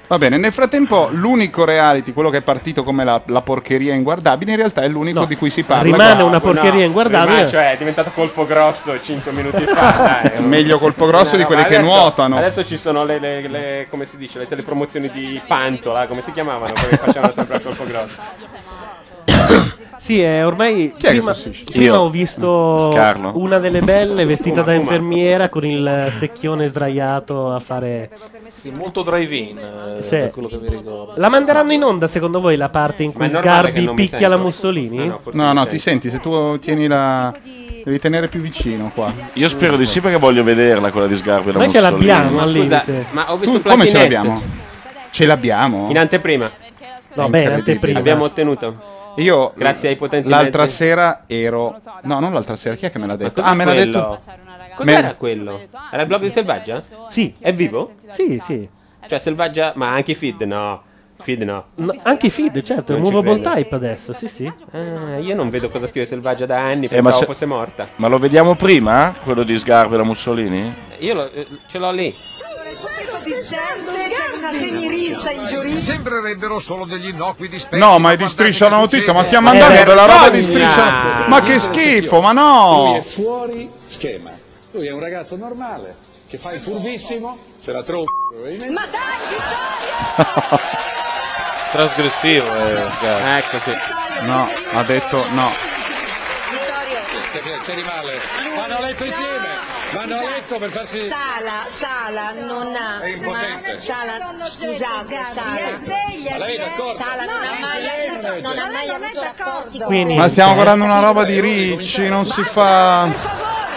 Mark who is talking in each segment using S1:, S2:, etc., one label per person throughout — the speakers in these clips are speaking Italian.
S1: Va bene, nel frattempo l'unico reality, quello che è partito come la, la porcheria inguardabile, in realtà è l'unico di cui si parla.
S2: rimane
S1: Guarda,
S2: una porcheria inguardabile.
S3: rimane- cioè, è diventato colpo grosso 5 minuti fa. dai.
S1: Meglio colpo grosso di
S3: no,
S1: quelli
S3: ma
S1: che
S3: adesso-
S1: nuotano.
S3: Adesso ci sono le, le- le- come si dice, le telepromozioni di Pantola, come si chiamavano? Quelle che facevano sempre a colpo grosso.
S2: Sì, è ormai.
S1: è che
S2: prima
S1: tossisce?
S2: prima
S4: Io. Mm,
S2: ho visto
S4: Carlo.
S2: una delle belle vestita
S3: Fuma,
S2: da
S3: fuma.
S2: infermiera con il secchione sdraiato a fare.
S5: Sì, molto drive-in, eh,
S2: Sì.
S5: da quello che mi ricordo.
S2: La manderanno in onda secondo voi la parte in
S3: Ma
S2: cui
S3: è normale che
S2: Sgarbi
S3: non mi
S2: picchia la
S3: sento.
S2: Mussolini?
S3: Ah, no, forse
S1: No,
S3: mi
S1: no, ti senti, se tu tieni la... Devi tenere più vicino qua.
S4: Io spero di sì perché voglio vederla quella di Sgarbi. da
S2: Noi ce
S4: Mussolini.
S2: l'abbiamo
S3: Ma
S2: al
S3: scusa,
S2: limite.
S3: ma ho visto
S1: Tu,
S3: un
S1: come ce
S3: platinette.
S1: l'abbiamo? Ce l'abbiamo?
S3: In anteprima.
S2: No, beh, in
S1: incredibile.
S2: anteprima.
S3: Abbiamo ottenuto.
S1: Io
S3: Grazie ai potenti
S1: l'altra
S3: mezzi.
S1: sera ero No, non l'altra sera, chi è che me l'ha detto?
S3: cos'è
S1: Ah, me l'ha
S3: quello?
S1: detto.
S3: Cos'era
S1: Me-
S3: quello? Era il blog di Selvaggia?
S2: Sì.
S3: È vivo?
S2: Sì, sì.
S3: Cioè Selvaggia, ma anche Feed no. Feed no.
S2: No, anche Feed, certo, è un
S3: Non ci
S2: nuovo ball
S3: credo.
S2: type adesso, sì, sì.
S3: Ah, io non vedo cosa scrive Selvaggia da anni,
S4: Eh, ma
S3: pensavo
S4: se-
S3: fosse morta.
S4: Ma lo vediamo prima, quello di Sgarbi da Mussolini?
S3: Io lo- eh, ce l'ho lì.
S6: c'è una semirissa in giuria. Sembrerebbero solo degli innocui di
S1: No, ma è di striscia la notizia, ma stiamo
S2: Eh,
S1: mandando della roba di
S3: vergogna!
S5: eh,
S1: striscia. Ma che schifo, ma no!
S7: fuori schema. Lui è un ragazzo normale che fa il furbissimo, se la trova.
S6: Ma dai, Vittorio!
S5: Trasgressivo, eh, Sgarbi.
S3: Ecco sì.
S1: No, ha detto no.
S6: Vittorio,
S7: C'è di male. Vanno a letto insieme. Vanno a letto per farsi.
S6: Sala, Sala non ha
S7: È impotente.
S6: ma- Sala, scusate, Sala.
S7: Ma lei è d'accordo?
S6: Sala non ha mai avuto, non ha mai avuto rapporti con
S2: Quindi,
S1: Ma stiamo
S2: cioè,
S1: guardando una roba di Ricci, non si fa.
S6: Per favore,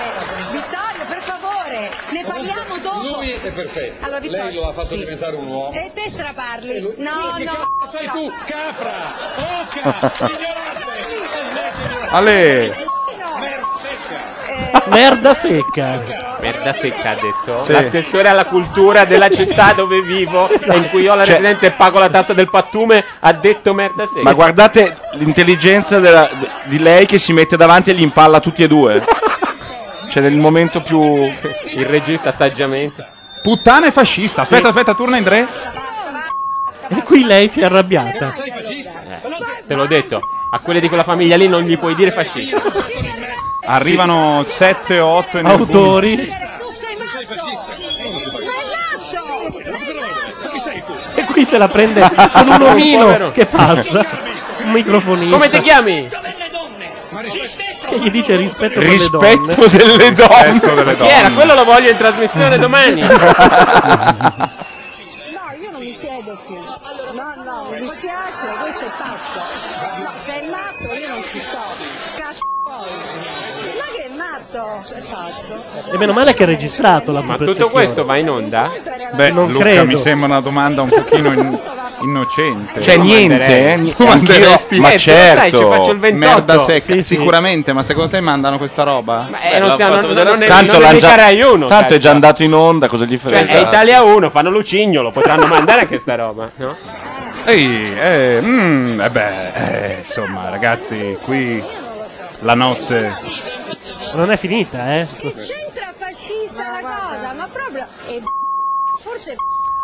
S6: eh, Vittorio, per favore, ne parliamo dopo.
S7: Lui è perfetto.
S6: Allora, Vittorio,
S7: lei lo ha fatto
S6: sì.
S7: diventare un uomo.
S6: E te straparli?
S7: Lui-
S6: No, Eh?
S7: Che
S6: no.
S7: c***o sei tu, capra! Oca! Ignorante!
S1: Ah. Ale,
S7: Merda secca!
S2: Merda secca.
S3: Merda secca ha detto.
S1: Sì.
S3: L'assessore alla cultura della città dove vivo, in cui ho la
S4: Cioè-
S3: residenza e pago la tassa del pattume, ha detto merda secca.
S4: Ma guardate l'intelligenza della- di lei che si mette davanti e li impalla tutti e due. Cioè, nel momento più.
S3: Il regista saggiamente.
S1: puttana e fascista. Aspetta, aspetta, torna in tre.
S2: E qui lei si è arrabbiata.
S7: Eh, Sei fascista?
S3: Eh, Te l'ho detto. A quelle di quella famiglia lì non gli puoi dire fascista.
S1: Arrivano 7, 8
S2: Autori.
S6: Tu sei matto! Sei matto!
S7: Ma chi sei tu?
S2: E qui se la prende con un omino
S3: Povero.
S2: che passa.
S7: Capito?
S2: un microfonista.
S8: Come ti chiami?
S2: Che gli dice rispetto, per le
S4: Rispetto
S2: donne.
S4: delle donne.
S3: Chi era? Quello lo voglio in trasmissione domani.
S9: No, io non mi siedo più. No, no, mi dispiace, voi sei pazzo. No, sei matto, io non ci sto. Cazzo poi. Ma che è matto? Cioè, pazzo.
S2: E meno male che è registrato la
S3: Ma tutto questo va in onda?
S1: Beh,
S2: Non
S1: Luca,
S2: credo.
S1: mi sembra una domanda un pochino in- innocente.
S4: Cioè,
S1: Tu
S4: niente,
S1: manderesti-
S4: eh, ni-
S1: tu
S4: anch'io-
S1: manderesti-
S4: ma Eh, tu lo sai, certo.
S3: ci faccio il 28.
S1: Merda secca,
S2: Sì, sì.
S1: sicuramente, ma secondo te mandano questa roba?
S3: Eh, non
S10: l'ho
S3: stiamo
S10: fatto vedere
S3: non è,
S4: Tanto,
S3: non è
S4: l'ha
S3: mica
S4: già-
S3: Rai Uno,
S4: tanto è
S3: cazzo.
S4: già andato in onda, cosa
S3: Cioè,
S4: gli frega?
S3: è Italia 1, fanno Lucignolo, potranno mandare anche sta roba, no?
S1: Ehi, eh, mm, eh beh, eh, insomma, ragazzi, qui la notte.
S2: Non è finita, eh.
S9: C'entra fascista la cosa, ma proprio. E forse.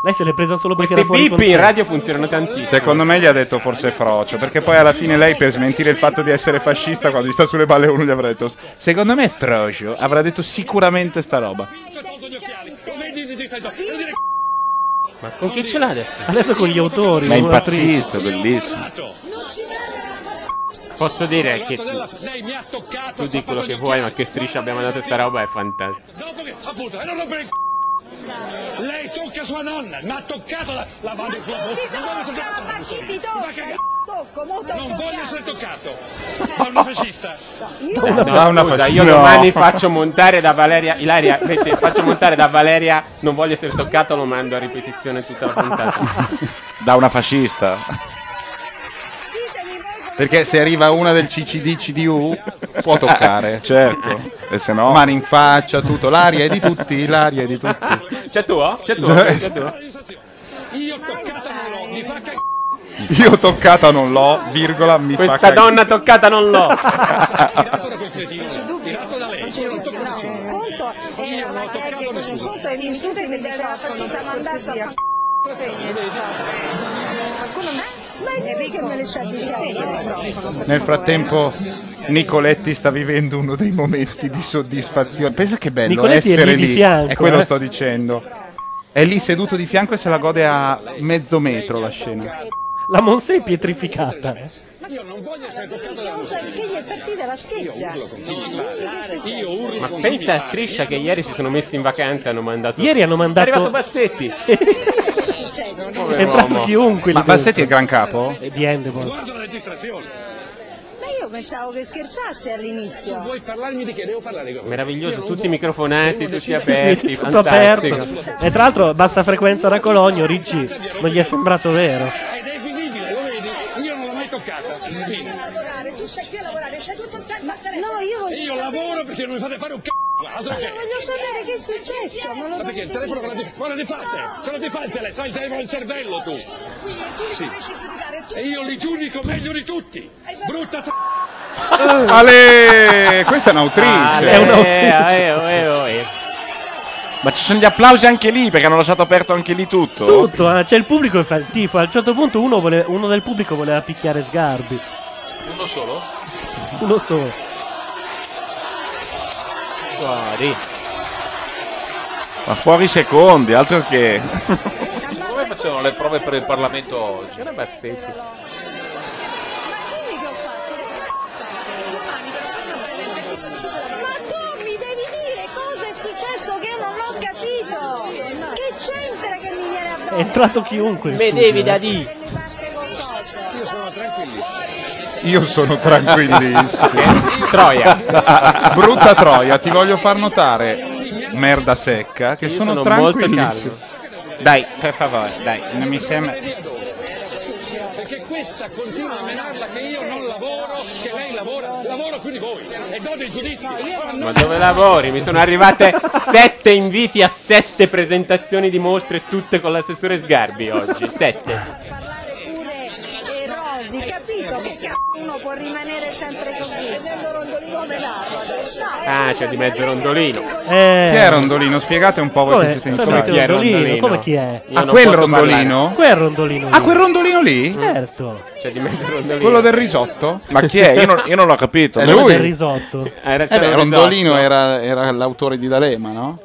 S2: Lei se l'è presa solo perché
S3: Questi
S2: era fuori
S3: bippi in
S2: controllo.
S3: radio funzionano tantissimo.
S1: Secondo me gli ha detto forse Frocio, perché poi alla fine lei per smentire il fatto di essere fascista quando gli sta sulle palle uno gli avrà detto "Secondo me Frocio avrà detto sicuramente sta roba".
S3: Ma con chi ce l'ha adesso?
S2: Adesso con gli autori.
S4: Ma è
S2: con l'attrice.
S4: impazzito, bellissimo.
S3: Posso dire che tu, tu di quello che vuoi, ma che striscia abbiamo mandato sta roba è fantastica.
S5: Dopo che, appunto, e non rompere il c***o. Lei tocca sua nonna, ma ha toccato la, la vado in culo. Non
S9: Ti
S5: voglio
S9: tocca,
S5: toccare
S9: ma chi ti
S5: Ma
S9: tocca?
S5: che
S9: Io Tocco, mo
S5: c***o? Non voglio
S9: tocco.
S5: essere toccato. Sono un fascista.
S3: No,
S9: Io
S1: da una
S3: scusa,
S1: fac-
S3: io
S1: no.
S3: domani faccio montare da Valeria. Ilaria, metti- faccio montare da Valeria. Non voglio essere toccato, lo mando a ripetizione tutta la puntata.
S4: Da una fascista.
S9: ditemi voi come.
S1: Perché se arriva una del CCD CDU può toccare,
S4: certo. E se no...
S1: mani in faccia, tutto, l'aria è di tutti, l'aria è di tutti.
S3: C'è tuo? C'è tuo? C'è tuo?
S5: Io ho toccato non l'ho, mi fa cagare.
S1: Io toccata non l'ho, virgola, mi fa
S3: Questa
S1: cagare.
S3: donna toccata non l'ho.
S5: Tirato da quel cretino, tirato da lei. Io non tocco
S9: No,
S5: nessuno.
S9: un conto era la che con un conto è vissuta e vedere la fascista mandarsi a Qualcuno Ma è lui che me le sta dicendo?
S1: Nel frattempo Nicoletti sta vivendo uno dei momenti di soddisfazione. Pensa che bello
S2: Nicoletti è
S1: essere
S2: lì di
S1: lì.
S2: fianco,
S1: è quello
S2: eh.
S1: sto dicendo. È lì seduto di fianco e se la gode a mezzo metro la scena.
S2: La Monse è pietrificata. eh.
S9: Che gli è partita la scheggia?
S3: Ma pensa a striscia che ieri si sono messi in vacanza e hanno mandato.
S2: Ieri hanno
S3: È arrivato
S2: mandato.
S3: Bassetti.
S2: È entrato
S3: uomo.
S2: chiunque.
S1: Ma
S2: lì dentro.
S1: Bassetti è gran capo?
S2: È di Endebol.
S5: Guarda la registrazione.
S9: Ma io pensavo che scherzasse all'inizio.
S5: Vuoi parlarmi di che? Devo parlare con
S3: Meraviglioso, tutti microfonati, tutti aperti.
S2: Sì, tutto
S3: fantastico.
S2: aperto. E tra l'altro, bassa frequenza da Cologno, Ricci non gli è sembrato vero.
S5: È definibile, lo vedi? Io non l'ho mai toccata. Fine.
S9: Tu stai qui a lavorare, sei tutto il tempo. No, io voglio,
S5: Io lavoro perché non mi fate fare un c***o. Altro che.
S9: voglio sapere che è successo. Non lo
S5: Ma perché il telefono cosa ti, cosa ti fate? Cosa ti fa il telefono? Fai il telefono al cervello tu.
S9: Sì.
S5: E io li giudico meglio di tutti. Brutta t-
S1: Ale! Questa è un'autrice.
S2: è un'autrice.
S3: Eh,
S4: oh,
S3: eh, eh, eh.
S4: Ma ci sono gli applausi anche lì, perché hanno lasciato aperto anche lì tutto.
S2: Tutto, eh, c'è il pubblico che fa il tifo. A un certo punto uno, vole- uno del pubblico voleva picchiare Sgarbi.
S10: Uno solo?
S2: Uno solo.
S10: Fuori.
S4: Ma fuori secondi, altro che...
S10: Come facevano le prove per il Parlamento oggi?
S3: C'era Bassetti.
S9: Dimmi che ho fatto le cazzate. Domani per fare una bella intervista non so se la farò. Ma tu mi devi dire cosa è successo che io non ho capito. Che c'entra che mi viene
S2: È
S9: a
S2: entrato chiunque. in studio, eh.
S3: di.
S9: ne parte qualcosa?
S1: Io sono tranquillissimo.
S3: Troia.
S1: Brutta troia, ti voglio far notare, merda secca, che
S3: Io
S1: sono,
S3: sono molto
S1: tranquillissimo. Dai, per favore, dai, non mi sembra.
S5: Perché questa continua a menarla che io non lavoro, che lei lavora. Lavoro più di voi. E do dei giudizi.
S3: Ma dove lavori? Mi sono arrivate sette inviti a sette presentazioni di mostre, tutte con l'assessore Sgarbi oggi. Sette.
S9: Parlare pure e Rosi, capito che c***o uno può rimanere sempre così? Vedendo Rondolino come l'acqua.
S3: Ah, c'è di mezzo Rondolino.
S2: Eh,
S1: Chi è Rondolino? Spiegatelo un po' voi
S2: Come,
S1: che siete in
S2: come
S1: sala.
S2: chi è Rondolino? Come chi è?
S3: Io
S1: Ah,
S3: non
S1: quel
S3: posso
S1: Rondolino?
S2: Quel rondolino lì.
S1: Ah, quel rondolino lì?
S2: Certo.
S3: parlare. C'è di mezzo Rondolino.
S1: Quello del risotto?
S4: Ma chi è? Io non, io non l'ho capito.
S1: È
S4: Dove-
S2: Quello
S1: lui?
S2: del risotto.
S3: Eh,
S1: Eh
S3: c'era
S1: beh,
S3: un
S1: Rondolino
S3: risotto.
S1: era, era l'autore di D'Alema, no?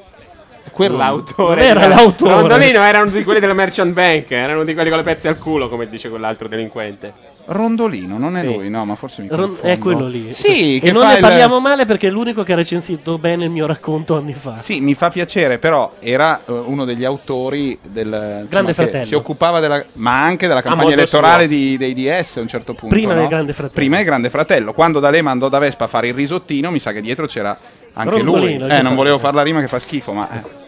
S1: Quello.
S3: L'autore
S2: Non era
S3: di-
S2: l'autore.
S3: Rondolino era uno di quelli della Merchant Bank Erano di quelli con le pezze al culo Come dice quell'altro delinquente
S1: Rondolino, non è lui, no, ma forse mi
S2: Ron-
S1: confondo.
S2: è quello lì.
S1: Sì,
S2: e
S1: che
S2: non
S1: fa
S2: ne
S1: il-
S2: parliamo male perché è l'unico che ha recensito bene il mio racconto anni fa.
S1: Sì, mi fa piacere, però era eh, uno degli autori del Grande
S2: Grande Fratello.
S1: Si occupava della, ma anche della
S2: modo
S1: campagna elettorale
S2: suo.
S1: di- dei DS a un certo punto.
S2: Prima
S1: no?
S2: del Grande Fratello.
S1: Prima del Grande Fratello. Quando D'Alema andò da Vespa a fare il risottino, mi sa che dietro c'era anche
S2: Rondolino,
S1: lui. Eh,
S2: esatto.
S1: non volevo fare la rima che fa schifo, ma. eh.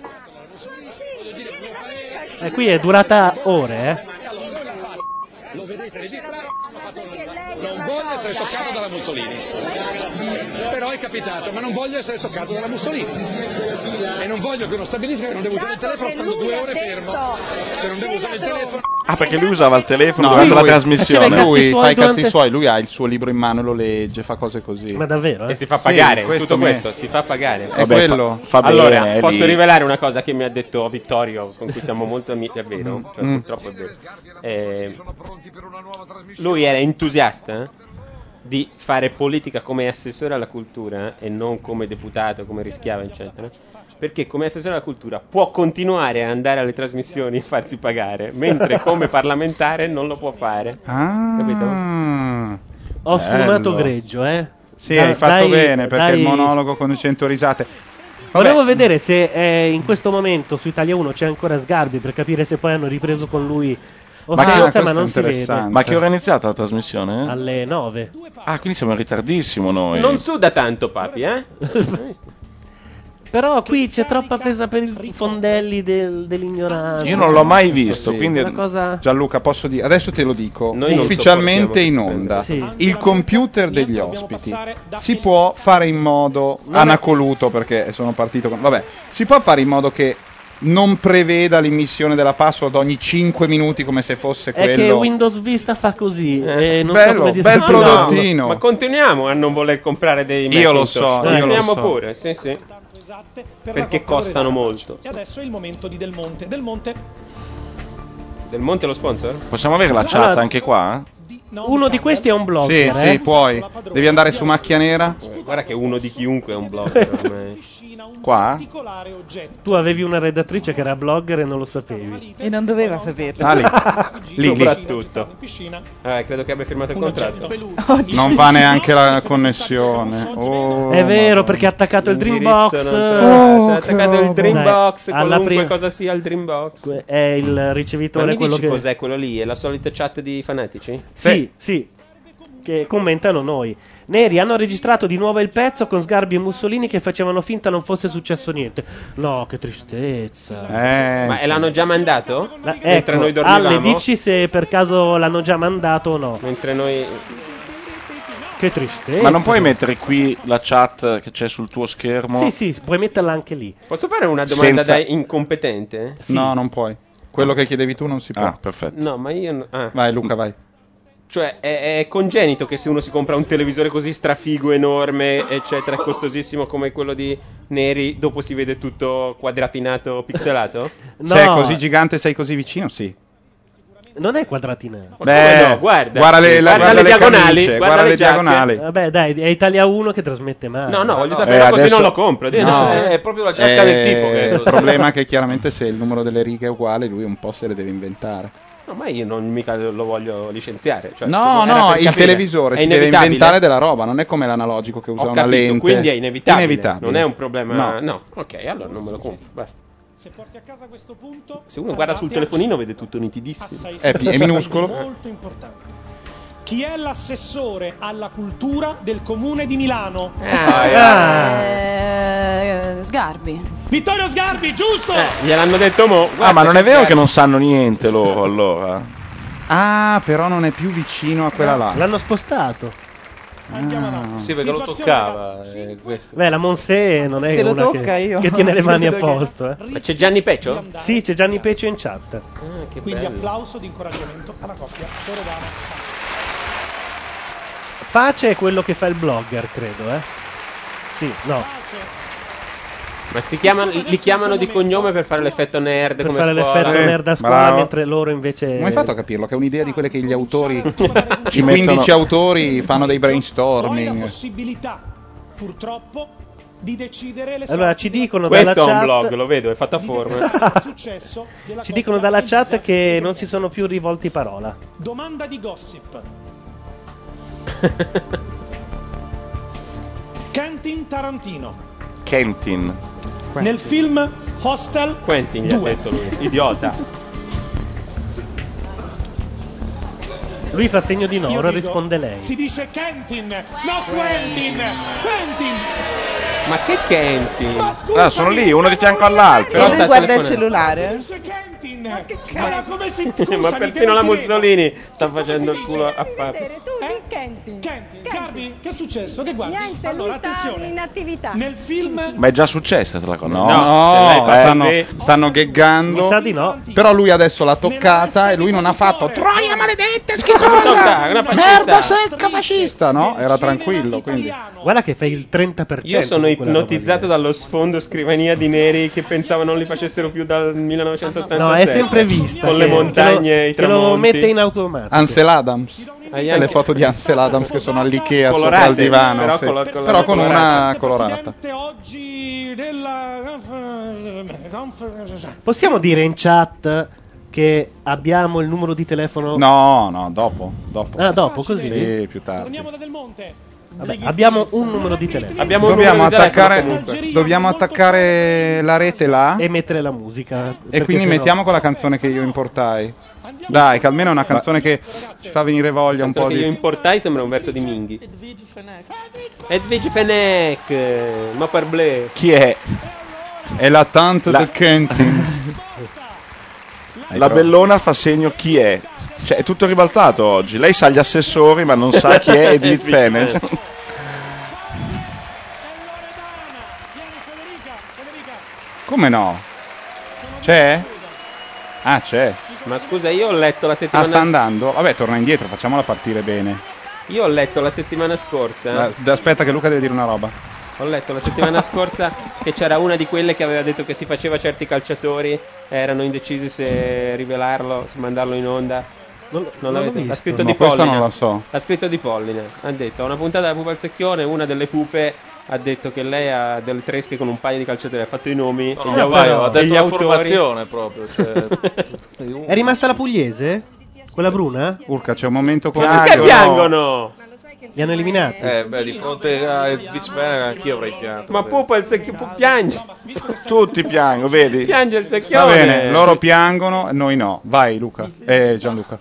S2: E Eh, qui è durata ore, eh.
S7: Lo vedete, le dita non voglio essere toccato dalla Mussolini. Però è capitato, ma non voglio essere toccato dalla Mussolini. E non voglio che uno stabilisca che non devo usare il telefono stando due ore fermo. Che non devo usare il telefono.
S4: Ah, perché lui usava il telefono
S1: No,
S4: durante la
S1: lui-
S4: trasmissione.
S2: faceva i
S1: lui
S2: cazzi
S1: fa i
S2: suoi
S1: cazzi
S2: durante-
S1: suoi, lui ha il suo libro in mano, lo legge, fa cose così.
S2: eh? Ma davvero? eh?
S3: E si fa
S1: Sì,
S3: pagare,
S1: questo
S3: tutto
S1: me-
S3: questo, si fa pagare.
S4: Vabbè,
S1: È quello.
S4: fa- fa
S3: allora,
S4: bene, eh,
S3: posso
S4: lì.
S3: rivelare una cosa che mi ha detto Vittorio, con cui siamo molto amici, è vero, cioè, purtroppo è vero. Eh, lui era entusiasta di fare politica come assessore alla cultura e non come deputato, come rischiava, eccetera. Perché come assessore alla cultura può continuare a andare alle trasmissioni e farsi pagare, mentre come parlamentare non lo può fare.
S1: Ah.
S2: Ah. Ho sfumato
S4: Bello.
S2: greggio, eh?
S1: Sì,
S2: Da-
S1: hai fatto
S2: dai-
S1: bene perché
S2: dai-
S1: il monologo con 100 risate. Vabbè.
S2: Volevo vedere se eh, in questo momento su Italia 1 c'è ancora Sgarbi per capire se poi hanno ripreso con lui o
S1: Ma
S2: se
S1: che-
S2: non
S1: ah,
S2: sa, ma
S1: questo è
S2: non si vede.
S1: interessante.
S4: Ma che ora è iniziata la trasmissione? eh?
S2: Alle 9.
S4: Ah, quindi siamo in ritardissimo noi.
S3: Non suda tanto, papi, eh?
S2: Però qui c'è troppa presa per i fondelli del- dell'ignoranza.
S4: Io non l'ho mai visto,
S1: Sì.
S4: quindi...
S2: Una cosa...
S1: Gianluca, posso dire, adesso te lo dico,
S3: Noi non
S1: ufficialmente in
S3: sopportiamo
S1: onda,
S2: queste spese.
S1: il computer degli ospiti si può fare in modo anacoluto perché sono partito con vabbè, si può fare in modo che non preveda l'immissione della password ogni 5 minuti come se fosse
S2: È che
S1: quello
S2: Windows Vista fa così.
S3: Eh,
S2: e non so
S1: bello,
S2: come
S1: bel
S2: disarticolarlo.
S1: prodottino. No.
S3: Ma continuiamo a non voler comprare dei Macintosh.
S1: Io lo so,
S2: io lo
S3: Continuiamo
S1: so.
S3: pure, sì, sì.
S11: tanto esatte per
S3: Perché
S11: la raccolta
S3: costano
S11: delle date.
S3: molto.
S11: E adesso è il momento di Del Monte. Del Monte
S3: Del Monte è lo sponsor?
S4: Possiamo avere la chat
S2: Allora,
S4: anche qua?
S11: di no,
S2: Uno
S11: di
S2: di
S11: Campbell.
S2: questi è un eh? blog.
S1: Sì, sì, puoi. Devi andare su macchia nera.
S3: Guarda che uno di chiunque è un blogger ormai.
S11: Piscina, un
S4: Qua?
S11: particolare oggetto.
S2: Tu avevi una redattrice che era blogger e non lo sapevi.
S12: E non doveva saperlo.
S1: Ah, lì.
S11: Lì,
S1: lì.
S3: Soprattutto.
S11: In piscina,
S3: Eh, credo che abbia firmato il
S11: un oggetto.
S3: contratto.
S1: Non va neanche la connessione. Oh,
S2: è vero,
S1: madonna.
S2: perché ha attaccato il
S3: L'indirizzo
S2: Dreambox.
S3: non
S2: eh,
S3: trovato,
S1: Oh,
S3: ha attaccato
S1: che
S3: il Dreambox,
S2: Dai, alla
S3: qualunque
S2: prima-
S3: cosa sia il Dreambox. Ma
S2: que- È il ricevitore
S3: mi
S2: quello
S3: dici
S2: che.
S3: cos'è quello lì? È la solita chat di fanatici?
S2: Sì, sì. Che commentano noi. Neri hanno registrato di nuovo il pezzo con Sgarbi e Mussolini che facevano finta non fosse successo niente. No, che tristezza.
S1: Eh,
S3: Ma
S1: sì.
S3: e l'hanno già mandato?
S2: La-
S3: Mentre
S2: ecco,
S3: noi dormivamo?
S2: Ale, dici se per caso l'hanno già mandato o no.
S3: Mentre noi...
S2: Che tristezza.
S4: Ma non puoi mettere qui la chat che c'è sul tuo schermo?
S2: Sì, sì, puoi metterla anche lì.
S3: Posso fare una domanda
S4: Senza-
S3: da incompetente? eh?
S1: No, non puoi. Quello che chiedevi tu non si può.
S4: Ah, perfetto.
S3: No, ma io... no- ah.
S1: Vai Luca, vai.
S3: Cioè, è, è congenito che se uno si compra un televisore così strafigo, enorme, eccetera, costosissimo come quello di Neri, dopo si vede tutto quadratinato, pixelato?
S2: No,
S1: Se è così gigante, sei così vicino, sì.
S2: non è quadratina.
S3: Ma
S1: Beh,
S3: come no? guarda,
S1: le, la-
S3: guarda le diagonali,
S1: camicie,
S3: guarda le giacche.
S1: diagonali.
S2: Vabbè, dai, è Italia 1 che trasmette male.
S3: No, no, voglio
S1: Eh,
S3: sapere, così
S1: adesso-
S3: non lo compro. Dì,
S1: No.
S3: no,
S1: Eh,
S2: eh.
S3: È, è proprio la giacca del tipo che...
S1: il problema è che chiaramente se il numero delle righe è uguale, lui un po' se le deve inventare.
S3: No, ma io non mica lo voglio licenziare. cioè,
S1: No,
S3: era
S1: no,
S3: per
S1: il
S3: capire.
S1: televisore
S3: È
S1: si deve
S3: inevitabile?
S1: inventare della roba, non è come l'analogico che usa
S3: Ho
S1: una
S3: capito,
S1: lente.
S3: quindi è inevitabile.
S1: Inevitabile.
S3: Non è un problema...
S1: No.
S3: no, ok, allora non me lo compro, basta.
S11: Se porti a casa questo punto,
S3: Se uno guarda sul
S11: andate a-
S3: telefonino vede tutto nitidissimo.
S11: Assai
S5: Eh,
S1: È pi- è minuscolo.
S11: Molto importante. Chi è l'assessore alla cultura del comune di Milano?
S1: Ah,
S3: Eh.
S12: Eh, Sgarbi.
S11: Vittorio Sgarbi, giusto?
S3: Eh, gliel'hanno detto mo.
S4: Ah,
S3: guarda
S4: ma non è vero
S3: scherzo.
S4: che non sanno niente loro allora?
S1: Ah, però non è più vicino a quella là.
S2: Ah, L'hanno spostato.
S11: Andiamo avanti.
S5: Sì, perché lo
S11: Situazione
S5: toccava.
S11: da-
S5: eh, questo.
S2: Beh, la Monse non è
S12: Se lo
S2: una
S12: tocca
S2: che,
S12: io.
S2: che tiene le mani a
S12: Credo che-
S2: posto. eh.
S3: Ma c'è Gianni Peccio? Ah,
S11: Andare.
S2: Sì, c'è Gianni Peccio in chat.
S11: Quindi applauso di incoraggiamento alla coppia Soredana.
S2: Pace è quello che fa il blogger, credo, eh. Sì, no,
S3: Ma si chiamano- li chiamano di cognome per fare l'effetto nerd
S2: per
S3: come
S2: fare
S3: scuola.
S2: l'effetto
S5: Eh,
S1: Sì,
S2: nerd a scuola,
S1: Eh, bravo.
S2: mentre loro invece...
S1: Come hai fatto a capirlo? Che è un'idea di quelle che gli autori,
S4: Ci
S1: i 15
S4: mettono-
S1: autori fanno dei
S11: Poi la
S1: brainstorming.
S11: possibilità, purtroppo, di decidere le
S2: Allora,
S11: sorti
S2: ci
S11: della-
S2: dicono
S3: Questo
S2: dalla
S3: è un
S2: chat...
S3: blog, lo vedo, è fatto a
S11: di
S3: forma.
S11: determinare il successo della
S2: Ci
S11: coppia
S2: dicono dalla
S11: Elisa
S2: chat che
S11: e
S2: non si sono più rivolti parola.
S11: Domanda di gossip.
S5: Quentin Tarantino.
S4: Kentin.
S5: Nel film Hostel
S3: Quentin gli ha
S5: Due.
S3: detto lui. Idiota.
S2: Lui fa segno di no,
S5: Io
S2: ora
S5: dico,
S2: risponde lei.
S5: Si dice Quentin, no Quentin. Quentin.
S3: Ma che Kentin?
S4: Ah, sono lì, uno di fianco all'altro.
S9: E lui guarda il cellulare. eh.
S5: Ma come si
S3: Ma persino la Mussolini sta facendo il culo a fare.
S5: Kentin. Kentin. Garbi, che è successo? Che guardi? allora, attenzione. in attività. Nel film
S4: Ma è già successa questa cosa?
S1: No,
S4: Eh,
S1: no, stanno, stanno gheggando. Però lui adesso l'ha toccata e lui non ha fatto. Troia maledetta, schifosa! Merda secca fascista, no? Era tranquillo, quindi.
S2: Guarda che fai il 30%.
S3: Io sono
S2: di quella roba lì. eh.
S3: ipnotizzato dallo sfondo scrivania di neri che pensavo non li facessero più dal 1987.
S2: No, è sempre vista.
S3: Con le
S2: che- te lo-
S3: montagne, i
S2: Te lo
S3: tramonti.
S2: mette in automatico.
S1: Ansel Adams.
S3: Agli
S1: Sai le foto di Ansel Adams che sono all'Ikea sopra
S3: Colorate,
S1: al divano.
S3: però
S1: sì.
S3: colo- colo-
S1: Però con una
S3: colorate.
S1: colorata.
S2: Possiamo dire in chat che abbiamo il numero di telefono?
S1: No, no, dopo. dopo.
S2: Ah, dopo, così?
S1: Sì, più tardi.
S2: Vabbè, abbiamo un numero di telefono.
S3: Abbiamo
S1: Dobbiamo attaccare, dobbiamo attaccare la rete là.
S2: E mettere la musica.
S1: E quindi mettiamo quella canzone che io importai. Dai, che almeno è una canzone che ci fa venire voglia un
S3: Solo
S1: po'
S3: che io
S1: di.
S3: importai sembra un verso di Minghi. Edwige Fenech, eh, ma per blé.
S4: Chi è?
S1: È la tante del Kentin.
S4: La bellona fa segno chi è. Cioè, è tutto ribaltato oggi. Lei sa gli assessori, ma non sa chi è Edith Fener.
S1: Come no? C'è? Ah, c'è.
S3: Ma scusa, io ho letto la
S1: Ah, sta
S3: settimana
S1: andando? Vabbè, torna indietro, facciamola partire bene.
S3: Io ho letto la settimana scorsa.
S1: Eh, Aspetta, che Luca deve dire una roba.
S3: Ho letto la settimana scorsa che c'era una di quelle che aveva detto che si faceva certi calciatori erano indecisi se rivelarlo, se mandarlo in onda.
S2: Non,
S1: non l'ho
S3: l'avete-
S1: visto.
S3: Ha scritto
S1: No,
S3: di
S1: questo
S3: Pollina.
S1: non lo so.
S3: Ha scritto di Pollina. Ha detto a una puntata della pupa al secchione, una delle pupe ha detto che lei ha delle tresche con un paio di calciatori, ha fatto i nomi e gli,
S13: no,
S3: autori-
S13: però, ha
S3: e
S13: detto
S3: gli
S13: la
S3: autori-
S13: formazione proprio, cioè-
S2: È rimasta la pugliese? Quella bruna?
S1: Urca, c'è un momento con
S3: Ma perché piangono?
S2: Li hanno eliminati.
S13: Eh, beh, di fronte a Edwidge Fener anch'io avrei pianto.
S3: Ma pupa il secchione piange.
S4: Tutti piango, vedi?
S3: Piange il
S1: Va
S3: secchione.
S1: bene, loro piangono, noi no. Vai, Luca. Eh, Gianluca.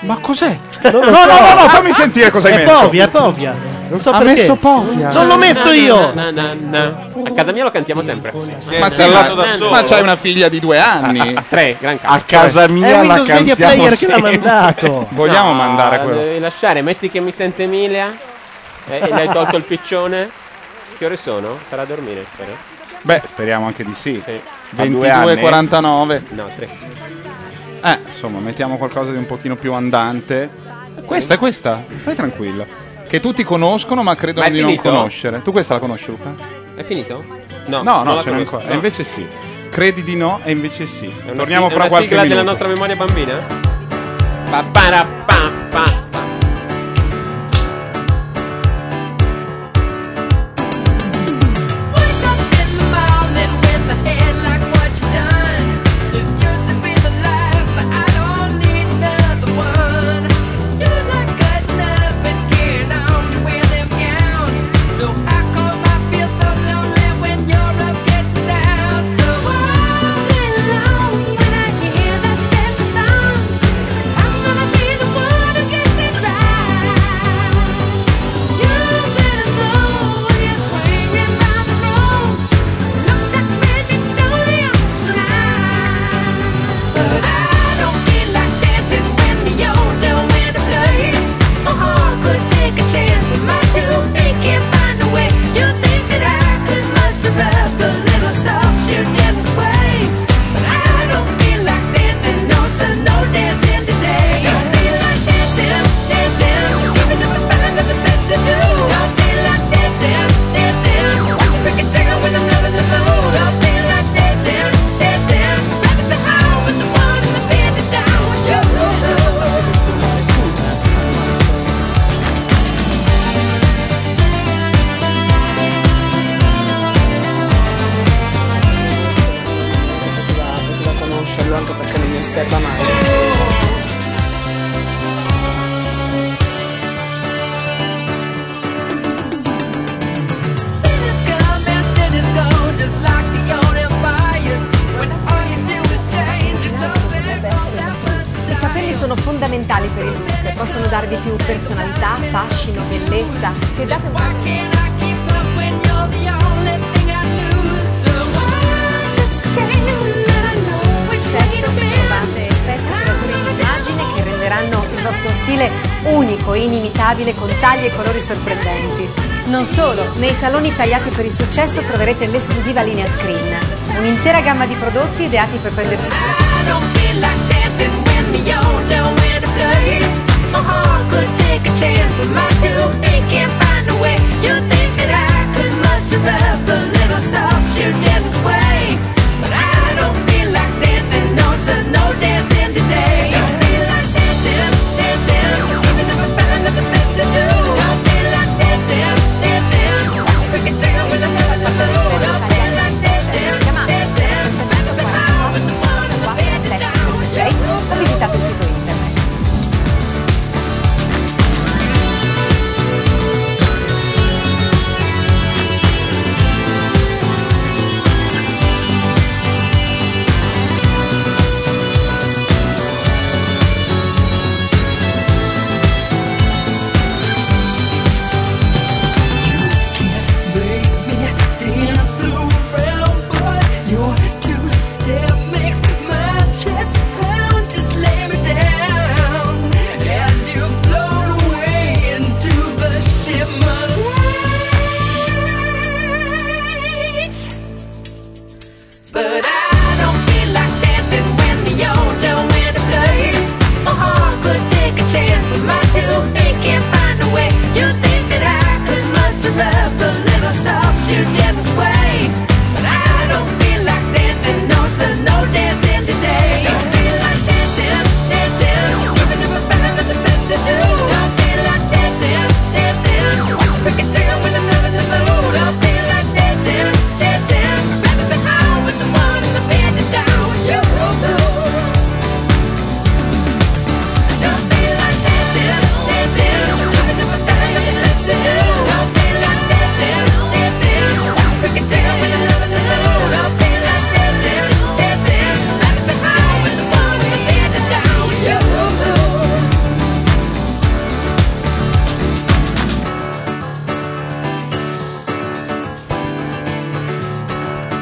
S4: Ma,
S1: cos'è?
S2: Non lo
S1: No,
S2: so.
S1: no, no, no, fammi sentire cosa hai
S2: È
S1: messo.
S2: Povia, è Povia. Non so
S1: Ha
S2: perché.
S1: messo Povia.
S2: Non l'ho messo io.
S3: Na, na, na. A casa mia lo cantiamo sempre.
S1: Ma, sì, ma, ma c'hai una figlia di due anni.
S3: Tre, gran cazzo.
S4: A casa
S2: È
S4: mia la
S2: Eh, Windows Media
S4: cantiamo
S2: Player che l'ha
S4: sempre.
S2: mandato.
S1: Vogliamo
S3: No,
S1: mandare quello?
S3: Devi lasciare, metti che mi sente Emilia. Eh, E, e le hai tolto il piccione. Che ore sono? Sarà a dormire, spero.
S1: Beh, speriamo anche di sì.
S3: Sì.
S4: A due anni?
S1: 22,49.
S3: No, tre.
S1: Eh, insomma, mettiamo qualcosa di un pochino più andante. Questa, questa, stai tranquilla. Che tutti conoscono, ma credono
S3: Ma è
S1: di non
S3: finito?
S1: conoscere. Tu questa la conosci, Luca?
S3: È finito? No,
S1: no, no
S3: la
S1: ce n'è
S3: conosco.
S1: ancora.
S3: No.
S1: E invece sì. Credi di no, e invece sì.
S3: È una
S1: Torniamo
S3: sig- è
S1: fra
S3: una
S1: qualche
S3: sigla
S1: minuto.
S3: della nostra memoria bambina? Pa, pa, ra, pa, pa, pa.
S9: Devo conoscerlo anche perché non mi osserva mai.
S14: Io
S15: possono darvi più personalità, fascino, bellezza. Se date un Certo, trovate spettacoli di immagine che renderanno il vostro stile unico e inimitabile con tagli e colori sorprendenti. Non solo, nei saloni tagliati per il successo troverete l'esclusiva linea Screen, un'intera gamma di prodotti ideati per prendersi o visitate il sito internet.
S9: But I don't feel like dancing when the old in the place. My heart could take a chance, but my two feet can't find a way. You think that I could muster up a little soft shoe dance way. But I don't feel like dancing, no, sir, no dancing today. Don't feel like dancing, dancing, even if I find nothing better to do. Don't feel like dancing, dancing, we can tell when I'm not in the mood. Don't feel like dancing, dancing, wrapping me home with the one in the bed that's down. You don't feel like dancing, dancing, even if I find nothing better to do. Don't feel like dancing, dancing, we can tell when I'm not in the mood. Don't feel like dancing, dancing, wrapping me home with the one in the bed that's down. You.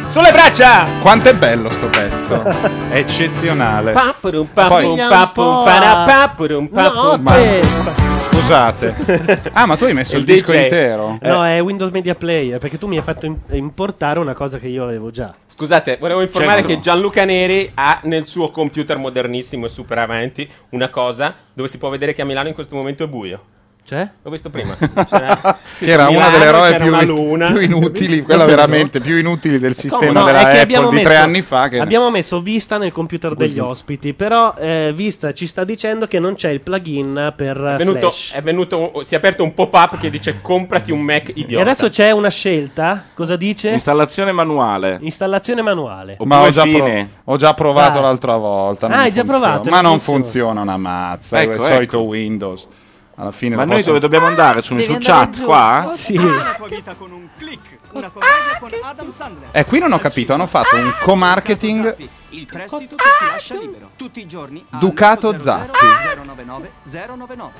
S2: Sulle braccia!
S1: Quanto è bello sto pezzo! È eccezionale.
S3: Papurum, papurum,
S1: Poi-
S3: papurum, para, papurum, papurum,
S1: Ma- Scusate. Ah, ma tu hai messo il, disco intero?
S2: Eh. No, è Windows Media Player, perché tu mi hai fatto im- importare una cosa che io avevo già.
S3: Scusate, volevo informare
S2: Certo.
S3: che Gianluca Neri ha nel suo computer modernissimo e super avanti una cosa dove si può vedere che a Milano in questo momento è buio.
S2: Cioè?
S3: L'ho visto prima.
S1: Che era una delle robe
S3: eroe
S1: più, più inutili, quella veramente più inutili del sistema
S2: Comodo.
S1: della
S2: È che
S1: Apple
S2: abbiamo
S1: di tre
S2: messo-
S1: anni fa. Che
S2: abbiamo messo Vista nel computer degli
S1: Così.
S2: ospiti, però eh, Vista ci sta dicendo che non c'è il plugin per eh,
S3: È venuto,
S2: Flash.
S3: è venuto- si è aperto un pop-up che dice comprati un Mac
S2: E
S3: idiota.
S2: adesso c'è una scelta, cosa dice?
S4: Installazione manuale.
S2: Installazione manuale.
S1: Ma ho già, pro- ho già provato
S2: Ah.
S1: l'altra volta. non
S2: Ah, hai già
S1: funziona.
S2: provato,
S1: Ma
S2: non
S1: non
S2: funziona.
S1: funziona una mazza.
S4: Ecco,
S1: il
S4: ecco.
S1: solito Windows. Alla fine
S4: Ma
S1: lo
S4: noi
S1: posso-
S4: dove dobbiamo andare? Su, su chat
S1: Oh,
S4: qua?
S1: Ah, Eh, qui Ah, non ho capito. Hanno fatto un co-marketing
S16: Il prestito che
S11: Ah,
S16: ti
S11: ecco.
S16: lascia libero. Tutti i
S1: Ah,
S16: giorni a
S1: Ducato Zappi.
S16: 099 099.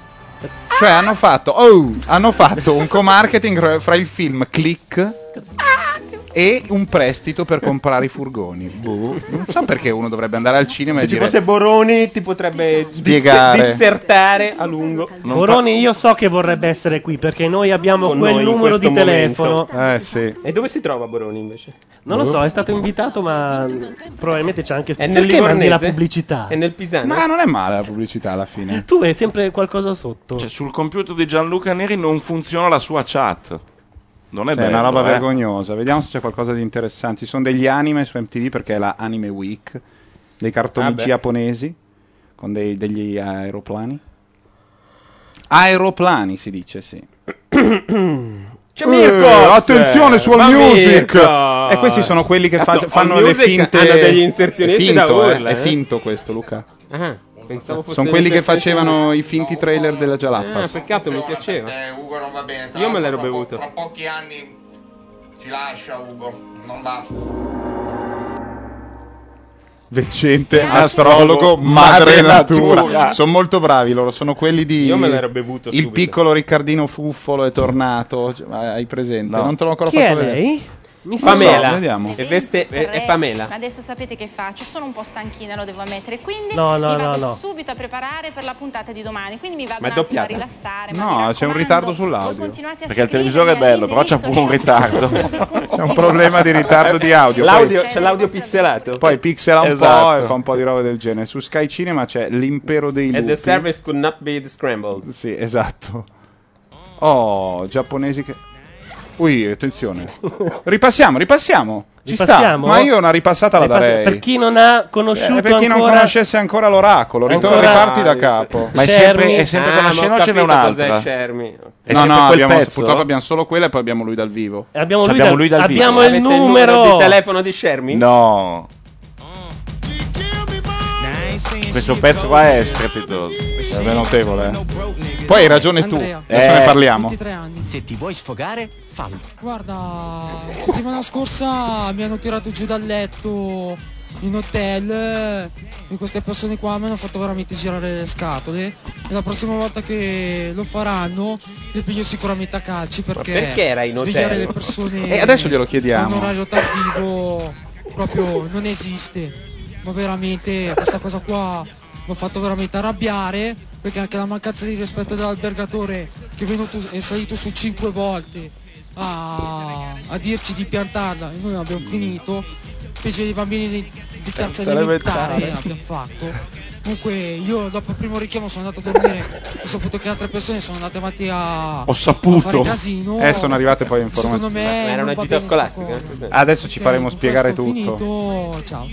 S1: Cioè, hanno fatto, oh, hanno fatto un co-marketing ra- fra il film Click Ah, e un prestito per comprare i furgoni. Boh, non so perché uno dovrebbe andare al cinema e
S3: Se ci
S1: dire
S3: fosse Boroni ti potrebbe dis-
S1: Spiegare.
S3: dissertare a lungo.
S2: Moroni, io so che vorrebbe essere qui perché noi abbiamo
S3: Con
S2: quel
S3: noi in
S2: numero di
S3: questo
S2: telefono.
S3: momento.
S1: Eh sì.
S3: E dove si trova Boroni invece?
S2: Non lo so, è stato invitato, ma probabilmente c'è anche.
S3: È nel
S2: Perché mandi la
S3: Livornese?
S2: pubblicità?
S3: È nel Pisano?
S1: Ma non è male la pubblicità alla fine.
S2: Tu hai sempre qualcosa sotto.
S4: Cioè, sul computer di Gianluca Neri non funziona la sua chat. Non è
S1: Sì,
S4: bello,
S1: una roba
S4: eh.
S1: vergognosa. Vediamo se c'è qualcosa di interessante. Ci sono degli anime su MTV perché è la Anime Week, dei
S4: Ah,
S1: cartoni
S4: beh.
S1: giapponesi con dei- degli aeroplani. Aeroplani si dice, sì. Eh,
S3: C'è Mirko!
S1: attenzione su All
S3: Ma
S1: Music! Eh,
S3: Mirko!
S1: E questi sono quelli che fa-
S3: Cazzo,
S1: fanno
S3: All
S1: le
S3: Music
S1: finte.
S3: hanno degli inserzionisti
S1: è finto,
S3: da
S1: eh,
S3: urla,
S1: È
S3: eh.
S1: finto questo, Luca.
S3: Ah, pensavo fosse
S1: Sono quelli che
S3: l'interprete-
S1: facevano i finti trailer della
S3: Ah,
S1: Jalappas.
S3: peccato, mi piaceva.
S17: Eh, Ugo non va bene. tra
S3: Io me l'ero
S17: l'altro fra po-
S3: bevuto.
S17: Fra pochi anni ci lascia Ugo, non va.
S1: Vencente,
S4: Astrologo,
S1: astrologo, madre
S4: madre
S1: natura.
S4: natura.
S1: Sono molto bravi loro, sono quelli di.
S3: Io me l'ero bevuto
S1: Il
S3: subito.
S1: piccolo Riccardino Fuffolo è tornato. cioè, Hai presente?
S3: No.
S1: Non te l'ho ancora
S3: Chi
S1: fatto
S3: è
S1: vedere.
S3: lei?
S1: Mi sa-
S3: Pamela,
S1: so, vediamo.
S3: E veste- e- è Pamela.
S9: Adesso sapete che faccio, sono un po' stanchina, lo devo ammettere, quindi
S1: No, no,
S9: mi vado
S1: no, no.
S9: subito a preparare per la puntata di domani, quindi mi vado
S1: Ma è
S9: un attimo a
S1: doppiata?
S9: rilassare. ma
S1: No, c'è un ritardo sull'audio.
S9: continuate a
S4: Perché il televisore è bello, però c'è pure un ritardo.
S1: C'è un problema di ritardo di audio.
S4: L'audio-
S1: poi-
S4: c'è l'audio pixelato.
S1: Poi pixela un po'
S4: Esatto.
S1: e fa un po' di roba del genere. Su Sky Cinema c'è l'impero dei
S3: And the
S1: lupi.
S3: service could not be scrambled.
S1: Sì, esatto. Oh, giapponesi che. Ui, attenzione. Ripassiamo, ripassiamo. Ci
S2: Ripassiamo?
S1: sta. Ma io una ripassata la
S2: Ripass-
S1: darei.
S2: Per chi non ha conosciuto
S1: Eh, per chi non
S2: ancora-
S1: conoscesse ancora l'oracolo, ritorno,
S2: Ancora-
S1: riparti da capo.
S4: Ma è sempre, è sempre
S3: Ah,
S4: quella scena o ce n'è un'altra? È
S1: No,
S4: sempre
S1: no,
S4: quel
S1: abbiamo-
S4: pezzo? Cioè,
S1: purtroppo abbiamo solo quella e poi abbiamo lui dal vivo.
S2: Abbiamo lui Abbiamo dal- lui dal vivo. abbiamo il
S3: Avete il numero numero di telefono di Shermy?
S4: No. Questo pezzo qua è strepitoso.
S1: È notevole.
S4: eh.
S1: Poi hai ragione tu,
S18: Andrea.
S19: Eh,
S1: adesso
S5: Eh.
S1: ne parliamo.
S18: 23 anni.
S16: Se ti vuoi sfogare, fallo.
S18: Guarda, la settimana scorsa mi hanno tirato giù dal letto in hotel eh, e queste persone qua mi hanno fatto veramente girare le scatole e la prossima volta che lo faranno li piglio sicuramente a calci perché,
S3: perché era in hotel?
S18: svegliare le persone
S1: E Eh, adesso
S18: a
S1: glielo
S18: un
S1: chiediamo.
S18: orario tardivo proprio non esiste ma veramente questa cosa qua mi ha fatto veramente arrabbiare perché anche la mancanza di rispetto dell'albergatore che è, venuto, è salito su cinque volte a, a dirci di piantarla e noi abbiamo finito specie dei bambini di, di terza
S1: Terza
S18: elementare
S1: elementare.
S18: abbiamo fatto comunque io dopo il primo richiamo sono andato a dormire ho saputo che altre persone sono andate avanti a
S1: Ho
S18: a fare
S1: saputo.
S18: casino
S1: Eh, sono arrivate poi
S18: secondo
S1: informazioni.
S18: me
S3: Era
S18: non
S3: una
S18: va
S3: gita
S18: bene sta
S3: scolastica. eh?
S1: Adesso ci
S18: Ok,
S1: faremo
S18: con
S1: spiegare
S18: questo ho
S1: tutto.
S18: finito. Ciao.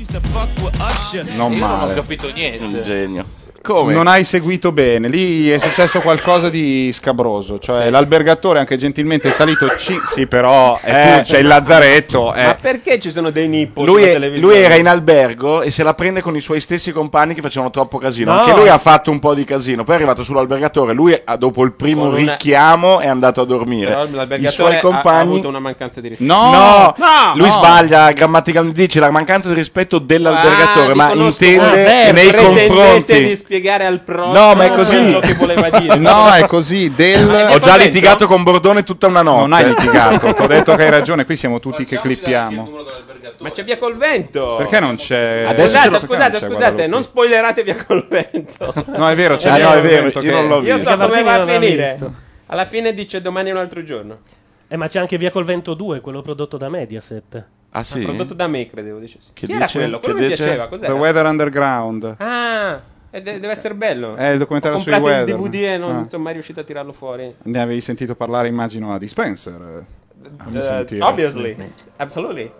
S1: Non
S5: Io non ho
S1: male.
S5: capito niente.
S4: Un genio. Come?
S1: Non hai seguito bene, lì è successo qualcosa di scabroso, cioè l'albergatore anche gentilmente è salito ci- sì però eh, tu c'è il lazzaretto, eh.
S3: Ma perché ci sono dei nippo
S4: Lui,
S3: sulla
S4: è-
S3: televisione?
S4: lui era in albergo e se la prende con i suoi stessi compagni che facevano troppo casino.
S3: No.
S4: Anche lui ha fatto un po' di casino. Poi è arrivato sull'albergatore. Lui, ah, dopo il primo
S3: Con una-
S4: richiamo, è andato a
S3: Però
S4: dormire. I
S3: l'albergatore
S4: suoi
S3: ha- ha
S4: compagni.
S3: avuto una mancanza di rispetto.
S4: No,
S3: No!
S4: lui
S3: No!
S4: sbaglia grammaticalmente. Dice la mancanza di rispetto dell'albergatore,
S3: Ah,
S4: ma
S3: vi conosco.
S4: intende
S3: Ah, beh,
S4: nei
S3: pretendete
S4: confronti.
S3: di spiegare al prossimo
S4: No, ma è così.
S3: quello che voleva dire.
S1: No, è così, del...
S4: Ho già litigato con Bordone tutta una notte.
S3: cioè.
S1: Non hai litigato, ti ho detto che hai ragione, qui siamo tutti che clippiamo.
S3: Ma c'è via col vento.
S1: Perché non c'è...
S3: Eh, Scusate,
S1: perché
S3: scusate,
S1: non c'è
S3: scusate,
S4: cioè,
S1: Guadalupe?
S3: non spoilerate via col vento.
S1: cioè,
S3: Eh,
S1: No, è vero, c'è
S4: Ah,
S1: via
S4: no,
S1: col
S4: è vero,
S1: vento
S4: io
S1: che-
S4: non l'ho
S3: Io so come
S2: Martini
S3: va a
S2: non l'ha
S3: finire.
S2: visto.
S3: Alla fine dice domani è un altro giorno.
S2: Eh, ma c'è anche Via Col Vento 2, quello prodotto da Mediaset.
S4: Ah, sì?
S3: Prodotto da me, credevo. Dice sì.
S4: Che
S3: Chi era
S4: dice?
S3: quello? Quello
S4: Che
S3: mi
S4: dice?
S3: piaceva. Cos'era?
S1: The Weather Underground.
S3: Ah, e de- deve essere bello.
S1: È Eh, il documentario
S3: Ho
S1: sui
S3: comprato
S1: weather.
S3: il DVD e non
S1: Ah.
S3: sono mai riuscito a tirarlo fuori.
S1: Ne avevi sentito parlare, immagino, a Dispenser.
S3: Eh, obviously, absolutely.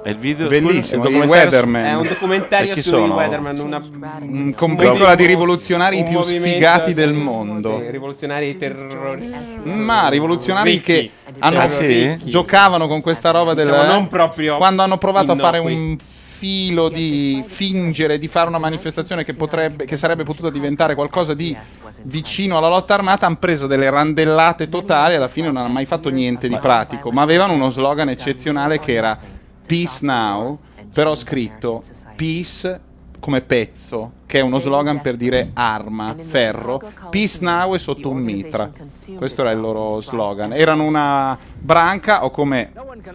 S4: È il video
S1: Bellissimo,
S4: scusa, il
S1: i
S4: documentario
S1: Weatherman.
S3: È un
S4: E
S3: documentario
S4: chi
S3: sui
S4: sono?
S3: Weatherman, una
S1: Mm, con pellicola di rivoluzionari i
S3: un
S1: più
S3: movimento,
S1: sfigati
S3: sì,
S1: del mondo.
S3: sì, rivoluzionari terroristi.
S1: Ma rivoluzionari
S3: Ricchi.
S1: che hanno,
S3: Ah, sì?
S1: giocavano con questa roba del
S3: Diciamo, non proprio
S1: quando hanno provato a fare
S3: innocui.
S1: un filo di fingere di fare una manifestazione che potrebbe che sarebbe potuta diventare qualcosa di vicino alla lotta armata hanno preso delle randellate totali alla fine non hanno mai fatto niente di pratico ma avevano uno slogan eccezionale che era peace now però scritto peace come pezzo che è uno slogan per dire arma ferro peace now è sotto un mitra questo era il loro slogan erano una branca o come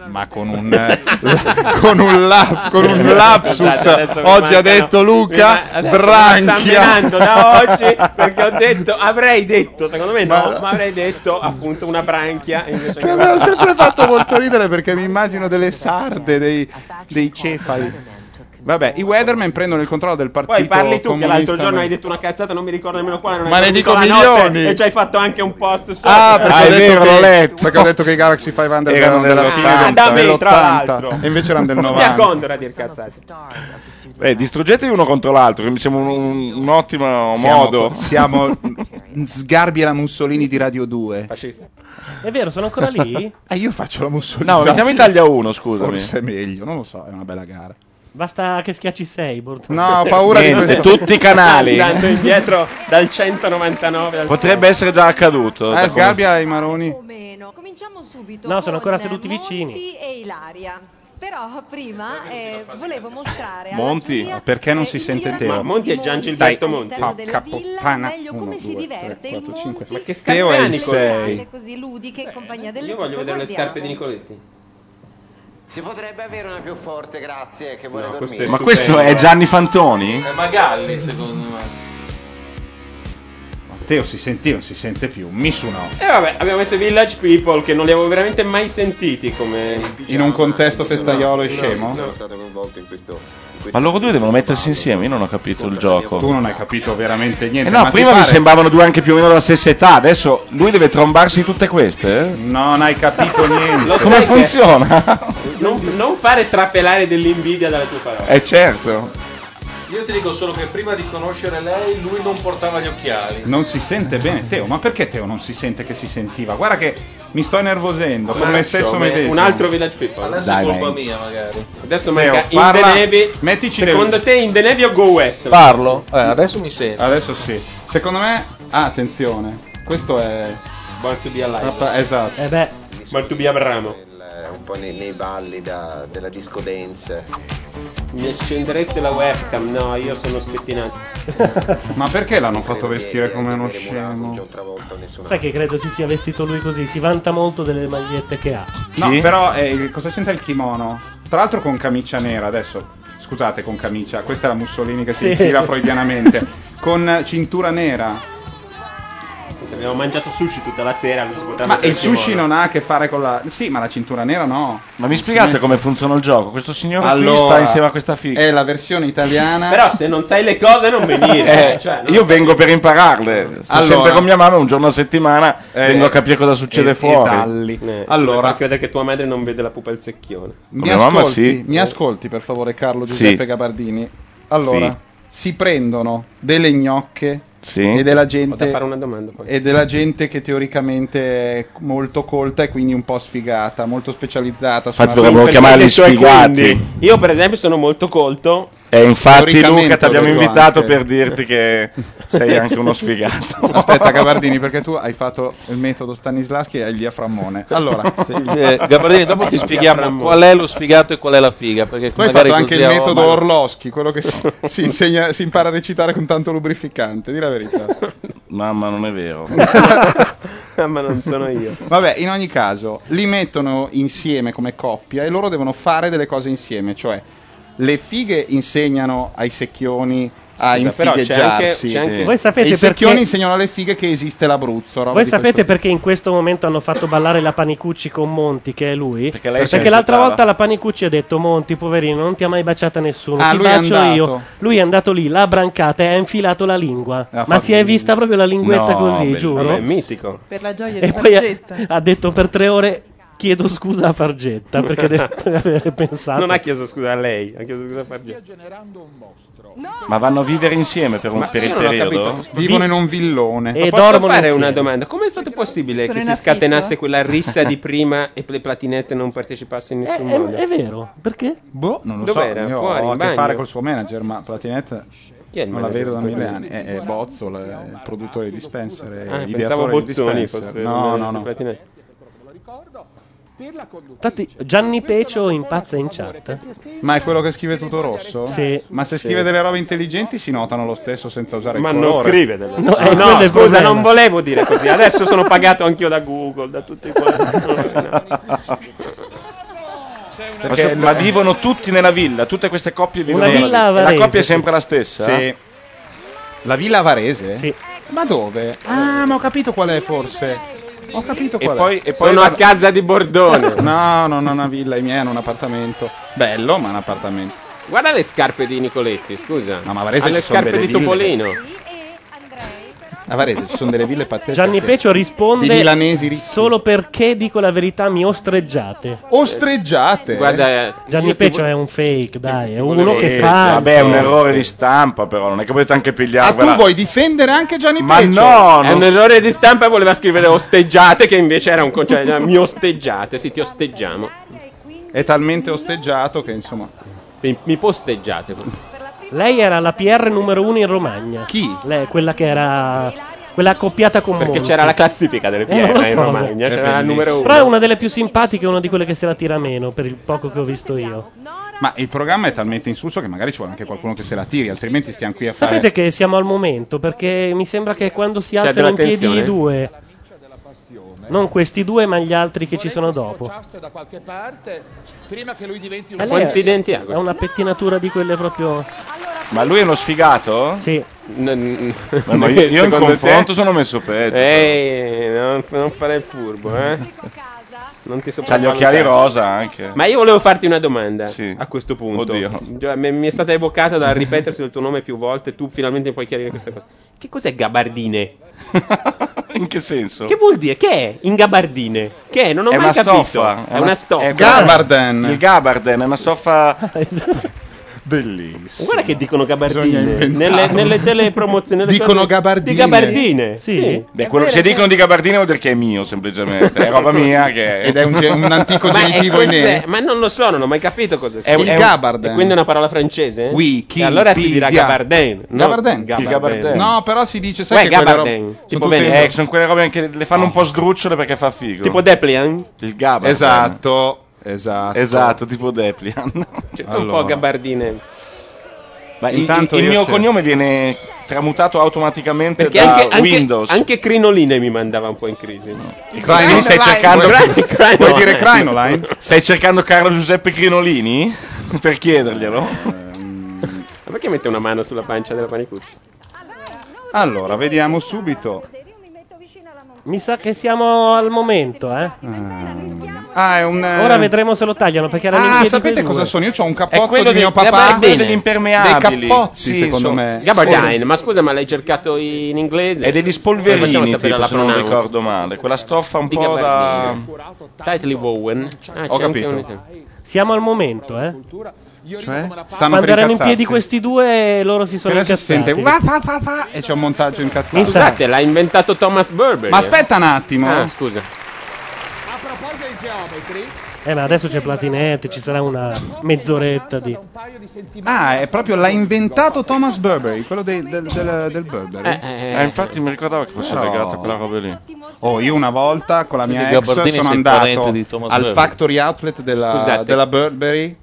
S1: ma con un eh, la- con un, lap- con un lapsus
S3: Scusate, adesso mi
S1: oggi ha
S3: mancano-
S1: detto Luca
S3: mi ma- adesso mi sta
S1: branchia
S3: menando da oggi perché ho detto, avrei detto, secondo me no, ma avrei detto appunto una branchia. invece
S1: Mi
S3: che-
S1: aveva sempre fatto molto ridere perché mi immagino delle sarde, dei, dei cefali. Vabbè, i Weatherman prendono il controllo del partito
S3: Poi parli tu che
S1: comunista
S3: l'altro giorno
S1: americano.
S3: hai detto una cazzata, non mi ricordo nemmeno quale. Non
S1: Ma
S3: hai
S1: ne
S3: dormito
S1: dico
S3: la notte
S1: milioni.
S3: E ci hai fatto anche un post su.
S1: Ah, perché, ho
S4: è
S1: detto
S4: vero,
S1: che,
S4: l'ho letto.
S1: perché ho detto che i Galaxy 500
S4: Erano
S1: erano della
S4: dell'80.
S1: fine
S3: da me, Ah, tra
S1: dell'80
S3: l'altro.
S1: e invece erano del
S3: Via
S1: 90.
S3: Condor a dir cazzate.
S4: Beh, Eh, distruggetevi uno contro l'altro, che mi sembra un, un- un ottimo
S1: Siamo-
S4: modo.
S1: siamo- Sgarbi e la Mussolini di Radio 2.
S2: È vero, sono ancora lì?
S1: E Ah, io faccio la Mussolini.
S4: No, mettiamo in Italia 1, scusami.
S1: Forse è meglio, non lo so, è una bella gara.
S2: Basta che schiacci 6, Borto.
S1: No, ho paura di
S4: Niente,
S1: questo.
S4: tutti i canali.
S3: Andando indietro dal 199. Al...
S4: Eh, Potrebbe essere già accaduto.
S1: Eh, Sgarbi ai Maroni.
S15: Cominciamo subito
S2: No, sono
S15: con eh,
S2: ancora seduti vicini.
S15: Monti e Ilaria. Però prima eh, volevo mostrare alla
S1: Monti,
S15: giuria
S1: perché non si sente Teo?
S3: Monti è Gian Gilberto
S1: Dai,
S3: Monti.
S1: porca
S15: della villa,
S1: puttana.
S15: meglio
S1: Uno,
S15: come si
S1: due,
S15: diverte
S1: tre,
S15: il
S1: quattro, cinque.
S15: Monti.
S1: Ma che
S15: Teo
S1: è il
S15: serate
S1: 6.
S15: così ludiche in compagnia delle
S3: Io voglio
S15: luppe,
S3: vedere le
S15: guardiamo.
S3: scarpe di Nicoletti.
S20: Si potrebbe avere una più forte, grazie, che vuole
S3: No, questo
S20: dormire.
S4: Ma questo è Gianni Fantoni?
S1: Eh,
S20: È Magalli, secondo me.
S1: Teo si sentiva, non si sente più. Misu no.
S3: E Eh, vabbè, abbiamo messo Village People che non li avevo veramente mai sentiti come...
S1: In un contesto festaiolo e scemo?
S20: stato coinvolto in questo.
S4: Ma loro due devono mettersi insieme, io non ho capito il gioco.
S1: Tu non hai capito veramente niente.
S4: Eh no,
S1: ma ti
S4: prima mi
S1: pare-
S4: sembravano due anche più o meno della stessa età, adesso lui deve trombarsi tutte queste? eh?
S1: Non hai capito niente.
S3: Lo
S4: Come
S3: sai che-
S4: funziona?
S3: Non, non fare trapelare dell'invidia dalle tue parole.
S4: Eh certo.
S5: Io ti dico solo che prima di conoscere lei, lui non portava gli occhiali.
S1: Non si sente bene Teo, ma perché Teo non si sente che si sentiva? Guarda che mi sto nervosendo con me stesso
S3: Come
S1: medesimo.
S3: Un altro Village People.
S1: Adesso è Dai, colpa vai.
S5: mia, magari.
S3: Adesso
S1: Teo,
S3: manca
S1: parla-
S3: In the Navy.
S1: mettici
S3: Secondo
S1: le-
S3: te In the Navy o Go West? Mm.
S1: Eh, adesso mi sento. Adesso sì. Secondo me, ah, attenzione, questo è
S3: Born to be
S1: Rappa- Esatto.
S2: Eh beh,
S3: Born to be Abramo.
S20: Un po' nei, nei balli da- della disco dance.
S3: Mi accendereste la webcam? No, io sono spettinato.
S1: Ma perché l'hanno fatto vestire come uno scemo?
S2: Sai che credo si sia vestito lui così, si vanta molto delle magliette che ha.
S1: No, però eh, il- cosa c'entra il kimono? Tra l'altro con camicia nera adesso. Scusate, con camicia, questa è la Mussolini che si
S2: Sì.
S1: infila freudianamente. Con eh, cintura nera.
S3: Abbiamo mangiato sushi tutta la sera. non si poteva
S1: Ma
S3: mettere
S1: il sushi
S3: kimono.
S1: non ha a che fare con la. Sì, ma la cintura nera no.
S4: Ma mi spiegate come funziona il gioco? Questo signore qui
S1: Allora,
S4: sta insieme a questa figa.
S1: È la versione italiana.
S3: Però se non sai le cose non venire.
S4: Eh,
S3: cioè, no.
S4: Io vengo per impararle. Sto
S1: Allora.
S4: sempre con mia mamma un giorno a settimana. vengo a capire cosa succede fuori.
S3: Eh,
S1: Allora.
S3: fa credere che tua madre non vede la pupa al secchione.
S1: Mi ascolti, mi ascolti per favore, Carlo
S3: Sì.
S1: Giuseppe Gabardini. Allora, si prendono delle gnocche e della gente.
S3: Ho da fare una domanda poi.
S1: e della gente che teoricamente è molto colta e quindi un po' sfigata, molto specializzata. su una-
S4: dovremmo
S1: Dunque,
S4: chiamarli
S1: perché-
S4: sfigati.
S1: quindi-
S3: Io, per esempio, sono molto colto.
S4: E infatti, Luca, ti abbiamo
S1: ho detto
S4: invitato
S1: anche.
S4: per dirti che sei anche uno sfigato.
S1: Aspetta, Gabardini, perché tu hai fatto il metodo Stanislaschi e hai il diaframmone. Allora,
S5: Sì, eh, Gabardini, dopo ti spieghiamo qual è lo sfigato e qual è la figa. Perché
S1: Tu hai
S5: magari
S1: fatto anche
S5: così
S1: il
S5: a-
S1: metodo
S5: ma-
S1: Orloschi, quello che si, si insegna- si impara a recitare con tanto lubrificante, di la verità.
S4: Mamma, non è vero.
S3: Ah, Ma non sono io.
S1: Vabbè, in ogni caso, li mettono insieme come coppia e loro devono fare delle cose insieme, cioè le fighe insegnano ai secchioni a
S2: Scusa, però c'è anche-
S1: infigheggiarsi.
S2: c'è anche- Voi sapete
S1: e i secchioni
S2: perché-
S1: insegnano alle fighe che esiste l'Abruzzo, roba
S2: Voi
S1: di
S2: sapete
S1: questo-
S2: perché in questo momento hanno fatto ballare la Panicucci con Monti, che è lui? Perché,
S1: lei se ne
S2: l'altra
S1: aspettava.
S2: volta la Panicucci ha detto: Monti, poverino, non ti ha mai baciata nessuno,
S1: Ah,
S2: ti
S1: lui è
S2: bacio
S1: andato.
S2: io. Lui è andato lì, l'ha brancata e ha infilato la lingua. Ma
S3: fatto-
S2: si è vista proprio la linguetta
S3: No,
S2: così,
S3: bello.
S2: giuro.
S3: Vabbè, mitico.
S12: Per la gioia di
S2: E poi ha,
S12: Fargetta.
S2: ha detto per tre ore. Chiedo scusa a Fargetta perché deve aver pensato.
S3: Non ha chiesto scusa a lei, ha chiesto scusa a Fabio.
S4: Ma vanno a vivere insieme per, un- per il periodo?
S1: Vivono in un villone.
S3: E posso fare una domanda? Come è stato possibile
S2: Sono
S3: che
S2: in
S3: si
S2: affitto,
S3: scatenasse
S2: eh?
S3: quella rissa di prima e le platinette non partecipassero in nessun
S2: Eh, è-
S3: modo?
S2: è vero, perché?
S1: Boh, non lo
S3: Dov'era?
S1: so, io
S3: Fuori,
S1: ho a
S3: in
S1: che
S3: bagno?
S1: fare col suo manager, ma Platinette
S3: Chi è il
S1: non la
S3: manager
S1: vedo da
S3: di sta
S1: mille
S3: cosa?
S1: anni. È, è Bozzolo, è il produttore di Spencer, è
S3: Ah, pensavo
S1: ideatore di
S3: Bozzoni
S1: Dispenser.
S3: fosse
S1: No,
S3: il-
S1: no,
S3: il
S1: no.
S3: platinette.
S2: Infatti, Gianni Pecio impazza in chat.
S1: Ma è quello che scrive tutto rosso?
S2: Sì.
S1: Ma se
S2: Eh, Sì.
S1: scrive delle robe intelligenti si notano lo stesso senza usare
S3: Ma
S1: il
S3: non
S1: colore.
S3: scrive delle No, eh, quello è il problema. Adesso sono pagato anch'io da Google, da tutti
S4: Ma so- ma vivono tutti nella villa, tutte queste coppie vivono
S1: Una
S4: nella
S1: villa
S4: La
S1: avarese,
S4: coppia è
S1: sì.
S4: sempre la stessa? eh?
S1: Sì. La villa avarese?
S2: Sì.
S1: Ma dove? Ah, ma ho capito qual è forse. Ho capito
S4: E
S1: qual
S4: poi-
S1: è.
S4: e poi Sono la- a
S3: casa di Bordone.
S1: no, no, no, una villa, i miei hanno un appartamento. Bello, ma un appartamento.
S3: Guarda le scarpe di Nicoletti, scusa. No,
S1: ma Varese
S3: le
S1: ci sono
S3: scarpe
S1: delle
S3: di
S1: ville.
S3: Topolino.
S1: A Varese ci sono delle ville pazzesche.
S2: Gianni
S1: che-
S2: Pecio risponde
S1: Di milanesi ricchi.
S2: solo perché dico la verità mi ostreggiate.
S1: Ostreggiate?
S3: Guarda,
S2: Gianni
S4: eh, io ti
S2: Pecio
S4: vo-
S2: è un fake, dai, è uno che fa.
S4: Vabbè, è un
S2: insomma.
S4: errore di stampa, però non è che potete anche
S1: Ah,
S4: pigliarvela.
S1: tu vuoi difendere anche Gianni
S4: Ma
S1: Peccio?
S4: no,
S3: cioè, È
S2: Eh,
S4: non-
S3: un errore di stampa voleva scrivere osteggiate, che invece era un concetto. Mi osteggiate, sì, ti osteggiamo.
S1: È talmente osteggiato che insomma.
S3: Mi, mi posteggiate.
S2: Lei era la PR numero uno in Romagna.
S1: Chi?
S2: Lei, quella che era Quella accoppiata con
S3: Perché
S2: Monti.
S3: c'era la classifica delle
S2: Eh, non lo
S3: Pierre in
S2: so.
S3: Romagna, c'era il numero
S2: Però è
S3: uno.
S2: una delle più simpatiche, una di quelle che se la tira meno, per il poco che ho visto io.
S1: Ma il programma è talmente insulso che magari ci vuole anche qualcuno che se la tiri, altrimenti stiamo qui a fare.
S2: Sapete che siamo al momento, perché mi sembra che quando si
S1: Eh. C'è
S2: alzano in
S1: della
S2: piedi
S1: tensione?
S2: i due, non questi due, ma gli altri che ci sono dopo.
S21: da qualche parte prima che lui diventi
S2: Ma lei è- Ha una pettinatura di quelle proprio.
S4: Ma lui è uno sfigato?
S2: Sì.
S4: Ma no, io, io in
S3: Secondo
S4: confronto
S3: te? Eh,
S4: sono messo peggio.
S3: Ehi, non, non fare il furbo, eh. Non ti
S4: C'ha gli occhiali rosa anche.
S3: Ma io volevo farti una domanda
S4: Sì.
S3: a questo punto.
S4: Oddio.
S3: Già, Mi mi è stata evocata dal ripetersi del tuo nome più volte. Tu finalmente puoi chiarire questa cosa. Che cos'è gabardine?
S4: In che senso?
S3: Che vuol dire? Che è in gabardine? Che è? Non ho
S4: è
S3: mai
S4: una
S3: capito.
S4: stoffa.
S3: È una stoffa.
S4: è Gabarden. Il Gabarden è una stoffa bellissima.
S3: Esatto. Guarda che dicono
S4: Bisogna
S3: gabardine.
S4: inventare.
S3: Nelle, nelle telepromozioni. nelle
S4: Dicono
S3: cose-
S4: gabardine.
S3: Di gabardine. Sì.
S4: Beh, quello- se dicono di gabardine vuol dire che è mio semplicemente, è roba mia che
S1: Ecco. Ed è un ge- un antico
S3: Ma è
S1: genitivo in
S3: questa-
S1: nero.
S3: Ma non lo so, non ho mai capito cosa sia.
S1: un- Il è un- gabardine.
S3: E quindi è una parola francese?
S1: Oui, chi,
S3: E allora
S1: pi,
S3: si dirà
S1: dia.
S3: gabardine. no?
S1: Gabardine. No, però si dice, sai
S3: Uè,
S1: che quelle robe-
S3: gabardine.
S1: sono
S3: Tipo
S1: tutte in-
S3: Venere.
S4: Eh, sono quelle robe che le fanno un po' sdrucciole perché fa figo.
S3: Tipo Deplian?
S4: Il Gabarden.
S1: Esatto, esatto.
S4: Esatto, tipo Deplian.
S3: Cioè, un po' gabardine.
S4: Ma il-
S3: Intanto
S4: il,
S3: io
S4: mio
S3: c'è.
S4: cognome viene tramutato automaticamente
S3: Perché
S4: da
S3: anche, anche-
S4: Windows.
S3: anche Crinoline mi mandava un po' in crisi.
S4: E quindi stai cercando Vuoi dire Crinoline? Stai cercando Carlo Giuseppe Crinolini? per chiederglielo?
S3: Ma perché mette una mano sulla pancia della panicuccia?
S1: Allora, vediamo subito.
S2: Mi sa che siamo al momento, eh.
S1: Ah, è un.
S2: Ora vedremo se lo tagliano, perché era
S1: Ah, sapete cosa sono? Io ho un cappotto
S3: quello
S1: di mio
S3: dei
S1: papà.
S3: gabardini.
S1: Dei cappotti, secondo me.
S3: Gabardine, ma scusa, ma l'hai cercato in inglese?
S4: È degli
S3: Come facciamo a
S4: spolverini,
S3: sapere
S4: tipo,
S3: la
S4: se non
S3: pronuncia?
S4: ricordo male. Quella stoffa un
S3: Di
S4: po' da...
S3: gabardine. Tightly woven. Ah,
S4: Ho
S3: c'è anche
S4: capito.
S3: un-
S2: Siamo al momento, eh.
S1: Cioè,
S2: Quando
S1: stanno per
S2: erano in
S1: incazzarsi.
S2: piedi questi due, loro si sono
S1: Adesso si
S2: incazzati.
S1: sente "Wa, fa, fa, fa", e c'è un montaggio incazzato.
S3: Scusate, l'ha inventato Thomas Burberry. eh?
S1: Ma aspetta un attimo.
S3: Ah, scusa.
S2: Eh, ma adesso c'è Platinetti, ci sarà una mezz'oretta di.
S1: Ah, è proprio l'ha inventato Thomas Burberry, quello dei- del, del- del Burberry.
S4: Eh, eh, eh, infatti mi ricordavo che fosse legato a quella roba lì.
S1: Oh, io una volta con la mia
S4: Quindi
S1: ex
S4: Gabardini
S1: sono
S4: sei
S1: andato
S4: parente di Thomas
S1: al
S4: Burberry.
S1: factory outlet della,
S3: Scusate.
S1: della Burberry,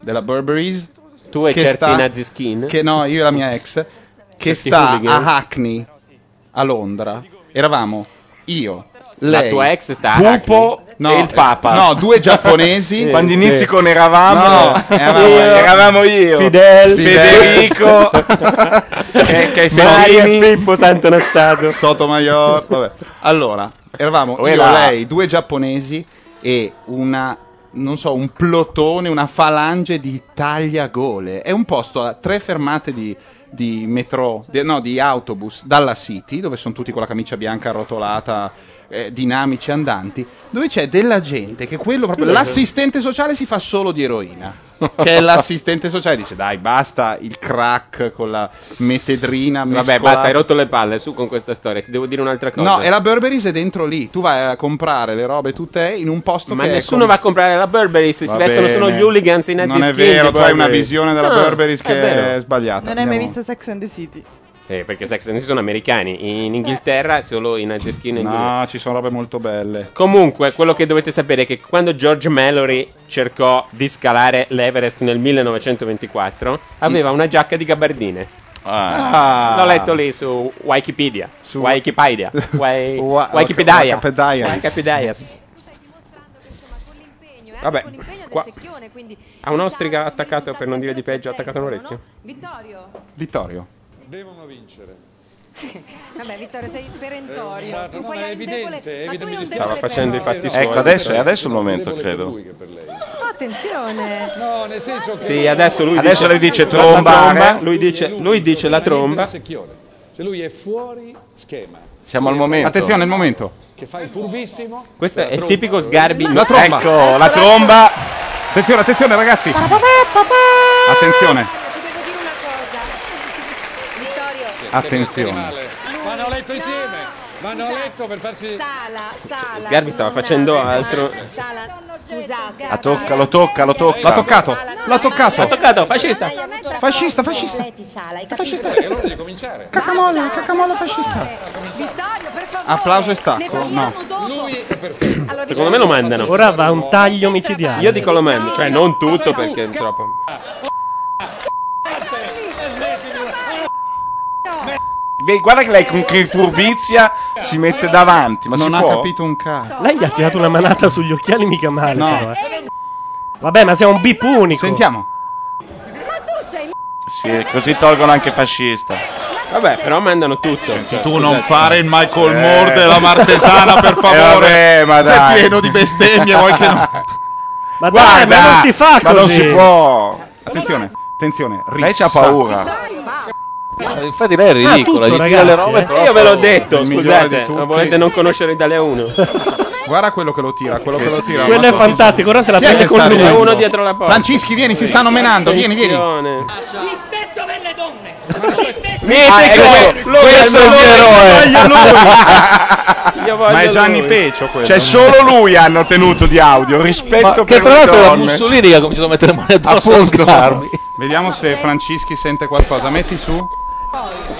S1: della Burberry's.
S3: Tu e
S1: che
S3: certi
S1: sta-
S3: nazi skin?
S1: Che no, io e la mia ex, che
S3: Certi
S1: sta
S3: hooligan?
S1: a Hackney, a Londra. Eravamo io,
S3: La
S1: lei,
S3: tua ex sta a
S1: Pupo
S3: Hackney?
S1: no,
S3: e il Papa.
S1: No, due giapponesi.
S4: Sì, Quando inizi con eravamo,
S1: No, eravamo
S4: io,
S1: io.
S4: eravamo io,
S1: Fidel.
S4: Federico, che, che
S1: Mario
S3: Pippo Sant'Anastasio.
S1: Sotomayor. Vabbè. Allora, eravamo
S4: Oh,
S1: io,
S4: là.
S1: lei, due giapponesi e una. Non so, un plotone, una falange di tagliagole. È un posto a tre fermate di, di metro, di- no, di autobus dalla City, dove sono tutti con la camicia bianca arrotolata, eh, dinamici andanti, dove c'è della gente che quello proprio. L'assistente sociale si fa solo di eroina. Che è l'assistente sociale dice: Dai, basta il crack con la metedrina.
S3: Vabbè,
S1: mescolata."
S3: basta, hai rotto le palle su con questa storia. Ti devo dire un'altra cosa.
S1: No, e la Burberry's è dentro lì. Tu vai a comprare le robe tutte in un posto
S3: Ma
S1: che è
S3: nessuno
S1: com-
S3: va a comprare la Burberry se
S1: Va
S3: si vestono
S1: bene.
S3: solo gli hooligans e i nazi
S1: Non è
S3: skin di
S1: vero, tu hai una
S3: Burberry.
S1: visione della
S3: No, Eh
S1: Burberry's che
S3: vero.
S1: Ah, è sbagliata.
S12: Non hai mai
S1: Andiamo.
S12: visto Sex and the City?
S3: Sì, perché Sex and the City sono americani. In Inghilterra solo i nazi skin e gli hooligans.
S1: No, ci sono robe molto belle.
S3: Comunque, quello che dovete sapere è che quando George Mallory cercò di scalare l'Everest nel 1924, aveva una giacca di gabardine.
S1: Ah.
S3: L'ho letto lì su Wikipedia.
S1: Su-
S3: Wikipedia. Wi-
S1: Wa-
S3: Wikipedia.
S1: Wikipedia.
S3: Wikipedia. Vabbè, qua a un'ostrica attaccata, per non dire di peggio, attaccato all'orecchio.
S15: Vittorio.
S1: Vittorio.
S7: Devono vincere.
S15: Sì. Vabbè, Vittorio, sei perentorio. Tu
S7: No,
S15: poi
S7: ma è
S15: hai un debole.
S7: evidente, è evidente che
S4: Stava facendo i fatti suoi. Ecco, adesso è adesso il momento, credo.
S15: Oh, attenzione.
S7: No, nel senso che...
S3: Sì, adesso lui dice,
S4: lei dice
S3: la- la
S4: tromba,
S3: tromba,
S4: eh?
S3: lui dice, lui dice la tromba.
S7: Cioè lui è fuori schema.
S4: Siamo al momento.
S1: Attenzione, il momento.
S7: Che fa il furbissimo.
S3: Questo è il tipico sgarbi.
S1: La tromba.
S4: Ecco, la tromba.
S1: Attenzione, attenzione, ragazzi. Attenzione.
S15: Vittorio.
S1: Attenzione.
S7: Ma non l'hai PGM.
S5: Vanno a letto per farsi.
S19: Sala, sala.
S3: Sgarbi stava facendo altro.
S19: Sala, scusate.
S4: La tocca, lo tocca, lo tocca.
S1: L'ha toccato, l'ha toccato.
S3: L'ha toccato, fascista.
S1: Fascista, fascista.
S19: Sala, hai
S1: Fascista.
S19: capito?
S5: cominciare.
S1: Cacamolla, cacamolla fascista.
S19: Vittorio, per favore.
S1: Applauso e stacco? No.
S3: Secondo me lo mandano.
S2: Ora va un taglio micidiale.
S3: Io dico lo mando, cioè non tutto perché è troppo.
S4: Beh, guarda che lei con che furbizia si mette davanti, ma
S1: non
S4: si
S1: ha
S4: può?
S1: capito un cazzo.
S2: Lei gli ha tirato una manata sugli occhiali mica male. però, eh. Vabbè, ma sei un bip unico.
S1: Sentiamo.
S4: Sì, così tolgono anche fascista.
S3: Vabbè, però mandano tutto.
S4: tu
S3: non
S4: fare
S22: il Michael
S4: Eh.
S22: Moore della Martesana, per favore.
S4: Eh, vabbè, ma dai. Eh,
S22: Sei pieno di bestemmie, vuoi che no?
S2: Ma
S22: dai, ma non si fa
S4: ma non
S22: così.
S4: si può.
S1: Attenzione, attenzione. Ah,
S4: Lei c'ha paura.
S3: Eh,
S10: Infatti lei è
S3: Ah,
S10: ridicola, gli tira le robe però
S3: Io ve l'ho
S10: fa-
S3: detto,
S1: il migliore di
S3: scusate,
S1: tutti.
S3: ma volete non conoscere Italia 1?
S1: Guarda quello che lo tira, quello che lo tira.
S3: Quello
S1: Ma
S3: è
S1: so-
S3: fantastico, ora se la
S1: Chi è
S3: prende
S1: che
S3: con
S1: sta
S3: lui.
S1: arrivando?
S3: Uno dietro la porta.
S1: Francischi, vieni, si stanno menando, vieni, vieni.
S9: Rispetto per le donne.
S1: Ah,
S9: Rispetto
S1: ecco,
S4: Lui questo è
S1: voglio
S4: lui.
S3: Io voglio
S1: Ma è Gianni
S4: lui.
S1: Pecio quello.
S4: Cioè, solo lui hanno tenuto di audio. Rispetto
S10: Ma
S4: per
S10: che tra
S4: le
S10: l'altro era
S4: donne.
S10: Mussolini che ha cominciato a mettere le mani addosso a
S1: Appunto.
S10: Sgarbi.
S1: Vediamo se Francischi sente qualcosa. Metti su.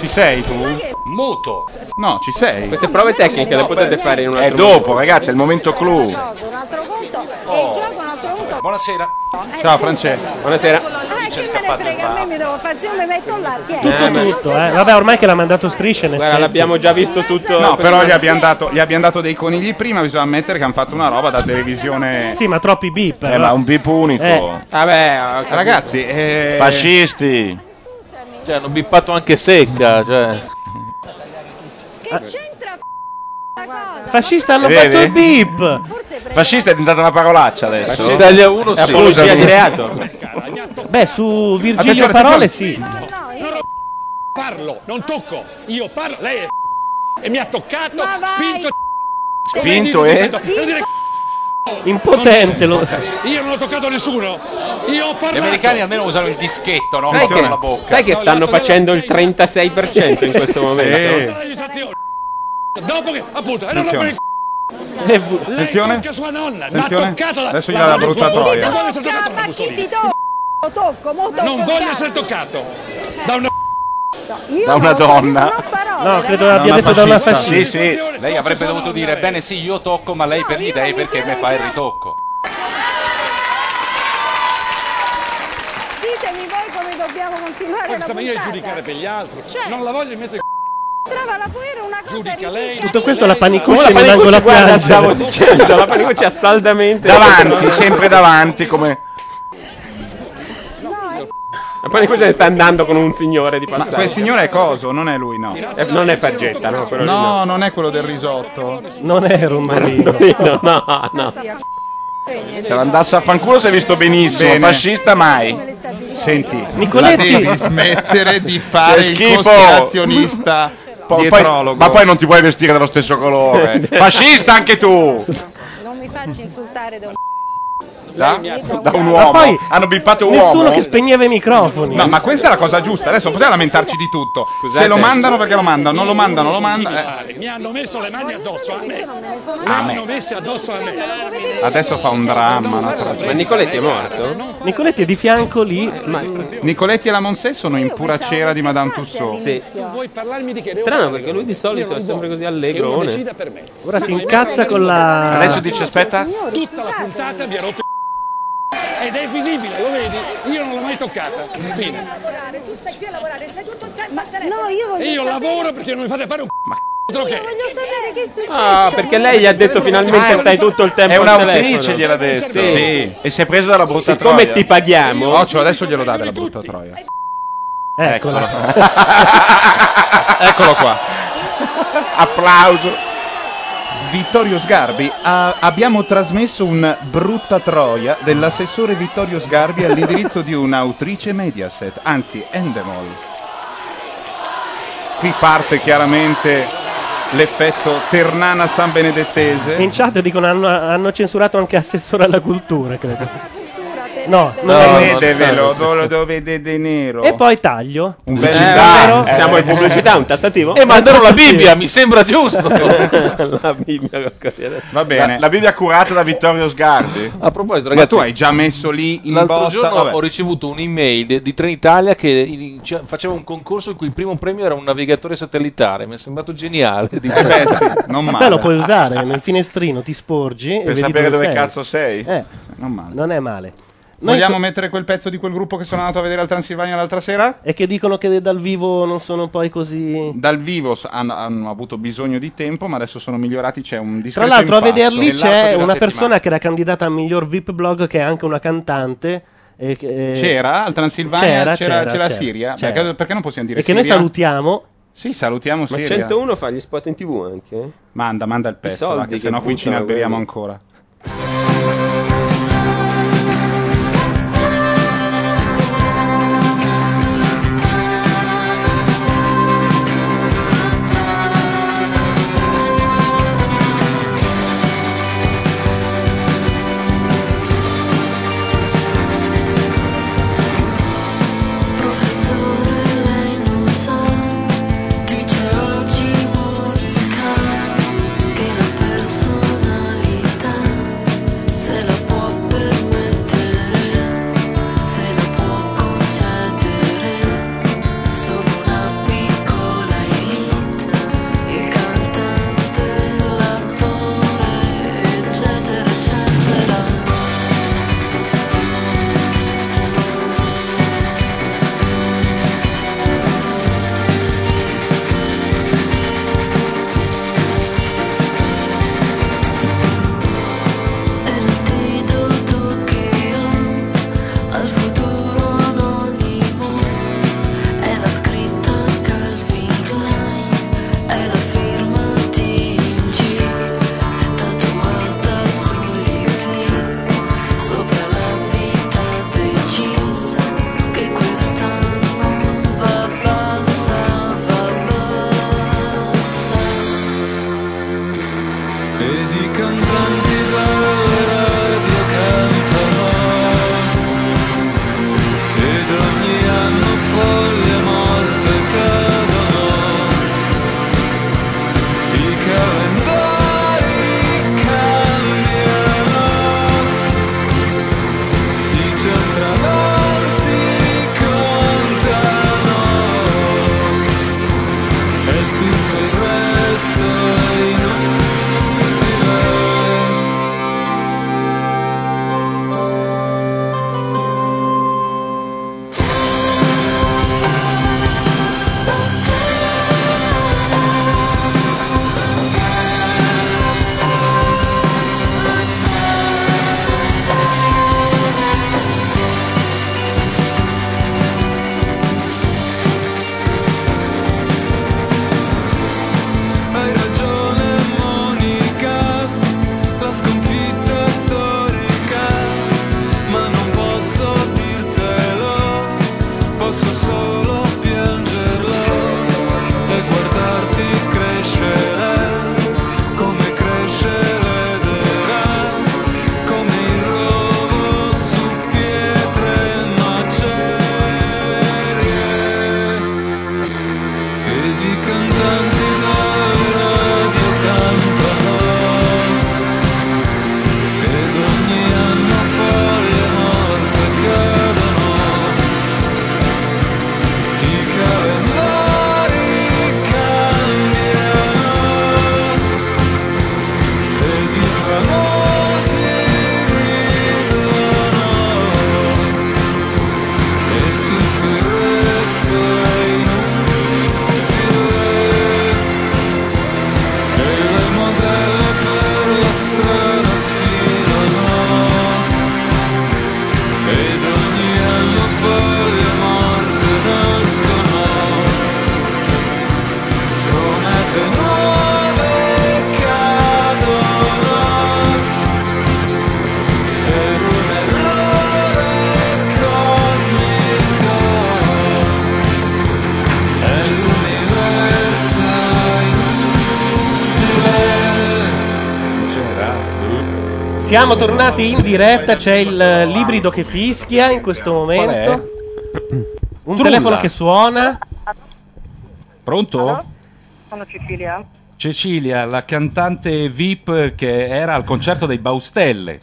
S1: Ci sei tu?
S23: Muto.
S1: No, ci sei.
S3: Queste prove tecniche le potete fare in un
S4: È
S3: altro
S4: dopo, Oh, ragazzi, è il momento clou.
S19: Un altro gusto. E il gioco è un altro gusto.
S23: Buonasera.
S4: Ciao, Francesco.
S3: Buonasera.
S19: Ah, che me ne frega, a me mi devo fare, io mi metto là. tieni.
S2: Tutto, tutto, eh. Vabbè, ormai che l'ha mandato strisce. nel senso.
S3: l'abbiamo già visto tutto.
S1: No, però gli abbiamo, dato, gli abbiamo dato dei conigli prima. Bisogna ammettere che hanno fatto una roba da televisione.
S2: Sì, ma troppi bip.
S4: Eh, ma un bip unico.
S1: Eh.
S3: Vabbè,
S1: Ragazzi, eh...
S10: Fascisti. Cioè, hanno bippato anche secca, cioè.
S1: eh,
S2: Fascista hanno
S4: Eh, Vedi?
S2: fatto il bip.
S4: Fascista è diventata una parolaccia adesso.
S2: Fascista. Italia uno,
S4: È
S2: sì.
S4: apologia
S2: Scusami.
S4: di reato.
S2: Beh, su Virgilio
S4: Attenzione,
S2: Parole
S4: attenzione.
S2: sì.
S5: Parlo, non tocco. Io parlo, lei è e mi ha toccato,
S19: Ma vai,
S5: spinto,
S4: Spinto e?
S5: Devo dire
S2: Impotente lo.
S5: Io non ho toccato nessuno. Io ho parlato.
S10: Gli americani almeno usano il dischetto, no?
S3: Sai
S10: Non
S3: che,
S10: la bocca.
S3: sai che stanno facendo il 36% in questo momento?
S5: Dopo che, appunto, e non rompere il c***o. Lei
S1: Attenzione.
S5: tocca sua nonna, l'ha
S1: Attenzione.
S5: toccata la-
S1: Adesso gli dà la brutta
S5: sua-
S1: troia.
S5: Non voglio essere toccato da
S19: Ma chi
S5: Mussolini.
S19: ti tocco? Lo tocco, mo tocco
S5: Non voglio
S19: Sgarbi.
S5: essere toccato da una
S19: Io
S4: Da una
S19: non so-
S4: donna.
S2: No, credo abbia detto da una fascista.
S4: Sì, sì.
S10: Lei avrebbe dovuto dire, bene sì, io tocco, ma lei per gli dei perché mi fa il ritocco.
S19: Ditemi voi come dobbiamo continuare la
S5: questa maniera di
S19: puntata.
S5: giudicare per gli altri.
S19: Cioè-
S5: Non la voglio in mezzo ai
S19: Trova la puera una cosa
S5: Giudica lei.
S19: ridicola.
S2: Tutto questo è la
S3: Come
S2: panicuccia
S3: la
S2: in un angolo
S3: panicuccia,
S2: a
S3: guarda,
S2: piangere.
S3: stavo dicendo, la panicuccia saldamente...
S4: Davanti, sempre davanti, come...
S3: La panicuccia sta andando con un signore di
S1: Ma
S3: passaggio.
S1: quel signore è coso, non è lui, no.
S3: Eh, non è Fargetta, no? Quello lì
S1: No, non è quello del risotto.
S2: Non è Romarino.
S3: no, no, no.
S4: Se l'andasse a fanculo si è visto benissimo.
S1: Bene.
S4: Fascista mai.
S1: Senti,
S2: Nicoletti.
S1: la devi smettere di
S4: Che
S1: fare il
S4: schifo.
S1: cospirazionista
S4: Po- poi-
S1: dietrologo. Eh.
S4: ma poi non ti puoi vestire dello stesso colore. Fascista anche tu!
S19: Non mi faccio insultare da un
S4: Da, da un
S2: Ma
S4: uomo.
S2: poi
S4: Hanno bippato un
S2: nessuno
S4: uomo.
S2: che spegneva i microfoni.
S1: No, ma questa è la cosa giusta. Adesso possiamo lamentarci di tutto. Se lo mandano perché lo mandano, non lo mandano, lo mandano.
S5: militari. Mi hanno messo le mani addosso a me. Mi
S1: A me.
S5: hanno messe addosso a me.
S1: Adesso fa un dramma. no?
S3: Ma Nicoletti è morto?
S2: Nicoletti è di fianco lì.
S1: Nicoletti e la Monse sono in pura cera di Madame Tussaud.
S5: Tu vuoi parlarmi di che?
S3: Strano perché lui di solito è sempre così
S5: Che uno
S3: allegrone.
S5: decida per me.
S2: Ora si incazza con la.
S4: Adesso dice aspetta.
S5: Tutta la puntata mi ha rotto il ed è visibile, lo vedi? Io non l'ho mai toccata. Fine.
S19: lavorare, tu stai qui a lavorare, sei tutto il tempo al telefono. No, io voglio
S5: E io
S19: sapere-
S5: lavoro perché non mi fate fare un c***o
S19: Io
S5: che.
S19: voglio sapere che è successo.
S3: Ah, perché lei gli ha detto finalmente stai tutto il tempo
S4: È
S3: al
S4: un'autrice,
S3: telefono.
S4: gliel'ha detto.
S3: Sì.
S4: E si è preso dalla brutta
S3: Siccome
S4: troia.
S3: ti paghiamo...
S1: Occhio, adesso glielo dà della brutta troia.
S2: Eccolo.
S1: Eccolo qua.
S4: Applauso.
S1: Vittorio Sgarbi, a- abbiamo trasmesso un brutta troia dell'assessore Vittorio Sgarbi all'indirizzo di un'autrice Mediaset, anzi Endemol. Qui parte chiaramente l'effetto Ternana San Benedettese.
S2: In chat dicono hanno, hanno censurato anche assessore alla cultura, credo.
S19: Cultura,
S2: No, non
S1: No,
S2: è-
S1: vedevelo, dove lo vede de nero.
S2: E poi taglio.
S1: Un
S2: bel
S1: bel
S2: numero.
S3: siamo in pubblicità, un tassativo?
S2: Eh, ma allora la Bibbia, mi
S24: sembra giusto.
S3: la Bibbia.
S24: Va bene. La, la Bibbia curata da Vittorio Sgarbi.
S4: A proposito, ragazzi,
S24: tu hai già messo lì in
S4: L'altro
S24: botta-
S4: giorno
S24: vabbè.
S4: ho ricevuto un'email de- di Trenitalia che in- ci- faceva un concorso in cui il primo premio era un navigatore satellitare. Mi è sembrato geniale.
S1: non
S2: Ma poi lo puoi usare nel finestrino, ti sporgi e
S4: Per
S2: vedi
S4: sapere dove
S2: sei.
S4: cazzo
S24: sei.
S2: Eh,
S1: non male.
S2: Non è male. Noi
S1: Vogliamo
S2: co-
S1: mettere quel pezzo di quel gruppo che sono andato a vedere al Transilvania l'altra sera?
S2: E che dicono che dal vivo non sono poi così.
S1: Dal vivo s- hanno, hanno avuto bisogno di tempo, ma adesso sono migliorati. C'è un
S2: Tra
S1: discreto
S2: l'altro, a
S1: impatto.
S2: vederli
S1: Nell'arco
S2: c'è
S1: della
S2: una
S1: settimana.
S2: persona che era candidata a miglior VIP blog, che è anche una cantante. e che- eh,
S1: C'era al Transilvania, c'era, c'era la Siria.
S2: c'era.
S1: Perché, perché non possiamo dire
S2: E che noi
S1: Siria?
S2: salutiamo.
S1: Sì, salutiamo
S3: Ma
S1: Siria.
S3: 101 fa gli spot in tv anche?
S1: Manda, manda il pezzo,
S3: soldi
S1: va, che
S3: che
S1: sennò qui ci
S3: buttano,
S1: inalberiamo
S3: quelli.
S1: ancora.
S9: Professore, lei non sa, dice oggi Monica, che la personalità
S2: Siamo tornati in diretta, c'è il eh, librido che fischia in questo
S10: è?
S2: momento. Un
S10: Trulla.
S2: telefono che suona.
S10: Pronto?
S19: Sono Cecilia.
S10: Cecilia, la cantante VIP che era al concerto dei Baustelle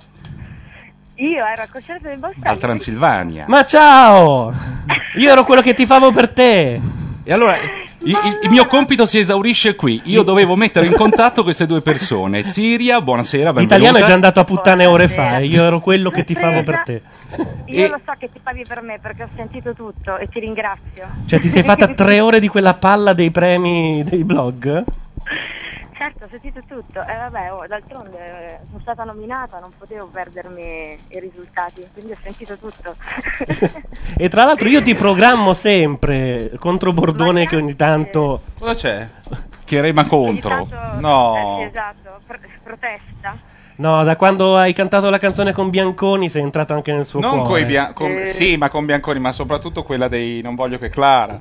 S19: Io ero al concerto del Boston.
S10: al Transilvania.
S2: Ma ciao! Io ero quello che ti favo per te.
S10: E allora i- il, il mio compito si esaurisce qui. Io dovevo mettere in contatto queste due persone. Siria, buonasera, benvenuta.
S2: L'italiano è già andato a puttane ore fa. e Io ero quello che ti favo per te.
S19: Io lo so che ti paghi per me perché ho sentito tutto e ti ringrazio.
S2: Cioè, ti sei fatta tre ore di quella palla dei premi dei blog?
S19: Certo, ho sentito tutto. E vabbè, oh, d'altronde eh, sono stata nominata, non potevo perdermi i risultati, quindi ho sentito tutto.
S2: E tra l'altro io ti programmo sempre contro Bordone che ogni tanto...
S10: Cosa
S2: Eh,
S10: c'è? Che rema contro. No.
S19: esatto, pro- protesta.
S2: No, da quando hai cantato la canzone con Bianconi sei entrato anche nel suo
S1: Non
S2: cuore.
S1: coi bian- con-
S2: Eh.
S1: Sì, ma con Bianconi, ma soprattutto quella dei Non voglio che Clara.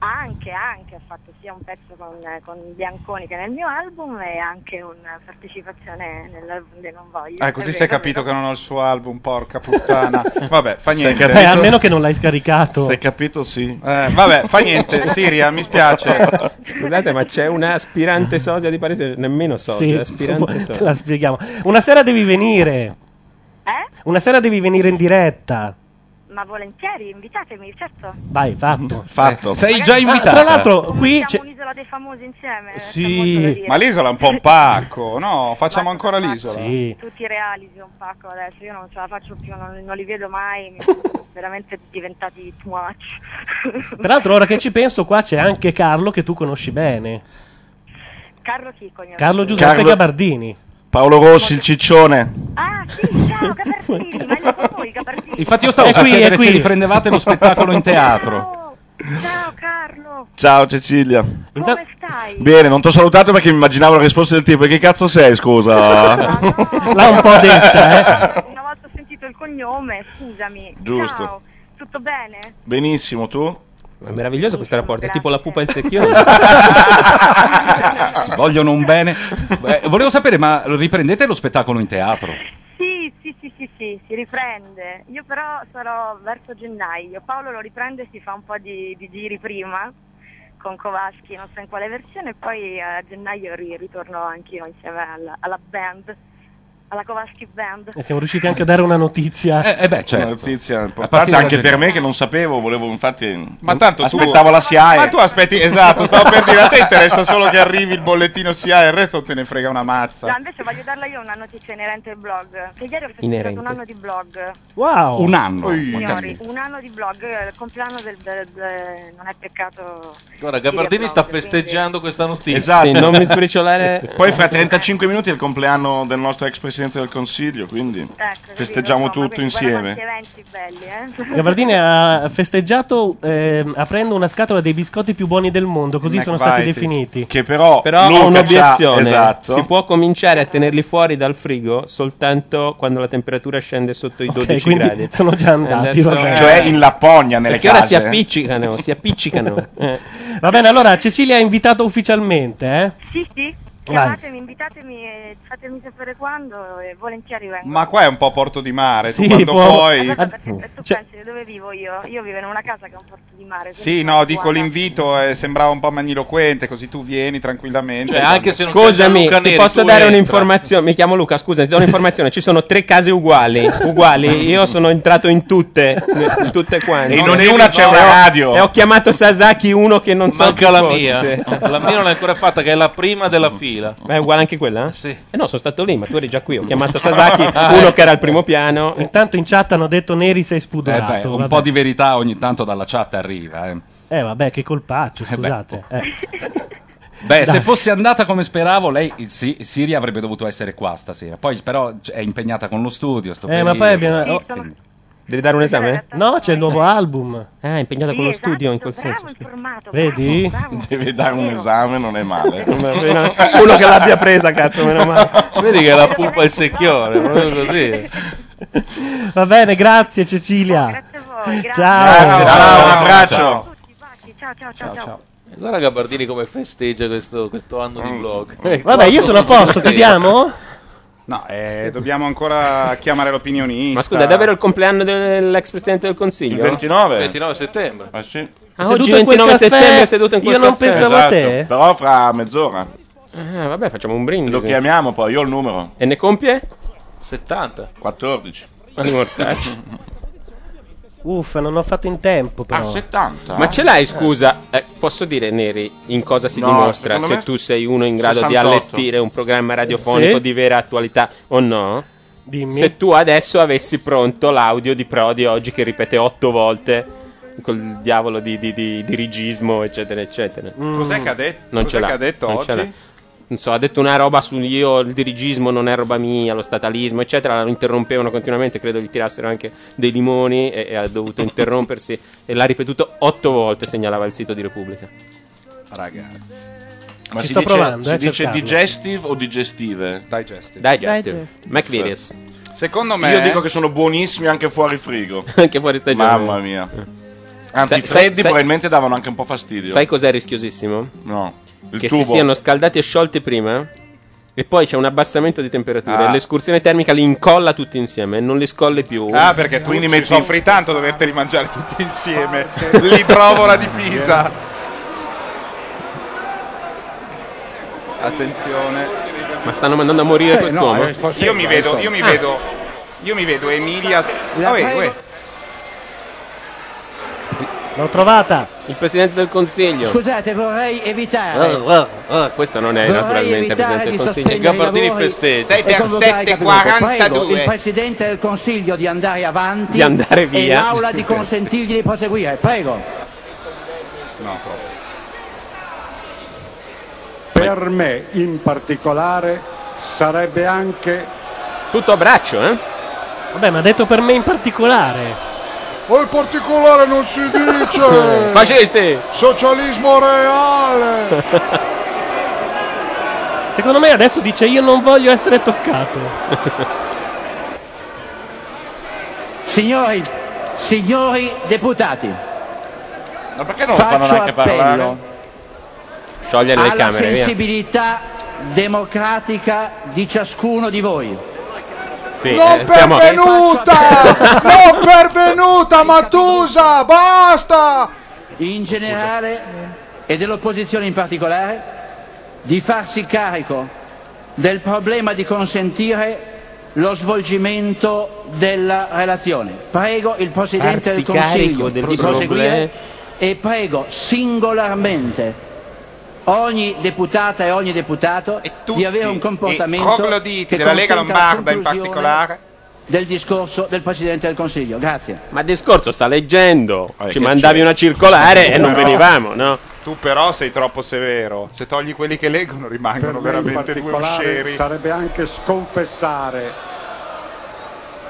S19: Anche, anche, ho fatto sia un pezzo con, con Bianconi che nel mio album e anche una partecipazione nell'album dei Non Voglio.
S1: Ah, così si è capito che non ho il suo album, porca puttana. Vabbè, fa
S2: Sei
S1: niente.
S2: capito? Eh, almeno che non l'hai scaricato.
S1: Sei
S4: capito, sì.
S1: Esatto. Eh, vabbè, fa niente. Siria, mi spiace.
S3: Scusate, ma c'è un'aspirante sosia di Parese? Nemmeno
S2: Sì,
S10: cioè,
S3: sosia, aspirante
S2: te
S3: sosia.
S2: la spieghiamo. Una sera devi venire.
S19: Eh?
S2: Una sera devi venire in diretta.
S19: Ma volentieri, invitatemi, certo.
S2: Vai, fatto.
S10: Fatto. Eh, Sei già
S2: Ah,
S10: invitata.
S2: tra l'altro, qui c'è...
S19: Siamo un'isola dei famosi insieme.
S1: Sì. Ma l'isola è un po' un pacco, no? Facciamo ancora l'isola.
S19: Tutti i reality un pacco adesso, io non ce la faccio più, non, non li vedo mai, mi sono veramente diventati too much.
S2: Tra l'altro, ora che ci penso, qua c'è anche Carlo che tu conosci bene.
S19: Carlo Chico. mio
S2: Carlo
S19: amico.
S2: Giuseppe Gabardini.
S4: Paolo Rossi, il ciccione.
S19: Ah,
S10: Infatti io stavo
S4: È
S10: per
S4: qui, è
S10: chiedere
S4: qui.
S10: se riprendevate lo spettacolo in teatro.
S4: Ciao Cecilia. Bene, non ti ho salutato perché mi immaginavo la risposta del tipo: "E Che cazzo sei, scusa?
S2: L'ha un po' detta,
S4: eh.
S19: Una volta ho sentito il cognome, scusami.
S4: Giusto.
S19: Ciao, tutto bene?
S4: Benissimo, tu?
S3: Ma è meraviglioso questo rapporto, è tipo la pupa e il secchione.
S10: Si vogliono un bene. Beh, volevo sapere, ma riprendete lo spettacolo in teatro?
S19: Sì, sì, sì, sì, sì, si riprende. Io però sarò verso gennaio. Paolo lo riprende e si fa un po' di, di giri prima con Kovaschi, non so in quale versione, e poi a gennaio ri- ritorno anch'io insieme alla, alla band, alla Kovaschi Band.
S2: E siamo riusciti anche a dare una notizia.
S10: Eh, beh, certo.
S4: Una notizia
S10: partire
S4: importante
S10: da
S4: anche per
S10: gennaio.
S4: me che non sapevo, volevo infatti
S1: Ma tanto tu-
S4: aspettavo la SIAE.
S1: Ma tu aspetti, esatto, stavo per dire, a te interessa solo che arrivi il bollettino sia e il resto non te ne frega una
S19: No,
S1: mazza.
S19: invece voglio darla io una notizia inerente al blog, che ieri ho festeggiato
S1: Inerente.
S19: un anno di blog.
S2: Wow.
S1: Un anno.
S19: Signori,
S1: Ma caspita.
S19: un anno di blog, il compleanno del, del- del- non è peccato.
S25: Guarda, Gabardini sta festeggiando questa notizia.
S4: Esatto,
S25: spricciolare.
S4: Poi fra 35 minuti è il compleanno del nostro ex presidente del Consiglio, quindi festeggiamo tutto insieme.
S19: Eventi belli, eh?
S2: Gabardini ha festeggiato ehm, aprendo una scatola dei biscotti più buoni del mondo,
S10: Eh,
S2: così sono stati
S3: McVitie's.
S2: definiti.
S4: Che però,
S3: Però
S4: Luca
S3: ho un'obiezione.
S4: c'ha- esatto.
S3: Si può cominciare a tenerli fuori dal frigo soltanto quando la temperatura scende sotto i 12
S2: quindi
S3: gradi.
S2: sono già andati, va bene.
S4: Cioè in Lapponia, nelle
S3: Perché ora si
S4: case.
S3: appiccicano, si appiccicano. Eh.
S2: Va bene, allora Cecilia è invitata ufficialmente, eh?
S19: Sì, sì.
S2: Vai.
S19: Chiamatemi, invitatemi e fatemi sapere quando e volentieri vengo.
S1: Ma qua è un po' porto di mare, tu
S2: Sì,
S1: quando
S2: può-
S1: poi...
S2: Ad-
S19: Tu
S2: cioè-
S19: pensi dove vivo io? Io vivo in una casa che è un porto di mare.
S1: Sì, no, dico l'invito eh, sembrava un po' magniloquente, così tu vieni tranquillamente.
S25: Cioè, anche se non
S3: Esatto. Scusami,
S25: Luca
S3: ti
S25: Neri,
S3: posso
S25: tu
S3: dare
S25: entra.
S3: un'informazione? Mi chiamo Luca, scusa, ti do un'informazione. Ci sono tre case uguali, uguali. Io sono entrato in tutte, in tutte quante.
S25: E in ognuna c'è una
S3: E ho-
S25: radio.
S3: E ho chiamato Sasaki uno che non so
S25: Manca
S3: chi
S25: la
S3: fosse.
S25: mia. La mia non l'ho ancora fatta, che è la prima della fila.
S3: Ma è uguale anche quella?
S25: Sì.
S3: Eh no, sono stato lì, ma tu eri già qui. Ho chiamato Sasaki, uno che era al primo piano.
S2: Eh. Intanto in chat hanno detto Neri sei
S10: Eh
S2: spudorato.
S10: beh, un
S2: vabbè.
S10: po' di verità ogni tanto dalla chat arriva. eh.
S2: Eh, vabbè, che colpaccio, scusate. Eh.
S10: Beh,
S2: Dai.
S10: se fosse andata come speravo, lei il Si- Siria avrebbe dovuto essere qua stasera. Poi, però, c- è impegnata con lo studio. Sto
S2: Eh, ma poi
S10: periodo.
S2: abbiamo- oh.
S10: Quindi-
S3: Devi dare un esame?
S2: No, c'è il nuovo album.
S3: Ah, è impegnato
S2: con lo studio in quel
S19: senso.
S2: Vedi?
S4: Devi dare un esame, non è male.
S3: Uno che l'abbia presa, cazzo, meno male.
S25: Vedi che la pupa è il secchione, proprio così.
S2: Va bene, grazie Cecilia. Ciao.
S25: Grazie,
S2: Ciao.
S25: ciao, un abbraccio.
S2: Ciao.
S19: ciao, ciao.
S25: Guarda
S4: Mm.
S1: Ecco.
S25: Gabardini come festeggia questo, questo anno di blog.
S2: Vabbè, io sono a posto, ti diamo?
S1: No, eh, dobbiamo ancora chiamare l'opinionista.
S3: Ma scusa, è davvero il compleanno dell'ex presidente del consiglio?
S1: Il 29.
S25: 29 settembre.
S4: Ah, sì.
S3: Ah, oggi 29 settembre è seduto in quel caffè.
S4: Esatto, Però fra mezz'ora.
S3: Ah, vabbè, facciamo un brindisi.
S4: Lo chiamiamo poi, io ho il numero.
S3: E ne compie?
S25: 70.
S4: 14.
S3: Ma di mortacci.
S2: Uffa, non ho fatto in tempo però.
S4: Ah, 70.
S3: Ma ce l'hai, scusa, eh, posso dire, Neri, in cosa si
S4: No,
S3: dimostra
S4: secondo
S3: se
S4: me
S3: tu sei uno in grado di
S4: 68.
S3: allestire un programma radiofonico
S2: Sì.
S3: di vera attualità o no?
S2: Dimmi.
S3: Se tu adesso avessi pronto l'audio di Prodi oggi che ripete otto volte col diavolo di, di, di- di rigismo, eccetera, eccetera.
S1: Cos'è che ha detto?
S3: Non
S1: Cos'è
S3: ce l'ha.
S1: che ha detto
S3: non
S1: oggi?
S3: ce l'ha. Non so, ha detto una roba su io, il dirigismo non è roba mia, lo statalismo, eccetera. Lo interrompevano continuamente, credo gli tirassero anche dei limoni e, e ha dovuto interrompersi. e l'ha ripetuto otto volte, segnalava il sito di Repubblica.
S1: Ragazzi.
S4: Ma
S3: Ci
S4: si
S3: sto
S4: dice,
S3: provando,
S4: si
S3: eh,
S4: dice
S3: cercarlo.
S4: digestive o digestive?
S1: Digestive.
S3: Digestive. Digestive. McVitie's.
S1: Secondo
S3: me-
S4: Io dico che sono buonissimi anche fuori frigo.
S3: Anche fuori stagione.
S4: Mamma mia. Anzi,
S3: Sai-
S4: i freddi
S3: sai-
S4: probabilmente davano anche un po' fastidio.
S3: Sai cos'è rischiosissimo?
S4: No. Il
S3: che
S4: tubo.
S3: si siano scaldati e sciolti prima. eh? E poi c'è un abbassamento di temperatura.
S4: Ah.
S3: E l'escursione termica li incolla tutti insieme e non li scolle più.
S1: Ah, perché tu ci soffri tanto doverteli mangiare tutti insieme. L'idrovora di Pisa. Attenzione.
S3: Ma stanno mandando a morire
S1: Eh,
S3: quest'uomo.
S1: no, eh, forse- Io mi vedo, io mi
S3: Ah.
S1: vedo, io mi vedo Emilia.
S3: La
S1: Ah, uè,
S3: prego-
S1: uè.
S2: L'ho trovata.
S3: Il presidente del consiglio.
S17: Scusate, vorrei evitare.
S3: Ah, ah, ah, questo non è
S17: Vorrei
S3: naturalmente il presidente
S17: evitare di
S3: del consiglio.
S17: sospendere i lavori e convocare i capigruppo. Prego il Presidente del Consiglio di andare avanti
S3: Di andare via. Certo.
S17: e l'Aula di consentirgli di proseguire. Prego.
S1: No, troppo.
S26: Per me in particolare sarebbe anche...
S3: Tutto a braccio, eh?
S2: Vabbè, ma ha detto per me in particolare.
S27: O in particolare non si dice!
S3: Fascisti!
S27: Socialismo reale!
S2: Secondo me adesso dice io non voglio essere toccato.
S17: Signori, signori deputati,
S4: Ma perché non
S17: faccio
S4: lo fanno neanche
S17: appello
S4: parlare?
S3: Sciogliere le
S17: alla
S3: camere, via.
S17: sensibilità democratica di ciascuno di voi.
S3: Sì,
S27: non
S3: eh, stiamo-
S27: pervenuta! non pervenuta, Matusa! Basta!
S17: in generale e dell'opposizione in particolare di farsi carico del problema di consentire lo svolgimento della relazione. Prego il Presidente
S3: Farsi
S17: del Consiglio
S3: carico del
S17: di
S3: problema.
S17: proseguire e prego singolarmente ogni deputata e ogni deputato di avere un
S1: i
S17: comportamento
S1: trogloditi
S17: che
S1: della Lega
S17: consenta la
S1: Lombarda in
S17: conclusione
S1: particolare.
S17: del discorso del Presidente del Consiglio. Grazie.
S3: Ma il discorso sta leggendo. Ci
S1: Eh, che
S3: mandavi
S1: c'è?
S3: una circolare e non
S1: Però-
S3: venivamo, no?
S1: Tu però sei troppo severo. Se togli quelli che leggono rimangono
S26: Per me in
S1: veramente due
S26: particolare
S1: uscieri.
S26: sarebbe anche sconfessare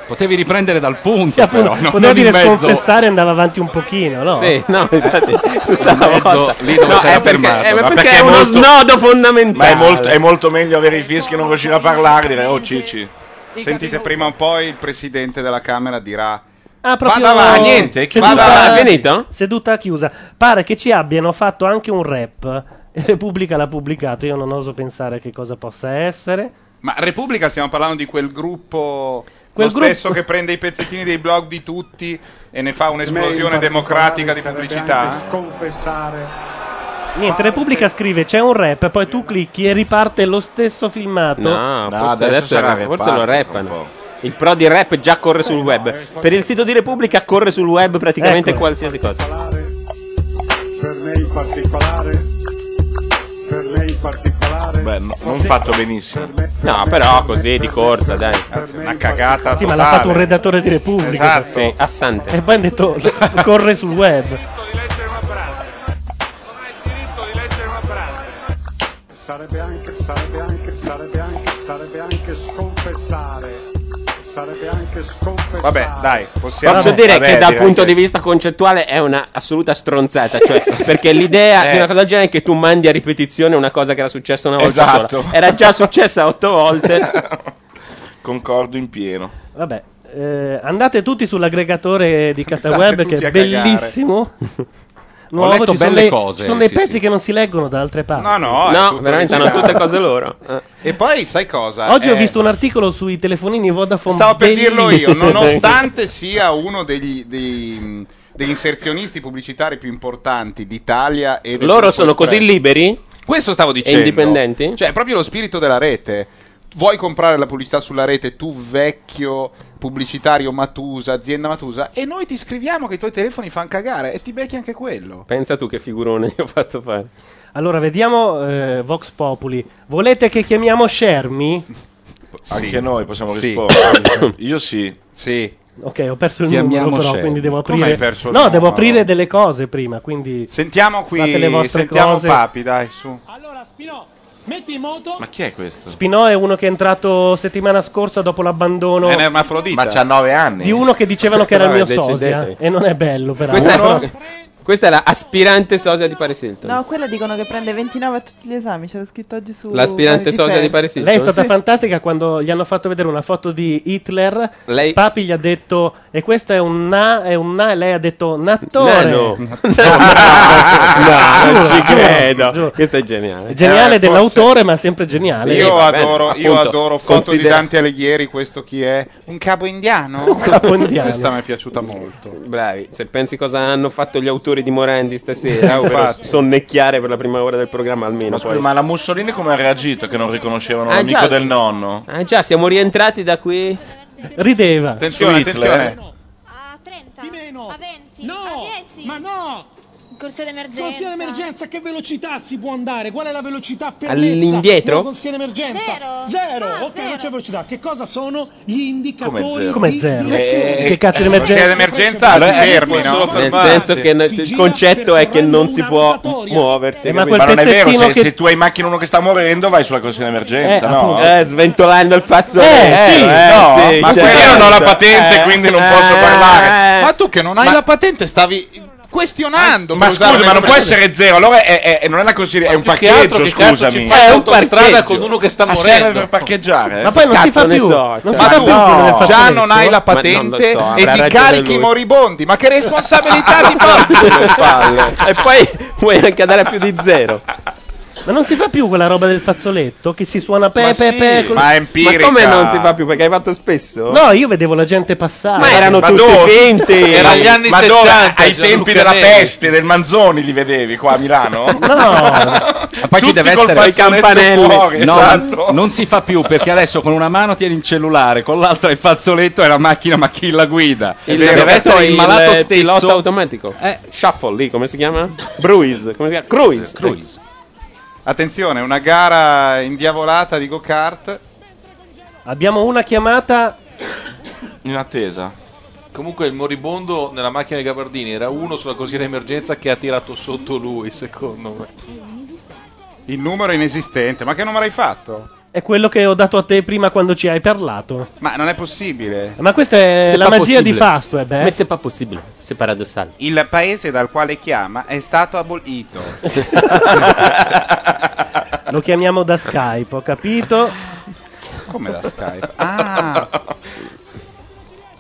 S10: Potevi riprendere dal punto,
S2: Sì, appunto,
S10: però. non-
S2: poteva
S10: non in
S2: dire
S10: mezzo.
S2: sconfessare e andava avanti un pochino, no?
S10: Sì,
S3: no, infatti, tutta
S10: la mezzo volta.
S4: lì dove
S3: No,
S4: si
S3: è perché-
S4: era fermato.
S3: eh, ma
S4: Ma
S3: perché
S4: perché
S3: è
S4: è
S3: uno
S4: molto-
S3: snodo fondamentale.
S4: Ma è molto, è molto meglio avere i fischi che non riuscire a parlare e dire oh Cici.
S1: Sentite, prima o poi il presidente della Camera dirà.
S2: Ah, proprio
S1: Vada avanti, niente,
S2: seduta-
S1: vada avanti. Finito?
S2: Seduta chiusa. Pare che ci abbiano fatto anche un rap. E Repubblica l'ha pubblicato, io non oso pensare che cosa possa essere.
S1: Ma Repubblica stiamo parlando di quel gruppo.
S2: Quel
S1: lo
S2: gruppo-
S1: stesso che prende i pezzettini dei blog di tutti e ne fa
S26: Per me
S1: un'esplosione
S26: in
S1: democratica di
S26: particolare
S1: pubblicità.
S26: sarebbe anche Sconfessare
S2: Niente, Repubblica scrive c'è un rap, poi tu clicchi e riparte lo stesso filmato.
S3: Esatto. No, forse adesso, era- forse lo rappano. Il pro di rap già corre sul web. Per il sito di Repubblica corre sul web praticamente
S26: Ecco.
S3: qualsiasi cosa.
S26: per me in particolare per me in particolare
S4: Beh, no, non fatto benissimo.
S3: No, però così di corsa, dai.
S1: Una cagata
S2: Sì, ma l'ha fatto un redattore di Repubblica.
S1: Esatto.
S3: Sì, assante.
S2: E poi hanno detto corre sul web.
S26: sarebbe anche sarebbe anche sarebbe anche sarebbe anche sconfessare sarebbe anche sconfessare
S1: Vabbè, dai, possiamo.
S3: Posso dire
S1: Vabbè,
S3: che dal
S1: direi
S3: punto
S1: che-
S3: di vista concettuale è una assoluta stronzata, cioè perché l'idea
S1: Eh.
S3: di una cosa del genere è che tu mandi a ripetizione una cosa che era successa una volta
S4: Esatto.
S3: sola. Era già successa otto volte.
S4: Concordo in pieno.
S2: Vabbè, eh, andate tutti sull'aggregatore
S4: Andate
S2: di Cataweb che
S4: tutti
S2: è
S4: a cagare.
S2: bellissimo. nuovo.
S10: letto
S2: ci sono
S10: belle
S2: dei-
S10: cose,
S2: Sono dei
S10: sì,
S2: pezzi che non si leggono da altre parti.
S1: No, no, è tutto originale. E poi sai cosa?
S2: Oggi ho
S1: Eh,
S2: visto un articolo sui telefonini Vodafone.
S1: Stavo per dirlo io,
S2: bellissimo.
S1: nonostante sia uno degli, dei- degli inserzionisti pubblicitari più importanti d'Italia e del
S3: Loro
S1: gruppo
S3: sono così
S1: Espresso.
S3: liberi?
S1: Questo stavo dicendo.
S3: E indipendenti?
S1: Cioè, è proprio lo spirito della rete. Vuoi comprare la pubblicità sulla rete, tu vecchio pubblicitario Matusa, azienda Matusa, e noi ti scriviamo che i tuoi telefoni fanno cagare e ti becchi anche quello.
S3: Pensa tu che figurone gli ho fatto fare.
S2: Allora, vediamo eh, Vox Populi. Volete che chiamiamo Shermi?
S4: Anche noi possiamo rispondere. Io sì.
S1: Sì.
S2: Ok, ho perso il
S4: Chiamiamo
S2: numero però,
S4: Sherry.
S2: quindi devo
S4: Come
S2: aprire.
S4: hai perso il
S2: no, devo
S4: numero?
S2: aprire delle cose prima, quindi
S1: Sentiamo qui,
S2: fate le vostre
S1: sentiamo
S2: cose.
S1: Papi, dai, su.
S11: Metti in moto
S2: Ma
S10: chi è questo?
S2: Spinò è uno che è entrato settimana scorsa dopo l'abbandono
S4: Eh, È un ermafrodita. Ma c'ha nove anni.
S2: di uno che dicevano che era il mio
S3: Vabbè,
S2: sosia
S3: decidete.
S2: e non è bello
S3: Questa è,
S2: peraltro.
S3: questa è la aspirante sosia di Paris Hilton.
S12: No, quella dicono che prende 29 a tutti gli esami, c'era scritto oggi su...
S3: L'aspirante
S12: Vanity
S3: sosia
S12: Fair.
S3: di Paris Hilton.
S2: Lei è stata
S12: Sì.
S2: fantastica quando gli hanno fatto vedere una foto di Hitler.
S3: Lei-
S2: Papi gli ha detto "E questo è un na, è un na" e lei ha detto "Nattore".
S3: No, no.
S2: Giuro,
S3: No, Ah, non ci
S2: giuro,
S3: credo.
S2: giuro.
S3: Questo è geniale.
S2: Geniale
S1: Eh, forse-
S2: dell'autore, ma sempre geniale.
S1: Sì, io,
S2: Eh, vabbè,
S1: adoro, io
S2: appunto,
S1: adoro foto di
S2: considera-
S1: Dante Alighieri, questo chi è? Un capo indiano? Un
S2: capo indiano.
S1: Questa mi è piaciuta molto.
S3: Eh, Bravi, se pensi cosa hanno fatto gli autori di Morandi stasera,
S4: Infatti.
S3: ovvero sonnecchiare per la prima ora del programma almeno.
S4: Ma,
S3: poi.
S4: scusa, ma la Mussolini come ha reagito che non riconoscevano
S3: Ah,
S4: l'amico
S3: già.
S4: del nonno?
S3: Ah già, siamo rientrati da qui.
S2: Rideva.
S4: Attenzione,
S3: Su Hitler. eh.
S4: attenzione.
S11: Di meno! A 20? No! Ma no! Corsia d'emergenza. Corsia d'emergenza, a che velocità si può andare? Qual è la velocità permessa?
S3: All'indietro?
S11: Nella corsia d'emergenza. Zero! ok, non c'è velocità. Che cosa sono gli indicatori
S3: Come zero?
S2: Come
S11: di
S2: zero?
S11: direzione?
S2: Che cazzo di
S1: Eh,
S2: emergenza?
S1: c'è l'emergenza al fermi, no?
S3: eh, Nel senso che n- il concetto è che non si può
S2: Eh,
S3: muoversi.
S4: Eh, ma,
S3: capito?
S4: non è vero, se, se tu hai in macchina uno che sta morendo, vai sulla corsia d'emergenza,
S3: Eh,
S4: no?
S3: appunto. Eh, sventolando il fazzoletto.
S4: Eh, sì, no, ma
S1: certo.
S4: quello io non ho la
S1: Eh,
S4: patente, quindi non posso
S3: Eh,
S4: parlare.
S1: Ma tu che non hai la patente stavi questionando.
S4: Ma
S1: per eh, usare
S4: scusa, ma non può
S1: un'espressione.
S4: essere zero, allora è, è- è- non è la corsia, è un
S1: più che
S4: parcheggio,
S1: altro che cazzo
S4: scusami.
S1: ci fai È un
S4: autostrada
S1: parcheggio.
S4: con uno che sta
S1: Ah,
S4: morendo.
S1: serve per
S4: parcheggiare?
S1: Ma poi non si fa più. Non si
S4: cioè, ma
S1: fa più quello del
S4: no,
S1: già non hai la patente e ti carichi i moribondi. Ma che responsabilità ti porti sulle spalle?
S3: E poi vuoi anche andare a più di zero.
S2: Ma non si fa più quella roba del fazzoletto che si suona pe
S3: Ma
S2: pe
S3: sì,
S2: pe col-
S3: ma è empirica. Ma come non si fa più? Perché hai fatto spesso?
S2: No, io vedevo la gente passare.
S3: Ma erano tutti
S4: dove?
S3: 20.
S4: Ma ma dove? ai tempi della
S3: peste
S4: peste, del Manzoni li vedevi qua a Milano?
S10: Ma poi ci
S4: Tutti
S10: deve
S4: col
S10: essere
S4: fazzoletto fuori,
S10: no,
S4: esatto.
S10: ma non si fa più perché adesso con una mano tieni il cellulare, con l'altra il fazzoletto e la macchina, ma chi la guida?
S3: Il, eh,
S10: Deve essere il malato stesso.
S3: pilota automatico.
S2: Eh.
S3: Shuffle lì, come si chiama? Bruise, come si chiama? Cruise.
S1: Attenzione, una gara indiavolata di go-kart.
S2: Abbiamo una chiamata.
S4: In attesa.
S25: Comunque il moribondo nella macchina di Gabardini era uno sulla corsia d'emergenza che ha tirato sotto lui, secondo me.
S1: Il numero è inesistente, ma che numero hai fatto?
S2: È quello che ho dato a te prima quando ci hai parlato.
S1: Ma non è possibile.
S2: Ma questa è la magia di Fastweb, eh?
S1: è pas possibile, se paradossale. Il paese dal quale chiama è stato abolito.
S2: Lo chiamiamo da Skype, ho capito?
S1: Come da Skype? Ah.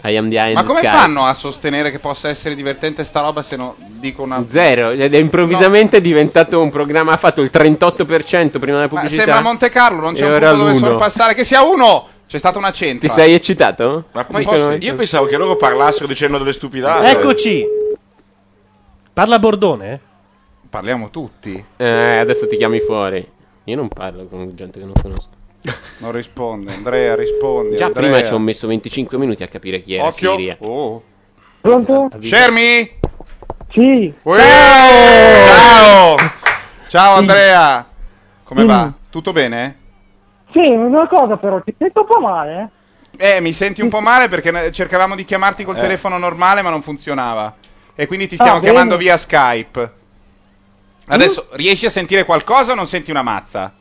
S3: I am the
S1: Ma come fanno a sostenere che possa essere divertente sta roba se no dico una
S3: Zero, ed è improvvisamente diventato un programma. Ha fatto il 38% prima della
S1: Ma
S3: pubblicità.
S1: sembra Monte Carlo, non c'è
S3: E
S1: un
S3: ora
S1: punto dove
S3: l'uno.
S1: sorpassare che sia uno. C'è stata una centra.
S3: Ti sei eccitato?
S4: Ma
S1: poi-
S4: io pensavo che loro parlassero dicendo delle stupidate.
S2: Eccoci. Parla Bordone? eh?
S1: Parliamo tutti.
S3: Eh, adesso ti chiami fuori. Io non parlo con gente che non conosco.
S1: Non risponde, Andrea, rispondi.
S3: Già
S1: Andrea.
S3: prima ci ho messo 25 minuti a capire chi era
S1: Occhio.
S3: Siria.
S1: Oh.
S16: Pronto?
S1: Shermi?
S16: Sì.
S1: Ciao! Ciao! Ciao Andrea. Come va? Tutto bene?
S16: Sì, una cosa però, ti sento un po' male.
S1: Eh, mi senti un po' male perché ne- cercavamo di chiamarti col
S16: Eh.
S1: telefono normale, ma non funzionava. E quindi ti
S16: Ah,
S1: stiamo
S16: bene.
S1: chiamando via
S2: Mm?
S1: Skype. Adesso riesci a sentire qualcosa o non senti una mazza?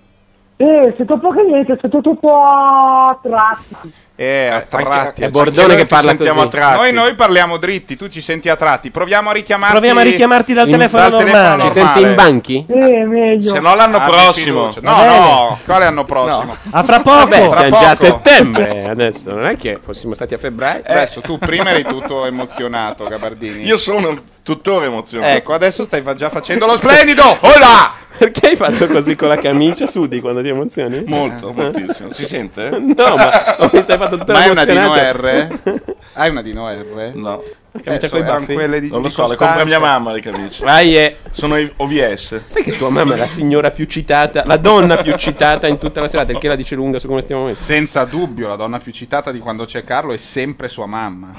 S16: Eh, se dopo che niente, sei tutto a tratti.
S1: Eh, a tratti.
S3: è Bordone che parla
S1: sentiamo
S3: così.
S1: a tratti. Noi, noi parliamo dritti, tu ci senti a tratti. Proviamo a richiamarti.
S2: Proviamo a richiamarti dal telefono normale.
S3: Ci senti in banchi?
S16: Eh, meglio.
S1: no l'anno
S3: prossimo.
S1: No,
S3: Va bene.
S1: no, quale anno prossimo?
S2: A fra
S3: Vabbè,
S1: Fra
S3: siamo già a
S1: poco.
S3: settembre adesso, non è che fossimo stati a febbraio.
S25: Eh.
S1: Adesso tu prima eri tutto emozionato, Gabardini.
S3: Io
S1: sono tuttora emozionato. Ecco, adesso stai fa- già facendo lo
S3: lo
S1: splendido.
S3: Oh là! Perché hai fatto così con la camicia sudi quando ti emozioni?
S4: Molto, moltissimo. Si sente?
S3: No, ma mi sei fatto tutto
S1: Ma hai una Dino
S3: emozionato.
S1: R? Hai una Dino R?
S4: No.
S1: Eh, so, erano quelle di,
S4: non lo
S1: di
S4: so, le
S1: Costanza.
S4: compra mia mamma le camicie.
S3: Vai, eh.
S4: Sono i- OVS.
S3: Sai che tua mamma è la signora più citata, la donna più citata in tutta la serata, il che la dice lunga su come stiamo messi.
S1: Senza dubbio, la donna più citata di quando c'è Carlo è sempre sua mamma.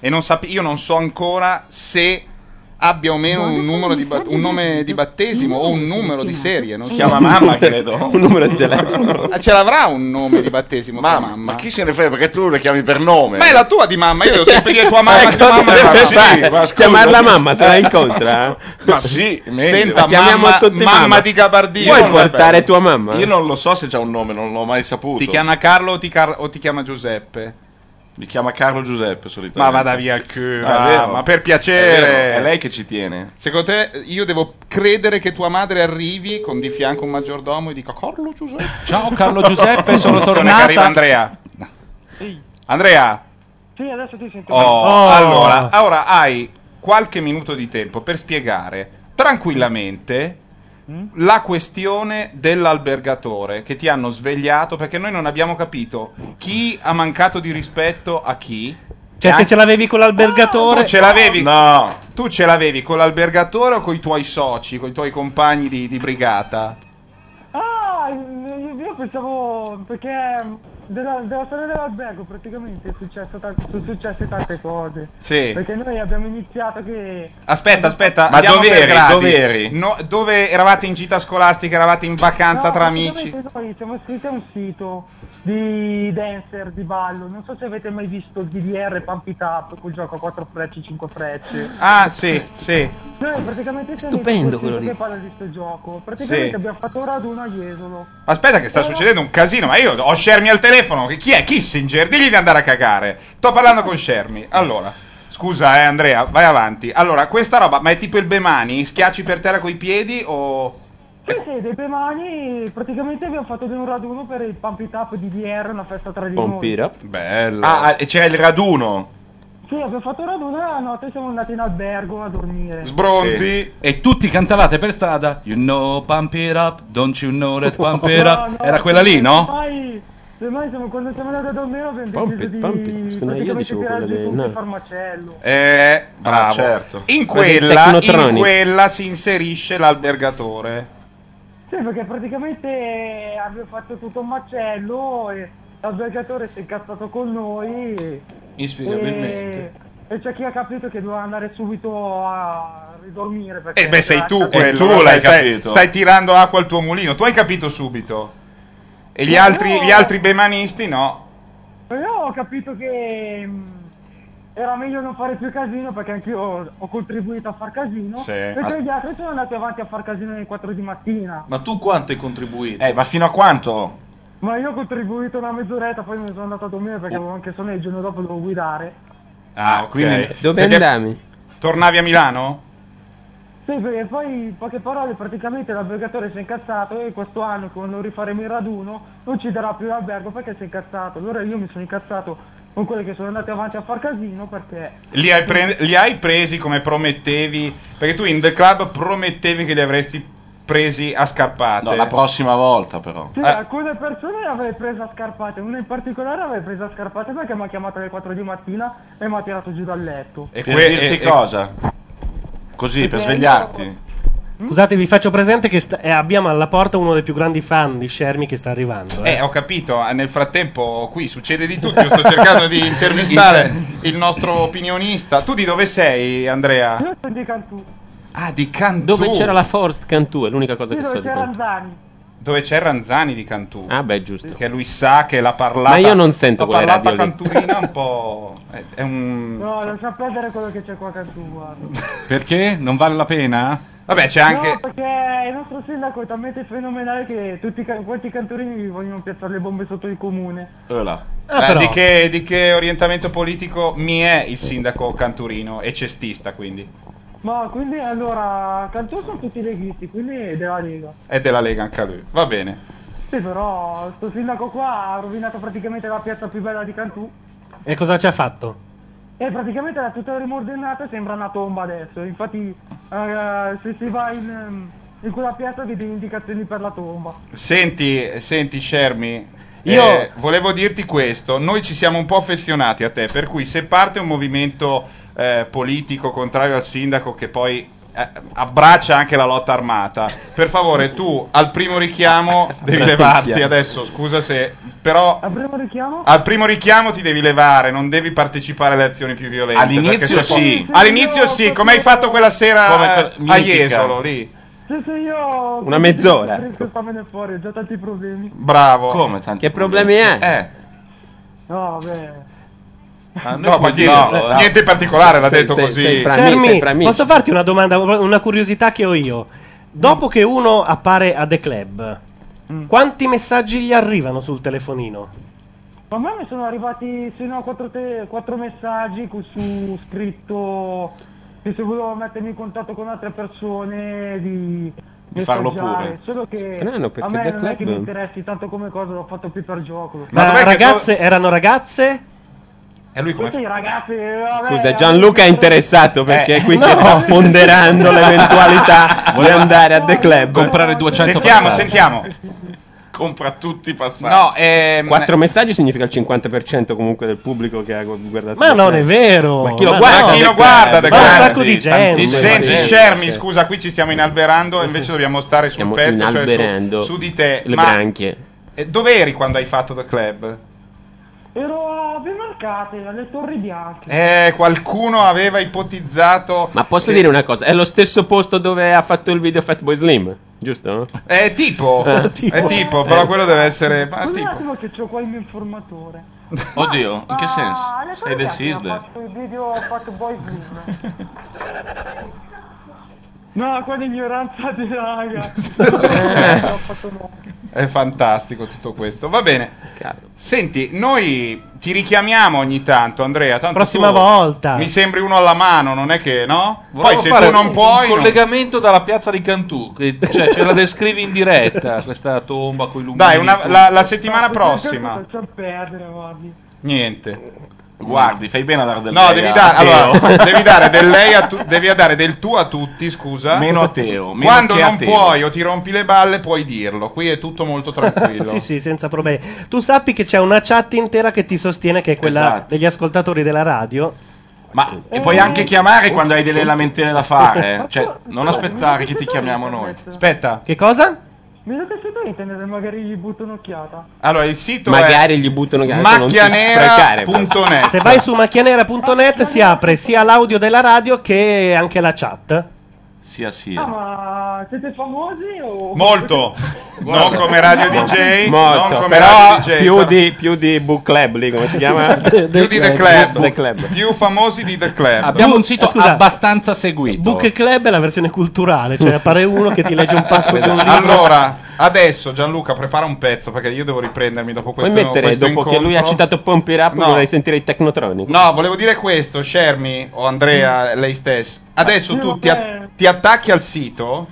S1: E non sap- io non so ancora se abbia o meno un, numero di bat- un nome di battesimo o un numero di serie. Non
S4: Si
S1: so.
S4: chiama mamma, credo.
S3: Un numero di telefono.
S1: Ah, Ce l'avrà un nome di battesimo tua
S4: Mamma,
S1: mamma?
S4: ma chi se ne frega? Perché tu le chiami per nome.
S1: Ma è la tua di mamma, io devo sempre dire tua mamma,
S4: Eh,
S1: tua
S4: cosa
S1: mamma,
S4: devo
S1: tua mamma.
S4: fare? Sì, ma scusa. Chiamarla mamma, se la
S3: incontra?
S4: Ma sì, meglio.
S1: Senta,
S4: La chiamiamo
S1: mamma,
S4: tutti
S1: mamma
S4: mamma.
S1: di Gabardini.
S4: Io non la-
S3: tua mamma?
S4: Io non lo so se c'ha un nome, non l'ho mai saputo.
S1: Ti chiama Carlo o ti, car- o ti chiama Giuseppe?
S4: Mi chiama Carlo Giuseppe solitamente.
S1: Ma vada via al culo,
S4: Ah, è vero.
S1: ma per
S4: È,
S1: piacere.
S4: vero, è lei che ci tiene.
S1: Secondo te io devo credere che tua madre arrivi con di fianco un maggiordomo e dica Carlo Giuseppe?
S10: Ciao, Carlo Giuseppe, sono
S1: Attenzione,
S10: tornata.
S1: che Arriva Andrea. Andrea,
S16: Sì, adesso ti sento.
S1: oh, allora, ora hai qualche minuto di tempo per spiegare tranquillamente
S2: Mm?
S1: la questione dell'albergatore che ti hanno svegliato perché noi non abbiamo capito chi ha mancato di rispetto a chi.
S2: Cioè,
S1: E
S2: se
S1: anche-
S2: ce l'avevi con l'albergatore.
S1: tu ce l'avevi? Tu ce l'avevi con l'albergatore o con i tuoi soci, con i tuoi compagni di, di brigata?
S16: Ah, io io pensavo perché della, della storia dell'albergo praticamente è successo ta- sono successe tante cose.
S1: Sì.
S16: Perché noi abbiamo iniziato che
S1: Aspetta, aspetta,
S4: Ma
S1: andiamo
S4: dove
S1: per
S4: eri?
S1: gradi.
S4: Dove eri?
S1: No, dove eravate in gita scolastica, eravate in vacanza
S16: No,
S1: tra
S16: praticamente
S1: amici?
S16: Noi siamo iscritti a un sito di dancer, di ballo. Non so se avete mai visto il DDR Pump It Up, quel gioco a 4 frecce, 5 frecce.
S1: Ah, sì, sì.
S16: Noi praticamente siamo
S1: Stupendo
S16: in questo
S1: quello
S16: sito
S1: lì.
S16: che parla di questo gioco. Praticamente
S1: Sì.
S16: abbiamo fatto un raduno a Jesolo.
S1: Aspetta che sta succedendo un casino, ma io ho Shermi al telefono. Chi è? Kissinger? Digli di andare a cagare. Sto parlando con Shermi. Allora, scusa eh Andrea, vai avanti. Allora, questa roba, ma è tipo il Bemani? Schiacci per terra coi piedi o...
S16: Sì, sì, dei Pemani praticamente abbiamo fatto un raduno per il Pump It Up DDR, una festa tra di noi.
S1: Bello.
S4: Ah, e c'era il raduno.
S16: Sì, abbiamo fatto un raduno e la notte siamo andati in albergo a dormire.
S10: Sì. E tutti cantavate per strada You know pump it up, don't you know that pump it
S16: No,
S10: up
S16: no,
S10: Era quella lì, no?
S16: Ormai, ormai siamo, quando siamo andati a dormire abbiamo
S3: Pump
S16: deciso
S3: it,
S16: di
S3: pump it. Secondo me io
S16: praticamente
S3: dicevo
S16: tirare
S3: quella
S16: giù
S3: del-
S16: tutto il
S3: no.
S16: farmacello.
S1: Eh, bravo.
S4: certo.
S1: In
S3: Quello dei
S1: quella, in
S3: Tecnotronic.
S1: quella si inserisce l'albergatore.
S16: Sì, perché praticamente abbiamo fatto tutto un macello e l'albergatore si è incazzato con noi. e-
S4: Inspiegabilmente.
S16: E, e c'è chi ha capito che doveva andare subito a ridormire perché...
S1: E
S10: Eh,
S1: Eh, beh, sei tu quello. eh,
S4: tu
S1: no?
S4: l'hai
S1: stai,
S4: capito.
S1: stai tirando acqua al tuo mulino. Tu hai capito subito. E gli
S16: No,
S1: altri,
S16: no.
S1: gli altri bemanisti no.
S16: Però ho capito che mh, era meglio non fare più casino perché anch'io ho- ho contribuito a far casino.
S4: Sì.
S16: Perché
S4: As-
S16: gli altri sono andati avanti a far casino alle 4 di mattina.
S4: Ma tu quanto hai contribuito? Eh, ma fino a quanto?
S16: Ma io ho contribuito una mezz'oretta, poi me ne sono andato a dormire perché avevo anche sonno e il giorno dopo dovevo guidare.
S1: Ah, quindi
S3: Dove
S1: perché
S3: andavi?
S1: Tornavi a Milano?
S16: Sì, perché poi in poche parole praticamente l'albergatore si è incazzato e questo anno quando rifaremo il raduno non ci darà più l'albergo perché si è incazzato. Allora io mi sono incazzato con quelli che sono andati avanti a far casino perché...
S1: Li hai, pre- li hai presi come promettevi? Perché tu in The Club promettevi che li avresti presi a scarpate.
S4: No, la prossima volta però.
S16: Sì,
S1: Eh.
S16: alcune persone le avrei prese a scarpate, una in particolare avrei preso a scarpate perché mi ha chiamato alle 4 di mattina e mi ha tirato giù dal letto.
S4: E per
S10: que-
S1: eh,
S4: dirti
S10: e- e-
S4: cosa? Così, per
S16: Perché-
S4: svegliarti.
S2: Mm? Scusate, vi faccio presente che sta- eh, abbiamo alla porta uno dei più grandi fan di Shermi che sta arrivando. eh.
S1: Eh, ho capito, ah, nel frattempo qui succede di tutto, io sto cercando di intervistare il nostro opinionista. Tu di dove sei, Andrea?
S16: Io sono di Cantù,
S1: Ah, di Cantù.
S3: Dove c'era la Forst Cantù, è l'unica cosa
S16: sì,
S3: che so
S16: dove
S3: di
S16: c'era
S3: Cantù.
S16: Ranzani.
S1: Dove c'è Ranzani di Cantù.
S3: Ah, beh, giusto.
S1: Che lui sa che l'ha parlata.
S3: Ma io non sento
S1: l'ha
S3: quelle
S1: parlata
S3: radio lì.
S1: canturina un po'. È, è un.
S16: No, lascia perdere quello che c'è qua a Cantù, guarda.
S10: Perché? Non vale la pena?
S1: Vabbè, c'è
S16: No,
S1: anche.
S16: perché il nostro sindaco è talmente fenomenale che tutti ca- quanti i cantorini gli vogliono piazzare le bombe sotto il comune.
S1: Beh,
S16: Eh, però.
S1: di, che, di che orientamento politico mi è il sindaco Canturino e cestista, quindi.
S16: Ma quindi allora, Cantù sono tutti leghisti, quindi è della Lega.
S1: È della Lega anche lui. Va bene.
S16: Sì, però sto sindaco qua ha rovinato praticamente la piazza più bella di Cantù.
S2: E cosa ci ha fatto?
S16: E praticamente era tutta rimordinata e sembra una tomba adesso. Infatti, eh, se si va in, ehm, in quella piazza vedi le indicazioni per la tomba.
S1: Senti, senti, Shermy.
S16: Io-
S1: eh, volevo dirti questo, noi ci siamo un po' affezionati a te, per cui se parte un movimento eh, politico contrario al sindaco che poi eh, abbraccia anche la lotta armata, per favore tu al primo richiamo
S4: Abbraccia
S1: devi
S4: il
S1: levarti
S4: chiamo.
S1: adesso, scusa se... però
S16: Al primo richiamo?
S1: al primo richiamo ti devi levare, non devi partecipare alle azioni più violente.
S4: All'inizio
S1: perché se poi-
S4: sì.
S1: All'inizio sì, come hai fatto quella
S4: Come
S1: sera
S4: per-
S1: eh, a
S4: mitica.
S1: Jesolo lì.
S16: Sì, sì, io...
S1: Una mezz'ora.
S16: Riesco a farmene fuori, ho già tanti problemi.
S1: Bravo.
S4: Come tanti
S3: Che problemi ha?
S4: Eh.
S16: No, beh...
S1: No, ma dillo, niente particolare, l'ha detto così.
S2: Cermi, posso farti una domanda, una curiosità che ho io. Dopo che uno appare a The Club, quanti messaggi gli arrivano sul telefonino?
S16: Ma a me mi sono arrivati sino a 4, messaggi cu- su scritto che se volevo mettermi in contatto con altre persone di,
S3: Di farlo
S16: messaggiare,
S3: pure.
S16: Solo che
S3: Strano, perché
S16: a me
S3: The
S16: non è che
S3: Club- Eh,
S16: mi interessi tanto come cosa, l'ho fatto più per gioco.
S2: Ma ragazze, erano ragazze?
S1: E lui
S16: Sì, ragazzi, eh, vabbè,
S3: Scusa, Gianluca è interessato perché è qui che
S2: no.
S3: sta ponderando l'eventualità di andare a The Club.
S4: Eh,
S1: Comprare 200 Sentiamo, passaggi. sentiamo.
S4: Compra tutti i passaggi.
S1: No, ehm,
S3: Quattro messaggi significa il 50% comunque del pubblico che ha guardato.
S2: Ma
S3: The
S2: Ah, non
S3: Club.
S2: è vero.
S3: Ma chi lo
S2: Ma
S3: guarda?
S2: no.
S1: Ma chi lo
S3: The
S1: guarda
S3: Club?
S1: The
S3: Ma un
S1: Club?
S3: sacco di gente.
S1: Senti,
S3: Tantissima
S1: Cermi,
S3: gente.
S1: scusa, qui ci stiamo inalberando, invece dobbiamo stare sul
S3: Stiamo
S1: pezzo, cioè su,
S3: inalberando
S1: su di te.
S3: le
S1: Ma
S3: branchie.
S1: eh, dove eri quando hai fatto The Club?
S16: Ero a Bemarcate, alle Torri Bianche.
S1: Eh, qualcuno aveva ipotizzato...
S3: Ma posso
S1: che-
S3: dire una cosa? È lo stesso posto dove ha fatto il video Fatboy Slim, giusto?
S1: Eh, tipo,
S3: Eh,
S1: è tipo, però
S3: Eh.
S1: quello deve essere... Ma
S16: Guarda un
S1: tipo...
S16: attimo che c'ho qua il mio informatore.
S4: Oddio, in che senso?
S16: alle Torri
S4: Sei del
S16: Bianche
S4: SISDE?
S16: Ha fatto il video ha fatto Boy Slim. No, qua l'ignoranza di raga.
S11: Eh.
S16: Ho fatto no.
S1: È fantastico tutto questo. Va bene. Senti, noi ti richiamiamo ogni tanto, Andrea. Tanto
S2: Prossima
S1: tu
S2: volta.
S1: Mi sembri uno alla mano, non è che no?
S25: Volevo
S1: Poi se
S25: fare
S1: tu non
S25: un-
S1: puoi.
S25: Un
S1: non-
S25: collegamento dalla piazza di Cantù, che, cioè ce la descrivi in diretta questa tomba con i lumini.
S1: Dai, una- la- la settimana
S25: settimana
S1: prossima.
S16: Lascia perdere, guardi.
S1: Niente.
S4: Guardi, fai bene a dare del
S1: No,
S4: lei
S1: devi
S4: a
S1: dare,
S4: Teo.
S1: allora, devi dare del lei a tu- devi dare del tu a tutti, scusa.
S4: Meno a Teo, meno
S1: Quando
S4: che a
S1: non
S4: Teo.
S1: puoi o ti rompi le balle, puoi dirlo. Qui è tutto molto tranquillo.
S2: sì, sì, senza problemi. Tu sappi che c'è una chat intera che ti sostiene, che è quella
S4: Esatto.
S2: degli ascoltatori della radio.
S4: Ma e puoi
S1: Eh,
S4: anche chiamare quando hai delle lamentele da fare. Cioè, non aspettare che ti chiamiamo noi.
S1: Aspetta.
S2: Che cosa?
S16: Mi date se tu internet magari gli butto un'occhiata.
S1: Allora, il sito
S3: Magari gli buttano
S1: è
S3: adesso non ti sprecare, però.
S1: macchianera.net.
S2: Se vai su macchianera.net si apre sia l'audio della radio che anche la chat.
S4: Sia sia.
S16: Ah, ma siete famosi o...
S1: Molto. non come radio DJ,
S3: Molto,
S1: non come
S3: però
S1: radio DJ.
S3: più,
S1: però-
S3: di, più di Book Club lì, come si chiama?
S1: più di The Club.
S3: The Club.
S1: Più famosi di The Club.
S10: Abbiamo un sito
S2: Eh, scusa.
S10: abbastanza seguito.
S2: Book Club è la versione culturale, cioè appare uno che ti legge un passo di un libro.
S1: Allora, adesso Gianluca prepara un pezzo perché io devo riprendermi dopo
S3: Puoi
S1: questo
S3: mettere,
S1: questo
S3: dopo che lui ha
S1: incontro.
S3: citato Pompi Rap,
S1: No.
S3: vorrei sentire i Technotronic.
S1: No, volevo dire questo, Shermi o Andrea, lei stessa. Adesso
S16: Sì,
S1: tu
S16: vabbè.
S1: ti, a- ti attacchi al sito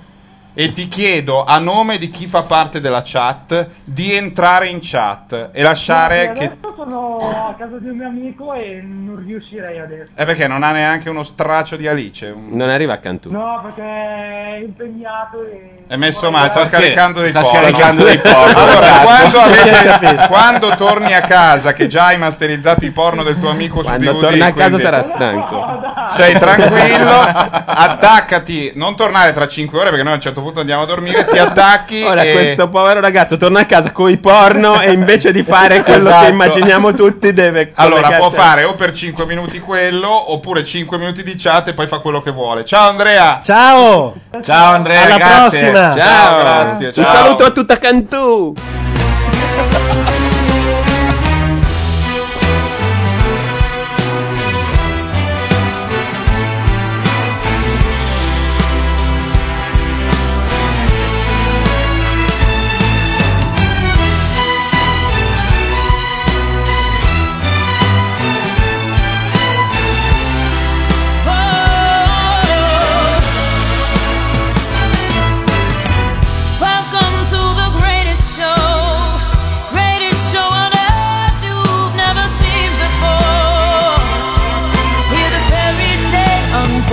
S1: e ti chiedo a nome di chi fa parte della chat di entrare in chat e lasciare
S16: Guardi,
S1: che
S16: Adesso sono a casa di un mio amico e non riuscirei adesso.
S1: Eh perché non ha neanche uno straccio di Alice. un-
S3: Non arriva a Cantù.
S16: No, perché è impegnato e...
S1: È messo male, sta
S4: Perché?
S1: scaricando dei
S4: Sta
S1: porno.
S4: scaricando dei porno,
S1: Allora,
S4: esatto.
S1: quando, avete,
S4: Capito.
S1: quando torni a casa, che già hai masterizzato i porno del tuo amico
S3: Quando
S1: su DVD,
S3: torna a casa
S1: quindi
S3: sarà stanco.
S1: sei tranquillo, attaccati, non tornare tra 5 ore perché noi a un certo punto andiamo a dormire, ti attacchi
S3: Ora
S1: e...
S3: questo povero ragazzo torna a casa con i porno e invece di fare quello
S1: Esatto.
S3: che immaginiamo tutti deve...
S1: Allora può
S3: collegarsi a-
S1: fare o per 5 minuti quello oppure 5 minuti di chat e poi fa quello che vuole. Ciao Andrea!
S2: Ciao!
S4: Ciao Andrea,
S2: Alla
S4: grazie.
S2: prossima!
S1: Ciao, grazie.
S3: Un
S1: ciao.
S3: saluto a tutta Cantù!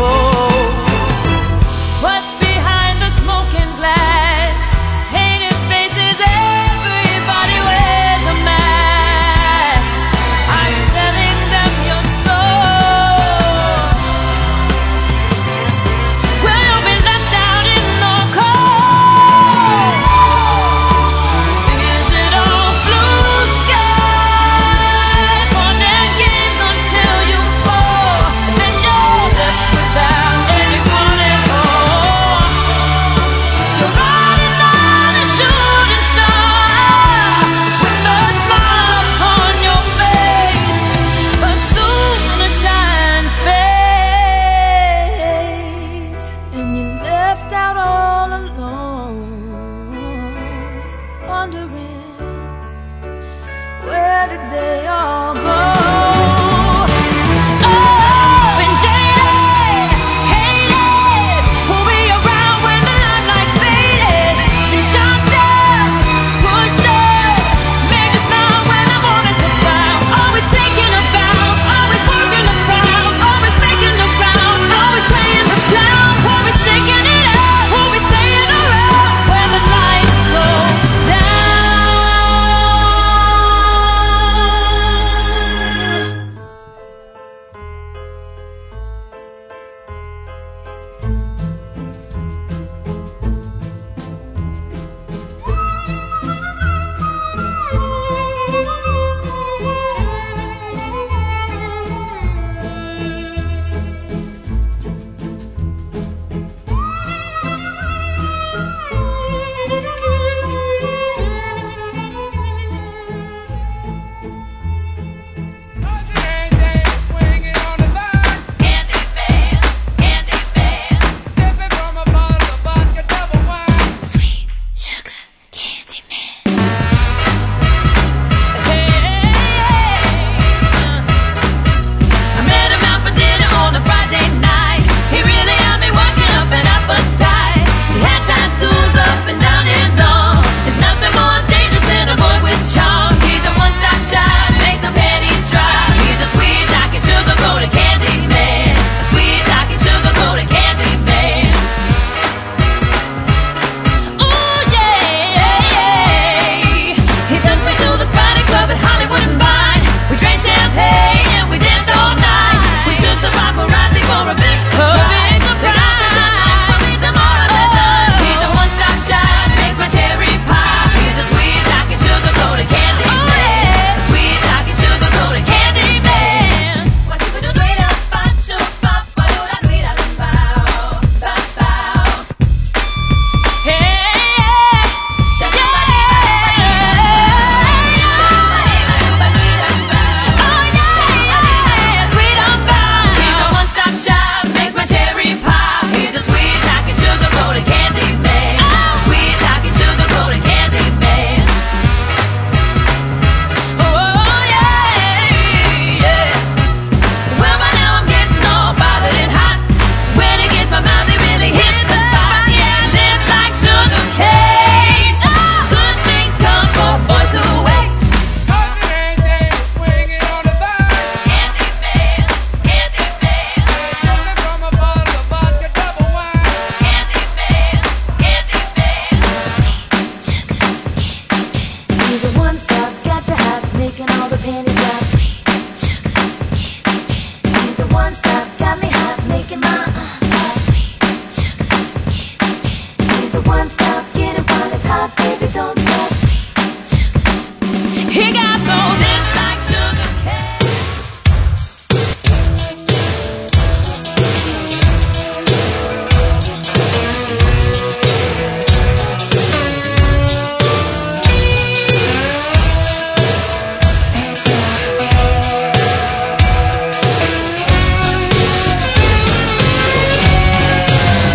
S9: Oh,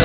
S28: Oh,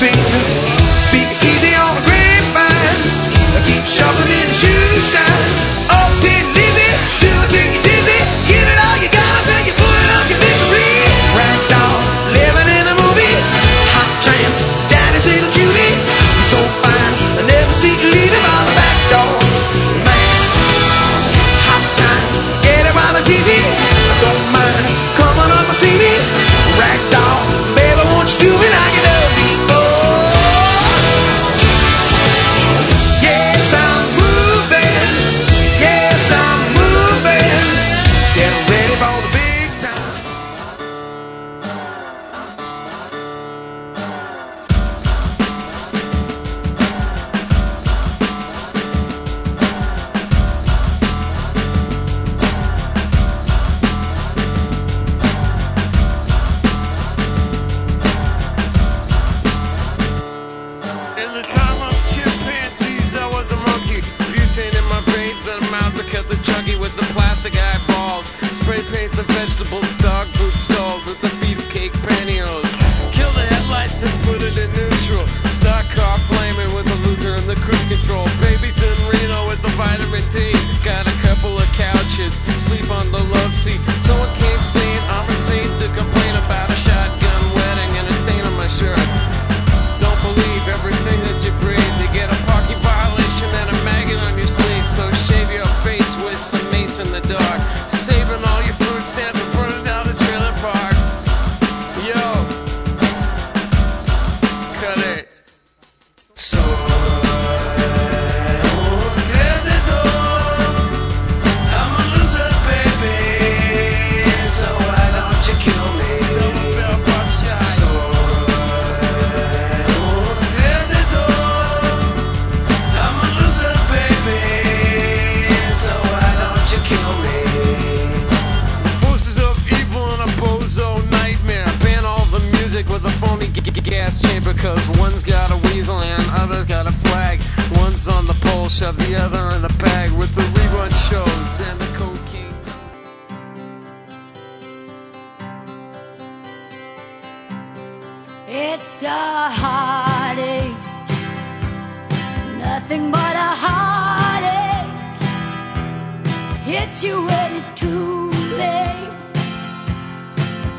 S9: Mm,
S29: seat leading by the back door. Man, hot times, get it while it's easy. I don't mind, come on up and see me. Rag doll, baby, won't you do me like you done before? Yes, I'm moving. Yes, I'm moving. Get ready for the big time.
S9: In the time of chimpanzees, I was a monkey. Butane in my veins and a mouth that kept the chunky with the plastic eyeballs. Spray paint the vegetables, dog food stalls with the beefcake pantyhose. Kill the headlights and put it in neutral. Stock car flaming with the loser in the cruise control. Babies in Reno with the vitamin D. Got a couple of couches, sleep on the love seat. Someone came saying I'm insane to complain about a shotgun wedding and a stain on my shirt. Don't believe everything that you breathe. You get a parking violation and a maggot on your sleeve. So shave your face with some mace in the dark. Saving all your food stamps and burning down the trailer park. Yo, cut it. So. Get the door. I'm a loser, baby. So why don't you kill me? Double barrel pop shot. Forces of evil in a bozo nightmare. Ban all the music with a phony g- g- gas chamber. Cause one's got a weasel and other's got a flag. One's on the pole, shove the other in the bag with the rerun shows and the cocaine.
S28: It's a heartache, nothing but a heartache. Hits you when it's too late,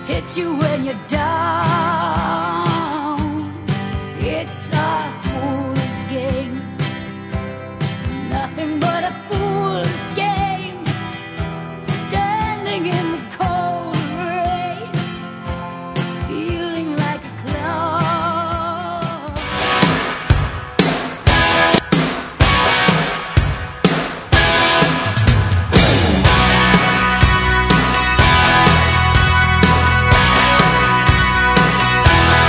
S28: hits you when you're down. It's a fool's game, nothing but a fool's game. Standing in the cold rain, feeling like a clown.
S29: Thank you.
S9: Uh-huh.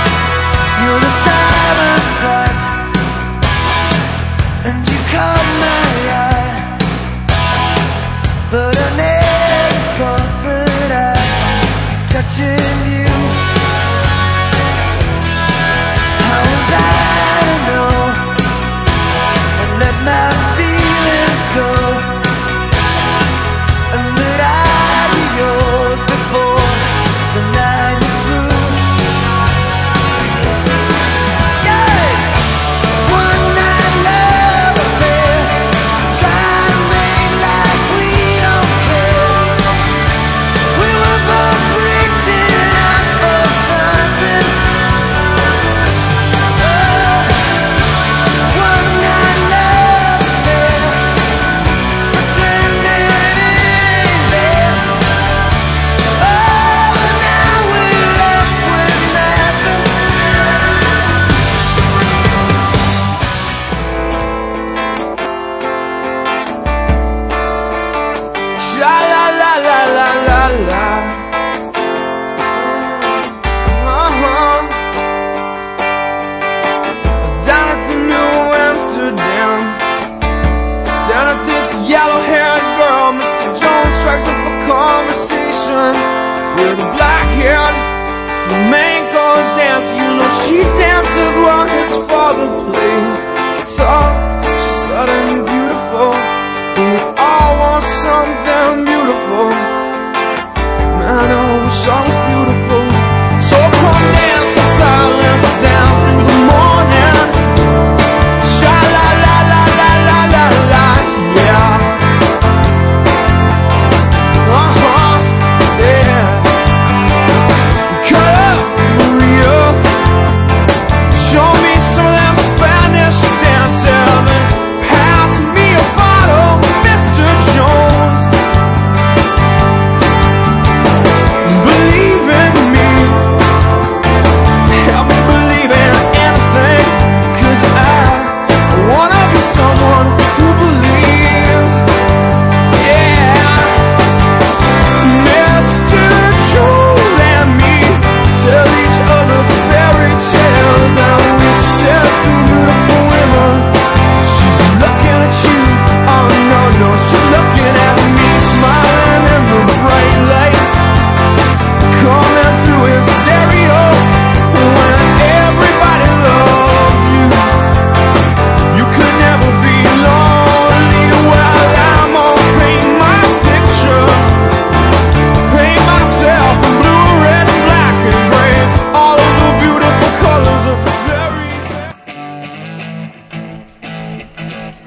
S9: Uh-huh, Oh,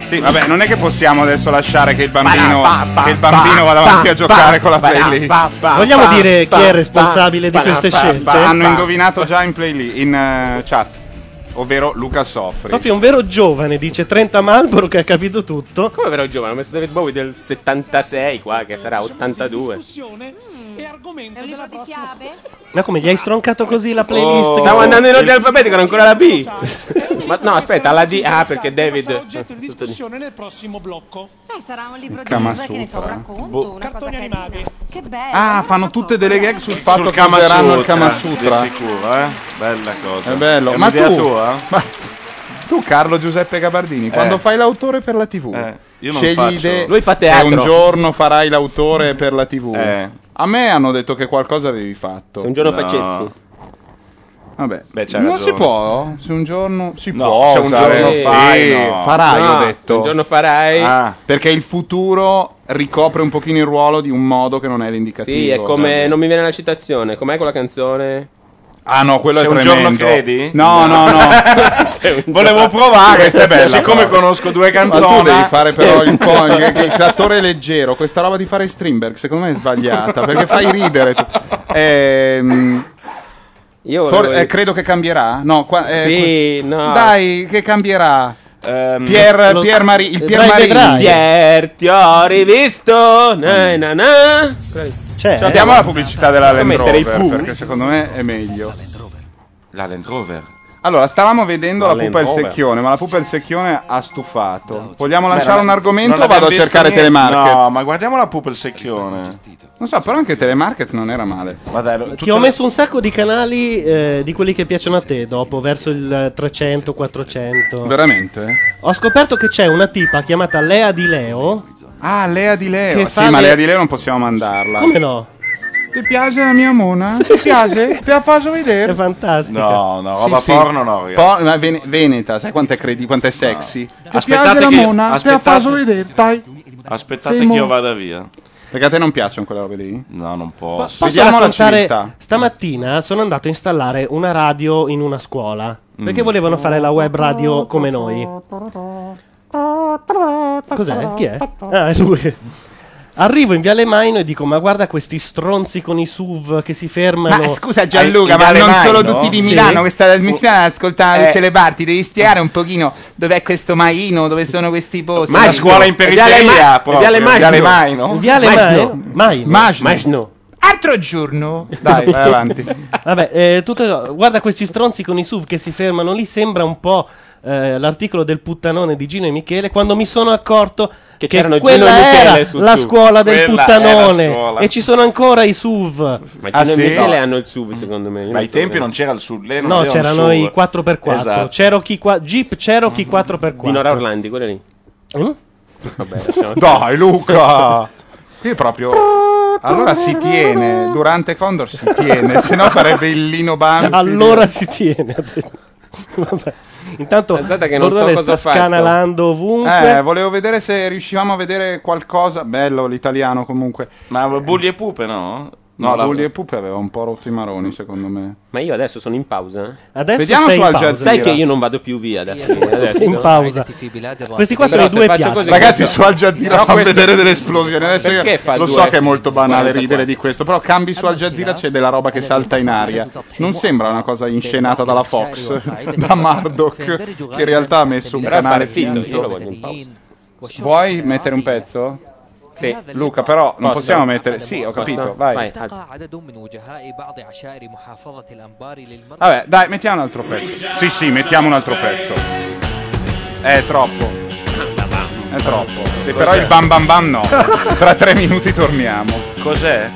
S1: Sì, vabbè, non è che possiamo adesso lasciare che il bambino,
S2: Ba- ba-
S1: che il
S2: ba-
S1: bambino vada avanti
S2: ba-
S1: a giocare
S2: ba-
S1: con la
S2: ba-
S1: playlist.
S2: ba- ba- Vogliamo ba- dire chi è ba- responsabile di ba- queste ba- scelte? ba-
S1: Hanno
S2: ba-
S1: indovinato già in playlist, in eh, chat, ovvero Luca Soffri.
S2: Sofì è un vero giovane, dice 30 Marlboro che ha capito tutto.
S3: Come vero giovane, ho messo David Bowie del 76 qua, che sarà 82.
S11: È un libro di chiave?
S2: Ma come gli hai stroncato così la playlist?
S3: Oh,
S2: che-
S3: Stavo andando in ordine alfabetico, era ancora la B. Ma no, aspetta, alla D. Ah, perché David.
S11: Discussione nel prossimo blocco.
S28: Beh, sarà un libro di
S1: Kama
S28: Buddha, che ne so, un
S1: Sutra.
S28: racconto,
S1: Boh.
S28: una cosa animati. Che bello.
S1: Ah, fanno tutte delle gag sul fatto
S4: Sul
S1: che
S4: Kama
S1: useranno il
S4: Sutra,
S1: Kama Sutra.
S4: Di sicuro, eh? Bella cosa.
S1: È bello.
S4: È
S1: Ma
S4: un'idea
S1: tu,
S4: tua?
S1: ma tu, Carlo Giuseppe Gabardini, quando fai l'autore per la TV,
S4: Eh. io non
S1: scegli
S4: faccio.
S1: idee.
S4: Lui fa
S1: se
S4: teatro.
S1: un giorno farai l'autore per la TV.
S4: Eh.
S1: A me hanno detto che qualcosa avevi fatto.
S3: Se un giorno No. facessi.
S1: Vabbè,
S3: c'ha
S1: non
S3: ragione.
S1: si può. Se un giorno si
S4: No,
S1: può.
S4: se un
S1: usare-
S4: giorno
S1: Sì,
S4: fai, no.
S1: farai,
S4: No,
S1: ho detto.
S4: se un giorno
S3: farai.
S1: Ah, Perché il futuro ricopre un pochino il ruolo di un modo che non è l'indicativo.
S3: Sì, è come. Non mi viene la citazione. Com'è quella canzone?
S1: Ah, no, quello
S3: Se
S1: è
S3: un
S1: tremendo.
S3: giorno credi?
S1: No, no, no.
S4: Volevo provare, questa è bella. Siccome conosco due canzoni.
S1: Ma tu devi fare però il, po- il,
S4: che
S1: il l'attore leggero. Questa roba di fare Strindberg, secondo me è sbagliata. Perché fai ridere. tu. Ehm,
S3: Io
S1: for-
S3: volevo-
S1: eh, credo che cambierà. No, qua, eh,
S3: Sì, no.
S1: Dai, che cambierà.
S4: Ehm,
S3: Pier,
S1: Pier, Pier Mari- il Pier
S3: Marini.
S1: Marini.
S3: Pier, ti ho rivisto. Na, na, na.
S2: C'è,
S3: Cioè,
S1: Andiamo alla pubblicità della
S3: Posso
S1: Land
S3: mettere i
S1: Rover,
S3: Pooh?
S1: perché secondo me è meglio.
S4: La Land Rover.
S1: Allora, stavamo vedendo la,
S4: La
S1: pupa e il
S4: Land Rover.
S1: secchione, ma la pupa e il secchione ha stufato. Vogliamo
S4: Beh,
S1: lanciare
S4: non-
S1: un argomento
S4: non
S1: o vado a
S4: abbiamo
S1: cercare
S4: visto niente.
S1: telemarket?
S4: No, ma guardiamo la pupa il secchione.
S1: Non so, però anche telemarket non era male.
S2: Ti ho messo un sacco di canali eh, di quelli che piacciono a te dopo, verso il 300-400.
S1: Veramente?
S2: Ho scoperto che c'è una tipa chiamata Lea di Leo.
S1: Ah, Lea di Leo.
S2: Che
S1: sì,
S2: fa
S1: ma
S2: le-
S1: Lea di Leo non possiamo mandarla.
S2: Come no?
S1: Ti piace la mia mona? Ti piace? Te la faccio vedere?
S2: È fantastica.
S4: No, no, roba porno no, ragazzi.
S1: Po- ma Ven- Veneta, sai quanto è, credi- quanto è sexy? Ti
S4: Aspettate
S1: piace la
S4: che-
S1: mona? Te la
S4: aspettate-
S1: faccio vedere, dai.
S4: Aspettate
S1: Fermo.
S4: che io vada via.
S1: Perché a te non piacciono quelle robe lì?
S4: No, non
S2: Po-
S4: posso.
S2: Posso raccontare
S1: civiltà.
S2: stamattina sono andato a installare una radio in una scuola perché
S1: Mm.
S2: volevano fare la web radio come noi. Cos'è? Chi è? Ah, è lui. Arrivo in Viale Maino e dico: Ma guarda questi stronzi con i SUV che si fermano.
S1: Ma scusa Gianluca, ma non solo tutti di Milano, questa trasmissione ascolta
S2: Eh.
S1: tutte le parti, devi spiegare un pochino dov'è questo Maino, dove sono questi posti.
S2: Ma scuola in periferia, proprio, Viale Maino. Viale Maino.
S1: Maino. Altro giorno. Dai, vai avanti.
S2: Vabbè, eh, tutto- guarda questi stronzi con i SUV che si fermano lì. Sembra un po' eh, l'articolo del puttanone di Gino e Michele. Quando mi sono accorto che,
S3: c'erano Gino e
S2: quella
S3: Michele
S2: era
S3: sul
S2: la
S3: SUV.
S2: scuola del
S3: Quella
S2: puttanone
S3: è la scuola.
S2: e ci sono ancora i SUV.
S3: Ma
S1: Ah,
S3: Gino e Michele hanno il SUV, secondo me. Io
S4: Ma
S3: non
S4: ai
S3: so
S4: tempi
S3: bene.
S4: non c'era il sud. lei non
S2: No,
S4: aveva un
S2: c'erano
S4: SUV.
S2: i 4x4.
S4: Esatto. Mm-hmm.
S2: Cherokee qua- Jeep Cherokee 4x4.
S3: Di Nora Orlandi, quello lì.
S2: Mm?
S3: Vabbè, lasciamo stare.
S1: Dai Luca. Qui è proprio allora si tiene, durante Condor si tiene, se no farebbe il Lino Bambi.
S2: Allora si tiene. ha detto. Vabbè. Intanto
S1: Guardate che non so
S2: Bordone
S1: cosa
S2: sta
S1: ho fatto.
S2: scanalando ovunque.
S1: Eh, volevo vedere se riuscivamo a vedere qualcosa. Bello l'italiano comunque.
S4: Ma Bulli e Pupe, no?
S1: No,
S4: No, la-
S1: Bulli e Puppe aveva un po' rotto i maroni, secondo me.
S3: Ma io adesso sono in pausa.
S2: Adesso
S1: Vediamo sei su in Al pausa. Jazeera.
S3: Sai che io non vado più via adesso. adesso.
S2: Sei in pausa. Questi qua sono
S3: Però
S2: i
S3: se
S2: due
S3: faccio
S2: piatti.
S3: così-
S1: Ragazzi,
S3: questo-
S1: su Al Jazeera
S3: Però
S1: fa
S3: questo-
S1: vedere delle esplosioni. Adesso io
S3: Perché fa
S1: lo
S3: due-
S1: so che è molto banale
S3: 44?
S1: ridere di questo, però cambi su Al Jazeera
S3: eh.
S1: c'è della roba che salta in aria. Non sembra una cosa inscenata dalla Fox, da Murdoch, che in realtà ha messo un
S3: Però pare
S1: canale
S3: finto, io lo
S1: finto.
S3: voglio in pausa.
S1: Vuoi mettere un pezzo?
S3: Sì.
S1: Luca, però non
S3: Posso?
S1: possiamo mettere. Sì, ho capito, vai.
S15: التقى عدد من وجهاء بعض عشائر محافظة الأنبار للمرأة
S1: Vabbè, dai, mettiamo un altro pezzo. Sì, sì, mettiamo un altro pezzo. È troppo. È troppo. Sì, però il bam bam bam no. Tra tre minuti torniamo.
S4: Cos'è?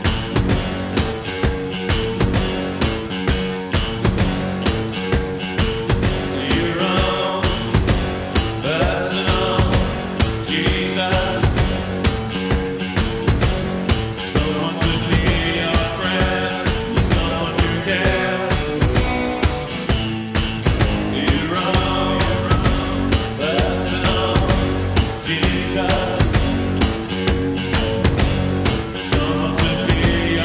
S9: Jesus, someone to be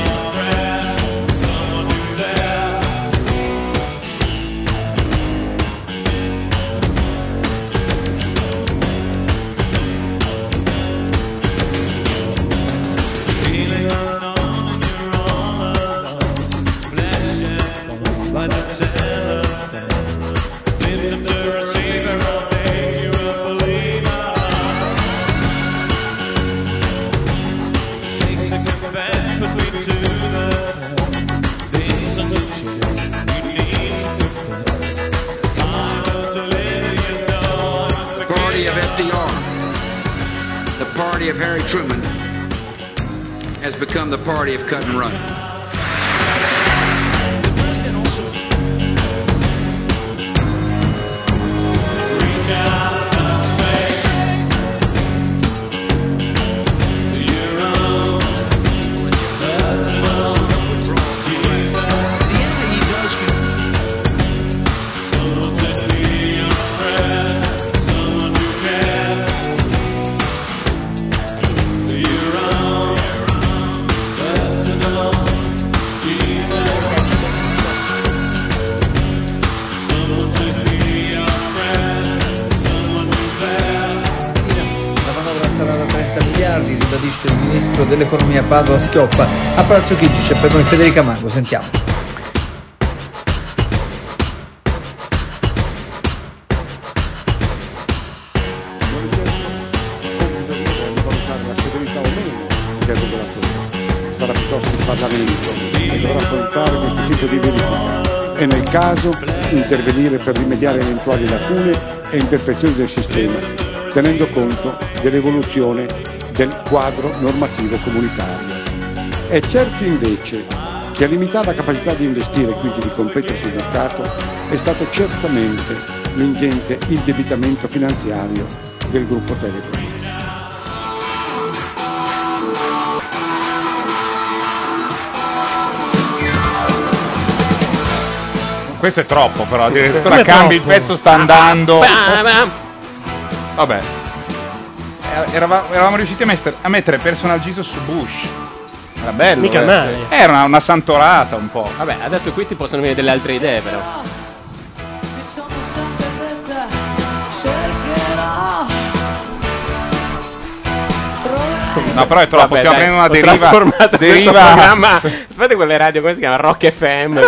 S18: party of Harry Truman has become the party of cut and run.
S17: La manovra sarà da 30 miliardi, ribadisce il ministro dell'economia Padova Schioppa. A Palazzo Chigi c'è per noi Federica Mango, sentiamo.
S5: valutare la severità o meno del regolatore. Sarà piuttosto il Parlamento che dovrà affrontare questo tipo di verifica e nel caso intervenire per rimediare a eventuali lacune e imperfezioni del sistema, tenendo conto dell'evoluzione del quadro normativo comunitario. È certo invece che a limitare la capacità di investire e quindi di competere sul mercato è stato certamente l'ingente indebitamento finanziario del gruppo Telecom.
S1: Questo è troppo, però.
S2: Quello
S1: Addirittura
S2: è
S1: cambi, il
S2: troppo.
S1: pezzo sta andando.
S2: Ah,
S1: Vabbè. Eh, Eravamo, eravamo riusciti a, mester- a mettere Personal Jesus su Bush. Era bello.
S3: Mica
S1: eh.
S3: male.
S1: Era una, una santorata un po'.
S3: Vabbè, adesso qui ti possono venire delle altre idee, però.
S9: Io sono sempre per te, cercherò.
S1: No, però è troppo.
S3: Vabbè,
S1: stiamo
S3: dai,
S1: prendendo una
S3: ho
S1: deriva.
S3: trasformato
S1: deriva-
S3: questo programma. Aspetta quelle radio, come si chiama? Rock FM.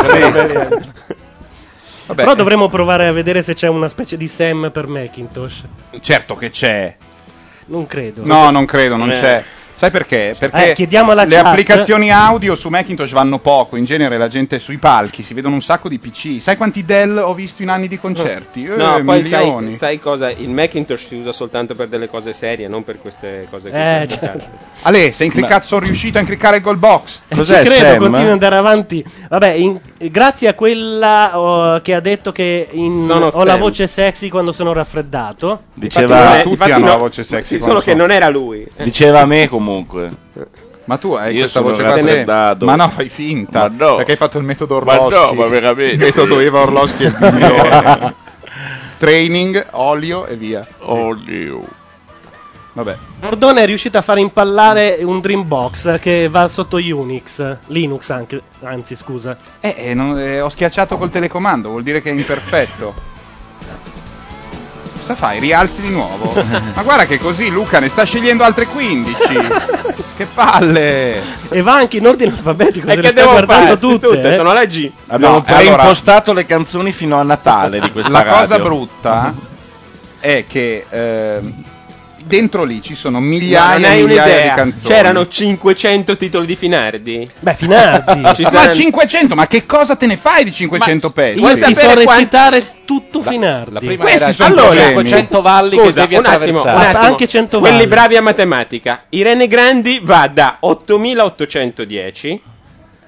S2: Però
S1: eh.
S2: dovremmo provare a vedere se c'è una specie di Sam per Macintosh.
S1: Certo che c'è.
S2: Non credo.
S1: No, non credo, non
S2: Eh.
S1: c'è. Sai perché? Perché
S2: Eh, chiediamo alla
S1: le
S2: chat.
S1: applicazioni audio su Macintosh vanno poco. In genere la gente sui palchi si vedono un sacco di PC. Sai quanti Dell ho visto in anni di concerti? Eh,
S3: No, poi sai,
S1: milioni.
S3: sai cosa? Il Macintosh si usa soltanto per delle cose serie, non per queste cose qui.
S2: Eh,
S3: complicate.
S1: Ale, sei incriccato, sono riuscito a incriccare il goal box.
S2: Ci credo, continua ad andare avanti. Vabbè, in- grazie a quella oh, che ha detto che in-
S3: Sono
S2: ho
S3: Sam.
S2: la voce sexy quando sono raffreddato.
S4: Diceva-
S3: non è-
S4: Tutti
S3: Eh, infatti
S4: hanno
S3: no-
S4: la voce sexy
S3: Sì, solo
S4: quando
S3: che
S4: sono-
S3: non era lui.
S4: Diceva a me comunque.
S3: Eh?
S1: Ma tu hai
S4: Io
S1: questa
S4: sono
S1: voce qua
S4: raffreddato.
S1: Ma no, fai finta.
S4: Ma no.
S1: Perché hai fatto il metodo
S4: Ma
S1: Orlowski.
S4: no, ma veramente.
S1: Il metodo Eva Orlowski è il migliore. Training, olio e via.
S4: Olio.
S1: Vabbè.
S2: Bordone è riuscito a far impallare un Dreambox che va sotto Unix, Linux anche, anzi scusa.
S1: Eh, eh, non- eh, ho schiacciato col telecomando, vuol dire che è imperfetto. Cosa fai? Rialzi di nuovo. Ma guarda che così Luca ne sta scegliendo altre 15. che palle!
S2: E va anche in ordine alfabetico,
S1: E
S2: se
S1: che
S2: le sta
S1: devo
S2: guardando
S1: fare?
S2: tutte.
S1: Tutte,
S2: eh.
S1: sono alla G.
S4: Abbiamo
S1: No,
S4: preimpostato le canzoni fino a Natale di questa
S1: La
S4: radio.
S1: cosa brutta è che ehm, dentro lì ci sono
S3: Ma non
S1: migliaia
S3: hai
S1: e migliaia di
S3: un'idea.
S1: canzoni.
S3: C'erano 500 titoli di Finardi.
S2: Beh, Finardi.
S3: Ci
S1: ma
S3: saranno-
S1: 500, ma che cosa te ne fai di 500 pezzi?
S2: Io ti so
S1: quanti-
S2: recitare tutto Finardi.
S1: Questi sono problemi.
S2: 500 valli che devi
S3: un attimo,
S2: attraversare.
S3: un attimo.
S2: Ma Ah, anche 100
S3: Quelli
S2: valli.
S3: bravi a matematica. Irene Grandi va da 8810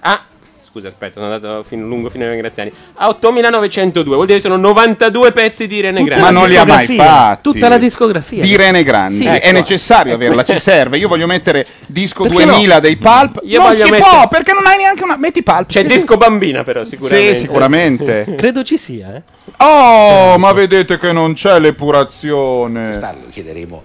S3: a Scusa, aspetta, sono andato fin- lungo fino ai Graziani. A 8902, vuol dire che sono 92 pezzi di Irene Grandi.
S1: Ma non li ha mai fatti.
S2: discografia.
S1: Di Rene Grandi.
S3: Sì,
S1: è
S3: ecco.
S1: necessario averla, ci serve. Io voglio mettere disco
S3: Perché
S1: 2000
S3: no?
S1: dei Pulp.
S3: Io
S1: non
S3: voglio
S1: si
S3: mettere-
S1: può perché non hai neanche una. Metti Pulp.
S3: C'è
S1: Che-
S3: Disco Bambina però, sicuramente.
S1: Sì, sicuramente.
S2: Credo ci sia, eh.
S1: Oh, ma vedete che non c'è l'epurazione. Lo chiederemo.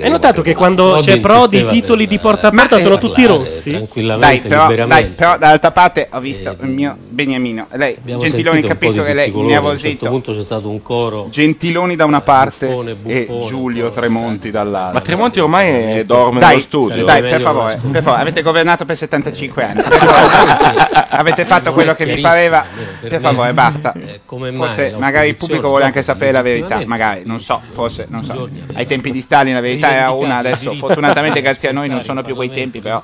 S2: Hai notato che quando
S1: Prodi
S2: c'è Prodi i
S1: insisteva
S2: titoli di porta a
S1: Ma-
S2: porta
S1: eh,
S2: sono tutti
S1: parlare
S2: rossi?
S1: Dai, però, dai, però dall'altra parte ho visto il mio Beniamino. Eh, Lei,
S30: Abbiamo
S1: Gentiloni,
S30: Eh, sentito un po'
S1: capisco
S30: di
S1: che lei
S30: tutti
S1: ne ha
S30: colori, A un certo
S1: vosito.
S30: punto c'è stato un coro.
S1: Gentiloni da una parte
S30: buffone, eh.
S1: e Giulio Tremonti dall'altra.
S4: Ma Tremonti ormai è- dorme
S1: Dai,
S4: nello studio.
S1: dai per, favore, per favore, avete governato per 75 anni. per favore. avete fatto quello che vi pareva. Per favore, basta.
S30: eh, come mai
S1: Forse
S30: l'opposizione
S1: magari il pubblico vuole anche sapere la verità. Magari, non so, forse, non so. Ai tempi di Stalin la verità era una, adesso fortunatamente grazie a noi non sono più quei tempi, però.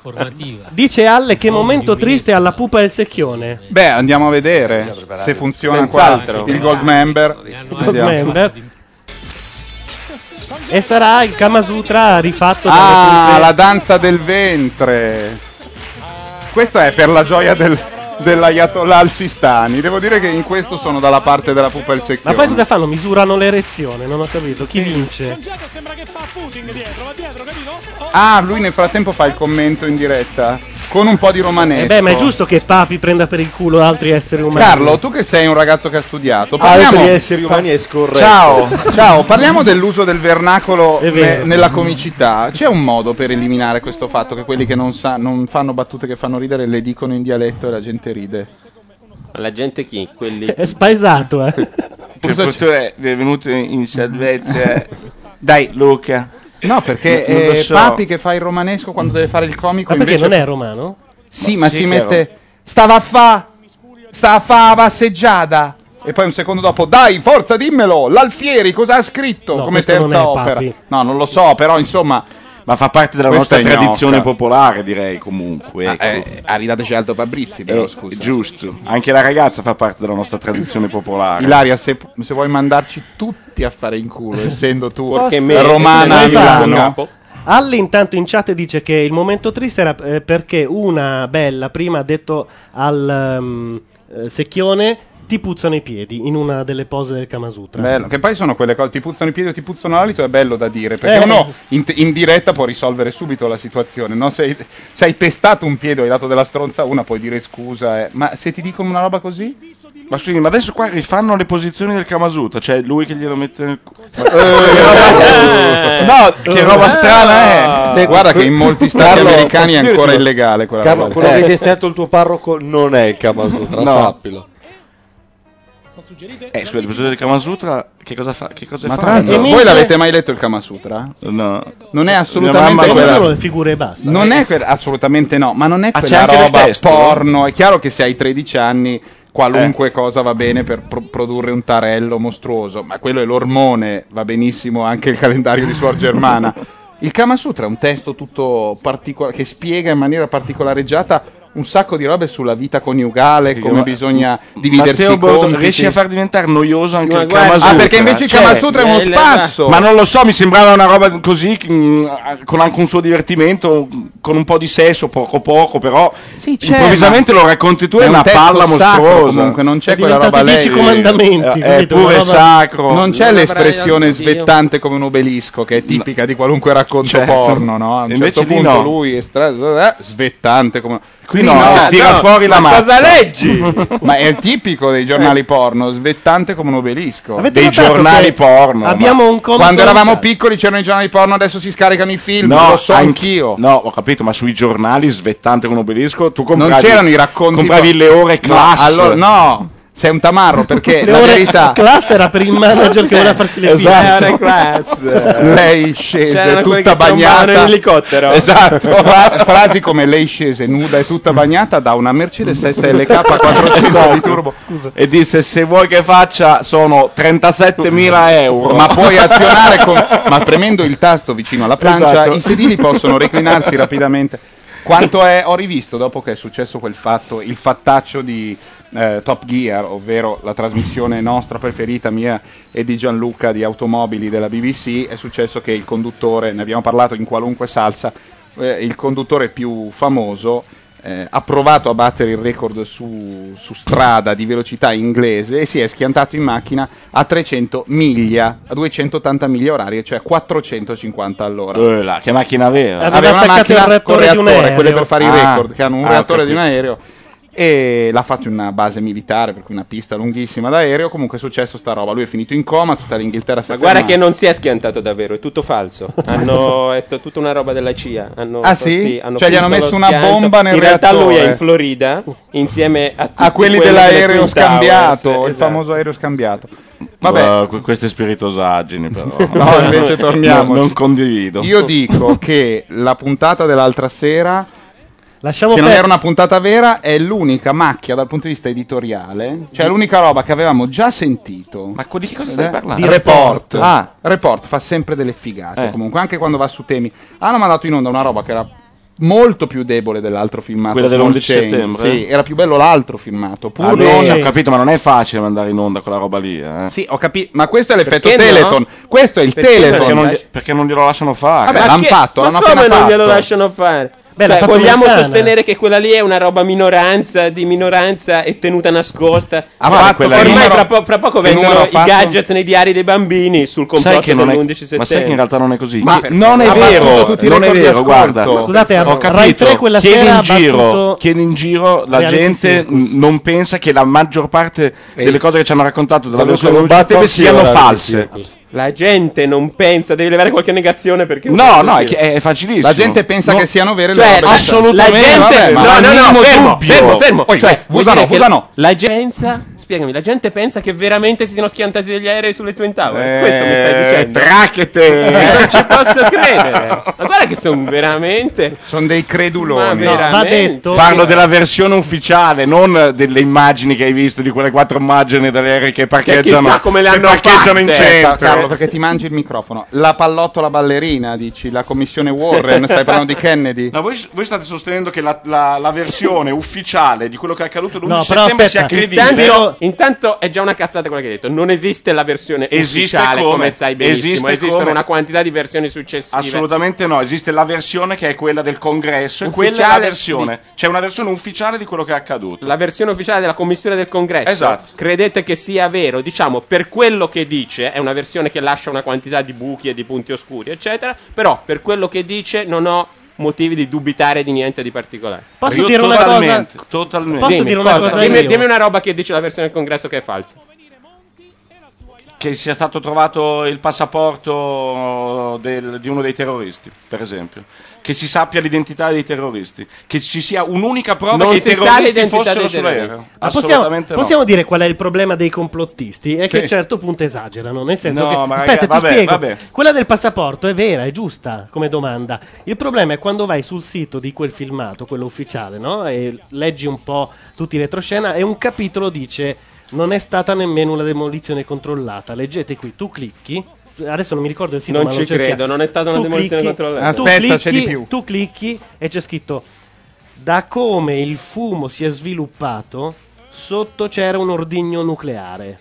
S2: Dice Alle che momento triste alla pupa e il secchione.
S1: Beh, andiamo a vedere se funziona qua
S2: Senz'altro.
S1: il gold member.
S2: Gold
S1: Vediamo.
S2: member. E sarà il Kamasutra rifatto dalle
S1: Ah,
S2: curve-
S1: la danza del ventre. Questo è per la gioia del, dell'Ayatollah al-Sistani. Devo dire che in questo sono dalla parte della pupa e il
S2: Ma
S1: secchione.
S2: poi cosa fanno? Misurano l'erezione, non ho capito. Chi vince?
S1: Ah, lui nel frattempo fa il commento in diretta con un po' di romanetto.
S2: Eh beh, ma è giusto che Papi prenda per il culo altri esseri umani.
S1: Carlo, tu che sei un ragazzo che ha studiato,
S2: Ha detto
S1: parliamo
S2: gli esseri umani
S1: è
S2: scorretto.
S1: Ciao, ciao, parliamo dell'uso del vernacolo ne-
S2: vero.
S1: nella comicità. C'è un modo per eliminare questo fatto che quelli che non, sa- non fanno battute che fanno ridere le dicono in dialetto e la gente ride?
S3: La gente chi? Quelli...
S2: È spaesato, eh.
S4: Il produttore è venuto in salvezza. Dai, Luca.
S1: No, perché
S4: Non lo
S1: eh,
S4: so.
S1: Papi che fa il romanesco quando deve fare il comico
S2: Ma perché
S1: invece...
S2: non è romano?
S1: Sì,
S2: Ma
S1: ma
S2: sì
S1: si
S2: che
S1: mette
S2: è
S1: stava a fa stava a fa la passeggiata e poi un secondo dopo dai, forza dimmelo, l'Alfieri cosa ha scritto come
S4: questo non
S1: terza
S4: è
S1: opera?
S4: Papi.
S1: No, non lo so, però insomma
S4: Ma fa parte della nostra
S1: Questa è gnocca.
S4: tradizione popolare, direi comunque.
S1: Ah, eh, ha ridateci Aldo Fabrizi, però, Eh, scusa.
S4: Giusto. Eh, Anche la ragazza fa parte della nostra tradizione popolare.
S1: Ilaria, se, se vuoi mandarci tutti a fare in culo, essendo tu
S2: Forse-
S1: romana a
S2: Esatto.
S1: Milano.
S2: Alle intanto in chat dice che il momento triste era eh, perché una bella prima ha detto al ehm, eh, secchione ti puzzano i piedi in una delle pose del Kamasutra.
S1: Bello, che poi sono quelle cose, ti puzzano i piedi o ti puzzano l'alito, è bello da dire, perché
S2: Eh.
S1: uno in, in diretta può risolvere subito la situazione, no? se, hai- se hai pestato un piede o hai dato della stronza a una puoi dire scusa, eh. ma se ti dicono una roba così?
S4: Ma scusi, ma adesso qua rifanno le posizioni del Kamasuta, cioè lui che glielo mette nel Eh. culo. no, che roba strana è.
S1: Se- guarda che in molti stati
S5: Carlo,
S1: americani è
S5: posso
S1: ancora
S5: dirtelo?
S1: illegale quella
S5: Carlo,
S1: roba.
S5: quello
S1: Eh.
S5: che ti è stato il tuo parroco non è il Kamasutra,
S4: No.
S5: sappilo.
S4: Eh, sulle posizioni del Kamasutra, che cosa fa? Che cosa
S1: Ma
S4: fa?
S1: tra l'altro, voi l'avete mai letto il Kama Sutra?
S4: No.
S1: Non è
S4: Mia
S1: assolutamente
S4: mamma-
S1: quella-
S4: Solo le
S2: figure e basta.
S1: Non
S10: Eh.
S1: è quella- assolutamente no, ma non è
S4: Ah, c'è
S1: quella
S4: anche del
S1: roba
S4: testo,
S1: porno. È chiaro che se hai 13 anni
S4: Eh.
S1: qualunque cosa va bene per pro- produrre un tarello mostruoso, ma quello è l'ormone, va benissimo anche il calendario di Suor Germana. Il Kama Sutra è un testo tutto particolare che spiega in maniera particolareggiata un sacco di robe sulla vita coniugale, come
S4: Ma-
S1: bisogna dividersi
S4: Matteo
S1: i
S4: Bordone,
S1: compiti.
S4: riesci a far diventare noioso anche
S1: Ma
S4: il
S1: guarda-
S4: Kamasutra?
S1: Ah, perché invece il Kama Sutra è uno
S4: eh,
S1: spasso.
S4: Ma non lo so, mi sembrava una roba così, che, mm, ah, con anche un suo divertimento, con un po' di sesso, poco poco, però
S1: c'è,
S4: improvvisamente
S1: ma-
S4: lo racconti tu, è,
S1: È un
S4: una
S1: testo
S4: palla
S1: sacro,
S4: mostruosa.
S1: comunque, non c'è È quella diventato roba dieci lei-
S2: comandamenti,
S4: Eh, È
S2: capito? Una
S4: pure
S2: roba-
S4: sacro.
S1: Non c'è l'espressione svettante come un obelisco, che è tipica di qualunque racconto
S4: Certo.
S1: porno, no? A un
S4: Invece
S1: certo
S4: lì
S1: punto
S4: no.
S1: lui è stra- eh, svettante come...
S4: Qui
S1: Lì
S4: no, tira fuori la mazza.
S1: ma è tipico dei giornali porno, svettante come un obelisco.
S4: Avete Dei notato giornali che porno, abbiamo ma- un comico
S1: Quando
S4: in
S1: eravamo
S4: chat.
S1: piccoli c'erano i giornali porno, adesso si scaricano i film,
S4: No,
S1: lo so anch'io.
S4: No, ho capito, ma sui giornali svettante con obelisco, tu compravi
S1: non c'erano i racconti.
S4: Compravi le ore class.
S1: No, allora, no, sei un tamarro perché
S2: Eh,
S4: Le
S1: la
S4: ore
S1: verità.
S2: class era per il manager che voleva farsi le pile.
S1: Esatto.
S2: Le ore class.
S1: Lei scese
S2: C'erano quelli
S1: tutta
S2: che trombavano
S1: bagnata.
S2: in elicottero.
S1: Esatto. fra- frasi come lei scese nuda e tutta bagnata da una Mercedes SLK 400 di turbo.
S2: Esatto. Scusa.
S4: E disse: Se vuoi che faccia, sono 37.000 euro.
S1: Ma puoi azionare con- ma premendo il tasto vicino alla pancia
S4: Esatto.
S1: i sedili possono reclinarsi rapidamente. Quanto è ho rivisto dopo che è successo quel fatto, il fattaccio di eh, Top Gear, ovvero la trasmissione nostra preferita mia e di Gianluca di automobili della BBC, è successo che il conduttore, ne abbiamo parlato in qualunque salsa, eh, il conduttore più famoso eh, ha provato a battere il record su, su strada di velocità inglese e si è schiantato in macchina a 300 miglia, a 280 miglia orarie, cioè 450 all'ora.
S4: Eh, là, che macchina aveva?
S1: Aveva una macchina con reattore, quelle per fare i
S4: Ah,
S1: record, che hanno un
S4: ah,
S1: reattore di un
S4: capito.
S1: aereo. E l'ha fatto in una base militare, per cui una pista lunghissima d'aereo. Comunque è successo sta roba. Lui è finito in coma, tutta l'Inghilterra si è
S3: Ma guarda
S1: fermata.
S3: che non si è schiantato davvero, è tutto falso. Hanno è t- tutta una roba della CIA. Hanno,
S1: Ah, sì?
S3: hanno
S1: Cioè, gli hanno
S3: finto lo
S1: messo una
S3: schianto.
S1: bomba nel
S3: In realtà lui è
S1: reattore.
S3: in Florida insieme a, tutti
S1: A quelli
S3: delle
S1: dell'aereo
S3: Twin
S1: scambiato,
S3: Towers,
S1: il
S3: esatto.
S1: famoso aereo scambiato. Vabbè,
S4: Vabbè. Boh, queste spiritosaggini, però.
S1: No, invece torniamo.
S4: Boh. No, non condivido.
S1: Io dico che la puntata dell'altra sera,
S2: Lasciamo
S1: che non
S2: per-
S1: era una puntata vera, è l'unica macchia dal punto di vista editoriale, cioè l'unica roba che avevamo già sentito. Ma
S4: di che cosa stai parlando?
S1: Eh? Di
S4: Di
S1: report.
S4: report.
S1: Ah, report fa sempre delle figate,
S4: Eh.
S1: comunque, anche quando va su temi. Hanno mandato in onda una roba che era molto più debole dell'altro filmato.
S4: Quella
S1: Small
S4: dell'11
S1: Change.
S4: settembre?
S1: Sì, eh, era più bello l'altro filmato. Pur
S4: Ah, beh,
S1: non-
S4: ho capito, ma non è facile mandare in onda quella roba lì. Eh.
S1: Sì, ho capito, ma questo è l'effetto
S4: Perché no?
S1: Teleton. Questo è il
S4: Perché?
S1: Teleton.
S4: Perché non, gli- perché non glielo lasciano fare.
S1: Vabbè, l'hanno fatto,
S3: ma
S1: l'hanno
S3: come
S1: appena
S3: non
S1: fatto.
S3: glielo lasciano fare?
S1: Beh, l'ha
S3: Cioè,
S1: fatto
S3: vogliamo
S1: Mentana.
S3: sostenere che quella lì è una roba minoranza di minoranza e tenuta nascosta.
S1: Ah,
S4: Ha
S3: Ma
S4: fatto quella
S3: ormai
S4: numero-
S3: tra, po- tra poco
S4: che numero
S3: vengono
S4: ha
S3: i
S4: fatto?
S3: gadget nei diari dei bambini sul
S4: Sai
S3: complotto
S4: che non è-
S3: dell'11 settembre.
S4: ma sai che in realtà non è così.
S3: Ma
S4: Chi-
S3: per
S4: non è
S3: favore. Ha
S4: vero,
S3: battuto tutti i
S4: non è
S3: record di
S4: vero,
S3: ascolto.
S4: guarda.
S3: Ma scusate,
S4: ho
S3: Rai
S4: capito.
S2: 3 quella
S4: chiedi
S2: sera
S4: in
S2: ha
S4: giro,
S2: battuto-
S4: chiedi in giro, la
S2: Reality
S4: gente
S2: Circus.
S4: n- non pensa che la maggior parte delle cose che ci hanno raccontato della
S3: Quando
S4: versione
S3: sono battuti
S4: ultima siano
S3: Reality
S4: false.
S3: La gente non pensa, devi levare qualche negazione perché...
S4: No, no, è, è facilissimo.
S3: La gente pensa che siano vere le robe false.
S4: assolutamente.
S3: La gente-
S4: vabbè, ma
S3: no,
S4: al
S3: no, no,
S4: minimo
S3: fermo,
S4: dubbio.
S3: fermo, fermo.
S4: Poi,
S3: Cioè, vuol
S4: Fusano,
S3: dire che
S4: Fusano.
S3: La gente pensa, spiegami, la gente pensa che veramente si siano schiantati degli aerei sulle Twin Towers. Questo mi stai dicendo.
S1: Brachete.
S3: Non ci posso credere. Ma guarda che sono veramente.
S1: Sono dei creduloni.
S3: Ma veramente.
S4: Parlo della versione ufficiale, non delle immagini che hai visto di quelle quattro immagini delle aeree che parcheggiano,
S1: Cioè, chissà come le
S4: che
S1: hanno
S4: parcheggiano in
S1: fatte. Cioè,
S4: centro.
S1: Carlo, perché ti mangi il microfono. La pallottola ballerina, dici, la commissione Warren, stai parlando di Kennedy.
S4: No, voi, voi state sostenendo che la, la- la versione ufficiale di quello che è accaduto l'11
S3: No, però
S4: settembre sia
S3: aspetta,
S4: credibile.
S3: Intanto, intanto è già una cazzata quella che hai detto. Non esiste la versione
S4: Esiste
S3: ufficiale, come,
S4: come?
S3: sai benissimo.
S4: Esiste
S3: Esistono
S4: come?
S3: una quantità di versioni successive.
S4: Assolutamente no, esiste la versione che è quella del congresso e
S3: Ufficiale
S4: quella è la
S3: di-
S4: versione. cioè C'è una versione ufficiale di quello che è accaduto.
S3: La versione ufficiale della commissione del congresso.
S4: Esatto.
S3: Credete che sia vero? Diciamo, per quello che dice, è una versione che lascia una quantità di buchi e di punti oscuri, eccetera. Però, per quello che dice, non ho motivi di dubitare di niente di particolare.
S2: Posso Io dire una totalmente, cosa?
S4: Totalmente.
S2: Posso
S3: Dimmi,
S2: dire una cosa
S3: dimmi,
S2: io?
S3: dimmi una roba che dice la versione del congresso che è falsa.
S4: Che sia stato trovato il passaporto del- di uno dei terroristi, per esempio. Che si sappia l'identità dei terroristi. Che ci sia un'unica prova
S3: Non
S4: che i
S3: si sa
S4: terroristi
S3: l'identità
S4: fossero
S3: dei terroristi.
S4: sull'aereo.
S2: Ma possiamo,
S4: Assolutamente no.
S2: possiamo dire qual è il problema dei complottisti? È che
S4: Sì.
S2: a un certo punto esagerano. Nel senso
S4: No,
S2: che.
S4: ma raga,
S2: aspetta, ti
S4: vabbè,
S2: spiego.
S4: vabbè.
S2: Quella del passaporto è vera, è giusta come domanda. Il problema è quando vai sul sito di quel filmato, quello ufficiale, no? E leggi un po' tutti i retroscena e un capitolo dice: Non è stata nemmeno una demolizione controllata. Leggete qui, tu clicchi. Adesso non mi ricordo il sito.
S3: Non
S2: ma
S3: ci
S2: lo cerchiamo.
S3: credo, non è stata una
S2: Tu
S3: demolizione
S2: clicchi-
S3: controllata.
S2: tu
S3: Aspetta, c'è
S2: clicchi-
S3: di più.
S2: Tu clicchi e c'è scritto da come il fumo si è sviluppato, sotto c'era un ordigno nucleare.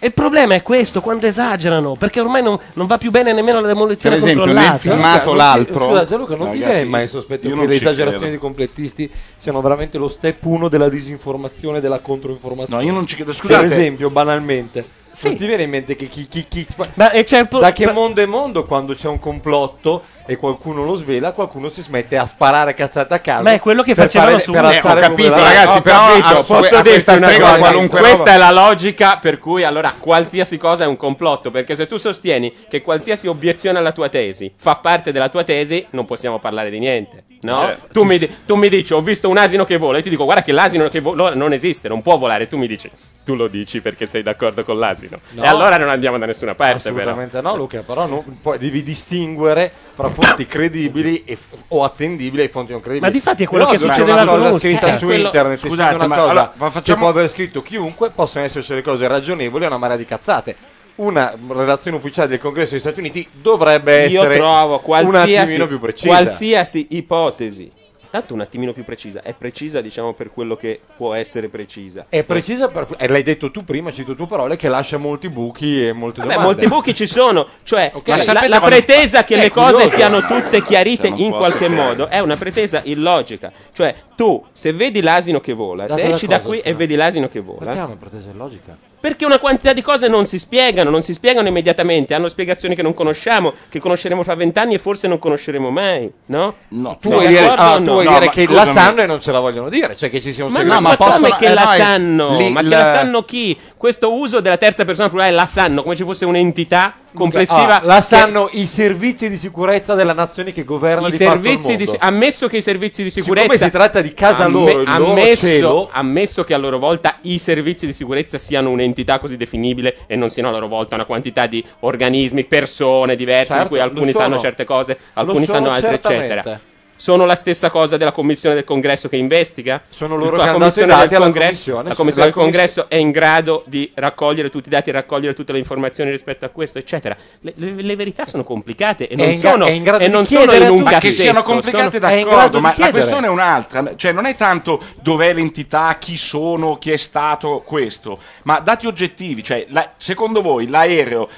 S2: E il problema è questo, quando esagerano, perché ormai non, non va più bene nemmeno la demolizione
S1: Per esempio, nel
S2: controllata.
S1: filmato l'altro-
S5: Scusa, Gianluca, non ti
S1: Ragazzi,
S5: viene mai il sospetto
S1: io
S5: che
S1: non
S5: le
S1: ci
S5: esagerazioni
S1: credo.
S5: dei completisti siano veramente lo step 1 della disinformazione e della controinformazione?
S4: No, io non ci credo.
S5: Se,
S4: Scusate.
S5: Per esempio, banalmente, non ti viene in mente che chi. chi, chi
S2: eh, da
S5: che mondo è mondo quando c'è un complotto e qualcuno lo svela, qualcuno si smette a sparare cazzate a caso.
S2: Ma è quello che
S5: per
S2: facevano
S5: fare-
S2: su-
S5: per
S2: Eh, ho
S5: alzare il
S2: capito,
S5: numero.
S2: ragazzi,
S5: Ho
S2: però,
S5: capito,
S2: ah,
S5: posso
S3: Posso
S5: dire-
S3: dirti una
S5: strega
S3: cosa?
S5: qualunque
S3: Questa
S5: roba.
S3: è la logica per cui allora qualsiasi cosa è un complotto. Perché se tu sostieni che qualsiasi obiezione alla tua tesi fa parte della tua tesi, non possiamo parlare di niente. No?
S5: Cioè,
S4: Certo.
S3: Tu, mi, di- tu mi dici, ho visto un asino che vola, e ti dico, guarda che l'asino che vola non esiste, non può volare. Tu mi dici, tu lo dici perché sei d'accordo con l'asino.
S5: No.
S3: E allora non andiamo da nessuna parte, però.
S5: Assolutamente no, Luca, però no, poi devi distinguere fra fonti credibili e f- o attendibili e fonti non credibili.
S2: Ma difatti è quello
S5: Però
S2: che
S5: se c'è
S2: succede
S5: una
S2: alla
S5: cosa
S2: conosca.
S5: scritta
S2: Eh,
S5: su
S2: quello-
S5: internet, se
S2: Scusate,
S5: c'è una
S2: ma
S5: cosa
S2: allora, ma
S5: che
S2: facciamo-
S5: può aver scritto chiunque, possono esserci le cose ragionevoli e una marea di cazzate. Una relazione ufficiale del Congresso degli Stati Uniti dovrebbe
S3: Io
S5: essere
S3: trovo
S5: un
S3: qualsiasi,
S5: attimino più precisa.
S3: qualsiasi ipotesi. Tanto un attimino più precisa, è precisa diciamo per quello che può essere precisa.
S5: È precisa, per- eh, l'hai detto tu prima, cito tue parole, che lascia molti buchi e molte
S3: Vabbè,
S5: domande.
S3: molti buchi ci sono, cioè
S5: Ok.
S3: la-
S5: Ma
S3: la,
S5: sapete
S3: la
S5: quando-
S3: pretesa che
S5: Eh,
S3: le cose
S5: curioso.
S3: siano tutte chiarite
S5: Cioè, non
S3: in
S5: posso
S3: qualche
S5: che-
S3: modo è una pretesa illogica. Cioè tu se vedi l'asino che vola,
S5: Date
S3: se
S5: la
S3: esci da
S5: cosa,
S3: qui e
S5: scusa.
S3: vedi l'asino che
S5: Perché è
S3: vola,
S5: una pretesa illogica?
S3: perché una quantità di cose non si spiegano, non si spiegano immediatamente, hanno spiegazioni che non conosciamo, che conosceremo fra vent'anni e forse non conosceremo mai, no?
S4: No,
S5: Tu vuoi dire, ah, tu vuoi dire che la sanno e non ce la vogliono dire, cioè che ci sia un
S3: Ma,
S5: segreto.
S3: no, ma come che
S5: eh,
S3: la
S5: no, è-
S3: sanno?
S5: lì
S3: ma che
S5: il-
S3: la sanno chi? Questo uso della terza persona plurale la sanno, come ci fosse un'entità complessiva.
S5: Ah, la
S3: che-
S5: sanno i servizi di sicurezza della nazione che governa
S3: I
S5: di fatto il
S3: servizi di,
S5: mondo.
S3: si- ammesso che i servizi di
S5: Siccome
S3: sicurezza
S5: si tratta di casa loro, il loro
S3: ammesso,
S5: cielo-
S3: ammesso che a loro volta i servizi di sicurezza siano un'entità così definibile e non siano a loro volta una quantità di organismi, persone diverse, di
S5: Certo,
S3: cui alcuni
S5: lo sono.
S3: sanno certe cose,
S5: Lo
S3: alcuni
S5: sono
S3: sanno altre,
S5: certamente.
S3: eccetera. sono la stessa cosa della commissione del congresso che investiga? Sono
S5: loro
S3: la
S5: che hanno dato i
S3: commissione
S5: dati
S3: del
S5: alla
S3: congresso,
S5: commissione,
S3: La
S5: sì,
S3: commissione
S5: la
S3: del congresso è in grado di raccogliere tutti i dati, raccogliere tutte le informazioni rispetto a questo, eccetera. Le, le- le verità sono complicate e non
S4: È in gra-
S3: sono
S4: è in grado
S3: e
S4: di
S3: non sono
S4: chiedere
S3: in
S4: a
S3: un
S4: tutti. Ma che
S3: cassetto.
S4: siano complicate
S3: Ecco, sono- è in grado
S4: d'accordo,
S3: di
S4: ma la
S3: chiedere.
S4: questione è un'altra, cioè non è tanto dov'è l'entità, chi sono, chi è stato questo, ma dati oggettivi, cioè la- secondo voi l'aereo,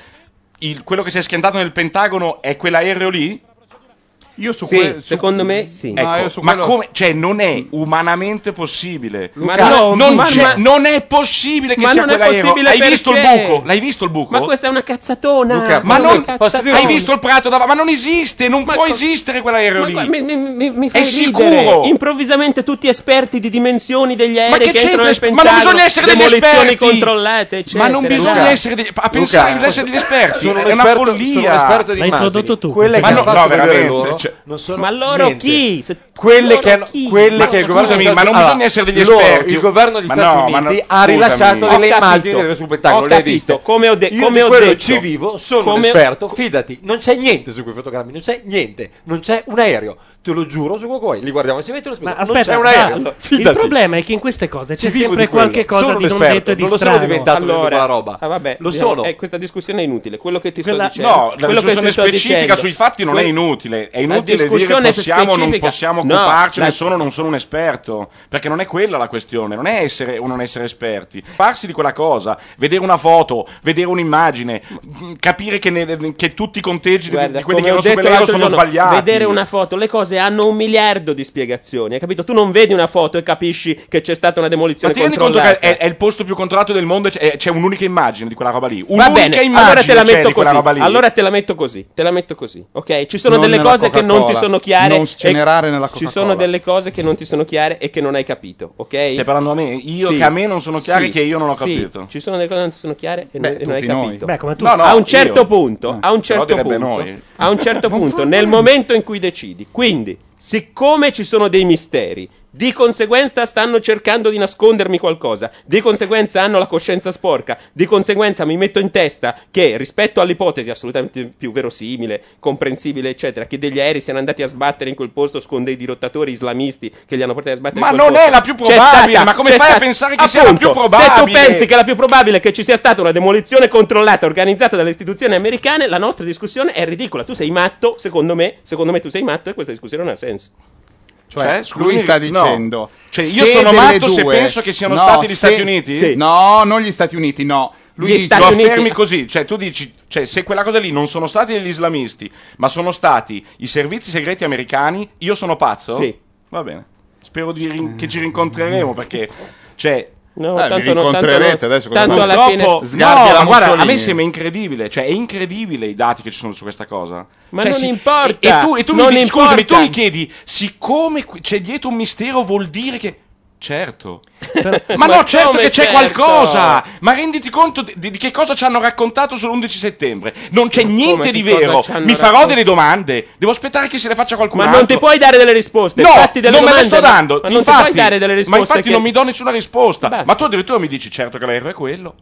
S4: il- quello che si è schiantato nel Pentagono è quell'aereo lì?
S1: Io
S3: Sì, secondo me sì.
S4: Ecco,
S3: Ma
S4: Ma,
S3: io su quello-
S4: come, cioè non è umanamente possibile.
S3: Ma
S4: Luca,
S3: no,
S4: non,
S3: ma-
S4: c'è-
S3: ma-
S4: non è possibile che
S3: Ma
S4: sia
S3: non è
S4: quell'aereo.
S3: possibile
S4: Hai visto il
S3: perché?
S4: buco? L'hai visto il buco?
S3: Ma questa è una cazzatona.
S4: ma
S3: È una
S4: non,
S3: cazzatona.
S4: hai visto il prato davanti? Ma non esiste, non può esistere quell'aereo
S3: Ma
S4: lì.
S3: guarda, mi, mi- mi- mi fai
S4: È
S3: ridere.
S4: sicuro.
S3: Improvvisamente tutti esperti di dimensioni degli aerei
S4: Ma che
S3: entrano
S4: c'entra?
S3: nel
S4: Ma non bisogna
S3: Pentagono,
S4: essere degli
S3: demolizioni
S4: esperti.
S3: controllate, eccetera.
S4: Ma non bisogna
S3: Dai.
S4: essere degli- a pensare bisogna essere degli esperti.
S5: Sono un
S4: è una
S5: esperto-
S4: follia.
S5: sono un esperto di
S4: L'hai
S5: immagini.
S4: introdotto tu.
S5: Quelle
S4: Ma
S5: che
S4: no,
S5: hanno fatto
S4: no,
S5: vedere
S4: veramente,
S5: loro
S4: cioè-
S5: non sono
S3: Ma loro
S5: niente.
S3: chi? Se-
S5: Quelle
S3: loro
S5: che hanno-
S3: chi?
S5: quelle
S3: Ma
S5: che il governo
S4: Scusami, ma non
S5: Allora,
S4: bisogna essere degli
S5: loro,
S4: esperti.
S5: il governo degli
S4: Ma
S5: Stati
S4: no, ma
S5: Uniti
S4: no,
S5: ha
S4: scusami.
S5: rilasciato
S4: Ho
S5: delle immagini
S4: capito,
S5: dello spettacolo,
S4: ho
S5: le hai
S4: capito,
S5: viste?
S3: come ho de-
S5: Io
S3: come
S5: di
S3: ho
S5: quello
S3: detto.
S5: ci vivo, sono un
S3: Come-
S5: esperto, fidati, non c'è niente su quei fotogrammi, non c'è niente, non c'è un aereo, te lo giuro su quello che vuoi, li guardiamo insieme e te lo
S2: Ma
S5: spiego, non
S2: aspetta,
S5: c'è un
S2: ma-
S5: aereo,
S2: allora, il
S5: fidati.
S2: problema è che in queste cose c'è
S5: Ci vivo
S2: sempre
S5: di quello.
S2: qualche cosa
S5: Sono
S2: di
S5: un
S2: non
S5: esperto,
S2: detto e di
S5: non lo sono
S2: strano.
S5: diventato vedendo quella roba.
S3: ah, vabbè,
S5: Lo
S3: io-
S5: sono.
S3: eh, questa discussione è inutile. Quello che ti
S4: Quella-
S3: sto dicendo.
S4: No, la
S3: quello che
S4: discussione
S3: ti sto
S4: specifica
S3: dicendo-
S4: sui fatti non è inutile. È inutile
S3: La
S4: dire
S3: discussione
S4: possiamo o non
S3: specifica-
S4: possiamo
S3: No,
S4: occuparcene,
S3: la-
S4: sono o non sono un esperto. Perché non è quella la questione, non è essere o non essere esperti. Parsi di quella cosa, vedere una foto, vedere un'immagine, mh, capire che, ne- che tutti i conteggi di-
S3: Guarda,
S4: di quelli
S3: come
S4: che
S3: ho
S4: erano
S3: detto
S4: sull'aereo
S3: l'altro
S4: sono
S3: giorno,
S4: sbagliati.
S3: Vedere una foto, le cose hanno un miliardo di spiegazioni, hai capito? Tu non vedi una foto e capisci che c'è stata una
S4: Ma
S3: demolizione
S4: ti rendi conto
S3: controllata.
S4: che è, è il posto più controllato del mondo e c'è, c'è un'unica immagine di quella roba lì? Un'unica
S3: Va bene,
S4: immagine
S3: allora te la
S4: c'è
S3: metto
S4: di quella
S3: così.
S4: roba lì.
S3: Allora te la metto così, te la metto così. Ok, ci sono
S4: Non
S3: delle
S4: nella
S3: cose che non ti
S4: Coca-Cola,
S3: sono chiare.
S4: non scenerare
S3: e-
S4: nella
S3: Ci
S4: Coca-Cola.
S3: sono delle cose che non ti sono chiare e che non hai capito, ok?
S4: Stai parlando a me? Io
S3: Sì.
S4: che a me non sono chiare
S3: Sì.
S4: che io non ho
S3: Sì.
S4: capito.
S3: Ci sono delle cose che non ti sono chiare e, non-
S4: Beh,
S3: e non hai
S4: tutti noi.
S3: capito.
S4: Beh, come tutti.
S3: No, no, Ecco, a un
S4: io.
S3: certo punto, a un certo
S4: però
S3: punto,
S4: direbbe noi.
S3: a un certo punto nel momento in cui decidi. Quindi, siccome ci sono dei misteri, di conseguenza stanno cercando di nascondermi qualcosa, di conseguenza hanno la coscienza sporca, di conseguenza mi metto in testa che rispetto all'ipotesi assolutamente più verosimile, comprensibile, eccetera, che degli aerei siano andati a sbattere in quel posto con dei dirottatori islamisti che li hanno portati a sbattere
S4: Ma
S3: in quel
S4: non
S3: posto.
S4: è la più
S3: C'è
S4: probabile,
S3: stata-
S4: ma come
S3: c'è
S4: fai a
S3: stata-
S4: pensare che sia la più
S3: Appunto, Se tu
S4: probabile?
S3: pensi che la più probabile è che ci sia stata una demolizione controllata organizzata dalle istituzioni americane, la nostra discussione è ridicola. Tu sei matto, secondo me, secondo me tu sei matto e questa discussione non ha senso.
S1: Cioè,
S4: Scusi,
S1: lui sta
S4: no.
S1: dicendo:
S4: Cioè, io
S1: se
S4: sono
S1: delle
S4: matto se
S1: due-
S4: penso che siano
S1: No,
S4: stati gli
S1: se-
S4: Stati Uniti?
S1: sì. No, non gli Stati Uniti, no. Lui
S4: Lui
S1: dice-
S4: lo affermi così, cioè tu dici, cioè, se quella cosa lì non sono stati degli islamisti, ma sono stati i servizi segreti americani, io sono pazzo?
S3: Sì.
S4: Va bene. Spero di rin- che ci rincontreremo perché, cioè...
S3: No, Eh, vi tanto no, rincontrerete tanto no. adesso cosa Tanto fate? alla fine-
S4: Purtroppo,
S3: Sgarbi
S4: no,
S3: alla
S4: ma guarda, a
S3: Mussolini.
S4: me sembra incredibile, cioè è incredibile i dati che ci sono su questa cosa.
S3: Ma
S4: Cioè,
S3: non
S4: si-
S3: importa,
S4: E, e tu, e tu mi
S3: non
S4: dici, scusami,
S3: importa.
S4: tu mi chiedi, siccome qui- c'è dietro un mistero vuol dire che... Certo. Ma,
S3: Ma
S4: no, certo
S3: come
S4: che c'è
S3: certo?
S4: qualcosa! Ma renditi conto di, di che cosa ci hanno raccontato sull'11 settembre. Non c'è niente
S3: che
S4: di
S3: cosa
S4: vero.
S3: ci hanno
S4: Mi farò
S3: raccontato?
S4: delle domande. Devo aspettare che se le faccia qualcun
S3: Ma
S4: altro.
S3: non ti puoi dare delle risposte.
S4: No,
S3: fatti delle
S4: non me le
S3: domande,
S4: sto dando.
S3: Ma non
S4: infatti,
S3: ti puoi dare delle risposte.
S4: Ma infatti
S3: che-
S4: non mi do nessuna risposta. Ma tu addirittura mi dici certo che l'aereo è quello.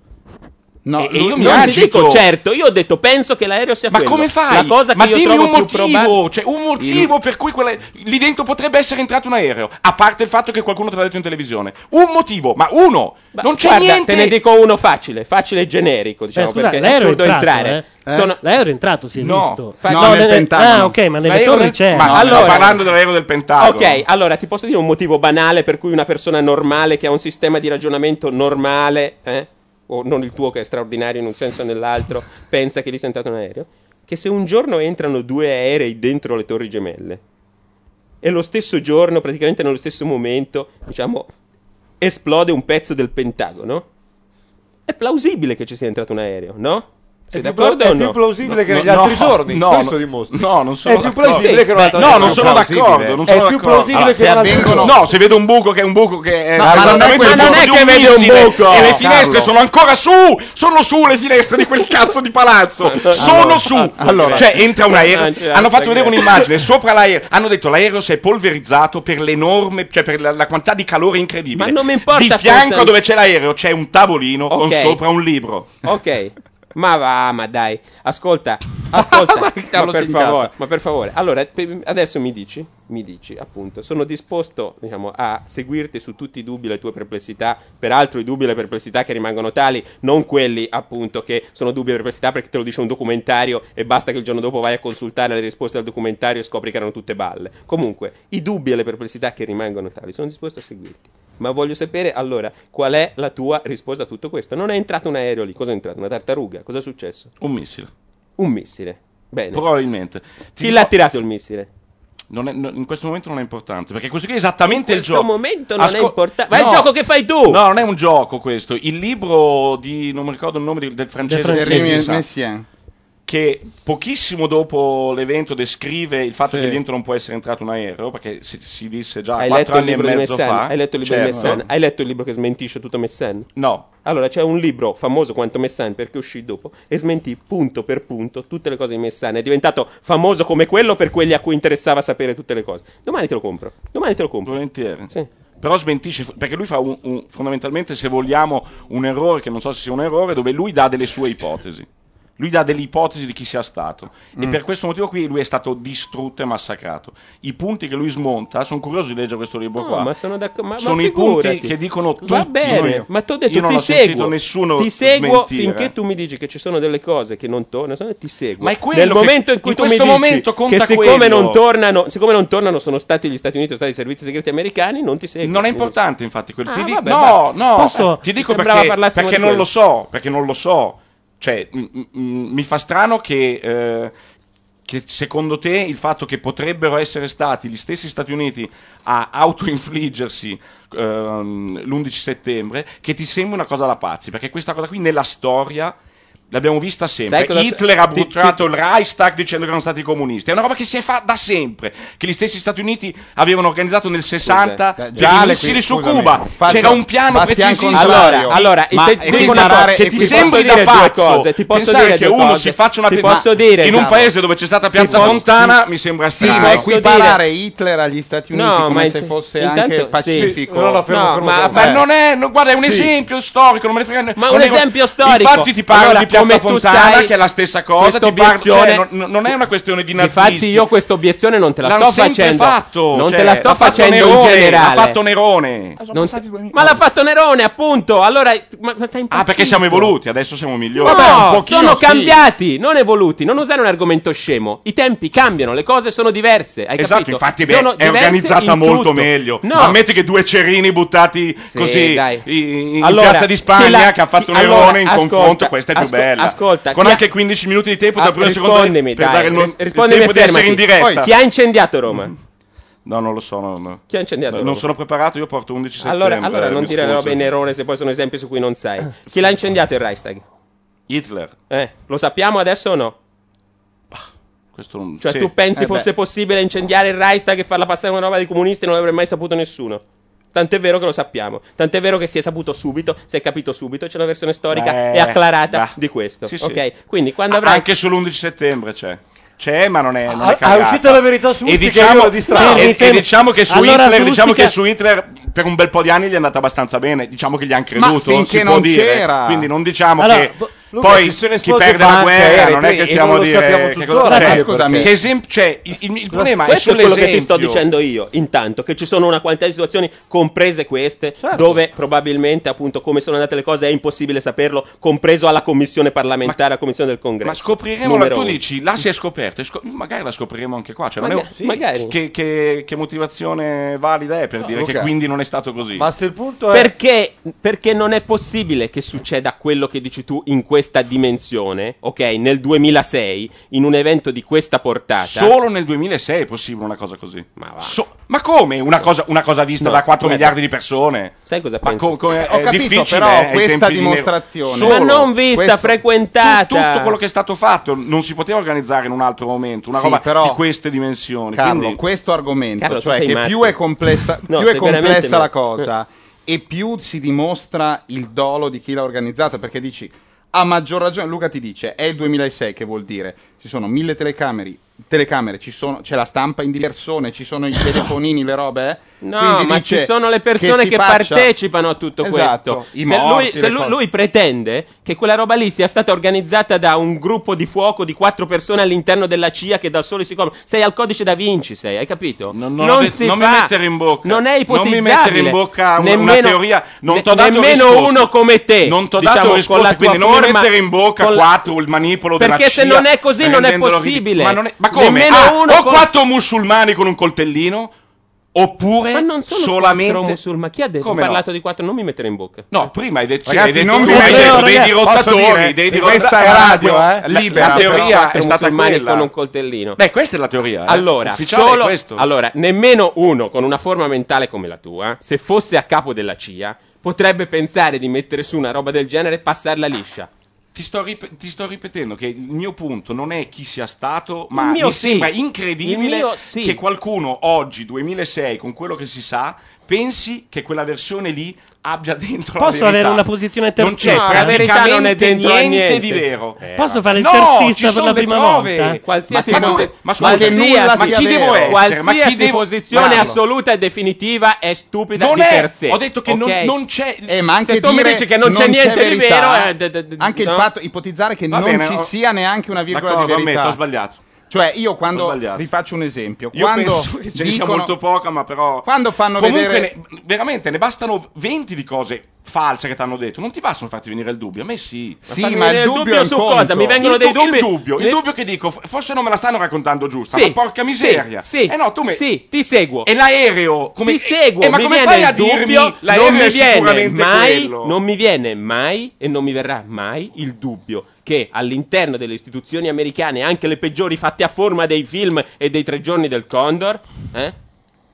S1: No,
S4: e, e
S3: Lui-
S4: io mi
S3: non ti
S4: agito.
S3: dico certo, io ho detto penso che l'aereo sia
S4: Ma
S3: quello.
S4: come fai?
S3: La cosa che
S4: Ma
S3: io
S4: dimmi
S3: trovo
S4: un
S3: più
S4: motivo,
S3: probabile-
S4: cioè un motivo per cui quella- lì dentro potrebbe essere entrato un aereo, a parte il fatto che qualcuno te l'ha detto in televisione. Un motivo, ma uno,
S3: Ma
S4: non c'è
S3: guarda,
S4: niente.
S3: Te ne dico uno facile, facile e generico, diciamo,
S2: Eh, scusa,
S3: perché è
S2: l'aereo è
S3: assurdo
S2: entrato,
S3: entrare.
S2: eh?
S3: Sono-
S2: L'aereo è entrato, si è
S3: No,
S2: visto.
S3: fa-
S2: No,
S3: no, nel
S2: nelle-
S3: Pentagono.
S2: Ah, ok, ma nelle
S3: L'aereo
S2: torri
S3: del-
S2: c'è.
S3: ma
S2: No,
S3: allora-
S2: no,
S4: parlando dell'aereo del Pentagono.
S3: Ok, allora ti posso dire un motivo banale per cui una persona normale che ha un sistema di ragionamento normale, eh, o non il tuo che è straordinario in un senso o nell'altro, pensa che lì sia entrato un aereo? Che se un giorno entrano due aerei dentro le Torri Gemelle e lo stesso giorno, praticamente nello stesso momento, diciamo, esplode un pezzo del Pentagono, è plausibile che ci sia entrato un aereo, no? Sei
S5: È più
S3: d'accordo
S5: pla-
S3: o
S5: è
S3: no?
S5: più plausibile che negli altri giorni, questo dimostra.
S4: No, non sono
S5: È più
S4: d'accordo.
S5: plausibile che
S4: Beh,
S5: un'altra
S4: No,
S5: cosa.
S4: non sono
S5: È più
S4: d'accordo. Non sono
S5: plausibile. È più
S4: d'accordo.
S5: plausibile
S4: Allora,
S5: che
S4: Ah, se
S5: un'altra
S4: avvengono-
S5: cosa.
S4: No, se vedo un buco che è un buco che è
S5: Ma- ma non è
S4: esattamente
S5: quello-
S4: il giorno
S5: non è
S4: di
S5: che
S4: missile,
S5: vedo un buco,
S4: E le finestre
S5: Carlo.
S4: sono ancora su! Sono su le finestre di quel cazzo di palazzo!
S1: Allora,
S4: sono
S5: ah,
S4: su!
S1: cazzo, allora.
S4: cioè, entra un
S1: Non
S4: aereo.
S1: c'è
S4: Hanno fatto
S1: altro
S4: vedere
S1: che-
S4: un'immagine sopra l'aereo. Hanno detto l'aereo si è polverizzato per l'enorme, cioè per la, la quantità di calore incredibile.
S3: Ma non mi importa
S4: Di
S3: cosa-
S4: fianco dove c'è l'aereo c'è un tavolino con
S3: Ok.
S4: sopra un libro.
S3: Ok. Ma va, ma dai. Ascolta, ascolta. ma,
S1: l'ho
S3: per
S1: segnata.
S3: favore, ma per favore. Allora, pe- adesso mi dici, mi dici, appunto, sono disposto diciamo, a seguirti su tutti i dubbi e le tue perplessità. Peraltro, i dubbi e le perplessità che rimangono tali, non quelli, appunto, che sono dubbi e perplessità perché te lo dice un documentario e basta che il giorno dopo vai a consultare le risposte al documentario e scopri che erano tutte balle. Comunque, i dubbi e le perplessità che rimangono tali, sono disposto a seguirti. Ma voglio sapere allora qual è la tua risposta a tutto questo. Non è entrato un aereo lì, cosa è entrato? Una tartaruga? Cosa è successo?
S4: Un missile.
S3: Un missile. Bene.
S4: Probabilmente.
S3: Chi l'ha tirato il missile?
S4: in questo momento non è importante, perché questo qui è esattamente il gioco.
S3: momento non è importante. Ma
S4: è
S3: è il gioco che fai tu!
S4: No, non è un gioco questo. Il libro di. non mi ricordo il nome del, del francese.
S1: Del francese.
S4: che sa,
S1: Messiaen.
S4: Che pochissimo dopo l'evento descrive il fatto
S1: Sì.
S4: che dentro non può essere entrato un aereo, perché si, si disse già
S3: Hai letto,
S4: quattro
S3: il
S4: anni e
S3: libro di
S4: mezzo
S3: Messen?
S4: fa.
S3: Hai letto il libro di
S4: Certo.
S3: Messen? Hai letto il libro che smentisce tutto Messen?
S4: No.
S3: Allora c'è un libro famoso quanto Messen perché uscì dopo e smentì punto per punto tutte le cose di Messen. È diventato famoso come quello per quelli a cui interessava sapere tutte le cose. Domani te lo compro. Domani te lo compro.
S4: Volentieri.
S3: Sì.
S4: Però smentisce, perché lui fa un- un- fondamentalmente, se vogliamo, un errore, che non so se sia un errore, dove lui dà delle sue ipotesi. Lui dà delle ipotesi di chi sia stato. E
S1: Mm.
S4: per questo motivo qui lui è stato distrutto e massacrato. I punti che lui smonta, sono curioso di leggere questo libro
S3: No,
S4: qua.
S3: ma sono d'acc- ma- ma
S4: Sono i punti
S3: figurati.
S4: che dicono tutti.
S3: Va bene,
S4: Io-
S3: ma ti ho
S4: io
S3: detto,
S4: non
S3: ti
S4: ho sentito
S3: seguo.
S4: nessuno
S3: ti seguo
S4: smentire.
S3: finché tu mi dici che ci sono delle cose che non tornano, ti seguo.
S4: Ma è quello
S3: Nel
S4: che-
S3: momento in
S4: in
S3: cui tu mi
S4: questo
S3: dici
S4: momento conta
S3: che siccome
S4: quello.
S3: non, tornano, siccome non tornano sono stati gli Stati Uniti, sono stati i servizi segreti americani, non ti seguo.
S4: Non è importante, infatti, quel
S3: Ah,
S4: ti di-
S3: vabbè,
S4: no,
S3: basta.
S4: no, eh,
S3: Posso-
S4: ti
S3: mi
S4: dico
S3: sembrava
S4: perché,
S3: parlassimo
S4: perché
S3: di
S4: non lo
S3: quello.
S4: so, perché non lo so. Cioè, m- m- m- mi fa strano che, eh, che secondo te il fatto che potrebbero essere stati gli stessi Stati Uniti a autoinfliggersi ehm, l'11 settembre, che ti sembra una cosa da pazzi, perché questa cosa qui nella storia l'abbiamo vista sempre.
S3: Sai cosa-
S4: Hitler ha
S3: ti- ti-
S4: buttato il Reichstag dicendo che erano stati i comunisti. È una roba che si è fatta da sempre, che gli stessi Stati Uniti avevano organizzato nel 60
S1: Scusa, eh,
S4: per
S1: già
S4: i
S1: le qui-
S4: missili su
S1: scusami,
S4: Cuba.
S1: Fazio,
S4: C'era un piano
S1: basti anche
S4: precisissimo.
S1: un salario.
S3: Allora,
S4: Ma-
S3: e te-
S4: e
S3: ti
S4: dico una
S3: posso-
S4: cosa,
S3: e
S4: che
S3: ti
S4: ti
S3: posso
S4: sembri
S3: dire
S4: da
S3: due
S4: pazzo.
S3: cose, ti posso
S4: Pensare
S3: dire
S4: che
S3: due
S4: uno
S3: cose.
S4: si faccia una
S3: Ti
S4: ma
S3: posso dire,
S4: in un
S3: Giacomo.
S4: paese dove c'è stata
S3: Ti
S4: Piazza
S3: posso-
S4: Fontana mi sembra
S1: Sì,
S4: strano.
S1: ma equiparare Hitler agli Stati Uniti
S4: No, ma
S1: come
S4: int-
S1: se fosse
S4: intanto-
S1: anche
S4: sì.
S1: pacifico.
S4: No, no, fermo, fermo, fermo. Ma non è- no, guarda, è un esempio storico, non me ne frega niente.
S3: Ma
S4: Non
S3: un
S4: è-
S3: esempio storico.
S4: Infatti ti parlo
S3: Allora,
S4: di Piazza
S3: come tu
S4: Fontana
S3: sai,
S4: che è la stessa cosa,
S3: questa
S4: ti parlo, cioè,
S3: obiezione-
S4: non, non è una questione di narcisismo.
S3: Infatti io questa obiezione non te la
S4: L'hanno
S3: sto
S4: sempre
S3: facendo.
S4: fatto,
S3: non
S4: cioè,
S3: te la sto
S4: l'ha fatto
S3: facendo in
S4: Nerone,
S3: generale.
S4: l'ha fatto Nerone.
S3: Non te- Ma l'ha fatto Nerone, appunto. Allora, ma, ma sei
S4: Ah, perché
S3: impazzito?
S4: siamo evoluti, adesso siamo migliori.
S3: No, sono cambiati, non evoluti. Non usare un argomento scemo. I tempi cambiano, le cose sono diverse. Hai
S4: Esatto,
S3: capito?
S4: infatti beh,
S3: Sono
S4: è
S3: diverse
S4: organizzata
S3: in
S4: molto
S3: tutto.
S4: meglio.
S3: No.
S4: Ammetti che due cerini buttati
S3: Sì,
S4: così
S3: dai.
S4: in, in
S3: Allora,
S4: piazza di Spagna
S3: chi la-
S4: che ha fatto
S3: chi-
S4: un
S3: allora,
S4: erone in
S3: ascolta,
S4: confronto, questa è più
S3: asco-
S4: bella.
S3: ascolta,
S4: Con
S3: chi ha-
S4: anche 15 minuti di tempo,
S3: Ah,
S4: da prima secondo
S3: rispondimi,
S4: per
S3: dai,
S4: dare il, mo-
S3: ris-
S4: il
S3: rispondimi
S4: tempo
S3: e
S4: di essere in
S3: fermati.
S4: diretta.
S3: Poi, chi ha incendiato Roma?
S4: No, non lo so, no, no.
S3: Chi ha incendiato
S4: No,
S3: Roma?
S4: non sono preparato, io porto 11 settembre.
S3: Allora, allora non
S4: mi
S3: dire
S4: scusi.
S3: roba in er- errore se poi sono esempi su cui non sai. Chi l'ha incendiato il Reichstag?
S4: Ah, Hitler.
S3: Eh, lo sappiamo adesso o no?
S4: Questo non-
S3: Cioè,
S4: sì.
S3: tu pensi
S4: Eh,
S3: fosse
S4: beh.
S3: possibile incendiare il Reichstag e farla passare una roba dei comunisti? Non l'avrebbe mai saputo nessuno. Tant'è vero che lo sappiamo. Tant'è vero che si è saputo subito, si è capito subito. C'è una versione storica
S4: Beh,
S3: e acclarata
S4: bah.
S3: di questo.
S4: Sì, sì.
S3: Ok, quindi quando
S4: Ah,
S3: avrai.
S4: Anche sull'11 settembre c'è. C'è, ma non è, non
S3: Ah,
S4: è
S3: ah,
S4: cagata.
S3: è uscita la verità su
S4: e
S3: Ustica,
S4: diciamo,
S3: io la distravo.
S4: e- e
S3: Fermi, fermi.
S4: diciamo che su
S3: Allora,
S4: Hitler,
S3: su
S4: diciamo
S3: Ustica-
S4: che su Hitler per un bel po' di anni gli è andata abbastanza bene. Diciamo che gli hanno creduto.
S1: finché
S4: si può
S1: non
S4: dire.
S1: c'era.
S4: Quindi non diciamo
S1: Allora,
S4: che.
S1: bo- Luca,
S4: Poi
S1: ci sono
S4: chi
S1: esplose
S4: perde la
S1: banche,
S4: guerra
S1: aerei,
S4: non è che
S1: treni,
S4: stiamo
S1: e
S4: a
S1: non lo sappiamo
S4: dire che cosa
S1: tuttora.
S4: c'è.
S1: Ma scusami.
S4: Che esempio c'è? Il, il- il problema è
S3: questo è quello che ti
S4: sull'esempio.
S3: sto dicendo io. Intanto, che ci sono una quantità di situazioni, comprese queste,
S4: Certo.
S3: dove probabilmente, appunto, come sono andate le cose è impossibile saperlo, compreso alla commissione parlamentare, alla commissione del congresso.
S4: Ma scopriremo, la,
S3: Numero
S4: tu
S3: uno.
S4: dici, là si è scoperto, e sco- magari la scopriremo anche qua. Cioè, non è un-
S3: Magari, sì. Magari.
S4: Che, che- che motivazione valida è
S1: Ah,
S4: per dire
S3: Luca.
S4: che quindi non è stato così?
S3: Perché, perché non è possibile che succeda quello che dici tu in questa dimensione, ok? Nel 2006, in un evento di questa portata.
S4: Solo nel 2006 è possibile una cosa così. Ma, ma come una cosa, una cosa vista
S3: No,
S4: da 4
S3: guarda.
S4: miliardi di persone?
S3: Sai cosa
S4: ma
S3: penso?
S4: co- come-
S1: Ho
S4: è
S1: capito,
S4: difficile,
S1: però,
S4: eh, ai
S1: questa
S4: tempi di Nero.
S1: dimostrazione-
S4: Solo.
S3: Ma non vista,
S4: Questo-
S3: frequentata.
S4: tu- tutto quello che è stato fatto non si poteva organizzare in un altro momento, una
S1: Sì,
S4: roba
S1: però-
S4: di queste dimensioni.
S1: Carlo,
S4: quindi-
S1: questo argomento,
S4: Carlo, tu
S1: cioè
S4: sei
S1: che
S4: matto.
S1: più è complessa,
S4: No,
S1: più è
S4: sei veramente
S1: complessa la
S4: matto.
S1: cosa e più si dimostra il dolo di chi l'ha organizzata, perché dici a maggior ragione, Luca ti dice, è il 2006 che vuol dire, ci sono mille telecamere, telecamere, ci sono, c'è la stampa in di persone, ci sono i telefonini, le robe. eh?
S3: No,
S1: Quindi
S3: ma
S1: dice
S3: ci sono le persone
S1: si
S3: che,
S1: faccia-
S3: partecipano a tutto
S1: Esatto,
S3: questo.
S1: i
S3: se
S1: morti,
S3: lui, se
S1: le
S3: lui-
S1: cose.
S3: lui pretende che quella roba lì sia stata organizzata da un gruppo di fuoco di quattro persone all'interno della CIA che da soli si coprono. Sei al codice da Vinci, sei, hai capito? Non,
S4: Non, ave-
S3: si
S4: non
S3: fa.
S4: mi mettere in bocca.
S3: Non è
S4: Non
S3: ipotizzabile.
S4: mi mettere in bocca una, una
S3: Nemmeno-
S4: teoria. Non
S3: ne-
S4: t'ho dato
S3: nemmeno
S4: risposte.
S3: uno come te.
S4: Non t'ho
S3: diciamo,
S4: dato
S3: con
S4: risposte,
S3: la tua
S4: quindi non mi
S3: forma,
S4: mettere in bocca
S3: con la-
S4: quattro il manipolo della
S3: Perché se
S4: CIA,
S3: non è così non è
S4: rendendolo
S3: possibile.
S4: ridicolo. Ma, non è- ma come?
S3: Nemmeno
S4: Ah,
S3: uno
S4: o
S3: con-
S4: quattro musulmani con un coltellino? Oppure
S3: Ma non sono
S4: solamente
S3: quattro musulmani. Chi ha detto?
S4: Come
S3: ho
S4: no?
S3: parlato di quattro, non mi mettere in bocca.
S4: No, prima hai detto,
S3: Ragazzi,
S4: hai detto
S3: non
S4: tu,
S3: mi
S4: hai
S3: mettere-
S4: detto dei
S3: posso
S4: dirottatori,
S3: dire?
S4: dei
S3: Di
S4: dirottatori.
S3: questa è radio,
S4: Ma-
S3: eh,
S4: la-
S3: libera,
S4: La
S3: però,
S4: teoria
S3: quattro
S4: è stata
S3: musulmani
S4: quella.
S3: con un coltellino.
S4: Beh, questa è la teoria. eh.
S3: Allora,
S4: Ufficiale è
S3: solo-
S4: questo.
S3: allora, nemmeno uno con una forma mentale come la tua, se fosse a capo della CIA, potrebbe pensare di mettere su una roba del genere e passarla liscia.
S4: Ti sto, rip- ti sto ripetendo che il mio punto non è chi sia stato, ma
S3: Il mio
S4: mi
S3: sì.
S4: sembra
S3: Il
S4: incredibile
S3: mio sì.
S4: che qualcuno oggi, 2006, con quello che si sa, pensi che quella versione lì abbia dentro la
S2: Posso
S4: verità.
S2: avere una posizione
S4: Non c'è
S2: terzista?
S4: praticamente niente, Eh, di vero.
S2: Posso fare il
S4: No, ci
S2: terzista per
S4: sono
S2: la
S4: le
S2: prima
S4: prove.
S2: volta?
S3: Qualsiasi,
S4: eh? Ma come-
S3: posi-
S4: ma scusa,
S3: qualsiasi-
S4: nulla sia
S3: chi
S4: vero.
S3: devo essere?
S4: Qualsiasi
S3: Qualsiasi
S4: devo-
S3: posizione
S4: Bravo.
S3: assoluta e definitiva è stupida
S4: Non
S3: di
S4: è.
S3: per sé.
S4: Ho detto che non-
S3: ok?
S4: non c'è-
S1: Eh, ma anche
S3: se tu mi
S1: dire
S3: dici che non, c'è niente di vero,
S1: verità,
S3: eh, d- d- d-
S1: anche
S3: no?
S1: il fatto ipotizzare che
S4: Va
S1: non
S4: bene,
S1: ci
S4: ho-
S1: sia neanche una virgola
S4: D'accordo,
S1: di verità.
S4: ammetto, ho sbagliato.
S1: Cioè, io
S4: Ho
S1: quando
S4: sbagliato.
S1: vi faccio un esempio,
S4: Io
S1: quando
S4: penso che ce ne sia
S1: dicono-
S4: molto poca, ma però.
S1: Quando fanno
S4: Comunque,
S1: vedere-
S4: ne- veramente ne bastano 20 di cose false che ti hanno detto. Non ti bastano farti venire il dubbio. A me sì.
S1: Sì,
S4: farmi
S1: ma
S4: venire
S1: il dubbio è un
S4: su
S1: conto.
S4: cosa? Mi vengono
S1: Il
S4: dei
S1: du- il
S4: dubbi.
S1: dubbio,
S4: il dubbio che dico, f- forse non me la stanno raccontando giusta.
S3: Sì,
S4: ma porca miseria.
S3: sì, sì,
S4: Eh no, tu me-
S3: sì, ti seguo.
S4: E l'aereo. Come...
S3: ti seguo,
S4: eh, ma
S3: mi
S4: come
S3: viene
S4: fai a
S3: il dubbio,
S4: dirmi l'aereo
S3: non mi
S4: è
S3: viene
S4: sicuramente
S3: mai,
S4: quello?
S3: non mi viene mai e non mi verrà mai il dubbio che all'interno delle istituzioni americane, anche le peggiori fatte a forma dei film e dei tre giorni del Condor, eh,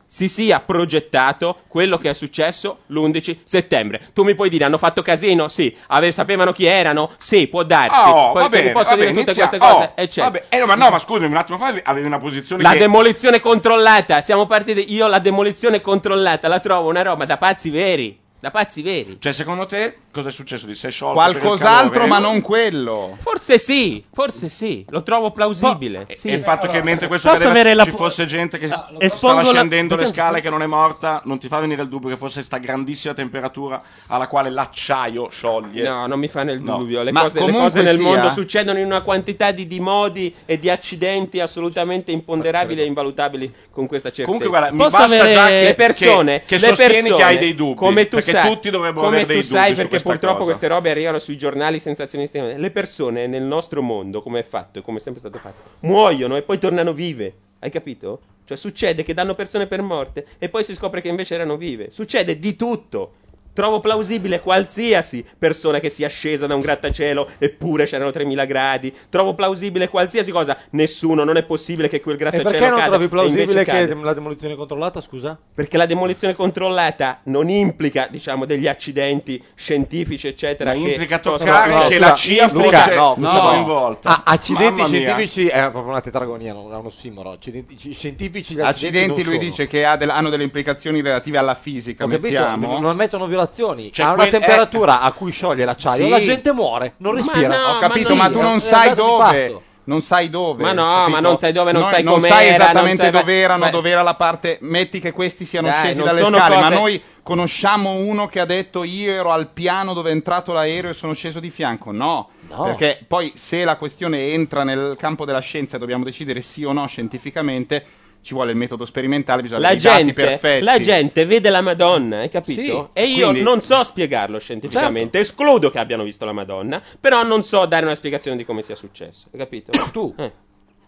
S3: si sia progettato quello che è successo l'11 settembre. Tu mi puoi dire, hanno fatto casino? Sì. Ave- sapevano chi erano? Eh, Sì, può darsi.
S4: Oh,
S3: Poi
S4: va
S3: tu mi
S4: bene,
S3: posso
S4: va
S3: dire
S4: bene,
S3: tutte
S4: inizia-
S3: queste cose? certo.
S4: oh,
S3: eccetera.
S4: vabbè. Eh, no, ma no, ma scusami, un attimo fa avevi una posizione
S3: La
S4: che...
S3: demolizione controllata, siamo partiti. Io la demolizione controllata la trovo una roba da pazzi veri. Da pazzi veri.
S4: Cioè, secondo te cosa è successo di sei sciolto per il
S1: qualcos'altro,
S4: calore?
S1: ma non quello.
S3: Forse sì, forse sì, lo trovo plausibile.
S4: E il fatto che mentre questo
S3: Posso
S4: cadeva
S3: avere la
S4: ci
S3: po-
S4: fosse gente che
S3: espongo
S4: stava
S3: la-
S4: scendendo le
S3: perché-
S4: scale che non è morta, non ti fa venire il dubbio che fosse sta grandissima temperatura alla quale l'acciaio scioglie.
S3: No, non mi fa nel dubbio. Le,
S4: Ma
S3: cose, le
S4: comunque
S3: cose nel
S4: sia-
S3: mondo succedono in una quantità di dimodi e di accidenti assolutamente imponderabili e invalutabili con questa certezza.
S4: Comunque, guarda, mi basta già che,
S3: le persone
S4: che, che
S3: le
S4: sostieni
S3: persone,
S4: che hai dei dubbi.
S3: Come tu sai,
S4: perché tutti dovrebbero
S3: come
S4: avere
S3: tu
S4: dei dubbi.
S3: sai,
S4: su
S3: perché
S4: questa
S3: purtroppo
S4: cosa.
S3: queste robe arrivano sui giornali sensazionisti. Le persone nel nostro mondo, come è fatto e come è sempre stato fatto, muoiono e poi tornano vive. Hai capito? Cioè, succede che danno persone per morte e poi si scopre che invece erano vive. Succede di tutto. Trovo plausibile qualsiasi persona che sia scesa da un grattacielo eppure c'erano 3000 gradi. Trovo plausibile qualsiasi cosa. Nessuno, non è possibile che quel
S5: E
S3: grattacielo
S5: perché non
S3: cada,
S5: trovi
S3: e invece
S5: plausibile
S3: cade.
S5: che la demolizione controllata, scusa?
S3: Perché la demolizione controllata non implica, diciamo, degli accidenti scientifici, eccetera.
S4: Ma
S3: che
S4: implica
S3: possono
S4: toccare
S3: succedere.
S4: che la CIA
S5: Luca,
S4: fosse-
S5: no, questa
S4: no.
S5: cosa-
S4: coinvolta.
S5: Ah, accidenti
S4: Mamma mia.
S5: scientifici è proprio una tetragonia, non è uno simoro. Accidenti ci- scientifici gli accidenti,
S1: Accidenti,
S5: non
S1: lui
S5: sono.
S1: dice che ha del- hanno delle implicazioni relative alla fisica,
S5: Ho capito,
S1: mettiamo.
S5: non mettono violazioni.
S1: Cioè,
S5: ha una
S1: quel-
S5: temperatura a cui scioglie l'acciaio,
S1: Sì.
S5: la gente muore, non
S1: Ma
S5: respira. Eh,
S1: no, Ho capito, ma, tu non sai dove. Non sai dove.
S3: Ma no,
S1: capito?
S3: ma non sai dove, non
S1: Noi-
S3: sai
S1: Non
S3: com'era,
S1: sai
S3: non
S1: esattamente
S3: sai-
S1: dove erano,
S3: Beh.
S1: dove era la parte. Metti che questi siano
S3: Dai,
S1: scesi
S3: non
S1: dalle
S3: sono
S1: scale, ma
S3: cose-
S1: noi conosciamo uno che ha detto io ero al piano dove è entrato l'aereo e sono sceso di fianco. No, perché poi se la questione entra nel campo della scienza e dobbiamo decidere sì o no scientificamente, ci vuole il metodo sperimentale, bisogna
S3: La
S1: avere i dati
S3: gente,
S1: perfetti.
S3: la gente vede la Madonna, hai capito?
S1: Sì,
S3: e io
S1: quindi- Certo.
S3: non so spiegarlo scientificamente. Escludo che abbiano visto la Madonna, però non so dare una spiegazione di come sia successo, hai capito?
S5: Tu.
S3: Eh.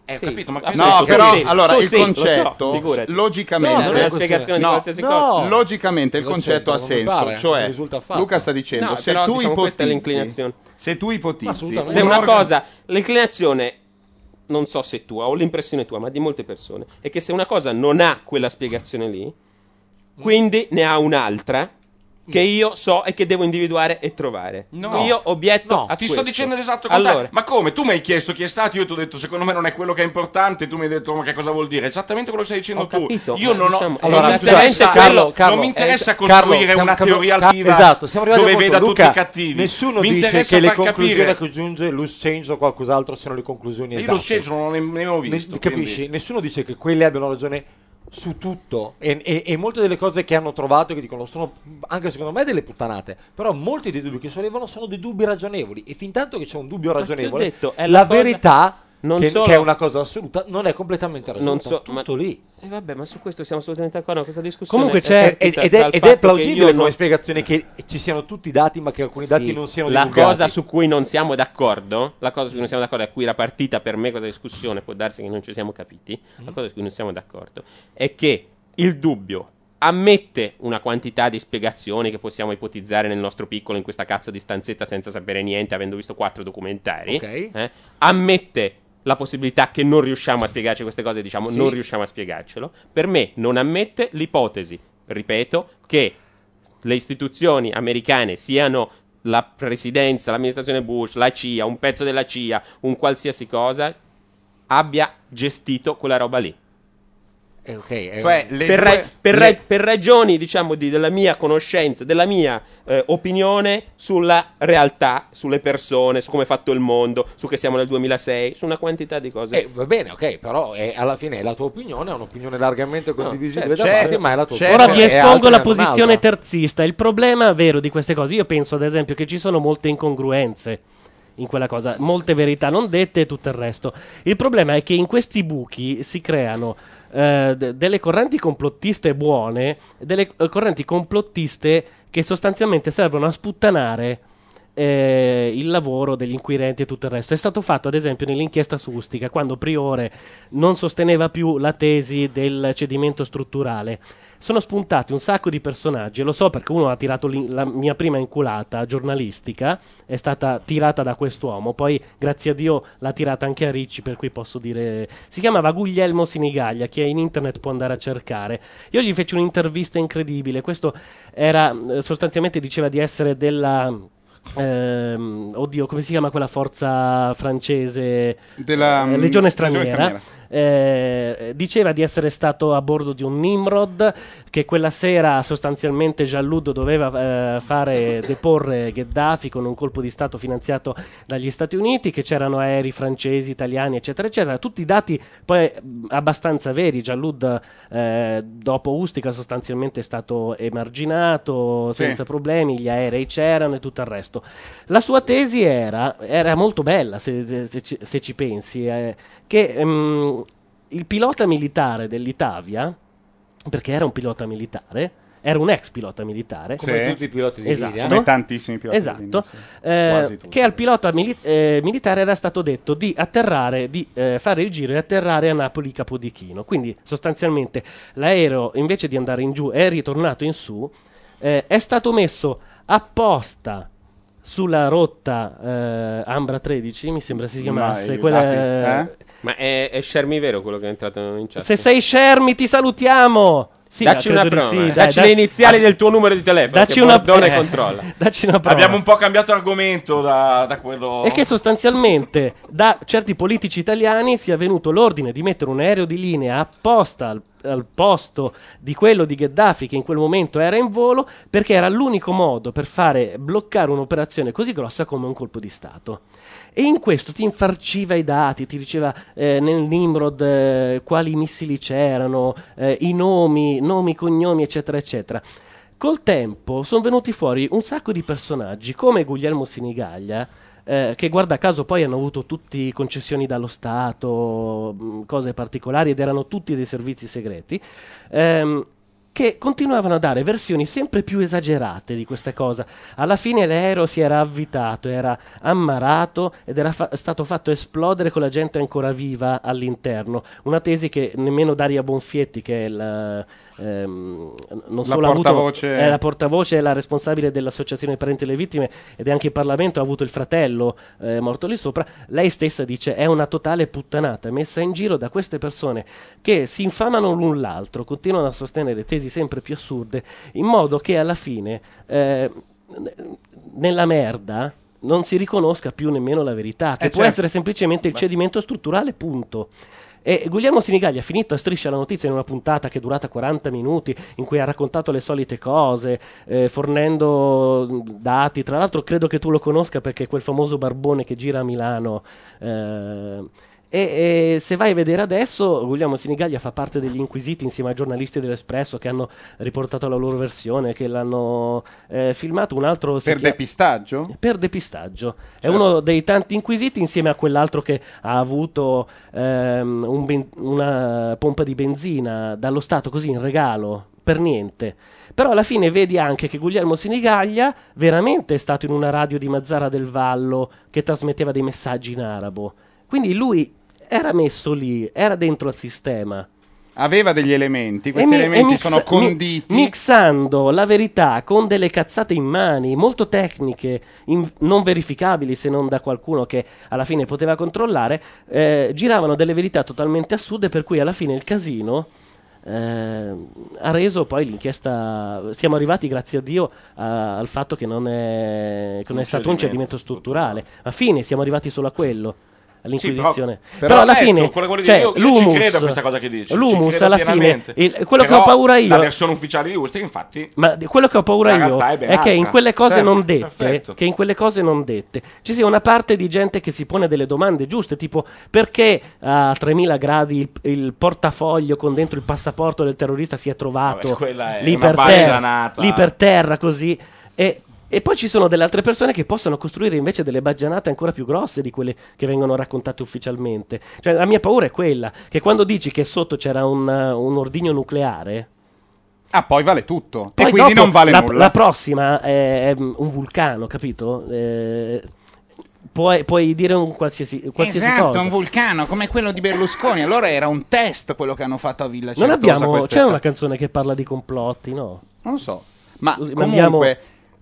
S4: ho capito, ma
S3: appunto,
S1: No,
S3: tu
S1: però
S3: sì,
S1: allora
S3: tu
S1: il
S3: sì, lo so,
S1: concetto,
S3: figurati.
S1: logicamente,
S3: No, non è una spiegazione di
S1: No,
S3: qualsiasi
S1: no,
S3: cosa.
S1: Logicamente il
S3: Cosa
S1: concetto ha
S3: c'entra? Non mi
S1: senso,
S3: pare, non
S1: cioè
S3: risulta affatto.
S1: Luca sta dicendo
S3: No,
S1: se
S3: però,
S1: tu
S3: diciamo, questa è
S1: ipotizzi
S3: l'inclinazione.
S1: se tu ipotizzi
S3: Se una cosa, l'inclinazione, non so se tua, ho l'impressione tua, ma di molte persone, è che se una cosa non ha quella spiegazione lì, quindi ne ha un'altra che io so e che devo individuare e trovare.
S4: No.
S3: Io obietto
S4: No,
S3: a
S4: ti
S3: questo.
S4: sto dicendo l'esatto contrario.
S3: Allora,
S4: Ma come? Tu mi hai chiesto chi è stato, io ti ho detto secondo me non è quello che è importante, tu mi hai detto ma che cosa vuol dire? Esattamente quello che stai dicendo
S3: Ho
S4: tu.
S3: capito,
S4: io
S3: ma
S4: non
S3: diciamo,
S4: ho
S3: Allora,
S4: non mi
S3: scusate,
S4: interessa
S3: Carlo,
S4: quello-
S3: Carlo,
S4: non mi interessa
S3: eh,
S4: costruire
S5: Carlo,
S4: una
S5: Carlo,
S4: teoria
S5: Carlo,
S4: attiva
S5: esatto, siamo arrivati
S4: dove
S5: al punto.
S4: veda
S5: Luca,
S4: tutti i cattivi. mi
S5: Nessuno dice
S4: interessa
S5: che le
S4: far
S5: conclusioni
S4: capire
S5: a cui giunge Loose Change o qualcos'altro siano le conclusioni
S4: Io
S5: esatte.
S4: Loose Change non l'ho nemmeno visto,
S5: Ne-
S4: quindi.
S5: capisci? Nessuno dice che quelle abbiano ragione su tutto e, e- e molte delle cose che hanno trovato che dicono sono anche secondo me delle puttanate però molti dei dubbi che sollevano sono dei dubbi ragionevoli e fin tanto che c'è un dubbio ragionevole
S3: detto, è
S5: la,
S3: la cosa-
S5: verità
S3: Non
S5: che,
S3: solo-
S5: che è una cosa assoluta non è completamente ragionevole
S3: non so,
S5: tutto lì.
S3: E vabbè, ma su questo siamo assolutamente d'accordo. Questa discussione
S5: Comunque c'è, ed,
S3: partita
S5: ed è,
S3: dal
S5: ed
S3: fatto
S5: è
S3: che io
S5: plausibile come
S3: non-
S5: spiegazione che ci siano tutti i dati, ma che alcuni
S3: Sì,
S5: dati non siano
S3: la
S5: divulgati.
S3: cosa su cui non siamo d'accordo la cosa su cui non siamo d'accordo è cui la partita per me questa discussione può darsi che non ci siamo capiti
S5: Mm.
S3: la cosa su cui non siamo d'accordo è che il dubbio ammette una quantità di spiegazioni che possiamo ipotizzare nel nostro piccolo in questa cazzo di stanzetta senza sapere niente avendo visto quattro documentari
S5: Ok.
S3: eh, ammette la possibilità che non riusciamo a spiegarci queste cose diciamo
S5: Sì.
S3: non riusciamo a spiegarcelo per me non ammette l'ipotesi ripeto che le istituzioni americane siano la presidenza, l'amministrazione Bush, la CIA, un pezzo della CIA, un qualsiasi cosa, abbia gestito quella roba lì.
S5: Eh, ok, eh,
S3: Cioè,
S5: le
S3: per,
S5: due-
S3: ra- per
S5: le-
S3: ra- per ragioni, diciamo, di- della mia conoscenza, della mia eh, opinione sulla realtà, sulle persone, su come è fatto il mondo, su che siamo nel 2006, su una quantità di cose.
S5: Eh, va bene, ok, però eh, alla fine è la tua opinione, è un'opinione largamente condivisibile
S3: certo,
S5: da
S3: certo.
S5: parte, ma è la tua
S2: Ora vi
S5: opinione, e
S2: espongo
S5: altri
S2: la
S5: ne hanno
S2: posizione
S5: un'altra.
S2: terzista. Il problema vero di queste cose, io penso ad esempio che ci sono molte incongruenze in quella cosa, molte verità non dette e tutto il resto. Il problema è che in questi buchi si creano eh, d- delle correnti complottiste buone e delle eh, correnti complottiste che sostanzialmente servono a sputtanare eh, il lavoro degli inquirenti e tutto il resto. È stato fatto, ad esempio, nell'inchiesta su Ustica, quando Priore non sosteneva più la tesi del cedimento strutturale. Sono spuntati un sacco di personaggi, e lo so perché uno ha tirato l'in- la mia prima inculata giornalistica, è stata tirata da quest'uomo, poi grazie a Dio l'ha tirata anche a Ricci, per cui posso dire... Si chiamava Guglielmo Sinigaglia, chi è in internet può andare a cercare. Io gli feci un'intervista incredibile, questo era, eh, sostanzialmente diceva di essere della... Ehm, oddio, come si chiama quella forza francese?
S1: Della,
S2: Eh,
S1: mm,
S2: Legione
S1: Legione
S2: Straniera.
S1: Straniera.
S2: Eh, diceva di essere stato a bordo di un Nimrod, che quella sera sostanzialmente Gialludo doveva eh, fare deporre Gheddafi con un colpo di Stato finanziato dagli Stati Uniti, che c'erano aerei francesi, italiani, eccetera, eccetera. Tutti dati poi mh, abbastanza veri. Giallud eh, dopo Ustica sostanzialmente è stato emarginato
S6: Sì.
S2: senza problemi, gli aerei c'erano e tutto il resto. La sua tesi era, era molto bella, se, se- se ci- se ci pensi, eh, che ehm, il pilota militare dell'Itavia, perché era un pilota militare, era un ex pilota militare.
S1: Come Sì. tutti i piloti di
S2: esatto.
S1: linea. Come tantissimi piloti di
S2: Esatto.
S1: linea, sì.
S2: Eh,
S1: Quasi tutti.
S2: che al pilota mili- eh, militare era stato detto di atterrare, di eh, fare il giro e atterrare a Napoli Capodichino. Quindi sostanzialmente l'aereo invece di andare in giù è ritornato in su, eh, è stato messo apposta sulla rotta eh, Ambra 13, mi sembra si chiamasse,
S3: eh?
S2: quella- eh,
S3: Ma è, è Shermi vero quello che è entrato in chat?
S2: se sei Shermi, ti salutiamo. Sì,
S3: dacci una
S2: credo di
S3: prova,
S2: sì, dai,
S3: dacci
S2: dai.
S3: le iniziali del tuo numero di telefono.
S2: dacci
S3: che
S2: una-
S3: Bordone
S2: eh.
S3: controlla.
S2: Dacci una prova.
S4: Abbiamo un po' cambiato argomento da, da quello
S2: E che sostanzialmente da certi politici italiani sia venuto l'ordine di mettere un aereo di linea apposta al, al posto di quello di Gheddafi che in quel momento era in volo perché era l'unico modo per fare bloccare un'operazione così grossa come un colpo di Stato. E in questo ti infarciva i dati, ti diceva eh, nel Nimrod eh, quali missili c'erano, eh, i nomi, nomi, cognomi, eccetera, eccetera. Col tempo sono venuti fuori un sacco di personaggi come Guglielmo Sinigaglia, eh, che guarda caso poi hanno avuto tutti concessioni dallo Stato, mh, cose particolari ed erano tutti dei servizi segreti, ehm, che continuavano a dare versioni sempre più esagerate di questa cosa. Alla fine l'aereo si era avvitato, era ammarato ed era fa- stato fatto esplodere con la gente ancora viva all'interno. Una tesi che nemmeno Daria Bonfietti, che è il, ehm, non
S1: La
S2: solo ha avuto-
S1: portavoce-
S2: è la portavoce e la responsabile dell'associazione Parenti delle Vittime ed è anche in Parlamento, ha avuto il fratello eh, morto lì sopra, lei stessa dice è una totale puttanata messa in giro da queste persone che si infamano l'un l'altro, continuano a sostenere tesi tesi sempre più assurde, in modo che alla fine, eh, n- nella merda, non si riconosca più nemmeno la verità, che
S6: Eh,
S2: può
S6: certo.
S2: essere semplicemente il
S6: Beh.
S2: cedimento strutturale, punto. E Guglielmo Sinigaglia ha finito a striscia la notizia in una puntata che è durata 40 minuti, in cui ha raccontato le solite cose, eh, fornendo mh, dati. Tra l'altro, credo che tu lo conosca perché è quel famoso barbone che gira a Milano. eh, e, e se vai a vedere adesso, Guglielmo Sinigaglia fa parte degli inquisiti insieme ai giornalisti dell'Espresso che hanno riportato la loro versione, che l'hanno eh, filmato. Un altro si
S1: Per
S2: chia-
S1: depistaggio?
S2: Per depistaggio. È uno dei tanti inquisiti insieme a quell'altro che ha avuto ehm, un ben- una pompa di benzina dallo Stato così in regalo. Per niente. Però alla fine vedi anche che Guglielmo Sinigaglia veramente è stato in una radio di Mazzara del Vallo che trasmetteva dei messaggi in arabo. Quindi lui era messo lì, era dentro al sistema.
S1: Aveva degli elementi, questi
S2: mi-
S1: elementi
S2: mix-
S1: sono conditi.
S2: mi- mixando la verità con delle cazzate in mani, molto tecniche, in- non verificabili se non da qualcuno che alla fine poteva controllare, eh, giravano delle verità totalmente assurde, per cui alla fine il casino. eh, ha reso poi l'inchiesta. Siamo arrivati, grazie a Dio, a- al fatto che non è, che non è stato un
S4: cedimento
S2: cedimento strutturale. Ma fine, siamo arrivati solo a quello. All'inquisizione,
S4: Sì, però-
S2: però,
S4: però
S2: alla
S4: ecco,
S2: fine,
S4: quello- quello che
S2: cioè,
S4: dico io, io ci
S2: l'humus,
S4: credo a questa cosa che dici, ci
S2: l'humus
S4: credo
S2: alla fine,
S4: pienamente.
S2: il- quello che
S4: Però
S2: ho paura io,
S4: La versione ufficiale di Ustia, infatti.
S2: ma di- quello che ho paura
S4: La
S2: io
S4: realtà è
S2: è,
S4: ben
S2: che
S4: altra.
S2: in quelle cose
S4: Certo,
S2: non dette,
S4: perfetto.
S2: che in quelle cose non dette, ci sia una parte di gente che si pone delle domande giuste, tipo perché a 3000 gradi il, il portafoglio con dentro il passaporto del terrorista si è trovato
S4: Vabbè, quella è
S2: lì,
S4: una
S2: per
S4: base
S2: terra,
S4: granata.
S2: lì per terra così e e poi ci sono delle altre persone che possono costruire invece delle baggianate ancora più grosse di quelle che vengono raccontate ufficialmente. Cioè, la mia paura è quella che quando dici che sotto c'era un, eh, un ordigno nucleare,
S1: Ah, poi vale tutto.
S2: poi
S1: e quindi
S2: dopo
S1: non vale
S2: la,
S1: nulla.
S2: La prossima è, è un vulcano, capito? Eh, puoi, puoi dire un qualsiasi, qualsiasi
S1: esatto,
S2: cosa.
S1: un vulcano come quello di Berlusconi. Allora era un test quello che hanno fatto a Villa
S2: non
S1: Certosa
S2: abbiamo. C'è
S1: quest'estate.
S2: una canzone che parla di complotti, no?
S1: Non lo so. Ma
S2: Scusi, ma
S1: comunque,
S2: andiamo-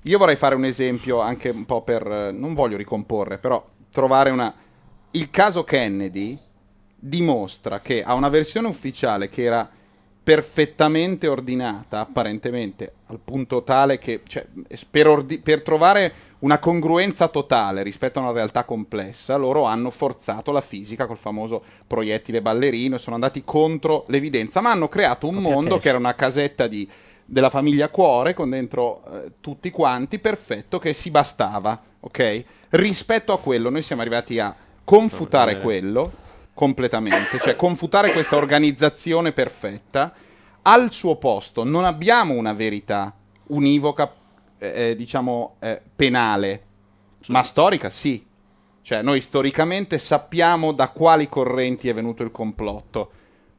S1: io vorrei fare un esempio anche un po' per. eh, Non voglio ricomporre, però trovare una. Il caso Kennedy dimostra che ha una versione ufficiale che era perfettamente ordinata, apparentemente, al punto tale che cioè, es- per, ordi- per trovare una congruenza totale rispetto a una realtà complessa, loro hanno forzato la fisica col famoso proiettile ballerino e sono andati contro l'evidenza, ma hanno creato un mondo
S2: paste.
S1: che era una casetta di- della famiglia Cuore con dentro eh, tutti quanti, perfetto, che si bastava, ok? Rispetto a quello noi siamo arrivati a confutare quello completamente, cioè confutare questa organizzazione perfetta al suo posto non abbiamo una verità univoca, eh, eh, diciamo, eh, penale, ma storica sì. Cioè, noi storicamente sappiamo da quali correnti è venuto il complotto,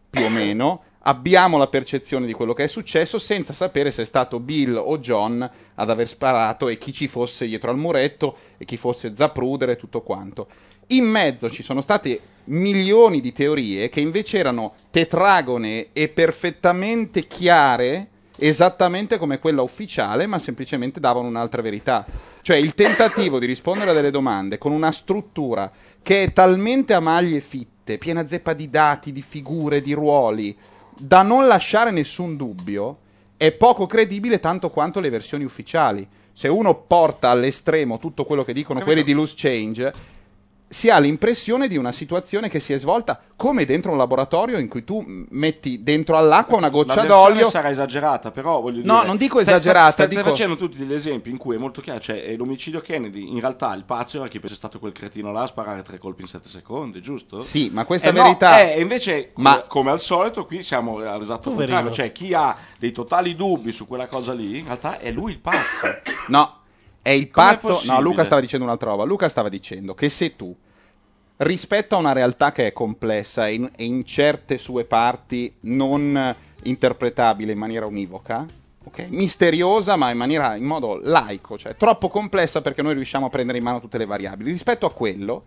S1: più o meno. Abbiamo la percezione di quello che è successo senza sapere se è stato Bill o John ad aver sparato e chi ci fosse dietro al muretto e chi fosse Zapruder e tutto quanto. In mezzo ci sono state milioni di teorie che invece erano tetragone e perfettamente chiare, esattamente come quella ufficiale, ma semplicemente davano un'altra verità. Cioè il tentativo di rispondere a delle domande con una struttura che è talmente a maglie fitte, piena zeppa di dati, di figure, di ruoli, da non lasciare nessun dubbio, è poco credibile tanto quanto le versioni ufficiali. Se uno porta all'estremo tutto quello che dicono
S4: Capito.
S1: quelli di Loose Change, si ha l'impressione di una situazione che si è svolta come dentro un laboratorio in cui tu mh, metti dentro all'acqua una
S4: La
S1: goccia
S4: versione
S1: d'olio.
S4: sarà esagerata, però voglio dire.
S1: No, non dico
S4: stai-
S1: esagerata,
S4: Stai, stai
S1: dico-
S4: facendo tutti degli esempi in cui è molto chiaro. Cioè, eh, l'omicidio Kennedy. In realtà, il pazzo era che fosse stato quel cretino là a sparare tre colpi in sette secondi, giusto?
S1: Sì, ma questa
S4: Eh, no,
S1: verità-
S4: eh, e invece,
S1: Ma-
S4: come, come al solito, qui siamo all'esatto
S1: Poverino.
S4: contrario. Cioè, chi ha dei totali dubbi su quella cosa lì, in realtà è lui il pazzo.
S1: No, è il
S4: Com'è
S1: pazzo.
S4: possibile?
S1: No, Luca stava dicendo un'altra roba. Luca stava dicendo che se tu rispetto a una realtà che è complessa e in, e in certe sue parti non eh, interpretabile in maniera univoca, ok? misteriosa ma in, maniera, in modo laico, cioè troppo complessa perché noi riusciamo a prendere in mano tutte le variabili. Rispetto a quello,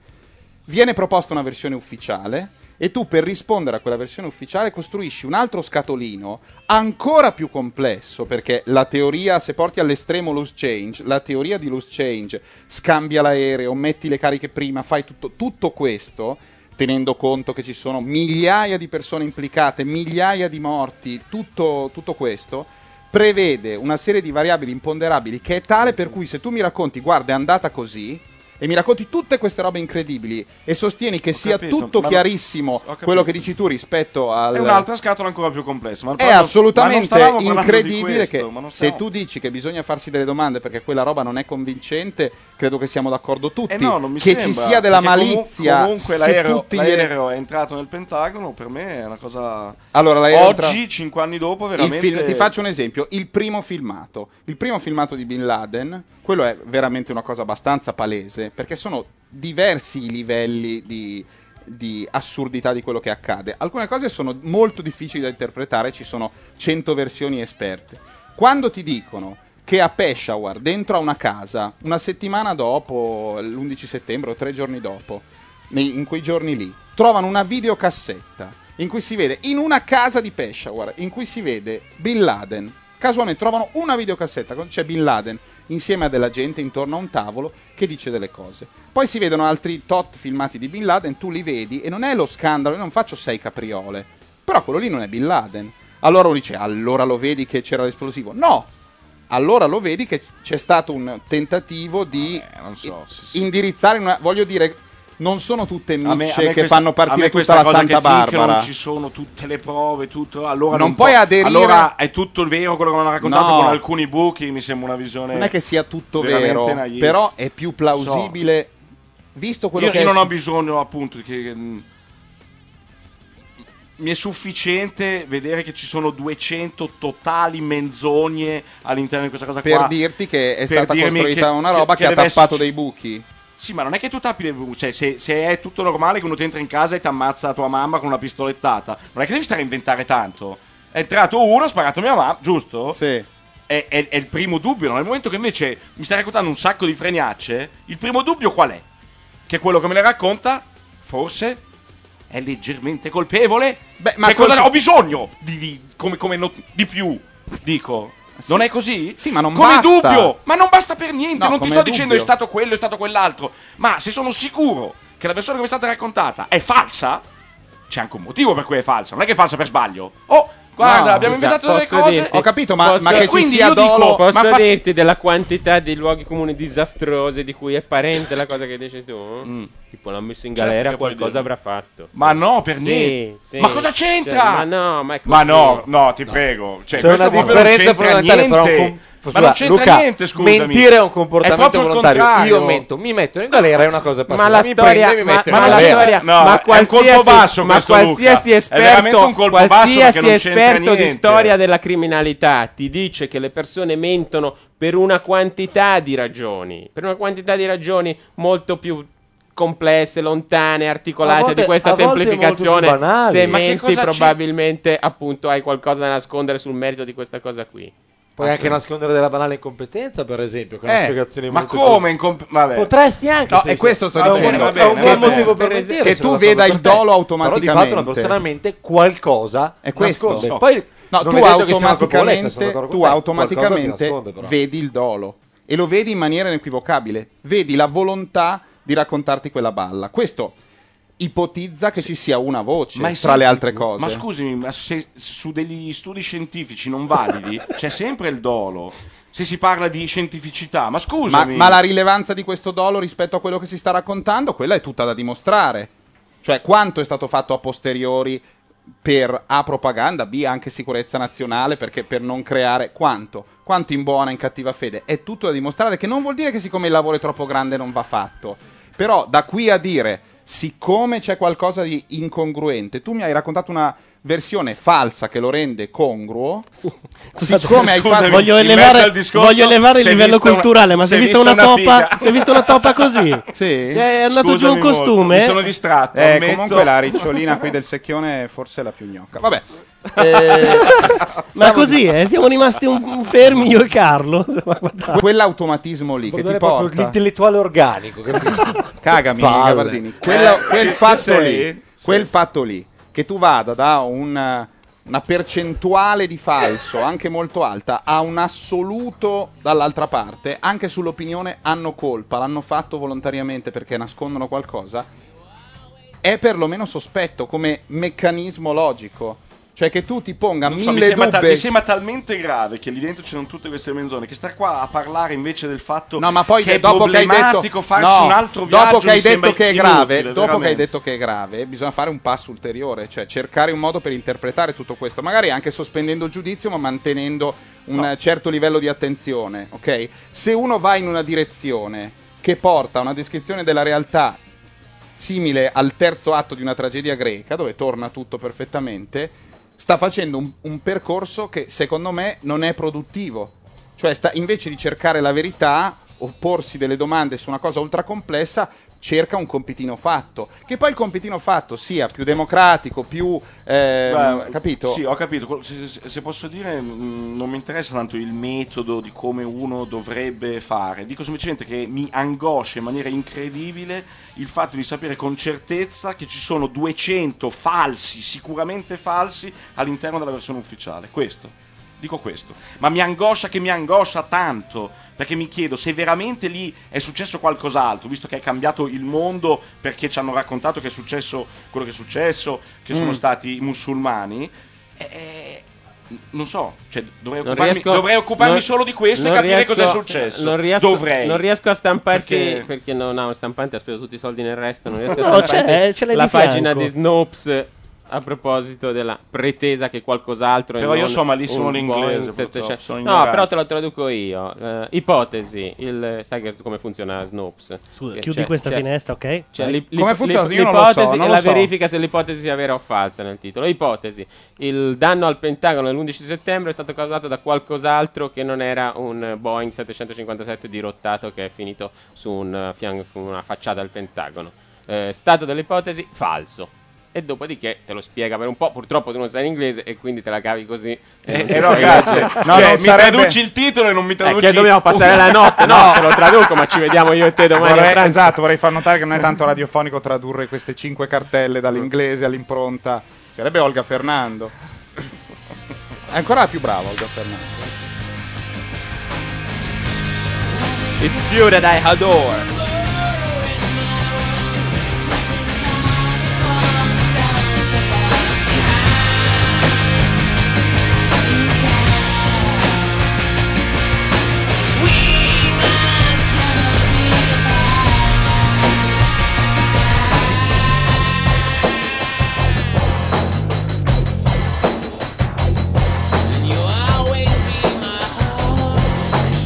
S1: viene proposta una versione ufficiale e tu per rispondere a quella versione ufficiale costruisci un altro scatolino ancora più complesso perché la teoria, se porti all'estremo loose change, la teoria di loose change, scambia l'aereo, metti le cariche prima, fai tutto, tutto questo tenendo conto che ci sono migliaia di persone implicate, migliaia di morti, tutto, tutto questo, prevede una serie di variabili imponderabili che è tale per cui se tu mi racconti, guarda, è andata così, e mi racconti tutte queste robe incredibili e sostieni che sia
S4: capito,
S1: tutto
S4: ma lo-
S1: chiarissimo
S4: capito.
S1: quello che dici tu rispetto al...
S4: È un'altra scatola ancora più complessa. Ma
S1: È
S4: ma non- ma non
S1: assolutamente
S4: stavamo parlando di
S1: incredibile
S4: questo,
S1: che
S4: ma non
S1: se
S4: stavamo-
S1: tu dici che bisogna farsi delle domande perché quella roba non è convincente, credo che siamo d'accordo tutti.
S4: Eh no, non mi
S1: che
S4: sembra,
S1: ci sia della
S4: perché comu-
S1: malizia.
S4: Comunque
S1: se
S4: l'aereo,
S1: tutti gli ele-
S4: l'aereo è entrato nel Pentagono, per me è una cosa...
S1: Allora, l'aereo
S4: Oggi,
S1: entra-
S4: cinque anni dopo,
S1: Il
S4: veramente...
S1: film- ti faccio un esempio, il primo filmato, il primo filmato di Bin Laden, quello è veramente una cosa abbastanza palese, perché sono diversi i livelli di, di assurdità di quello che accade. Alcune cose sono molto difficili da interpretare, ci sono 100 versioni esperte. Quando ti dicono che a Peshawar, dentro a una casa, una settimana dopo, l'11 settembre o tre giorni dopo, nei- in quei giorni lì, trovano una videocassetta in cui si vede in una casa di Peshawar, in cui si vede Bin Laden. Casualmente trovano una videocassetta con c'è Bin Laden insieme a della gente intorno a un tavolo che dice delle cose. Poi si vedono altri tot filmati di Bin Laden, tu li vedi e non è lo scandalo, io non faccio sei capriole, però quello lì non è Bin Laden. Allora uno dice, allora lo vedi che c'era l'esplosivo? No! Allora lo vedi che c'è stato un tentativo di
S4: Eh,
S1: indirizzare, in una- voglio dire, non sono tutte
S4: A me- a me
S1: micce che
S4: questa-
S1: fanno
S4: a me
S1: partire
S4: questa
S1: tutta la
S4: cosa che
S1: Santa
S4: finché
S1: Barbara.
S4: Non ci sono tutte le prove, tutto. Allora
S1: Non
S4: non,
S1: puoi
S4: può-
S1: aderire-
S4: Allora è tutto vero quello che mi hanno raccontato
S1: No.
S4: con alcuni buchi. Mi sembra una visione.
S1: non è che sia tutto
S4: veramente
S1: vero,
S4: naive.
S1: però è più plausibile. Visto quello
S4: io,
S1: che
S4: io
S1: è
S4: non
S1: su-
S4: ho bisogno appunto che mh, mi è sufficiente vedere che ci sono 200 totali menzogne all'interno di questa cosa
S1: per
S4: qua
S1: dirti che è
S4: per
S1: stata
S4: dirmi
S1: costruita una roba che, ha
S4: deve
S1: tappato
S4: esserci-
S1: dei buchi.
S4: sì, ma non è che tu tappi le bu- cioè, se, se è tutto normale che uno ti entra in casa e ti ammazza tua mamma con una pistolettata, non è che devi stare a inventare tanto. È entrato uno, ha sparato mia mamma, giusto?
S1: Sì.
S4: È, è- è il primo dubbio, no? Nel momento che invece mi stai raccontando un sacco di freniacce, il primo dubbio qual è? Che quello che me le racconta, forse, è leggermente colpevole. Beh,
S1: ma colpe-
S4: Ho bisogno di, di- come- come no- di più, dico. Non è così? Sì, ma
S1: non
S4: Come
S1: basta.
S4: dubbio! Ma non basta per niente,
S1: No,
S4: non ti
S1: come
S4: sto dicendo è
S1: dubbio.
S4: stato quello, è stato quell'altro. Ma se sono sicuro che la versione che mi è stata raccontata è falsa, c'è anche un motivo per cui è falsa. Non è che è falsa per sbaglio. Oh, guarda,
S3: No,
S4: abbiamo
S3: scusa,
S4: inventato delle
S3: posso
S4: cose.
S3: dirti-
S1: Ho capito, ma-
S3: posso-
S1: ma che ci
S4: Quindi
S1: sia
S4: io dico,
S1: dolo-
S4: ma
S3: Posso
S4: fa-
S3: dirti della quantità di luoghi comuni disastrosi di cui è parente la cosa che dici tu? Tipo l'ha messo in
S4: Mm. Certo
S3: galera,
S4: che puoi
S3: qualcosa
S4: dirlo.
S3: avrà fatto.
S4: Ma no, per
S3: Sì,
S4: niente.
S3: sì.
S4: Ma cosa c'entra?
S3: Cioè, ma no, ma è così.
S4: Ma no, no, ti prego. Cioè,
S5: C'è
S4: questo
S5: una
S4: proprio
S5: differenza
S4: non c'entra
S5: fondamentale, però.
S4: niente.
S5: un com-
S4: ma non
S5: scusa,
S4: c'entra
S5: Luca,
S4: niente, scusami.
S5: Mentire è un
S4: È
S5: comportamento
S4: proprio il
S5: volontario.
S4: contrario.
S5: Io mento, mi metto in galera, è una cosa
S3: Ma
S5: passiva.
S3: la
S5: mi
S3: storia,
S5: prende e mi
S3: ma,
S5: mette
S3: ma
S5: in
S3: la
S5: galera.
S3: storia, ma qualsiasi, ma qualsiasi
S4: veramente
S3: esperto,
S4: un colpo basso
S3: qualsiasi
S4: perché non c'entra
S3: esperto di
S4: niente.
S3: storia della criminalità ti dice che le persone mentono per una quantità di ragioni, per una quantità di ragioni molto più complesse, lontane, articolate
S5: A volte-
S3: di questa
S5: a volte molto più
S3: semplificazione.
S5: banali.
S3: Se
S5: Ma che
S3: menti,
S5: cosa ci-
S3: probabilmente appunto hai qualcosa da nascondere sul merito di questa cosa qui.
S5: Puoi anche
S3: Assolutamente.
S5: nascondere della banale incompetenza, per esempio, con
S3: Eh,
S5: una spiegazione
S3: ma
S5: molto
S3: come
S5: più-
S4: incom- vabbè.
S5: Potresti anche.
S1: No,
S5: se-
S1: e questo sto
S5: è un buon-
S1: dicendo.
S5: È un
S1: Va bene,
S5: buon
S1: va
S5: motivo per
S1: bene. Che
S5: mentire, sono
S1: tu
S5: d'accordo
S1: veda
S5: con
S1: il
S5: te.
S1: dolo
S5: Però di fatto una
S1: automaticamente.
S5: persona mente qualcosa
S1: È questo.
S5: nasconde. Poi
S1: No,
S5: non
S1: tu
S5: è detto che sia una colpevolezza, sono
S1: automaticamente,
S5: d'accordo con te.
S1: tu
S5: Qualcosa ti
S1: automaticamente
S5: nasconde, però.
S1: vedi il dolo e lo vedi in maniera inequivocabile. Vedi la volontà di raccontarti quella balla. Questo ipotizza che ci sia una voce
S4: Ma è
S1: tra le
S4: sempre-
S1: altre cose.
S4: Ma scusami, ma se su degli studi scientifici non validi c'è sempre il dolo. Se si parla di scientificità, ma
S1: Ma,
S4: scusami.
S1: ma la rilevanza di questo dolo rispetto a quello che si sta raccontando, quella è tutta da dimostrare. Cioè, quanto è stato fatto a posteriori per A propaganda, B anche sicurezza nazionale, perché per non creare quanto? Quanto in buona e in cattiva fede? È tutto da dimostrare che non vuol dire che siccome il lavoro è troppo grande non va fatto. Però da qui a dire, siccome c'è qualcosa di incongruente, tu mi hai raccontato una versione falsa che lo rende congruo, siccome hai fatto...
S2: voglio elevare, voglio elevare il livello culturale, ma se hai visto una, toppa, se hai visto una toppa così,
S1: Sì.
S2: Cioè, è andato giù un costume.
S1: Eh, comunque la ricciolina qui del secchione è forse la più gnocca. Vabbè.
S2: Eh, Ma così, eh, siamo rimasti un, un fermi io e Carlo.
S1: Quell'automatismo lì che ti
S2: Guardare
S1: porta
S2: proprio
S5: l'intellettuale organico,
S1: Cagami,
S2: Palle.
S1: Gabardini. Quella-
S5: Eh,
S1: quel
S5: che-
S1: fatto
S5: che
S1: lì,
S5: sei?
S1: quel fatto lì che tu vada da un- una percentuale di falso anche molto alta a un assoluto dall'altra parte, anche sull'opinione hanno colpa, l'hanno fatto volontariamente perché nascondono qualcosa. è perlomeno sospetto come meccanismo logico. Cioè che tu ti ponga
S4: Non so, mi,
S1: mille
S4: sembra ta-
S1: dubbi.
S4: mi sembra talmente grave che lì dentro c'erano tutte queste menzogne che star qua a parlare invece del fatto
S1: No, ma poi
S4: che è
S1: dopo che hai
S4: problematico
S1: detto,
S4: farsi
S1: no,
S4: un altro viaggio
S1: dopo che
S4: mi
S1: hai
S4: sembra
S1: detto che è
S4: inutile,
S1: grave, dopo che hai
S4: veramente.
S1: detto che è grave, bisogna fare un passo ulteriore, cioè cercare un modo per interpretare tutto questo, magari anche sospendendo il giudizio, ma mantenendo un eh, certo livello di attenzione, ok? Se uno va in una direzione che porta a una descrizione della realtà simile al terzo atto di una tragedia greca, dove torna tutto perfettamente, sta facendo un, un percorso che secondo me non è produttivo. Cioè, sta, invece di cercare la verità o porsi delle domande su una cosa ultra complessa, cerca un compitino fatto. Che poi il compitino fatto sia più democratico, più... ehm,
S4: Beh,
S1: capito?
S4: Sì, ho capito. Quello- Se, se- se posso dire, mh, non mi interessa tanto il metodo di come uno dovrebbe fare. Dico semplicemente che mi angoscia in maniera incredibile il fatto di sapere con certezza che ci sono 200 falsi, sicuramente falsi, all'interno della versione ufficiale. Questo. Dico questo, ma mi angoscia che mi angoscia tanto, perché mi chiedo se veramente lì è successo qualcos'altro, visto che è cambiato il mondo perché ci hanno raccontato che è successo quello che è successo, che sono
S3: Mm.
S4: stati i musulmani. Eh, eh, non so, cioè, dovrei
S3: Non
S4: occuparmi,
S3: riesco-
S4: dovrei occuparmi
S3: non-
S4: solo di questo e
S3: non
S4: capire
S3: riesco-
S4: cosa è successo.
S3: Non riesco,
S4: dovrei.
S3: non riesco a stamparti perché,
S4: Perché-
S3: non ha un stampante, ha speso tutti i soldi nel resto. Non riesco a
S2: No,
S3: stamparti
S2: c'è- eh, ce l'hai
S3: la
S2: di
S3: pagina
S2: fianco.
S3: di Snopes a proposito della pretesa che qualcos'altro. e
S4: Però io
S3: non
S4: so malissimo
S3: un
S4: l'inglese,
S3: Boeing
S4: purtroppo,
S3: 700.
S4: sono
S3: No,
S4: ignorante.
S3: però te lo traduco io. Eh, ipotesi, il, sai che- come funziona Snopes?
S2: Scusa,
S3: Che
S2: chiudi
S3: c'è-
S2: questa
S3: c'è-
S2: finestra, ok?
S3: c'è
S2: Vai.
S3: l'ip- l'ip-
S2: Come funziona?
S3: l'ip-
S2: Io non lo so,
S3: l'ipotesi
S2: non
S3: e
S2: lo
S3: la
S2: so.
S3: verifica se l'ipotesi sia vera o falsa nel titolo. Ipotesi. Il danno al Pentagono dell'11 settembre è stato causato da qualcos'altro che non era un Boeing 757 dirottato che è finito su un, eh, fianco- una facciata del Pentagono. Eh, stato delle ipotesi falso. E dopodiché te lo spiega per un po'. Purtroppo tu non sai l'inglese e quindi te la cavi così. cioè,
S4: Eh,
S3: non
S4: eh
S3: ti
S4: no,
S3: frega
S4: grazie.
S3: niente.
S4: No, non sarebbe- Eh, che
S3: Eh, che dobbiamo passare la notte? No, te lo traduco, ma ci vediamo io e te domani. a
S1: Vorrei-
S3: pranzo.
S1: esatto, vorrei far notare che non è tanto radiofonico tradurre queste cinque cartelle dall'inglese all'impronta. Sarebbe Olga Fernando. È ancora più bravo Olga Fernando.
S3: It's you that I adore.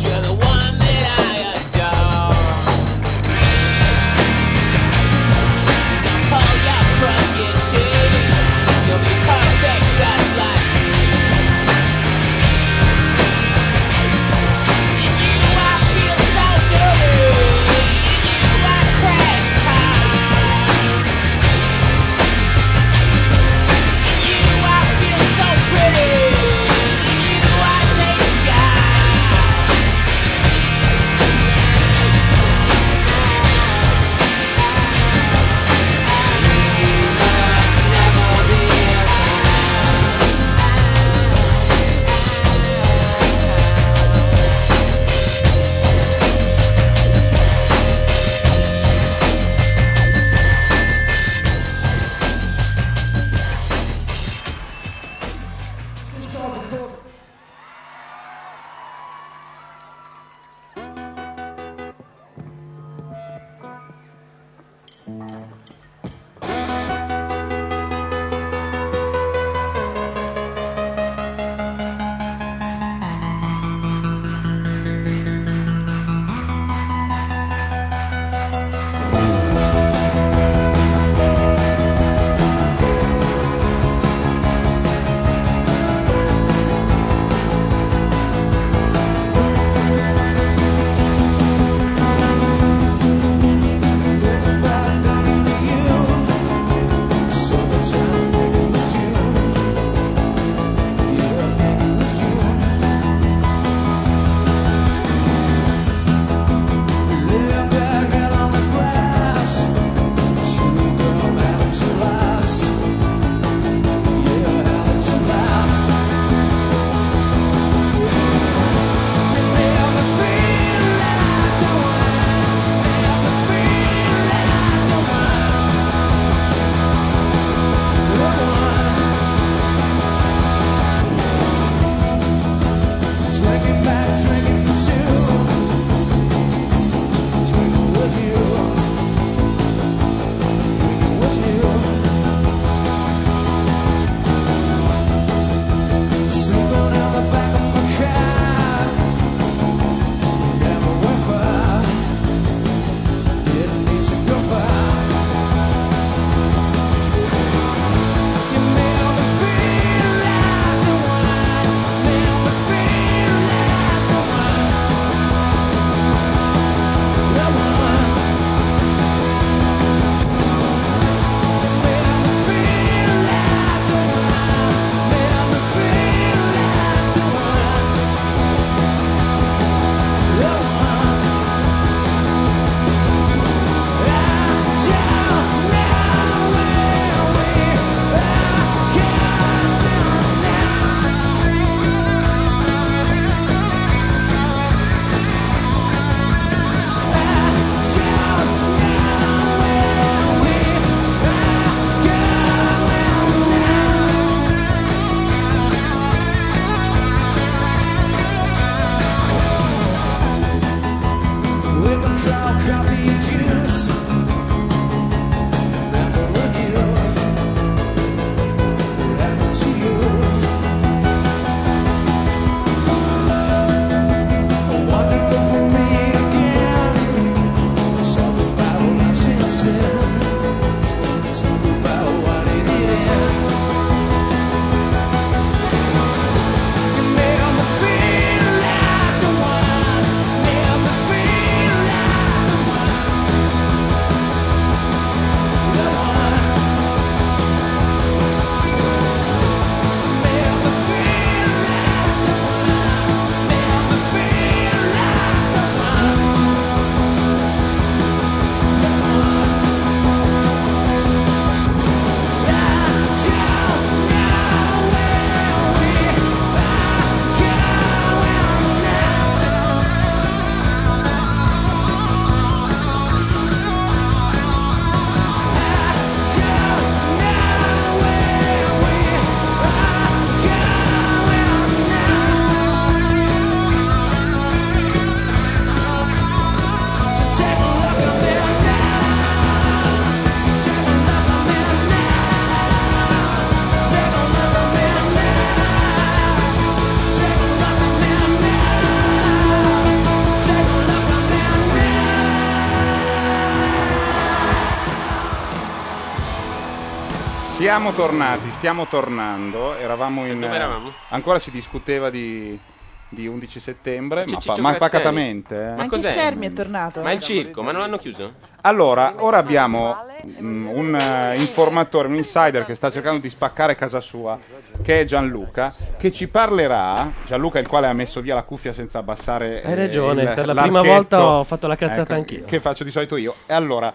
S9: You're the one that I adore.
S1: Siamo tornati, stiamo tornando. Eravamo in. eh,
S3: Dove eravamo?
S1: Ancora si discuteva di, di 11 settembre,
S3: C'è
S1: ma,
S3: Ciccio
S1: pa- ma
S3: Graziani.
S1: pacatamente. eh.
S3: Ma
S12: Anche
S3: cos'è?
S12: Scermi è tornato. eh.
S3: Ma il circo, ma non l'hanno chiuso?
S1: Allora, ora abbiamo mm, un eh, informatore, un insider che sta cercando di spaccare casa sua, che è Gianluca, che ci parlerà, Gianluca il quale ha messo via la cuffia senza abbassare
S2: Hai
S1: eh,
S2: ragione,
S1: il-
S2: per la prima
S1: l'archetto. Ecco,
S2: volta ho fatto la cazzata anch'io.
S1: Che faccio di solito io. E allora,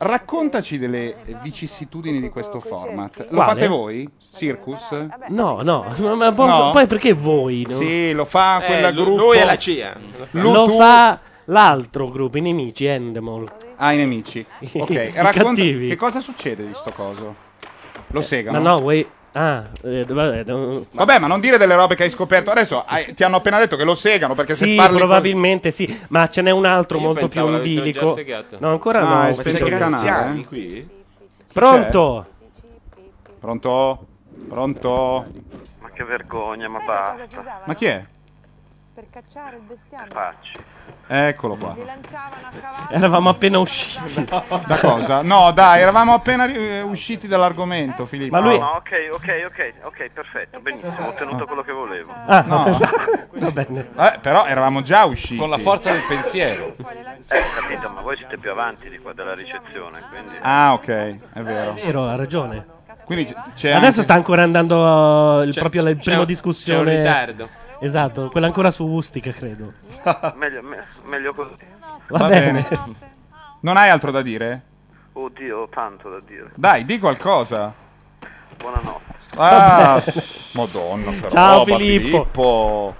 S1: raccontaci delle vicissitudini di questo format. Lo
S2: Quale?
S1: fate voi? Circus?
S2: No, no, ma- ma poi-
S1: No?
S2: poi perché voi? no?
S1: Sì, lo fa
S3: Eh,
S1: quella
S3: lu-
S1: gruppo.
S3: lui è la CIA.
S1: Lu-
S2: Lo
S1: tu-
S2: fa l'altro gruppo, i nemici, Endemol.
S1: Ah, i nemici. Ok,
S2: I
S1: racconta
S2: cattivi.
S1: che cosa succede di sto coso? Lo
S2: Ma
S1: segano.
S2: no, vuoi... Ah, eh, vabbè, no.
S1: Vabbè, ma non dire delle robe che hai scoperto. Adesso hai- ti hanno appena detto che lo segano perché
S2: Sì,
S1: se parli con-
S2: probabilmente sì, ma ce n'è un altro molto più
S1: pensavo l'avessero già
S2: umbilico.
S1: segato.
S2: No, ancora
S1: Ah,
S2: no.
S1: è spento il canale, eh?
S4: qui?
S2: Pronto?
S1: Pronto? Pronto?
S6: Ma che vergogna, ma basta.
S1: Ma chi è?
S6: Per cacciare il bestiame.
S1: Eccolo qua.
S2: Eravamo appena usciti.
S1: Da cosa? No, dai, eravamo appena ri- eh, usciti dall'argomento, Filippo.
S2: Ma Ah, lui-
S6: No, ok, ok, ok, ok, perfetto, benissimo, ho ottenuto quello che volevo.
S2: Ah,
S1: No.
S2: va bene.
S1: Eh, però eravamo già usciti.
S6: Con la forza
S1: del pensiero.
S6: Eh, capito, ma voi siete più avanti di qua della ricezione, quindi...
S1: Ah, ok, è vero.
S2: È vero, ha ragione.
S1: Quindi c- c'è
S2: Adesso
S1: anche-
S2: sta ancora andando eh, il,
S1: C'è-
S2: proprio la il
S1: c'è
S2: primo
S1: un-
S2: discussione.
S1: c'è un ritardo.
S2: Esatto, quella ancora su Ustica, credo.
S6: meglio, me- meglio così.
S2: Va bene.
S1: Non hai altro da dire?
S6: Oddio, ho tanto da dire.
S1: Dai, di qualcosa.
S6: Buonanotte.
S1: Ah,
S2: Vabbè.
S1: Madonna, che
S2: Ciao
S1: roba,
S2: Filippo.
S1: Filippo.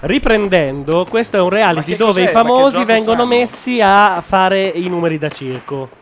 S2: Riprendendo, questo è un reality
S1: che
S2: dove i
S1: cos'è? Ma che
S2: famosi
S1: gioco
S2: vengono
S1: fanno?
S2: messi a fare i numeri da circo.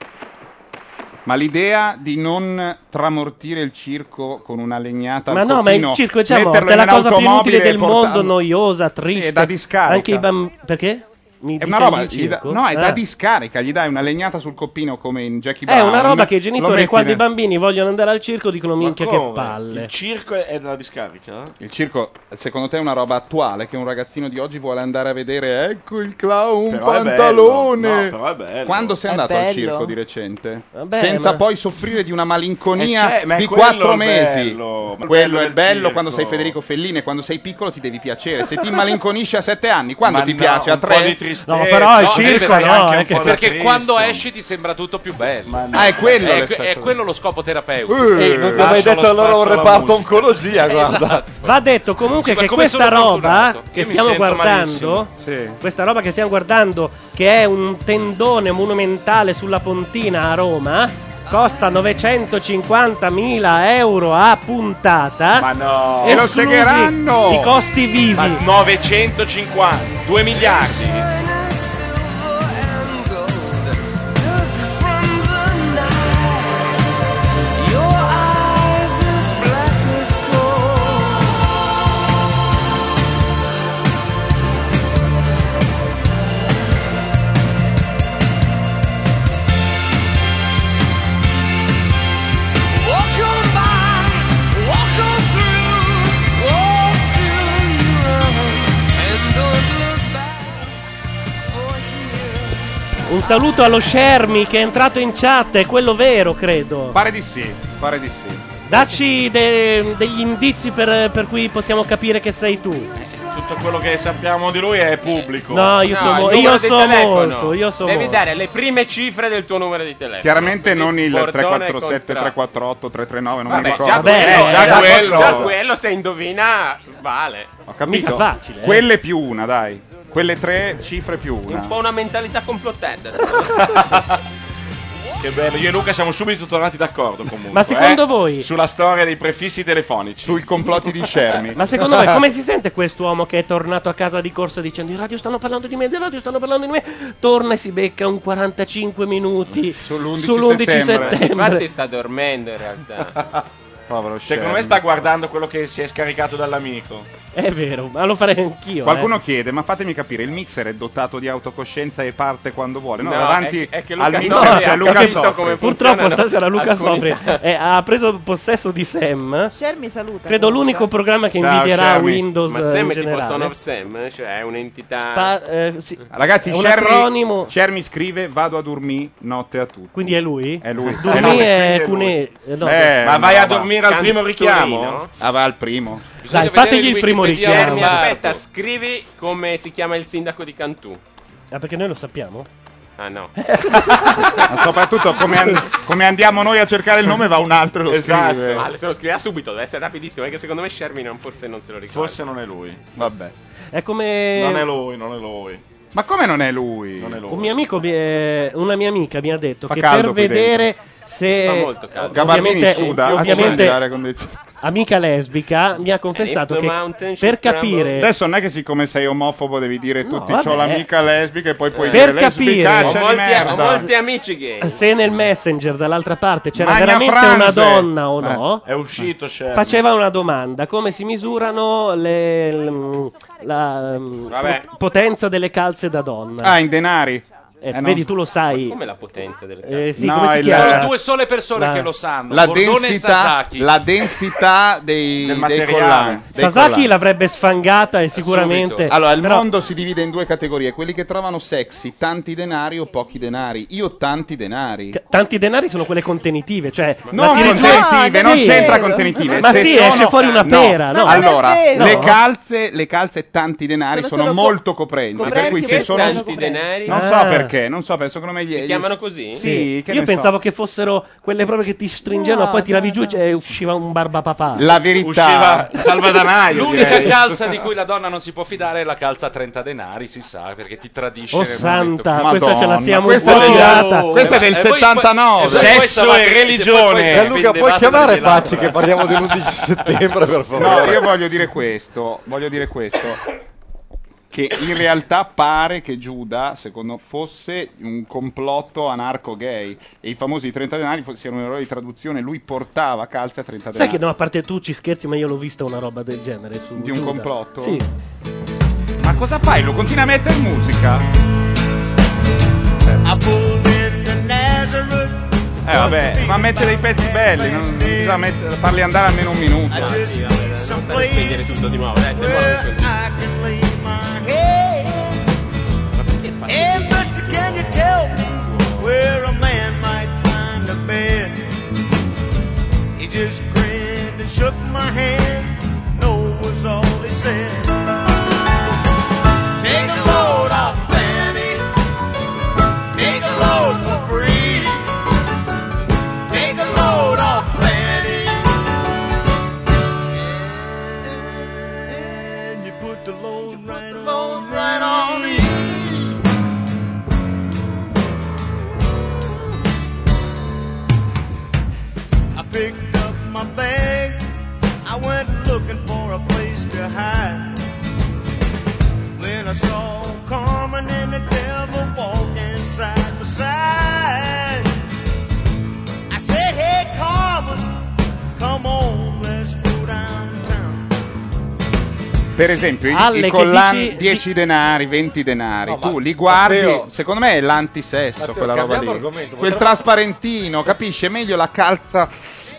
S1: Ma l'idea di non tramortire il circo con una legnata
S2: Ma
S1: al
S2: no, ma il
S1: copino,
S2: circo è già morto,
S1: metterlo
S2: è la
S1: in
S2: cosa più
S1: un'automobile
S2: inutile del
S1: e portarlo-
S2: mondo, noiosa, triste.
S1: Sì, è da discarica.
S2: Anche i bambini. Perché? Mi
S1: È una
S2: difendi
S1: roba,
S2: il
S1: gli da-
S2: circo?
S1: no, è
S2: Ah.
S1: da discarica, gli dai una legnata sul copino come in Jackie
S2: È
S1: Brown.
S2: una roba che i
S1: lo
S2: genitori,
S1: metti
S2: quando
S1: nel-
S2: i bambini vogliono andare al circo, dicono minchia che
S4: come?
S2: palle.
S4: Il circo è della discarica?
S1: Il circo, secondo te, è una roba attuale che un ragazzino di oggi vuole andare a vedere? Ecco il clown
S4: Però è bello.
S1: pantalone.
S4: No, però è bello.
S1: Quando sei
S4: È
S1: andato al
S4: bello.
S1: circo di recente?
S4: Vabbè,
S1: Senza
S4: ma-
S1: poi soffrire di una malinconia
S4: Eh, c'è- ma è
S1: di
S4: quello
S1: quattro
S4: il
S1: mesi.
S4: bello. Ma
S1: Quello
S4: quello
S1: è
S4: del
S1: bello
S4: circo.
S1: quando sei Federico Fellini, e quando sei piccolo ti devi piacere. Se ti malinconisci a sette anni, quando
S4: Ma
S1: ti
S4: no,
S1: piace? A
S4: un
S1: tre?
S4: po' di tristezza.
S2: No, però il
S4: No,
S2: circo
S4: perché
S2: no,
S4: anche un
S2: eh, che-
S4: po' da
S2: perché
S4: triste.
S7: Quando esci ti sembra tutto più bello.
S1: Ah, è quello
S7: È,
S1: l'effetto.
S7: è quello lo scopo terapeutico.
S19: Eh, non ti ho mai detto allora un reparto oncologia, guarda.
S2: Va detto comunque
S7: Sì, ma
S2: che
S7: come
S2: questa
S7: sono
S2: roba
S7: fortunato.
S2: che
S7: Io mi
S2: stiamo
S7: sento
S2: guardando,
S1: Sì.
S2: questa roba che stiamo guardando, che è un tendone monumentale sulla pontina a Roma, costa 950.000 euro a puntata. Ma
S4: no,
S1: E lo segheranno!
S2: I costi vivi.
S4: Ma 950, 2 miliardi.
S9: Walk on by, walk on through, walk till you run, and don't look back.
S2: Un saluto allo Shermi che è entrato in chat, è quello vero, credo.
S1: Pare di sì, pare di sì.
S2: Dacci de- degli indizi per, per cui possiamo capire che sei tu.
S4: Tutto quello che sappiamo di lui è pubblico.
S2: No, io sono-
S3: il numero
S2: io
S3: del
S2: so
S3: telefono.
S2: molto, io so
S3: Devi
S2: molto.
S3: dare le prime cifre del tuo numero di
S4: Eh,
S3: telefono.
S1: Chiaramente
S3: Così
S1: non il
S3: Bordone
S1: 347,
S3: contra-
S1: 348, 339, non
S3: Vabbè,
S1: mi ricordo.
S3: già, quello,
S1: Eh,
S3: già, quello, già quello se indovina vale.
S1: Ho capito.
S3: facile, eh.
S1: Quelle più una, dai. Quelle tre cifre più una.
S3: Un po' una mentalità complottente.
S4: Che bello, io e Luca siamo subito tornati d'accordo comunque.
S2: Ma secondo
S4: eh,
S2: voi-
S4: Sulla storia dei prefissi telefonici.
S1: Sui complotti di Shermi.
S2: Ma secondo voi come si sente quest'uomo che è tornato a casa di corsa dicendo i radio stanno parlando di me, i radio stanno parlando di me, torna e si becca un 45 minuti Cioè, sull'11,
S3: Infatti sta dormendo in realtà.
S1: Povero
S4: Secondo me sta
S1: Sherman.
S4: guardando quello che si è scaricato dall'amico.
S2: È vero, ma lo farei anch'io.
S1: Qualcuno
S2: eh.
S1: chiede, ma fatemi capire, il mixer è dotato di autocoscienza e parte quando vuole? No,
S2: No,
S1: davanti
S2: è che- è che Luca
S1: al mixer
S2: Soffri ha
S1: c'è Luca
S2: capito
S1: Soffri.
S2: come Purtroppo stasera Luca Sofri eh, ha preso possesso di Sam.
S12: Cher mi saluta.
S2: Credo
S12: comunque.
S2: l'unico programma che invidierà Windows
S17: Ma
S2: eh, in
S17: Sam è tipo
S2: generale.
S17: Son of Sam, eh? cioè è un'entità.
S2: Spa- eh, sì.
S1: Ragazzi,
S2: È un
S1: Cermi, Cermi scrive, vado a dormire notte a tutti.
S2: Quindi è lui?
S1: È lui.
S2: Dormire
S1: Eh, no,
S2: è
S1: quindi lui.
S2: Cune- eh, no.
S1: Eh,
S2: Ma vai a
S1: va.
S2: dormire al primo richiamo?
S1: Ah, va al primo.
S2: Dai, fategli il primo richiamo.
S17: Jeremy, aspetta, scrivi come si chiama il sindaco di Cantù.
S2: Ah, perché noi lo sappiamo?
S17: Ah no.
S1: Ma soprattutto come, and- come andiamo noi a cercare il nome va un altro e lo
S2: Esatto.
S1: scrive.
S4: Esatto.
S17: Ma se lo scriverà subito, deve essere rapidissimo, perché secondo me Sherman non- forse non se lo ricorda. Eh,
S4: Forse non è lui.
S1: Vabbè.
S2: È come
S4: Non è lui, non è lui.
S1: Ma come non è lui?
S2: Un mio amico mi- eh, una mia amica mi ha detto
S1: Fa
S2: che per
S1: caldo qui
S2: vedere
S1: dentro.
S2: se
S1: Fa molto caldo. Gabardini
S2: ovviamente, eh,
S1: suda, accendi l'aria
S2: ovviamente
S1: condizionata.
S2: amica lesbica mi ha confessato
S17: And if the
S2: che per
S17: mountain should crumble-
S2: capire
S1: Adesso non è che siccome sei omofobo devi dire tutti
S2: vabbè.
S1: c'ho l'amica lesbica e poi puoi
S2: Per
S1: dire
S2: capire-
S1: lesbicaccia
S2: Ho
S1: di
S2: molti-
S1: merda.
S17: Ho eh, molti amici gay.
S2: se nel messenger dall'altra parte c'era
S17: Magna
S2: veramente una
S1: Franze.
S2: donna o no eh,
S4: È uscito,
S1: certo.
S4: Sherman.
S2: faceva una domanda come si misurano le- l- la mm,
S17: Vabbè.
S2: po- potenza delle calze da donna
S1: Ah, in denari.
S2: Eh,
S1: Eh, no.
S2: vedi tu lo sai
S17: Come la potenza delle
S2: Eh, sì,
S1: No,
S2: come si
S1: il-
S2: chiama?
S1: Sono
S7: due sole persone che lo sanno,
S1: La
S7: Bordone e
S1: densità,
S7: Sasaki.
S1: la densità dei, dei
S7: materiale.
S1: collani. dei
S2: Sasaki
S1: collani.
S2: l'avrebbe sfangata e sicuramente
S1: Allora, il
S2: però-
S1: mondo si divide in due categorie: quelli che trovano sexy, tanti denari o pochi denari. Io tanti denari.
S2: Tanti denari sono quelle contenitive, cioè
S1: Non
S2: la tiri giù-
S1: contenitive,
S2: Ah, Sì.
S1: non c'entra contenitive.
S2: Ma
S1: Se
S2: sì,
S1: sono-
S2: esce fuori una
S1: No,
S2: pera, no?
S1: Allora,
S2: No.
S1: le calze, le calze e tanti denari sono,
S17: Sono solo co-
S1: molto coprenti. Per
S17: coprenti
S1: cui se
S17: perché
S1: sono
S17: tanti denari?
S1: non
S17: Ah.
S1: so perché, non so, penso come gli
S17: Si chiamano così?
S1: Sì,
S2: Sì,
S1: che
S2: io
S1: ne
S2: pensavo
S1: so.
S2: che fossero quelle proprio che ti stringevano,
S1: No,
S2: poi tiravi giù e c- e usciva un barbapapà.
S1: La verità- Usciva
S2: Ah, Salvadanaio,
S7: L'unica
S2: direi.
S7: calza di cui la donna non si può fidare è la calza a 30 denari, si sa, perché ti tradisce.
S2: Oh,
S7: nel momento
S2: santa,
S7: più-
S2: questa ce la siamo
S7: questa
S2: un po'
S7: del-
S2: girata.
S7: oh,
S2: Questa è del
S7: e poi-
S2: 79.
S7: poi- poi
S4: Sesso
S7: stavate-
S4: e
S7: poi-
S4: religione.
S7: poi-
S4: Eh, Luca, puoi
S7: vendevate
S4: chiamare
S7: delle labbra.
S4: Facci che parliamo dell'11 settembre, per favore.
S1: No, io voglio dire questo, voglio dire questo. Che in realtà pare che Giuda, secondo fosse un complotto anarco gay e i famosi 30 denari fo- siano un errore di traduzione. Lui portava calze a
S2: Sai
S1: 30 denari.
S2: che no, a parte tu ci scherzi, ma io l'ho vista una roba del genere su
S1: Di un
S2: Giuda.
S1: complotto?
S2: Sì.
S1: Ma cosa fai? Lo continui a mettere in musica?
S9: I pulled into Nazareth.
S1: Eh vabbè, ma mette dei pezzi belli, non non bisogna met- farli andare almeno un minuto.
S17: Ah, sì, vabbè, non stare a spegnere tutto di nuovo, dai,
S4: Eh.
S17: stiamo
S9: Where
S17: buono.
S9: I can lay my head. And sister, can you tell me where a man might find a bed? He just grinned and shook my hand. No was all he said. Take a load off, Fanny. Take a load for free. Take a load off, Fanny. And you put the load right, on, right on me. I picked up my bag. I went looking for a place to hide. When I saw Carmen and the devil walking side by side, I said, Hey, Carmen, come on, let's go downtown.
S1: Per esempio, i-
S9: Alle
S1: i,
S9: che
S1: collani
S9: dici-
S1: 10 denari, 20 denari,
S9: No, ma-
S1: tu li guardi,
S9: Matteo-
S1: secondo me è l'antisesso
S9: Matteo,
S1: quella roba lì.
S9: cambiamo argomento,
S1: Quel
S9: potremmo-
S1: trasparentino, capisci? È meglio la calza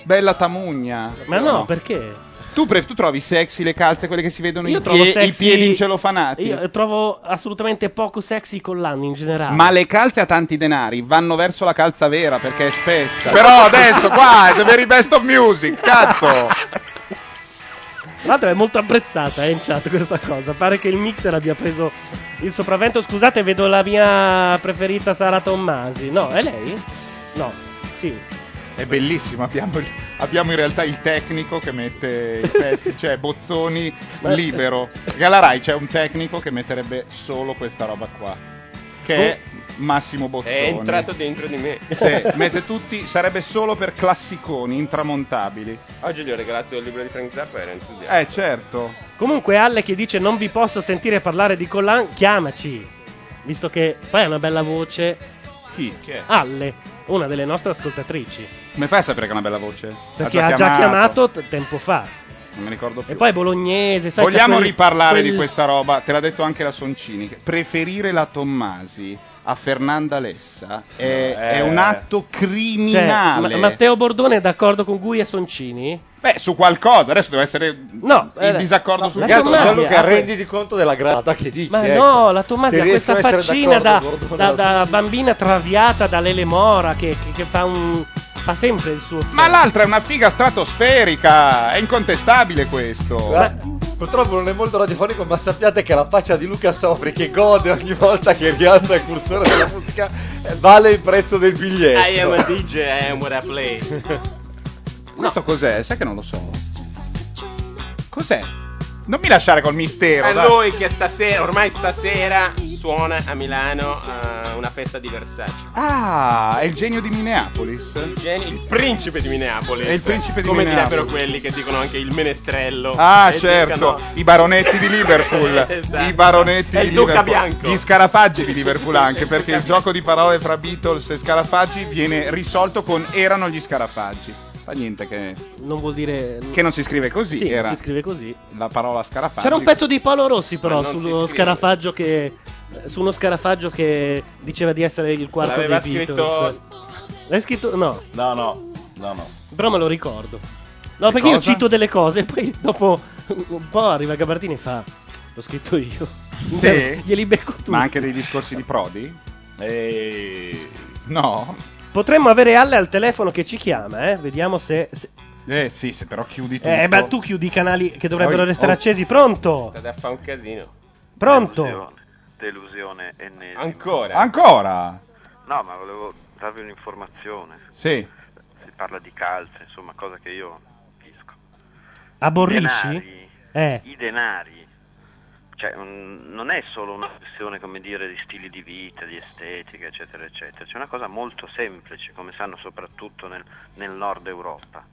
S1: bella tamugna.
S2: Ma no, perché?
S1: Tu, pre- tu trovi sexy le calze, quelle che si vedono
S2: Io
S1: i,
S2: trovo
S1: pie-
S2: sexy-
S1: i piedi incelofanati.
S2: Io trovo assolutamente poco sexy con l'anno in
S9: Ah.
S2: generale.
S1: Ma le calze a tanti denari vanno verso la calza vera perché è spessa.
S2: Però adesso,
S1: qua, è the very best of music, cazzo!
S2: Tra l'altro è molto apprezzata eh, in chat questa cosa. Pare che il mixer abbia preso il sopravvento. Scusate, vedo la mia preferita Sara Tommasi. No, è lei? No, sì.
S1: È bellissimo, abbiamo, il- abbiamo in realtà il tecnico che mette i pezzi, cioè Bozzoni
S2: Ma-
S1: libero. Perché alla Rai c'è un tecnico che metterebbe solo questa roba qua, che è
S2: Boh.
S1: Massimo Bozzoni.
S17: È entrato dentro di me.
S1: Sì, mette tutti, sarebbe solo per classiconi intramontabili.
S17: Oggi gli ho regalato il libro di Frank Zappa, era entusiasta.
S1: Eh certo.
S2: Comunque, Alle che dice: Non vi posso sentire parlare di Collan, chiamaci. Visto che poi ha una bella voce.
S1: Chi?
S4: è?
S2: Alle, una delle nostre ascoltatrici.
S1: Come fai a sapere che ha una bella voce?
S2: Perché ha già chiamato t- tempo fa.
S1: Non mi ricordo più.
S2: E poi Bolognese, sai c'è
S1: Vogliamo
S2: quel-
S1: riparlare di
S2: quel-
S1: questa roba? Te l'ha detto anche la Soncini. che Preferire la Tommasi a Fernanda Lessa è,
S2: eh.
S1: è un atto
S2: Cioè,
S1: criminale.
S2: Ma- Matteo Bordone è d'accordo con Gui e Soncini?
S1: Beh, su qualcosa, adesso deve essere
S2: No, eh,
S1: in disaccordo su
S2: la
S1: tutto.
S2: Tommasi ha que-
S5: conto della granata che dici.
S2: Ma
S5: ecco.
S2: no, la Tommasi
S5: Se
S2: ha
S5: riesco
S2: questa
S5: a essere
S2: faccina da,
S5: d'accordo, Bordone,
S2: da-
S5: la
S2: da bambina traviata da Lele Mora che, che- che fa, un- fa sempre il suo...
S1: Ma l'altra è una figa stratosferica, è incontestabile questo.
S5: Guarda, Purtroppo non è molto radiofonico, ma sappiate che la faccia di Luca Sofri che gode ogni volta che rialza il cursore della musica eh, vale il prezzo del biglietto.
S3: I am a DJ, I am what I play.
S4: Eh,
S1: Questo cos'è? Sai che non lo so. Cos'è? Non mi lasciare col mistero.
S17: A
S1: dai.
S17: noi che stasera, ormai stasera, suona a Milano eh, una festa di Versace.
S1: Ah, è il genio di Minneapolis.
S17: Geni- Il principe di Minneapolis.
S1: È il principe di
S17: Come
S1: Minneapolis.
S17: direbbero quelli che dicono anche il menestrello.
S1: Ah,
S17: E
S1: certo,
S17: dicono-
S1: i baronetti di Liverpool.
S17: Esatto.
S1: I baronetti
S17: E
S1: di
S17: il Duca
S1: Liverpool.
S17: Bianco.
S1: Gli scarafaggi di Liverpool anche, perché il gioco di parole fra Beatles e scarafaggi viene risolto con erano gli scarafaggi. Fa niente che.
S2: Non vuol dire.
S1: Che non si scrive così.
S2: Sì, non
S1: era
S2: si scrive così.
S1: La parola scarafaggi.
S2: C'era un pezzo di Paolo Rossi però
S1: Ma non si
S2: sullo
S1: scrive.
S2: scarafaggio che eh, su uno scarafaggio che diceva di essere il quarto
S7: L'aveva
S2: dei Beatles.
S7: scritto-
S2: L'hai scritto no,
S7: No, no, no, no.
S2: però me lo ricordo. No, perché io
S7: cosa?
S2: cito delle cose e poi dopo un po' arriva Gabardini e fa l'ho scritto io.
S1: Sì.
S2: Glieli becco tutti.
S1: Ma anche dei discorsi di Prodi? No.
S2: Potremmo avere Alle al telefono che ci chiama, eh? Vediamo se, se-
S1: Eh sì, se però chiudi tutto.
S2: Eh, ma tu chiudi i canali che dovrebbero
S1: Poi-
S2: restare
S1: oh.
S2: accesi. Pronto?
S17: State a fare un casino.
S2: Pronto?
S6: Delusione ennesima.
S17: Ancora?
S1: Ancora?
S6: No, ma volevo darvi un'informazione.
S1: Sì.
S6: Si parla di calcio, insomma, cosa che io
S2: Aborrisci? Eh.
S6: i denari, cioè un- non è solo una questione come dire di stili di vita, di estetica, eccetera, eccetera, c'è una cosa molto semplice, come sanno soprattutto nel, nel nord Europa.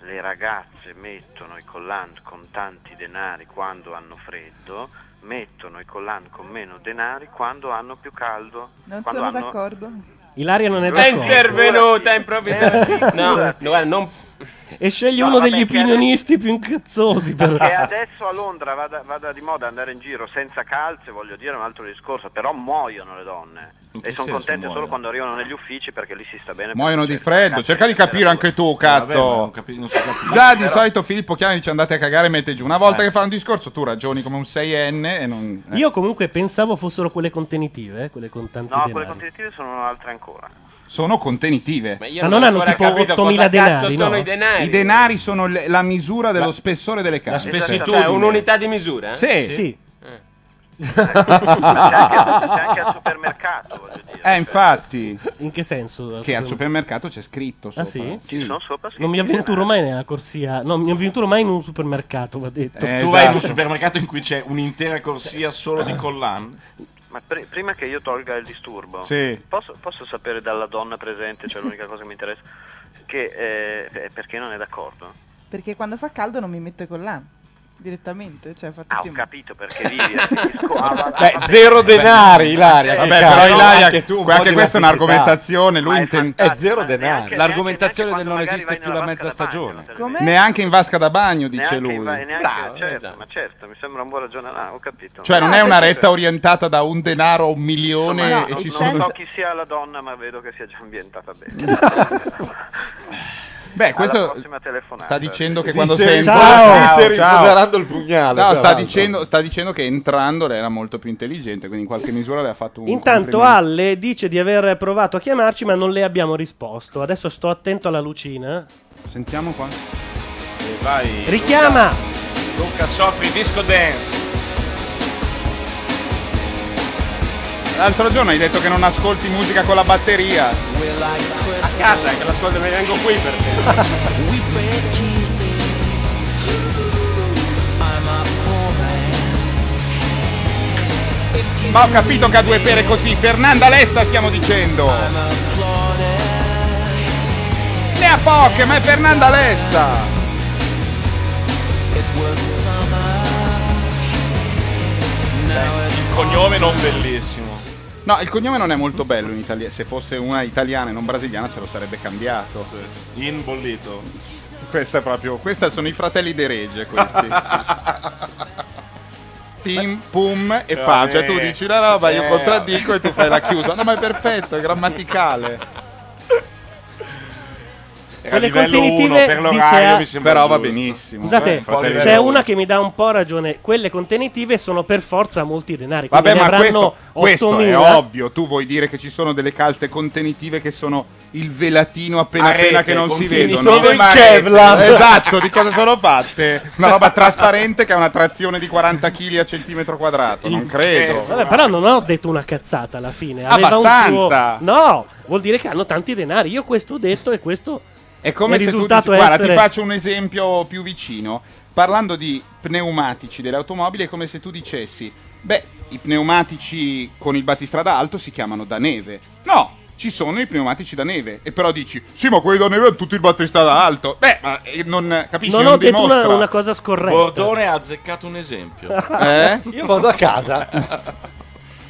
S6: Le ragazze mettono i collant con tanti denari quando hanno freddo, mettono i collant con meno denari quando hanno più caldo.
S12: Non
S6: quando
S12: sono
S6: hanno-
S12: d'accordo.
S2: Ilaria non è
S17: È
S2: d'accordo.
S17: intervenuta improvvisamente.
S1: Eh.
S17: No, no, guarda, non
S2: E scegli
S17: No,
S2: uno
S17: vabbè,
S2: degli
S17: che adesso-
S2: opinionisti più incazzosi. Per...
S6: E adesso a Londra vada, vada di moda andare in giro senza calze, voglio dire, è un altro discorso, però muoiono le donne.
S1: che
S6: E sono
S1: senso
S6: contente
S1: muoiono?
S6: solo quando arrivano negli uffici perché lì si sta bene.
S1: Muoiono di freddo, cerca di capire anche tu, cazzo.
S6: Eh, Vabbè, ma non
S1: Già di
S6: Però-
S1: solito Filippo chiama e dice andate a cagare e mette giù. Una volta
S2: Eh.
S1: che fa un discorso tu ragioni come un 6enne e non... eh.
S2: Io comunque pensavo fossero quelle contenitive, eh, quelle con tanti
S6: No, quelle
S2: denari.
S6: contenitive sono un'altra ancora.
S1: Sono contenitive.
S6: Ma
S2: Ma non non ho hanno ancora tipo capito 8.000 cosa denari, Esatto. cazzo no?
S17: sono i denari.
S1: I denari sono le- la misura dello spessore delle case.
S17: Cioè, un'unità di misura? eh?
S1: Esatto. Sì.
S17: Eh.
S1: Eh, infatti.
S2: In che senso?
S1: Che al supermercato c'è scritto
S2: Ah,
S1: sopra.
S2: sì?
S1: Sì.
S2: Non mi avventuro mai nella corsia. No, mi avventuro mai in un supermercato, va detto.
S6: Eh,
S1: esatto.
S4: tu vai in un supermercato in cui c'è un'intera corsia solo di collan.
S6: Ma pre- prima che io tolga il disturbo,
S4: Sì.
S6: posso, posso sapere dalla donna presente, cioè l'unica cosa che mi interessa, che, eh, per- perché non è d'accordo?
S12: Perché quando fa caldo non mi metto con l'an direttamente. Cioè,
S6: Ah, ho capito perché vivi. a Fisco- ah, va- ah,
S12: Beh,
S6: va bene.
S12: zero
S5: denari, Ilaria,
S1: Vabbè,
S5: che
S1: però
S5: cazzo,
S1: Ilaria,
S5: anche tu un
S1: anche
S5: po' di
S1: questa è
S5: lassitudine.
S1: un'argomentazione. Lui inten-
S5: È zero denari.
S10: Eh, L'argomentazione del non esiste più la mezza stagione.
S1: Neanche in vasca da bagno, dice
S6: Neanche in va-
S1: lui.
S6: neanche- certo, ma certo, mi sembra un buon ragionamento. Ah, ho capito.
S1: Cioè, non è una retta
S6: orientale
S1: orientata da un denaro a un milione
S6: Insomma,
S1: e
S6: Cioè, non,
S1: ci
S6: non
S1: sono.
S6: so chi sia la donna, ma vedo che sia già ambientata bene.
S1: Beh,
S6: Alla
S1: questo
S6: prossima telefonata.
S1: sta dicendo che
S6: Ti
S1: quando
S6: stai-
S1: sento
S6: Ciao, ti stai rimproverando il pugnale,
S1: No,
S6: tra
S1: sta
S6: l'altro.
S1: dicendo, sta dicendo che entrando lei era molto più intelligente, quindi in qualche misura le ha fatto un
S2: Intanto
S1: complimento.
S2: Alle dice di aver provato a chiamarci, ma non le abbiamo risposto. Adesso sto attento alla lucina.
S1: Sentiamo qua.
S7: E vai.
S2: Richiama!
S7: Luca, Luca Sofri Disco Dance.
S1: L'altro giorno hai detto che non ascolti musica con la batteria.
S17: A casa, che l'ascolto me vengo qui per
S1: Ma ho capito che ha due pere così. Fernanda Lessa stiamo dicendo. Ne ha poche, ma è Fernanda Lessa.
S7: Il cognome non bellissimo.
S1: No, il cognome non è molto bello in italiano. Se fosse una italiana e non brasiliana se lo sarebbe cambiato.
S4: In bollito.
S1: Questa è proprio. Questa sono i fratelli De Regge, questi. Pim, Cioè, pum e pagia. Tu dici la roba, io
S4: Eh.
S1: contraddico e tu fai la chiusa. No, ma è perfetto, è grammaticale.
S4: Era livello uno, per l'orario mi sembra
S1: Però va
S4: giusto.
S1: benissimo. Eh,
S2: Scusate,
S1: fratelli De
S2: c'è
S1: Regge.
S2: una che mi dà un po' ragione. Quelle contenitive sono per forza molti denari. quindi
S1: Vabbè,
S2: ne
S1: ma questo,
S2: avranno
S1: questo è
S2: 8.000.
S1: ovvio. Tu vuoi dire che ci sono delle calze contenitive che sono il velatino appena
S4: A rete,
S1: appena che non
S4: con
S1: si
S4: fili
S1: vedono.
S4: solo in
S1: Ma-
S4: Kevlar.
S1: Esatto, di cosa sono fatte? Una roba trasparente che ha una trazione di 40 kg a centimetro quadrato. Non credo.
S2: Eh, Vabbè, però non ho detto una cazzata alla fine. Aveva un
S1: Abbastanza.
S2: suo- No, vuol dire che hanno tanti denari. Io questo ho detto e questo
S1: È come
S2: il
S1: se tu dici,
S2: risultato è
S1: guarda,
S2: essere-
S1: ti faccio un esempio più vicino. Parlando di pneumatici delle automobili, è come se tu dicessi: Beh, i pneumatici con il battistrada alto si chiamano da neve. No! Ci sono i pneumatici da neve, e però dici: Sì, ma quelli da neve hanno tutto il battistrada alto. Beh, ma eh, non capisci?
S2: Non ho detto una-
S1: dimostra.
S2: una cosa scorretta.
S4: Bordone ha azzeccato un esempio.
S1: Eh?
S5: Io vado a casa.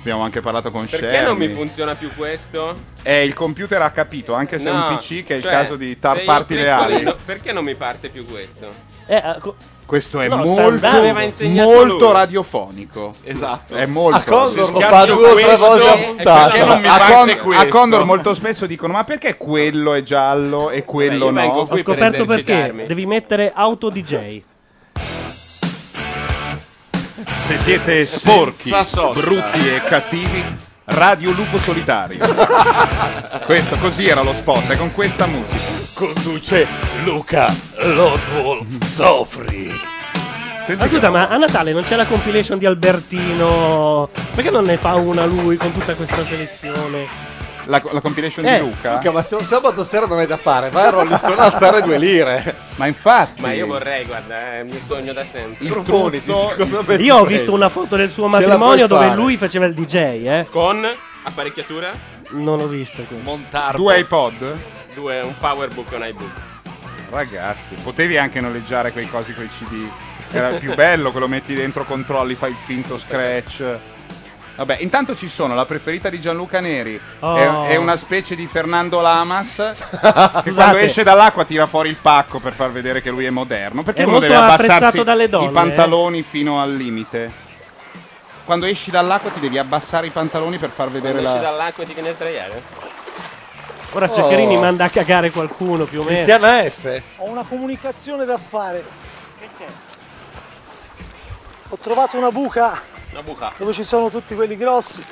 S1: Abbiamo anche parlato con
S17: Perché
S1: Sherry.
S17: non mi funziona più questo?
S1: Eh, il computer ha capito, anche se è
S17: No,
S1: un PC, che è il
S17: cioè,
S1: caso di
S17: se
S1: tar
S17: io
S1: parti
S17: clicco
S1: le ali.
S17: lì, no, perché non mi parte più questo?
S2: Eh, ah, co-
S1: Questo è
S17: No, sta
S1: molto,
S17: andando. Aveva insegnato
S1: molto
S17: lui.
S1: radiofonico.
S17: Esatto.
S1: È molto.
S17: A Condor
S1: Se
S17: lo
S1: schiaccio
S17: fa due o tre
S1: questo,
S17: volte a
S1: è
S17: puntata.
S1: perché non mi
S17: A
S1: parte
S17: Condor-
S1: questo?
S17: a
S1: a Condor molto spesso dicono: Ma perché quello è giallo e quello
S2: Vabbè, io
S1: no?
S2: vengo qui Ho per scoperto perché. esercitarmi. Devi mettere auto DJ.
S1: Se siete sporchi,
S2: Senza sosta.
S1: brutti e cattivi, Radio Lupo Solitario. questo così era lo spot, è con questa musica. Conduce Luca Lodwolf Sofri.
S2: ma scusa, ma a Natale non c'è la compilation di Albertino? Perché non ne fa una lui con tutta questa selezione?
S1: La, la compilation
S2: Eh,
S1: di Luca.
S2: Luca,
S5: ma se un sabato sera non hai da fare, vai a Rolling Stone a alzare due lire.
S1: Ma infatti.
S17: Ma io vorrei, guarda, eh, è un mio sogno da sempre.
S5: Il Proponiti, truzzo- secondo me,
S2: Io ho visto una foto del suo
S17: Ce la puoi
S2: matrimonio dove
S17: fare.
S2: lui faceva il DJ, eh?
S17: Con apparecchiatura?
S2: Non l'ho visto questo.
S17: Montarbo.
S1: Due iPod?
S17: Due, un powerbook e un iBook.
S1: Ragazzi, potevi anche noleggiare quei cosi con i CD. Era il più bello, quello metti dentro, controlli, fai il finto scratch. Vabbè, intanto ci sono la preferita di Gianluca Neri.
S2: Oh.
S1: È, è una specie di Fernando Lamas. che quando
S2: Scusate.
S1: esce dall'acqua tira fuori il pacco per far vedere che lui è moderno. Perché
S2: È
S1: uno
S2: molto
S1: deve abbassarsi
S2: apprezzato dalle donne,
S1: i pantaloni fino al limite. Quando esci dall'acqua ti devi abbassare i pantaloni per far vedere
S17: Quando esci
S1: la.
S17: dall'acqua e ti viene a sdraiare?
S2: Ora
S1: Oh.
S2: Ceccherini manda a cagare qualcuno più o meno.
S5: Cristiana F.
S25: Ho una comunicazione da fare. Ho trovato una buca
S17: Una buca.
S25: dove ci sono tutti quelli grossi.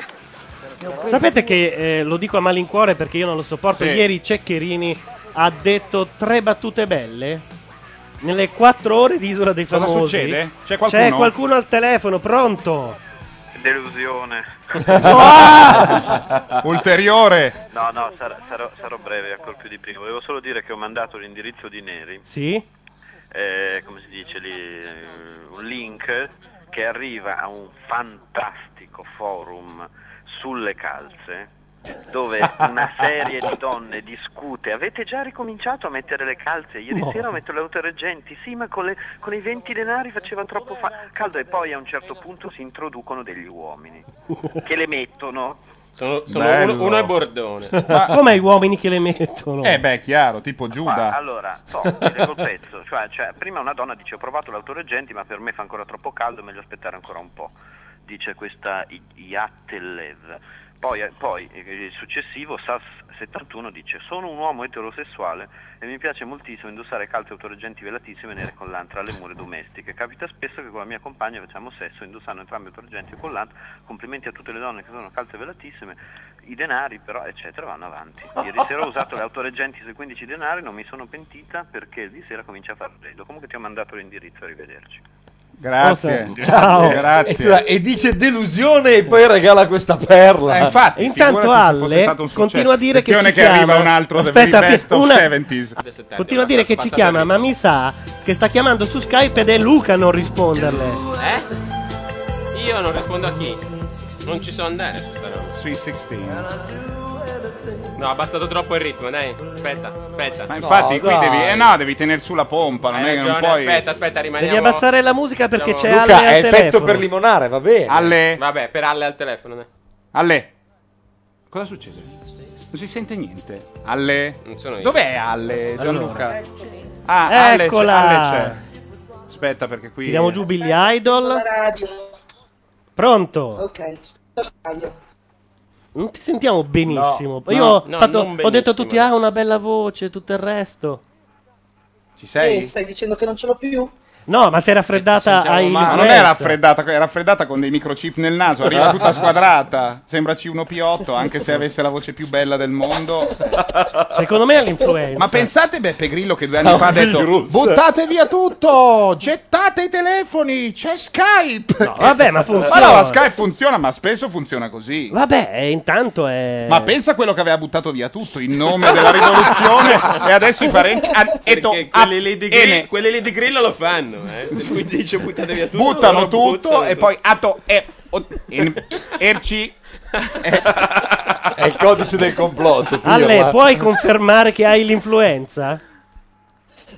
S25: Ne ho preso
S2: Sapete che eh, lo dico a malincuore perché io non lo sopporto.
S25: Sì.
S2: Ieri Ceccherini ha detto tre battute belle. Nelle quattro ore di Isola dei
S1: Cosa
S2: Famosi
S1: succede? C'è qualcuno?
S2: C'è qualcuno al telefono, pronto?
S6: Delusione.
S2: Ah!
S1: Ulteriore.
S6: No, no, sar- sarò, sarò breve, ancora più di prima. Volevo solo dire che ho mandato l'indirizzo di Neri,
S2: Sì?
S6: eh, come si dice lì, eh, un link che arriva a un fantastico forum sulle calze dove una serie di donne discute avete già ricominciato a mettere le calze ieri
S26: No.
S6: sera ho messo le autoreggenti sì ma con, le- con i 20 denari faceva troppo fa- caldo e poi a un certo punto si introducono degli uomini che le mettono
S17: Sono,
S2: sono Bello.
S17: uno- uno è Bordone.
S2: Come i uomini che le mettono?
S1: Eh, beh, chiaro, tipo
S6: Ma
S1: Giuda.
S6: allora, so, ti leggo il pezzo, cioè, cioè, prima una donna dice ho provato l'autoreggenti ma per me fa ancora troppo caldo, meglio aspettare ancora un po', dice questa I- Iatelev. Poi, eh, poi, eh, il successivo Sas71 dice sono un uomo eterosessuale e mi piace moltissimo indossare calze autoreggenti velatissime nere con l'antra alle mura domestiche. Capita spesso che con la mia compagna facciamo sesso indossando entrambi autoreggenti e collante. Complimenti a tutte le donne che sono calze velatissime, i denari però eccetera vanno avanti. Ieri sera ho usato le autoreggenti sui 15 denari, non mi sono pentita perché di sera comincia a far freddo. Comunque ti ho mandato l'indirizzo, arrivederci.
S1: Grazie.
S5: Cosa?
S1: Grazie,
S5: Ciao.
S1: grazie.
S5: E, scusa, e dice delusione e poi regala questa perla.
S1: Eh, infatti,
S2: Intanto
S1: figurati se fosse
S2: Ale
S1: stato un successo.
S2: continua a dire che
S1: Attenzione
S2: ci
S1: che
S2: chiama.
S1: arriva un altro The
S2: Aspetta,
S1: Very Best of
S2: una-
S1: 70s.
S2: Continua a dire che ci chiama, ma mi sa che sta chiamando su Skype ed è Luca a non risponderle.
S17: Eh? Io non rispondo a chi? Non ci so andare su sta roba.
S1: Sui 16.
S17: No, ha abbassato troppo il ritmo, dai. Aspetta, aspetta.
S1: Ma infatti qui devi, eh no, devi tenere su la pompa, non
S17: Hai
S1: è che non
S17: ragione,
S1: puoi...
S17: aspetta, aspetta, rimaniamo.
S2: Devi abbassare la musica perché
S17: Diciamo-
S2: c'è Ale al telefono.
S5: limonare, va bene.
S1: Alle,
S17: Vabbè, per Alle al telefono. dai.
S1: alle,
S9: Cosa succede? Non si sente niente.
S1: Alle?
S9: sono io.
S1: Dov'è Alle?
S9: Allora.
S1: Gianluca?
S9: Ah, Ale c'è,
S2: Eccola.
S9: Ale c'è. Aspetta perché qui...
S2: Tiriamo giù Billy Idol. Pronto?
S19: Ok.
S2: Non ti sentiamo benissimo.
S9: No,
S2: Io
S9: no,
S2: ho,
S9: no,
S2: fatto-
S9: non
S2: ho detto
S9: benissimo.
S2: a tutti, ah, una bella voce, tutto il resto.
S9: Ci
S19: Eh, stai dicendo che non ce l'ho più?
S2: No, ma sei raffreddata ai...
S1: Ma non è raffreddata, è raffreddata con dei microchip nel naso, arriva tutta squadrata. Sembra C1P8, anche se avesse la voce più bella del mondo.
S2: Secondo me è l'influenza.
S1: Ma pensate Beppe Grillo che due anni fa ha detto
S16: Virus. Buttate via tutto, gettate i telefoni, c'è Skype.
S2: No, vabbè, ma funziona.
S1: Ma no, la Skype funziona, ma spesso funziona così.
S2: Vabbè, intanto è...
S1: Ma pensa a quello che aveva buttato via tutto in nome della rivoluzione e adesso i parenti hanno detto
S3: Quelle lì, di
S1: ah,
S3: Grillo,
S1: bene,
S3: quelle lì di Grillo lo fanno, eh. Se lui dice buttate via tutto,
S1: buttano
S3: loro
S1: tutto
S3: buttano
S1: e poi atto e o- en- erci
S5: È il codice del complotto. Pirla.
S2: Ale, puoi confermare che hai l'influenza?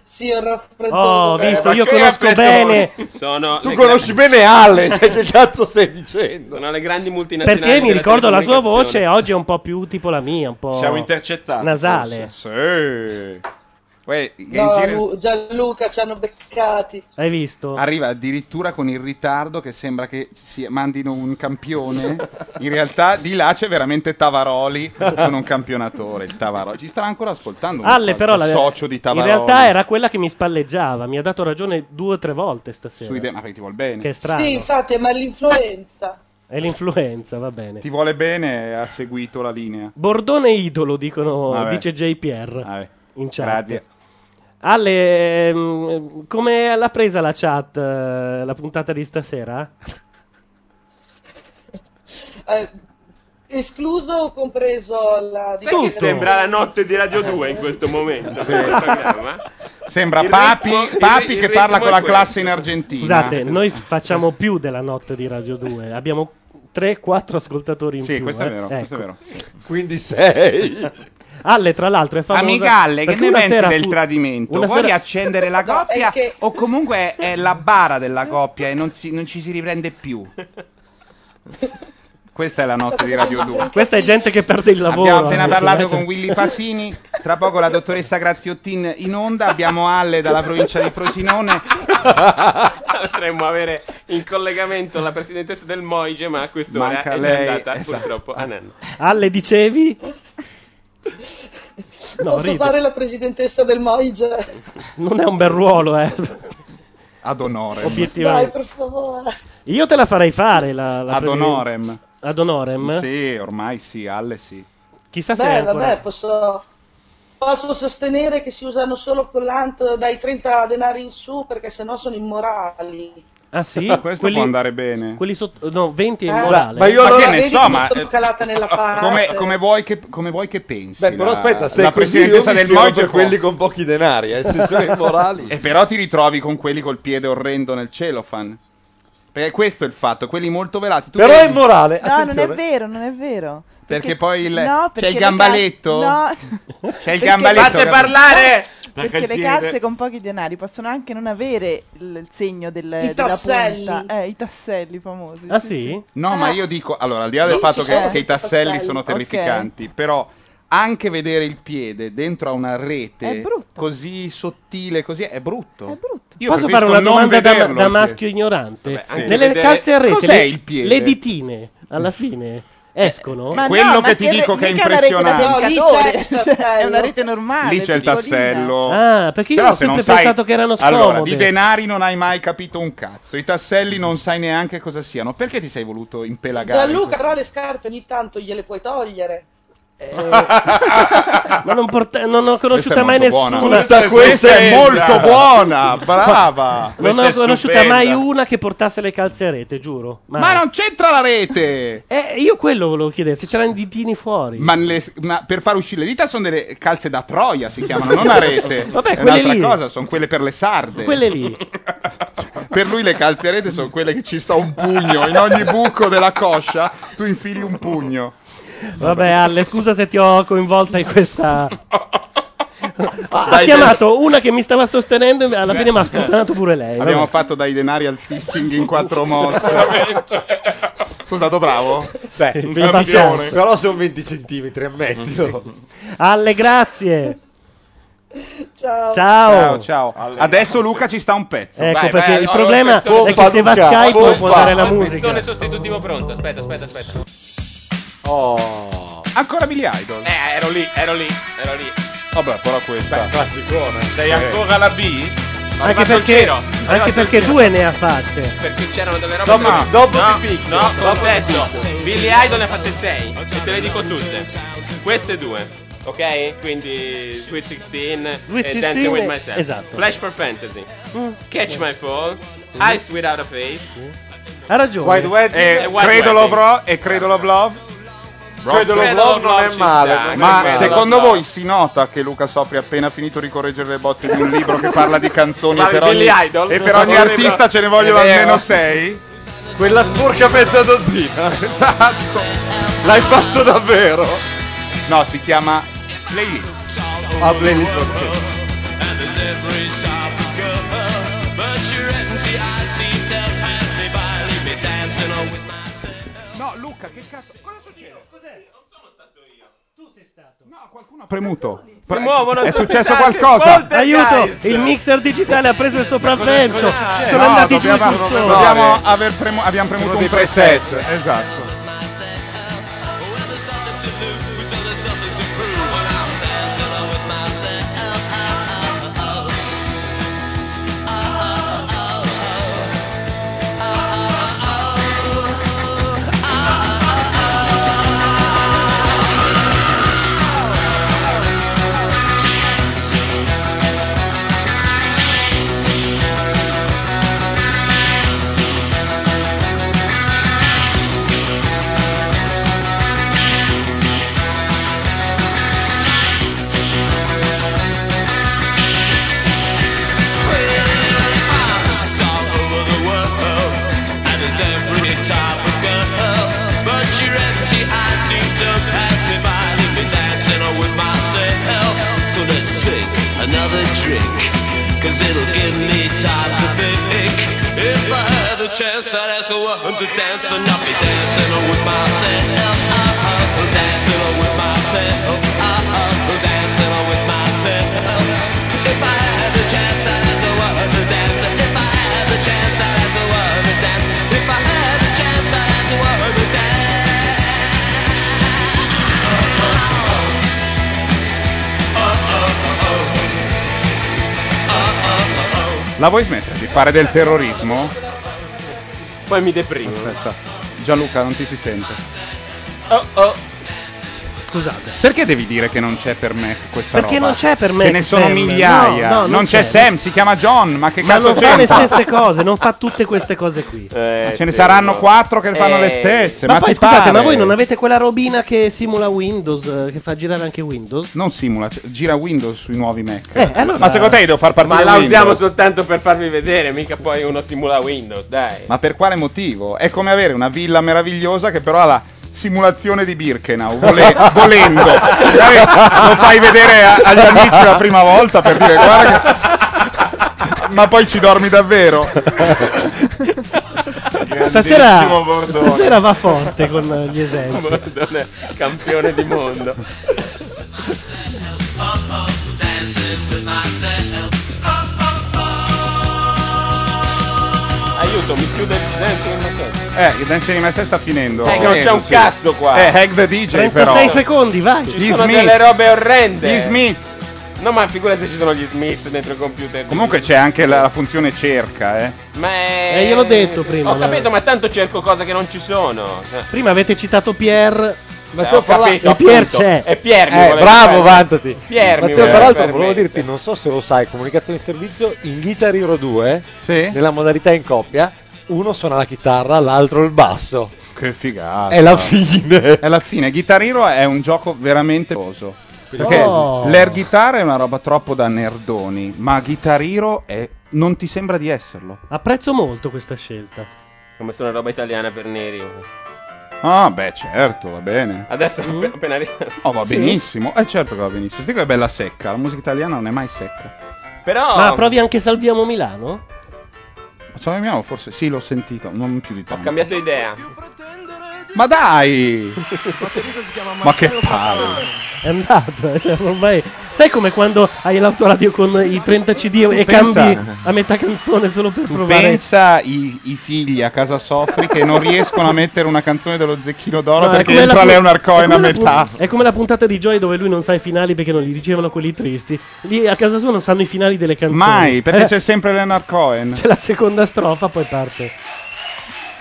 S19: Sì, ho raffreddato.
S2: Oh,
S5: Eh,
S2: visto,
S5: ma
S2: io
S5: che
S2: conosco
S5: raffreddore?
S2: bene...
S3: Sono
S5: Tu
S3: le
S5: conosci
S3: grandi-
S5: bene Ale, sai che cazzo stai dicendo?
S3: Sono le grandi multinazionali.
S2: Perché mi
S3: della
S2: ricordo la sua voce,
S3: telecomunicazione.
S2: oggi è un po' più tipo la mia, un po'...
S3: Siamo intercettati,
S2: Nasale.
S1: Sì. Uè, in
S19: No,
S1: giro-
S19: Lu- Gianluca ci hanno beccati.
S2: Hai visto?
S1: Arriva addirittura con il ritardo che sembra che si mandino un campione. In realtà di là c'è veramente Tavaroli con un campionatore. Il Tavaroli. Ci sta ancora ascoltando. un
S2: Alle
S1: qualche
S2: però la-
S1: socio di Tavaroli.
S2: In realtà era quella che mi spalleggiava, mi ha dato ragione due o tre volte stasera.
S1: Sui de- ma perché ti vuol bene.
S2: Che è strano.
S19: Sì, infatti, ma è l'influenza.
S2: È l'influenza, va bene.
S1: Ti vuole bene e ha seguito la linea.
S2: Bordone idolo, dicono,
S1: Vabbè.
S2: dice JPR. In chat.
S1: Grazie.
S2: Ale, ehm, come l'ha presa la chat eh, la puntata di stasera?
S19: Eh, escluso o compreso la
S3: Sai che sembra la notte di Radio 2 in questo momento.
S1: Sì.
S3: il programma?
S1: Sembra
S3: Il
S1: Papi,
S3: ritmo- il-
S1: Papi
S3: il
S1: che
S3: ritmo
S1: parla
S3: è
S1: con la
S3: quello.
S1: classe in Argentina.
S2: Scusate, noi s- facciamo più della notte di Radio 2. Abbiamo 3-4 ascoltatori in
S1: Sì,
S2: più.
S1: questo è
S2: eh.
S1: vero, questo è
S2: Ecco.
S1: vero.
S5: Quindi sei.
S2: Ale, tra l'altro, è famosa
S1: Amica Ale, che
S2: perché
S1: ne
S2: una
S1: pensi
S2: sera
S1: del
S2: fu-
S1: tradimento?
S2: una
S1: Vuoi
S2: sera-
S1: accendere la coppia? O comunque è la bara della coppia e non, si- non ci si riprende più? Questa è la notte di Radio 2.
S2: Questa è gente che perde il lavoro.
S1: Abbiamo appena
S2: anche,
S1: parlato
S2: eh, cioè-
S1: con Willy Pasini, tra poco la dottoressa Graziottin in onda, abbiamo Alle dalla provincia di Frosinone.
S3: Potremmo avere in collegamento la presidentessa del Moige, ma a quest'ora
S1: Manca
S3: è già
S1: lei,
S3: andata
S1: esatto.
S3: purtroppo Ah, a nanno.
S2: Alle, dicevi? No,
S19: Posso
S2: ride.
S19: fare la presidentessa del Moige?
S2: Non è un bel ruolo, eh.
S1: Ad onore.
S19: Dai,
S2: Obiettivamente.
S19: per favore.
S2: Io te la farei fare la, la
S1: Ad
S2: presi-
S1: honorem.
S2: Ad honorem?
S1: Sì, ormai sì, Alle sì.
S2: Chissà se è
S19: Beh,
S2: ancora-
S19: vabbè, posso, posso sostenere che si usano solo collant dai 30 denari in su perché sennò sono immorali.
S2: Ah sì?
S1: Questo può andare bene.
S2: Quelli sotto... No, 20 è
S19: Eh,
S2: immorale.
S1: ma io Ma allora- che ne
S19: Vedi
S1: so,
S19: come
S1: ma- eh, Ah,
S19: sono calata nella parte.
S1: Come, come vuoi che, come vuoi che pensi?
S5: Beh, però
S1: la-
S5: aspetta, se
S1: la
S5: è così io
S1: presidentessa
S5: mi
S1: del
S5: schiero
S1: Moige
S5: per
S1: può-
S5: quelli con pochi denari, eh, se sono immorali.
S1: E però ti ritrovi con quelli col piede orrendo nel celofan. Perché questo è il fatto, quelli molto velati. Tu
S5: Però
S1: vedi-
S5: è immorale,
S17: No, non è vero, non è vero.
S1: Perché poi il-
S17: no,
S1: c'è
S17: perché
S1: il
S17: le
S1: gambaletto?
S17: cal- no.
S1: C'è il
S17: Perché-
S1: gambaletto. Eh!
S17: Fate
S1: parlare!
S17: Perché le calze con pochi denari possono anche non avere il, il segno del, della
S19: tasselli.
S17: punta. Eh, i tasselli famosi.
S2: Ah sì?
S1: No, ma io dico, allora, al di là
S17: Eh. Sì,
S1: del fatto
S17: ci
S1: che,
S17: sono
S1: che i
S17: i
S1: tasselli
S17: tasselli,
S1: sono
S17: ok.
S1: terrificanti, però anche vedere il piede dentro a una
S17: È
S1: rete così sottile, così è brutto. È brutto.
S2: Posso fare una domanda da, da maschio ignorante?
S1: Vabbè, anche
S2: Nelle
S1: vedere-
S2: calze a rete
S1: Cos'è
S2: le-
S1: il piede?
S2: le ditine alla fine escono?
S1: Ma quello no, ma che ti che re- dico che è mica la rete da impressionante.
S17: pescatore. È una rete normale.
S1: Lì c'è il
S17: piccolina.
S1: tassello.
S2: Ah, perché io
S1: Però
S2: ho
S1: se
S2: sempre
S1: non sai-
S2: pensato che erano
S1: Allora,
S2: scomode.
S1: di denari non hai mai capito un cazzo. I tasselli non sai neanche cosa siano. Perché ti sei voluto impelagare?
S19: Gianluca, però le scarpe ogni tanto gliele puoi togliere.
S2: Ma non, porta- non ho conosciuta mai nessuna.
S1: Tutta questa è molto buona, brava.
S2: Non ho conosciuta mai una che portasse le calze a rete, giuro.
S1: Ma non c'entra la rete!
S2: Eh, io quello volevo chiedere, se c'erano i ditini fuori.
S1: Ma, le- ma per far uscire le dita sono delle calze da Troia, si chiamano, non a rete.
S2: Vabbè,
S1: è
S2: quelle
S1: un'altra
S2: lì.
S1: cosa, sono quelle per le sarde.
S2: Quelle lì.
S1: Per lui le calze a rete sono quelle che ci sta un pugno, in ogni buco della coscia tu infili un pugno.
S2: Vabbè, Alle, scusa se ti ho coinvolta in questa. Ha
S1: Dai,
S2: chiamato una che mi stava sostenendo e alla fine mi ha sputtanato pure lei.
S1: Abbiamo
S2: vabbè.
S1: fatto dai denari al fisting in quattro mosse. Sono stato bravo?
S5: Beh,
S1: Un
S5: venti-
S1: campione.
S5: però sono 20 centimetri, ammettilo.
S2: Alle grazie.
S19: Ciao.
S2: Ciao.
S1: Ciao, ciao. Adesso Luca ci sta un pezzo.
S3: Certo.
S2: Ecco, perché il problema è che se va Skype non può dare la musica.
S3: Canzone sostitutivo pronto. Aspetta, aspetta, aspetta.
S1: Oh. Ancora Billy Idol.
S3: Eh, ero lì, ero lì, ero lì.
S1: Vabbè, però questa.
S3: Sei
S1: Eh.
S3: ancora
S31: la B?
S2: Anche perché, anche perché due ne ha fatte.
S3: Perché c'erano delle robe.
S2: Dopo-
S3: che-
S2: dopo
S3: no,
S2: Pipì.
S3: No, contesto. Billy Idol ne ha fatte 6. E te le dico tutte. Queste due. Ok? Quindi Sweet 16
S2: Sweet
S3: e Dancing
S2: 16
S3: with Myself.
S2: esatto. Mm.
S3: Flash for Fantasy. Catch My Fall. Eyes Without a Face.
S2: Ha ragione.
S3: Wide Wedding.
S1: Eh,
S3: E Wide
S1: credo
S3: Wedding.
S1: Love Rock e Credo Love eh, Love.
S3: Credo Love Credo Love Love non è ci male, sta, non è
S1: Ma
S3: male.
S1: secondo
S3: Love
S1: voi si nota che Luca Sofri ha appena finito di correggere le bozze di un libro che parla di canzoni e
S31: Parli
S1: per
S31: di
S1: ogni,
S31: Billy Idol?
S1: e per ogni
S31: È vero.
S1: artista ce ne vogliono
S31: È vero.
S1: almeno sei?
S32: Quella sporca mezza dozzina.
S1: Esatto. L'hai fatto davvero? No, si chiama Playlist.
S32: Ah, playlist,
S1: No, Luca, che cazzo? Cosa succede? Cos'è?
S2: Qualcuno
S1: ha premuto.
S2: Si
S1: Pre-
S2: muovono
S1: è
S2: tutti
S1: successo
S2: i tasti.
S1: qualcosa.
S2: Aiuto, il mixer digitale ha preso il
S1: Cosa
S2: sopravvento.
S1: è successo?
S2: Sono
S1: No,
S2: andati giù i
S1: dobbiamo-
S2: cursori.
S1: dobbiamo aver premu- abbiamo premuto
S2: Sono
S1: un
S2: dei
S1: preset.
S2: preset.
S1: Esatto.
S9: Another drink, cause it'll give me time to think. If I had the chance, I'd ask a woman to dance and not be dancing with myself. Oh, dancing with myself. Oh, dancing with myself. If I had the chance, I'd ask a woman to dance. If I had the chance, I'd ask a woman to dance. If I had the chance, I'd ask a woman to dance.
S1: La vuoi smettere di fare del terrorismo?
S3: Poi mi deprimo.
S1: Aspetta. Gianluca, non ti si sente.
S10: Eh,
S3: Oh, oh.
S2: Scusate.
S1: Perché devi dire che non c'è per me questa
S2: Perché
S1: roba?
S2: non c'è per me
S1: Ce ne sono
S2: Sam.
S1: migliaia.
S2: No, no,
S1: non,
S2: non
S1: c'è,
S2: c'è.
S1: Sam, si chiama John, ma che
S2: Ma
S1: cazzo
S2: non fa le
S1: c'entra?
S2: stesse cose, non fa tutte queste cose qui.
S3: Eh,
S1: Ma ce ne sì, saranno no. quattro che fanno le stesse,
S2: Ma,
S1: ma
S2: poi
S1: ti
S2: scusate,
S1: pare?
S2: ma voi non avete quella robina che simula Windows, eh, che fa girare anche Windows?
S1: Non simula, c- gira Windows sui nuovi Mac.
S2: Eh, allora-
S1: Ma secondo te io devo far partire
S3: Ma la
S1: Windows?
S3: usiamo soltanto per farvi vedere, mica poi uno simula Windows, dai.
S1: Ma per quale motivo? È come avere una villa meravigliosa che però ha la simulazione di Birkenau, vole- volendo. Magari Lo fai vedere a- agli amici la prima volta per dire guarda che... Ma poi ci dormi davvero.
S2: Stasera,
S1: Grandissimo Bordone.
S2: stasera va forte con eh, gli esempi.
S3: Bordone, campione di mondo. Aiuto, mi chiude il dancing in myself.
S1: Eh, il Dancing in Myself sta finendo.
S3: Eh, che non c'è un cazzo qua.
S1: Eh, hack the DJ
S2: 36
S1: però.
S2: secondi, vai.
S3: Ah, Ci
S1: Gli
S3: sono
S1: Smith.
S3: delle robe orrende.
S1: Gli Smith.
S3: No, ma figura se ci sono gli Smith dentro il computer.
S1: Comunque c'è anche la, la funzione cerca, eh.
S3: Ma è...
S2: Eh, gliel'ho detto prima,
S3: Ho
S2: ma-
S3: capito, ma tanto cerco cose che non ci sono. Cioè,
S2: Prima avete citato Pierre.
S1: Eh,
S3: Ma tu ho parla- capito,
S2: E Pierre
S3: appunto.
S2: c'è.
S3: E Pierre mi
S5: Eh,
S3: voleva
S5: bravo,
S3: fare-
S5: vantati.
S3: Pierre mi
S5: Matteo,
S3: voleva
S5: peraltro,
S3: permettere.
S5: volevo dirti, non so se lo sai, comunicazione di servizio in Guitar Hero 2, nella modalità in coppia, uno suona la chitarra, l'altro il basso.
S1: Che figata.
S5: È la fine.
S1: È la fine. Guitar Hero è un gioco veramente oso. Perché
S5: Oh.
S1: l'air guitar è una roba troppo da nerdoni, ma Guitar Hero è... non ti sembra di esserlo.
S2: Apprezzo molto questa scelta.
S3: Come sono roba italiana per neri.
S1: Ah, beh, certo, va bene.
S3: Adesso
S2: Mm?
S3: app- appena arriva.
S1: Oh, va
S3: Sì.
S1: benissimo. Eh, certo che va benissimo. Senti che è bella secca. La musica italiana non è mai secca.
S3: Però.
S2: Ma provi anche Salviamo Milano?
S1: Facciamo il mio, forse? Sì, l'ho sentito, non più di tanto.
S3: Ho cambiato idea.
S1: Ma dai! Ma che palle!
S2: È andata, cioè ormai. Sai come quando hai l'autoradio con i 30 CD e
S1: pensa-
S2: cambi a metà canzone solo per provare.
S1: Pensa i, i figli a casa Sofri che non riescono a mettere una canzone dello Zecchino d'Oro
S2: No, è
S1: perché
S2: come
S1: entra
S2: la pu-
S1: Leonard
S2: è
S1: Cohen a
S2: come la pu-
S1: metà.
S2: È come la puntata di Joy dove lui non sa i finali perché non gli dicevano quelli tristi. Lì a casa sua non sanno i finali delle canzoni.
S1: Mai, perché
S2: Eh,
S1: c'è sempre Leonard Cohen.
S2: c'è la seconda strofa, poi parte.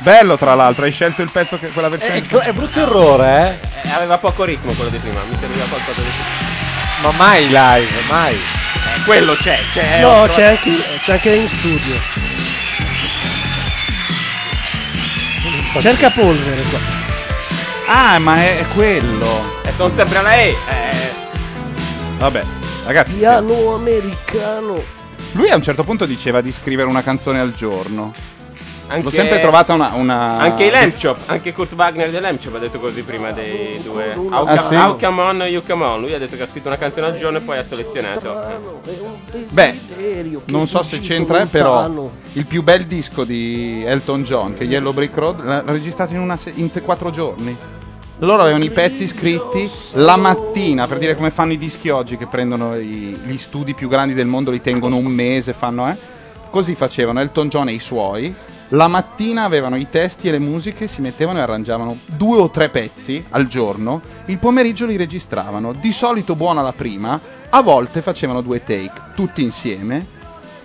S1: Bello, tra l'altro, hai scelto il pezzo che quella versione.
S5: è brutto errore, eh.
S17: Eh, aveva poco ritmo quello di prima, mi serviva qualcosa di
S5: Ma mai live, mai.
S17: Eh, quello c'è,
S1: Cioè,
S17: c'è. eh,
S2: no,
S17: ho
S2: c'è
S17: trovato-
S2: anche, c'è anche in studio. Cerca polvere cioè. qua.
S1: Ah, ma è, è quello.
S17: E sono sempre alla E. eh.
S1: Vabbè, ragazzi.
S2: Piano americano.
S1: Lui a un certo punto diceva di scrivere una canzone al giorno.
S17: Anche-
S1: L'ho sempre trovata una. una...
S17: Anche i Lampchop, anche Kurt Wagner dei Lampchop ha detto così prima dei due. How,
S1: Ah,
S17: come-
S1: sì?
S17: how come on, you come on. Lui ha detto che ha scritto una canzone al giorno e poi ha selezionato.
S1: Beh, non so se c'entra, eh, però.
S17: lontano.
S1: Il più bel disco di Elton John, che è Yellow Brick Road, l'ha l'ha registrato in, una se- in te- quattro giorni. Loro avevano i pezzi scritti la mattina, per dire come fanno i dischi oggi, che prendono i- gli studi più grandi del mondo, li tengono un mese, fanno, eh. Così facevano Elton John e i suoi. La mattina avevano i testi e le musiche, si mettevano e arrangiavano due o tre pezzi al giorno. Il pomeriggio li registravano. Di solito buona la prima, a volte facevano due take, tutti insieme.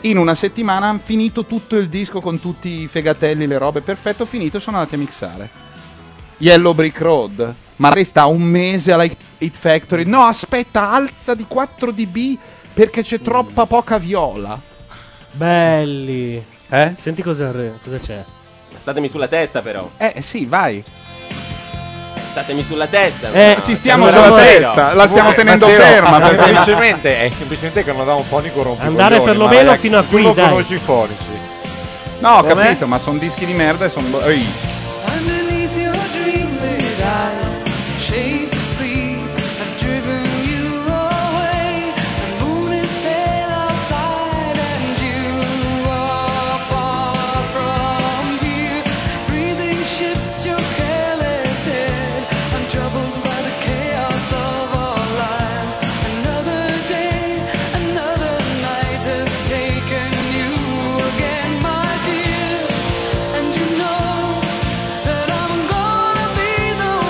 S1: In una settimana hanno finito tutto il disco con tutti i fegatelli, le robe, perfetto, finito, sono andati a mixare. Yellow Brick Road. Ma resta un mese alla Hit Hit Factory. No, aspetta, alza di 4 dB perché c'è troppa poca viola.
S2: Belli.
S1: Eh?
S2: Senti cosa, cosa c'è.
S17: Statemi sulla testa però.
S1: Eh sì, vai.
S17: Statemi sulla testa.
S2: Eh,
S17: no.
S2: ci
S1: stiamo
S17: Però- Eh,
S1: sulla
S17: però-
S1: testa, la
S3: Eh,
S1: stiamo tenendo ferma, perché-
S19: semplicemente, è semplicemente che non ha un fonico rompe
S1: Andare perlomeno fino a qui,
S19: Tu lo
S1: dai.
S19: conosci i fonici.
S1: No, ho
S19: Com'è?
S1: capito, ma sono dischi di merda e sono.
S9: Underneath your dreamlit eyes, shades of sleep have driven you away. The moon is pale outside, and you are far from here. Breathing shifts your careless head. I'm troubled by the chaos of our lives. Another day, another night has taken you again, my dear, and you know. That I'm gonna be the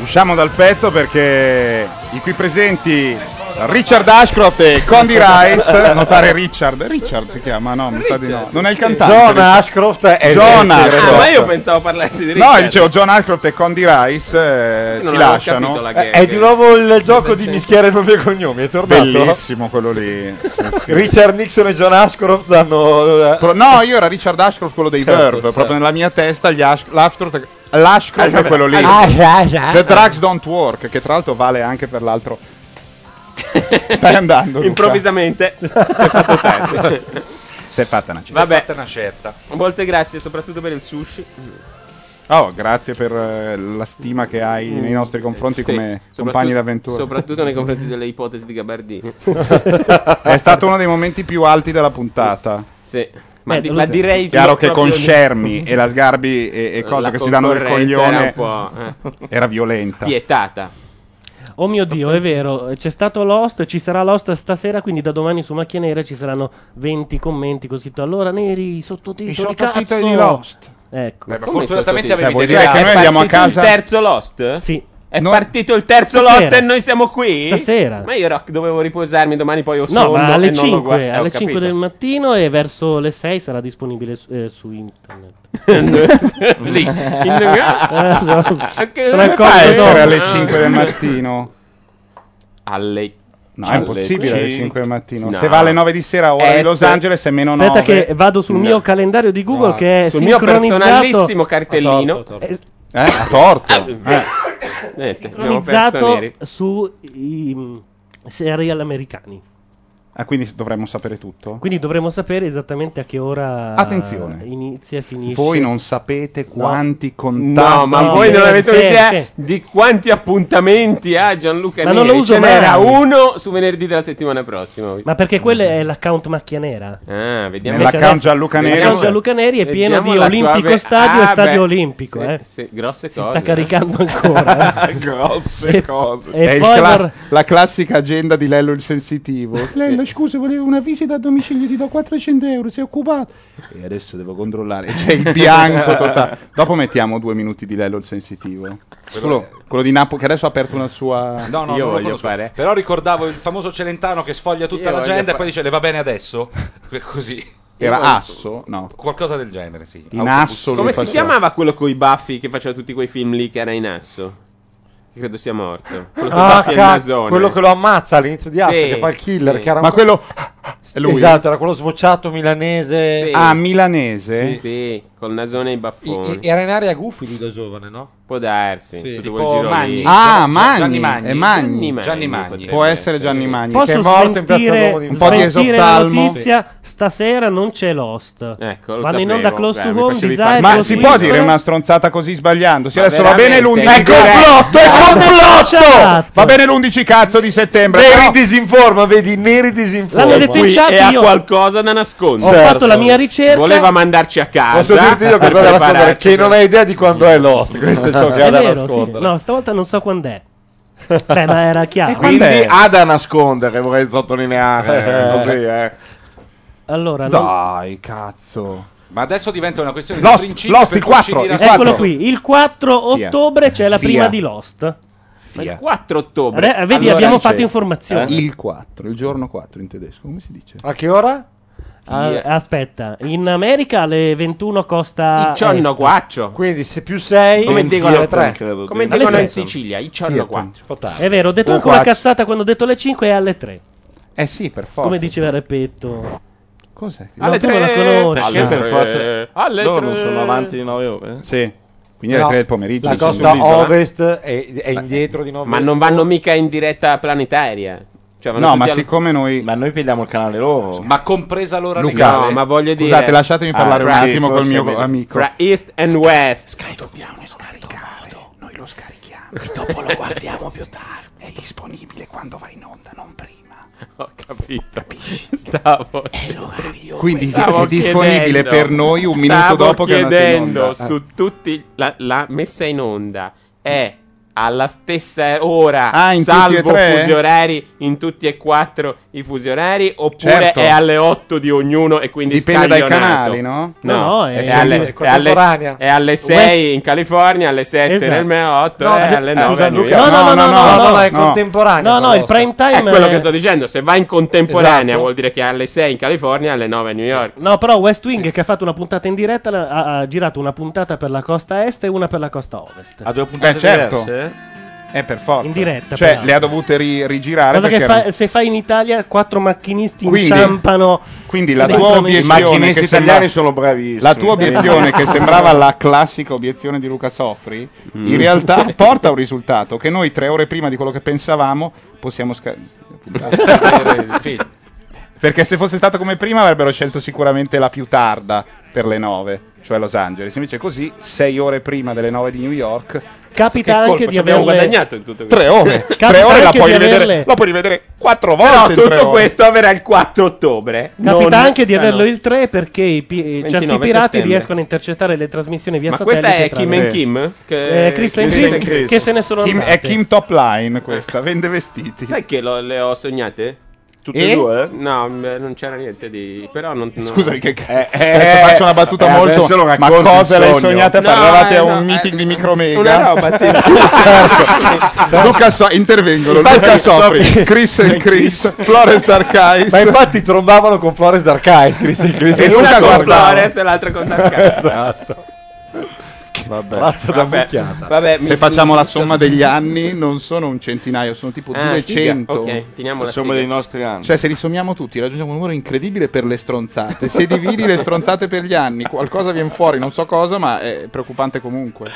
S1: Usciamo dal pezzo perché i qui presenti Richard Ashcroft e Condi Rice, Eh, notare Richard, Richard si chiama, no, mi sa di no. Non è il cantante.
S5: John
S1: Richard.
S5: Ashcroft è
S1: John
S5: è-
S1: Ashcroft.
S5: Ah,
S3: Ma io pensavo parlassi di
S1: No,
S3: Richard.
S1: io dicevo John Ashcroft e Condi Rice eh,
S3: Io non
S1: ci
S3: avevo
S1: lasciano.
S3: capito la
S5: Eh, È, è di nuovo il gioco di mischiare nomi e cognomi, è tornato.
S1: Bellissimo quello lì. sì, sì.
S5: Richard Nixon e John Ashcroft hanno... eh,
S1: Pro- no, io era Richard Ashcroft, quello dei
S5: Certo,
S1: Verve.
S5: certo.
S1: Proprio nella mia testa gli Ash- l'Ashcroft, l'Ashcroft
S5: Ah,
S1: è quello lì.
S5: ah, ah, ah,
S1: The
S5: ah.
S1: Drugs Don't Work, che tra l'altro vale anche per l'altro. Stai andando. Luca.
S3: Improvvisamente si è fatto tardi.
S1: Sei fatta una città.
S3: Vabbè,
S10: fatta una scelta.
S3: Molte grazie, soprattutto per il sushi.
S1: Oh, grazie per eh, la stima che hai nei nostri confronti
S3: Mm. Sì,
S1: come
S3: soprattutto-
S1: compagni d'avventura.
S3: Soprattutto nei confronti delle ipotesi di Gabardini.
S1: È stato uno dei momenti più alti della puntata.
S3: Sì. Ma,
S1: Beh,
S2: Eh,
S3: di-
S1: lo-
S3: ma direi
S1: chiaro
S3: no,
S1: che
S3: proprio
S1: con
S3: di-
S1: Scermi e la Sgarbi e, e cose
S3: La
S1: che si danno del
S3: concorrenza
S1: coglione
S3: era
S1: era,
S3: un po', eh.
S1: violenta.
S3: Spietata.
S2: Oh mio dio, è vero, c'è stato Lost, ci sarà Lost stasera, quindi da domani su Macchia Nera ci saranno 20 commenti con scritto allora neri, i sottotitoli,
S17: I sottotitoli
S2: cazzo!"
S17: di Lost.
S2: Ecco.
S17: Beh, ma
S3: Come
S2: fortunatamente
S3: i sottotitoli?
S2: avevi
S3: Cioè, vuol
S2: delle
S3: dire
S2: idee.
S3: che
S2: È
S3: noi andiamo a
S2: partito
S3: casa.
S2: il
S3: Il terzo Lost?
S2: Sì.
S3: È partito il terzo
S2: Stasera.
S3: Lost e noi siamo qui?
S2: Stasera.
S3: Ma io ero- dovevo riposarmi domani poi ho sonno
S2: No, ma alle
S3: e non lo
S2: 5,
S3: guardo. Eh, ho
S2: alle
S3: capito.
S2: 5 del mattino e verso le 6 sarà disponibile su, eh, su internet.
S3: Lì.
S2: Eh, so-
S3: Anche-
S2: sono
S1: Come
S2: ancora
S1: fa a essere
S2: dopo.
S1: alle 5 del mattino?
S3: Alle
S1: No, è impossibile alle 5 del mattino. Se va
S3: vale
S1: alle 9 di sera
S3: Eh,
S1: ora di Los Angeles è meno 9.
S2: Aspetta che vado sul mio calendario di Google
S1: No.
S2: che è
S1: Sul mio
S2: sincronizzato.
S1: personalissimo
S3: cartellino.
S1: Eh, a torto. Eh.
S3: Niente, Ah, abbiamo perso
S2: Sincronizzato
S3: neri.
S2: su i mm, serial americani.
S1: Ah, quindi dovremmo sapere tutto.
S2: Quindi dovremmo sapere esattamente a che ora eh,
S1: Attenzione.
S2: inizia e finisce.
S1: Voi non sapete quanti contatti.
S3: No, ma
S2: No,
S3: voi non
S2: perché?
S3: avete un'idea
S2: Perché?
S3: di quanti appuntamenti ha Gianluca
S2: Ma
S3: Neri.
S2: non lo uso
S3: Ce n'era
S2: mai.
S3: uno su venerdì della settimana prossima. ho visto.
S2: Ma perché quello è l'account macchia nera?
S3: Ah, vediamo
S2: Invece Nell'account
S3: adesso-
S2: Gianluca Neri-
S3: vediamo-
S2: L'account Gianluca Neri è pieno
S3: vediamo
S2: di
S3: la
S2: Olimpico
S3: tua-
S2: Stadio e
S3: Ah,
S2: Stadio
S3: beh,
S2: Olimpico,
S3: sì,
S2: eh.
S3: sì, grosse
S2: Si
S3: cose.
S2: sta
S3: eh.
S2: caricando ancora. eh.
S1: Grosse
S2: E-
S1: cose.
S2: e
S1: è il
S2: poi
S1: clas-
S2: vor-
S1: la classica agenda di Lello il sensitivo.
S17: Lello, scusa, volevo una visita a domicilio, ti do 400 euro, sei occupato.
S1: E adesso devo controllare. E C'è il bianco totale. Dopo mettiamo due minuti di Lello il sensitivo. Solo quello di Napoli, che adesso ha aperto una sua.
S10: No, no, non lo conosco. Però ricordavo il famoso Celentano che sfoglia tutta
S1: Io voglio
S10: l'agenda e
S1: fare-
S10: poi dice le va bene adesso? Que- Così.
S1: Era
S10: Io-
S1: Asso? No.
S10: Qualcosa del genere, sì.
S1: In Asso
S3: Come
S1: lui
S3: si
S1: faceva-
S3: chiamava quello coi baffi che faceva tutti quei film lì che era in asso? Che Credo sia morto. Quello coi
S5: Ah,
S3: baffi e il
S5: ca-
S3: nasone.
S5: quello che lo ammazza all'inizio di Asso,
S3: Sì,
S5: che fa il killer,
S3: sì.
S5: che era
S3: Ma
S5: un-
S3: quello-
S1: è lui?
S5: Esatto, era quello svociato milanese.
S1: Ah, milanese?
S3: Sì, sì, col nasone e i baffoni.
S5: I- i- era in area Guffi lui da giovane, no?
S3: Può darsi.
S5: Sì.
S3: tutto
S5: Tipo
S3: quel giro lì.
S5: Magni.
S1: Ah, Magni.
S5: Gianni Magni.
S1: È Magni.
S5: Gianni Magni. Gianni Magni.
S1: Può essere Gianni Magni. che
S2: Posso
S1: è morto in Piazza
S2: smentire,
S1: Duomo di- un po' di
S2: smentire la
S1: esotalmo.
S2: notizia? Stasera non c'è Lost.
S3: Ecco,
S2: Vanno in onda Close
S5: Eh,
S2: to Home, Desire,
S1: Ma
S2: Close
S1: si
S2: to
S1: può
S2: Whisper.
S1: dire una stronzata così sbagliando? Sì,
S2: Ma
S1: adesso va bene
S2: veramente?
S1: l'11
S2: È complotto, è
S1: complotto! Esatto. Va bene l'11 cazzo di settembre.
S5: Neri
S1: però-
S5: disinforma, vedi, Neri disinforma.
S3: L'hanno detto in chat
S5: E
S3: e ha
S5: acqua-
S3: qualcosa da nascondere.
S5: Ho fatto la
S2: mia ricerca.
S3: Voleva mandarci a casa.
S5: Posso dirti
S3: per
S5: io cosa da nascondere?
S3: prepararci
S5: Che non hai idea di quando è Lost, questo è ciò che ha
S2: È
S5: da
S2: vero, Eh, sì.
S5: nascondere.
S2: No, stavolta non so quando è. Beh, ma era chiaro.
S5: Quindi ha da nascondere, vorrei sottolineare. così, eh.
S2: Allora,
S1: Dai, cazzo.
S10: Ma adesso diventa una questione
S2: Lost,
S10: di principio.
S2: Lost,
S10: per
S2: il
S10: cui
S2: 4,
S10: uccidi la-
S2: Eccolo qui, il 4 ottobre c'è la
S1: Via.
S2: prima di Lost.
S1: Via.
S3: il 4 ottobre. Eh?
S2: Vabbè, vedi,
S1: Allora
S2: abbiamo
S1: c'è
S2: fatto informazione.
S1: Il 4, il giorno 4 in tedesco, come si dice?
S5: A che ora?
S2: Ah,
S1: Via.
S2: aspetta, in America alle 21 costa
S3: Il giorno
S2: est.
S3: guaccio.
S5: Quindi se più 6
S3: Come dicono, come
S2: Alle
S3: dicono
S2: tre.
S3: in Sicilia, il giorno 4.
S2: È vero, ho detto
S3: Un
S2: anche una
S3: quattro.
S2: cazzata quando ho detto alle 5 e alle 3.
S1: Eh sì, per forza.
S2: Come diceva Repetto.
S1: Cos'è?
S2: No, tu non la conosci.
S4: Perché per forza?
S3: Alle
S4: Loro
S3: tre.
S4: non sono avanti di oh, eh. 9 ore.
S1: Sì. Quindi
S5: No,
S1: alle 3 del pomeriggio.
S5: La
S1: ci sono
S5: costa
S1: sull'isola.
S5: ovest è, è indietro di 9
S3: Ma non vanno mica in diretta planetaria. Cioè, vanno
S1: No,
S3: tutti
S1: ma
S3: al-
S1: siccome noi.
S4: Ma noi prendiamo il canale loro.
S10: Ma compresa l'ora
S1: Luca,
S10: legale.
S1: no, ma voglio dire- Scusate, lasciatemi parlare un
S3: Ah,
S10: fra-
S1: attimo col
S10: forse
S1: mio
S10: è meglio.
S1: amico.
S3: Fra East and West.
S17: Dobbiamo scaricare. Noi lo scarichiamo. E dopo lo guardiamo più tardi. È disponibile quando va in onda, non prima.
S3: Ho capito. Stavo.
S1: Quindi
S3: Stavo
S1: è disponibile
S3: chiedendo-
S1: per noi un minuto
S3: stavo
S1: Ah. dopo che è andata in
S3: chiedendo
S1: onda.
S3: su tutti la, la messa in onda è alla stessa ora,
S1: Ah, in tutti e
S3: salvo
S1: tre?
S3: fusi orari, in tutti e quattro i fusi orari, oppure
S1: Certo.
S3: è alle 8 di ognuno e quindi
S1: Dipende dai
S3: scaglionato.
S1: canali, no?
S3: No,
S1: No, no,
S3: è,
S1: è sempre-
S3: alle, è, alle,
S1: contemporanea.
S3: è alle 6 in California, alle 7
S2: Esatto.
S3: nel mea 8
S2: No,
S3: e
S2: eh,
S3: alle
S2: scusa,
S3: 9 a New
S2: Luca,
S3: York.
S2: no, no, no, no, no, no, no, è no. contemporaneo,
S3: No, no, il
S2: però.
S3: prime time
S2: È
S3: è
S2: quello
S3: quello
S2: che
S3: che
S2: sto
S3: sto dicendo, se va in contemporanea
S2: Esatto.
S3: vuol dire che è alle 6 in California e alle 9 a New York.
S2: No, però West Wing che ha fatto una puntata in diretta la- ha, ha girato una puntata per la costa est e una per la costa ovest.
S1: Ha due puntate Eh, certo. diverse? Eh, per forza.
S2: In diretta,
S1: Cioè,
S2: peraltro.
S1: le ha dovute ri- rigirare
S2: Certo, Cosa che
S1: perché...
S2: fa- se fai in Italia quattro macchinisti
S1: Quindi-
S2: inciampano.
S1: Quindi la
S2: dentro
S1: tua
S2: nei-
S1: obiezione che sembra- La tua
S2: quindi.
S1: obiezione che sembrava la classica obiezione di Luca Soffri,
S2: Mm.
S1: in realtà porta a un risultato che noi tre ore prima di quello che pensavamo possiamo sca- Perché se fosse stato come prima avrebbero scelto sicuramente la più tarda per le nove, cioè Los Angeles. Invece così, sei ore prima delle nove di New York,
S2: Capita
S1: che
S2: anche
S1: colpa,
S2: di
S1: ci abbiamo
S2: averle-
S1: guadagnato in tutto questo.
S3: Tre ore.
S1: Tre
S3: Capita
S1: ore la
S3: anche
S1: puoi
S3: di
S1: rivedere-
S3: averle-
S1: la puoi rivedere quattro volte
S3: Però
S1: in tre
S3: tutto
S1: ore.
S3: questo avverrà il 4 ottobre. non
S2: Capita anche di
S3: stanotte.
S2: averlo il 3 perché i pi- eh, certi
S3: 29
S2: pirati
S3: settembre.
S2: riescono a intercettare le trasmissioni via
S3: Ma
S2: satellite.
S3: questa è
S2: tra-
S3: Kim and
S2: Sì.
S3: Kim? Che-
S2: Eh, Chris and
S3: Chris
S2: Chris,
S3: and Chris.
S2: che se ne sono
S1: Kim-
S2: andati.
S1: è Kim Top Line questa, vende vestiti.
S3: Sai che lo- le ho sognate?
S1: Tutte e E? due?
S3: No, m- non c'era niente di. Però non. no.
S1: Scusami che cazzo. adesso faccio una battuta
S3: eh,
S1: molto.
S3: adesso lo
S1: Ma
S3: racconti il
S1: cosa l'hai
S3: sogno.
S1: sognata?
S3: No,
S1: Parlavate
S3: eh,
S1: a un
S3: no,
S1: meeting di Micromega.
S3: una roba, sì.
S1: certo. Luca so- intervengono
S5: Infatti,
S1: Luca Sopri,
S5: Sopri,
S1: Chris and Chris, Florest Arcais.
S5: Ma infatti trombavano con Flores Darkais, Chris e Chris.
S1: E una con Flores
S3: e l'altra con
S5: Darkais.
S3: Darkais.
S5: esatto.
S1: Vabbè.
S5: Mazza da mucchiata.
S3: vabbè,
S1: Se
S3: mi-
S1: facciamo la somma degli anni, non sono un centinaio, sono tipo
S3: Ah, siga.
S1: 200.
S3: Ok, finiamo la Insomma, siga.
S33: dei nostri anni.
S1: Cioè, se li sommiamo tutti, raggiungiamo un numero incredibile per le stronzate. Se dividi le stronzate per gli anni, qualcosa viene fuori, non so cosa, ma è preoccupante comunque.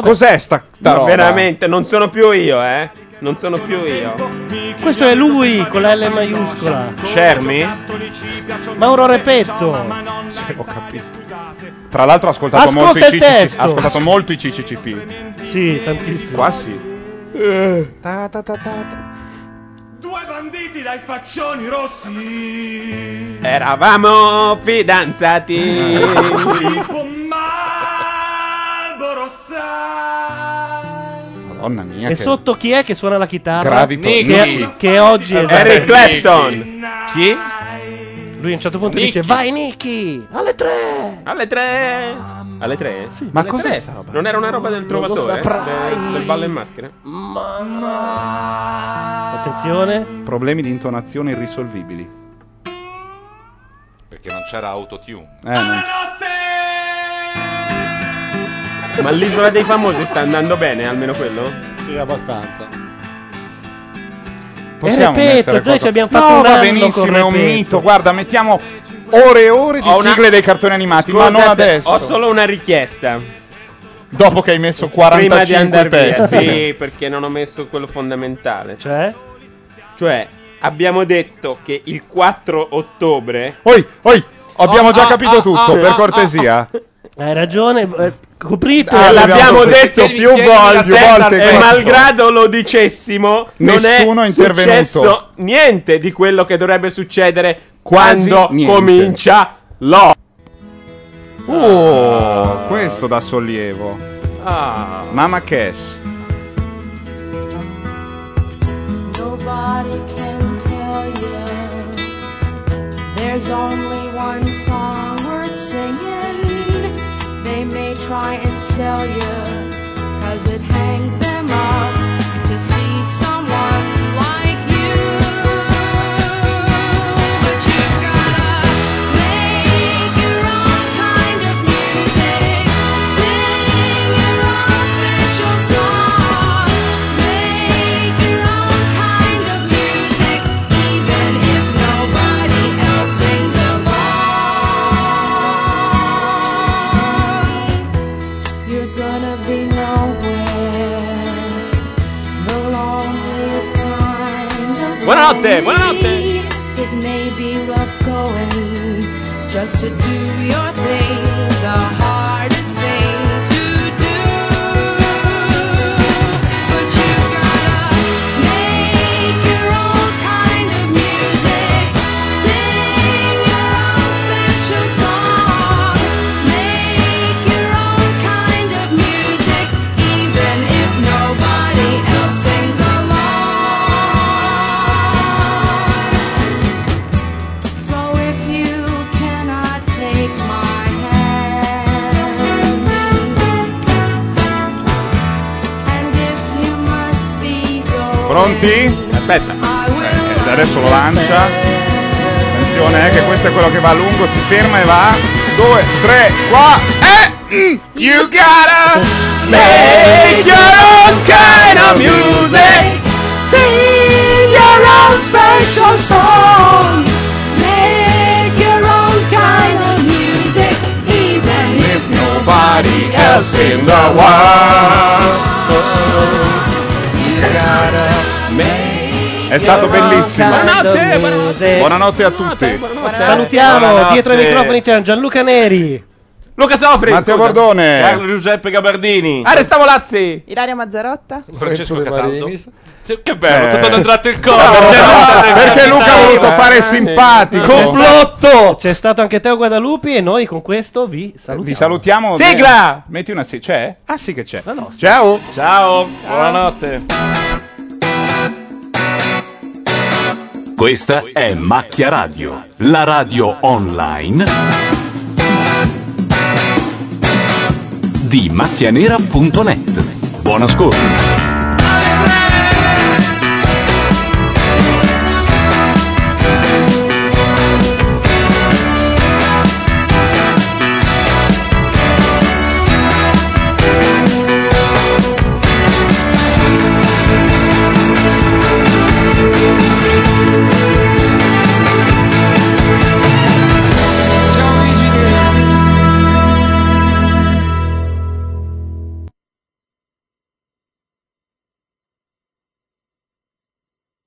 S1: Cos'è sta, sta
S3: Ma
S1: roba?
S3: Veramente, non sono più io, eh. Non sono più io.
S2: Questo è lui con la L maiuscola.
S1: Cioè-
S3: Shermy?
S2: Mauro Repetto.
S1: Ho capito. Tra l'altro ho ascoltato,
S2: Ascolta
S1: molto i,
S2: il
S1: CCC,
S2: testo.
S1: ha ascoltato molto i CCCP.
S2: Sì, tantissimo.
S1: Qua sì.
S16: Due banditi dai faccioni rossi.
S3: Eravamo fidanzati.
S16: tipo Marlboro sai.
S1: Madonna mia.
S2: E sotto chi è che suona la chitarra?
S1: Gravi po-
S2: che,
S1: Nicky.
S2: che oggi è
S1: Eric Clapton.
S3: Chi?
S2: Lui a un certo punto
S3: Nicky.
S2: dice: Vai, Nicky! Alle tre!
S3: Alle tre! Alle tre? Sì,
S2: Ma
S3: alle
S2: cos'è
S3: tre.
S2: sta roba?
S3: Non era una roba del
S2: Non lo
S3: trovatore?
S2: saprai.
S3: Del, del ballo in maschera?
S2: Attenzione.
S1: Problemi di intonazione irrisolvibili.
S10: Perché non c'era autotune.
S1: Eh, non-
S3: Ma l'isola dei famosi sta andando bene, almeno quello?
S34: Sì, abbastanza.
S2: Eh,
S1: Possiamo
S2: ripeto,
S1: mettere
S2: noi
S1: qualcosa-
S2: ci abbiamo fatto
S1: no,
S2: un
S1: va
S2: anno
S1: benissimo,
S2: con
S1: è un
S2: Repetto.
S1: mito. Guarda, mettiamo ore e ore di
S3: Ho una-
S1: sigle dei cartoni animati, ma non
S3: Scusate,
S1: adesso.
S3: Ho solo una richiesta.
S1: Dopo che hai messo
S3: Prima di
S1: 45
S3: andare via.
S1: pezzi.
S3: Sì, perché non ho messo quello fondamentale.
S2: Cioè?
S3: Cioè, abbiamo detto che il 4 ottobre...
S1: Oi, oi, abbiamo
S3: Oh,
S1: già
S3: ah,
S1: capito
S3: ah, ah,
S1: tutto, per
S3: ah,
S1: cortesia.
S2: Hai ragione. eh, Coprite.
S3: Ah, l'abbiamo detto
S1: Tieni-
S3: più
S1: tieni la
S3: volte,
S1: testa al
S3: e
S1: petto.
S3: malgrado lo dicessimo,
S1: Nessuno
S3: non
S1: è
S3: è
S1: intervenuto.
S3: successo niente di quello che dovrebbe succedere
S1: Quasi
S3: quando
S1: niente.
S3: comincia l'O.
S1: Oh, questo dà sollievo.
S3: Ah.
S1: Mama Cass.
S9: Nobody can tell you. There's only one song worth singing. They may try and sell you, cause it hangs them up to see someone like you. But you've gotta make your own kind of music. Sing your own special song. Make your own kind of music, even if nobody else sings along. You're gonna be nowhere. The loneliest kind of
S3: Buonanotte,
S9: lonely.
S3: buonanotte.
S9: It may be rough going just to do your thing. The hardest thing to do. But you gotta make your own kind of music. Sing your own special song. Make your own kind of music, even
S1: Pronti? Aspetta. Eh, adesso lo lancia. Attenzione, eh, che questo è quello che va a lungo, si ferma e va. 2, 3, 4.
S9: e,
S1: Eh! mm, You gotta make your own kind of music.
S9: Sing your own special song. Make your own kind of music, even if
S1: Nobody else in the world. È stato bellissimo.
S2: Buonanotte, buonanotte.
S1: Buonanotte a tutti.
S2: Eh, Salutiamo,
S1: Buonanotte.
S2: dietro i microfoni c'è Gianluca Neri.
S6: Luca Sofri.
S1: Matteo
S6: scusa.
S1: Bordone.
S35: Carlo Giuseppe Gabardini.
S6: Arrestavo Lazzi.
S36: Ilaria Mazzarotta?
S4: Francesco Cataldo.
S1: Che
S4: bello, tutto andato il cover.
S1: Perché Luca ha voluto fare il simpatico.
S2: Complotto! C'è stato anche Teo Guadalupi e noi con questo vi salutiamo.
S1: Vi salutiamo.
S2: Sigla!
S1: Metti una sigla. C'è? Ah sì che c'è. Ciao.
S35: Ciao, buonanotte.
S10: Questa è Macchia Radio, la radio online di macchianera.net. Buon ascolto.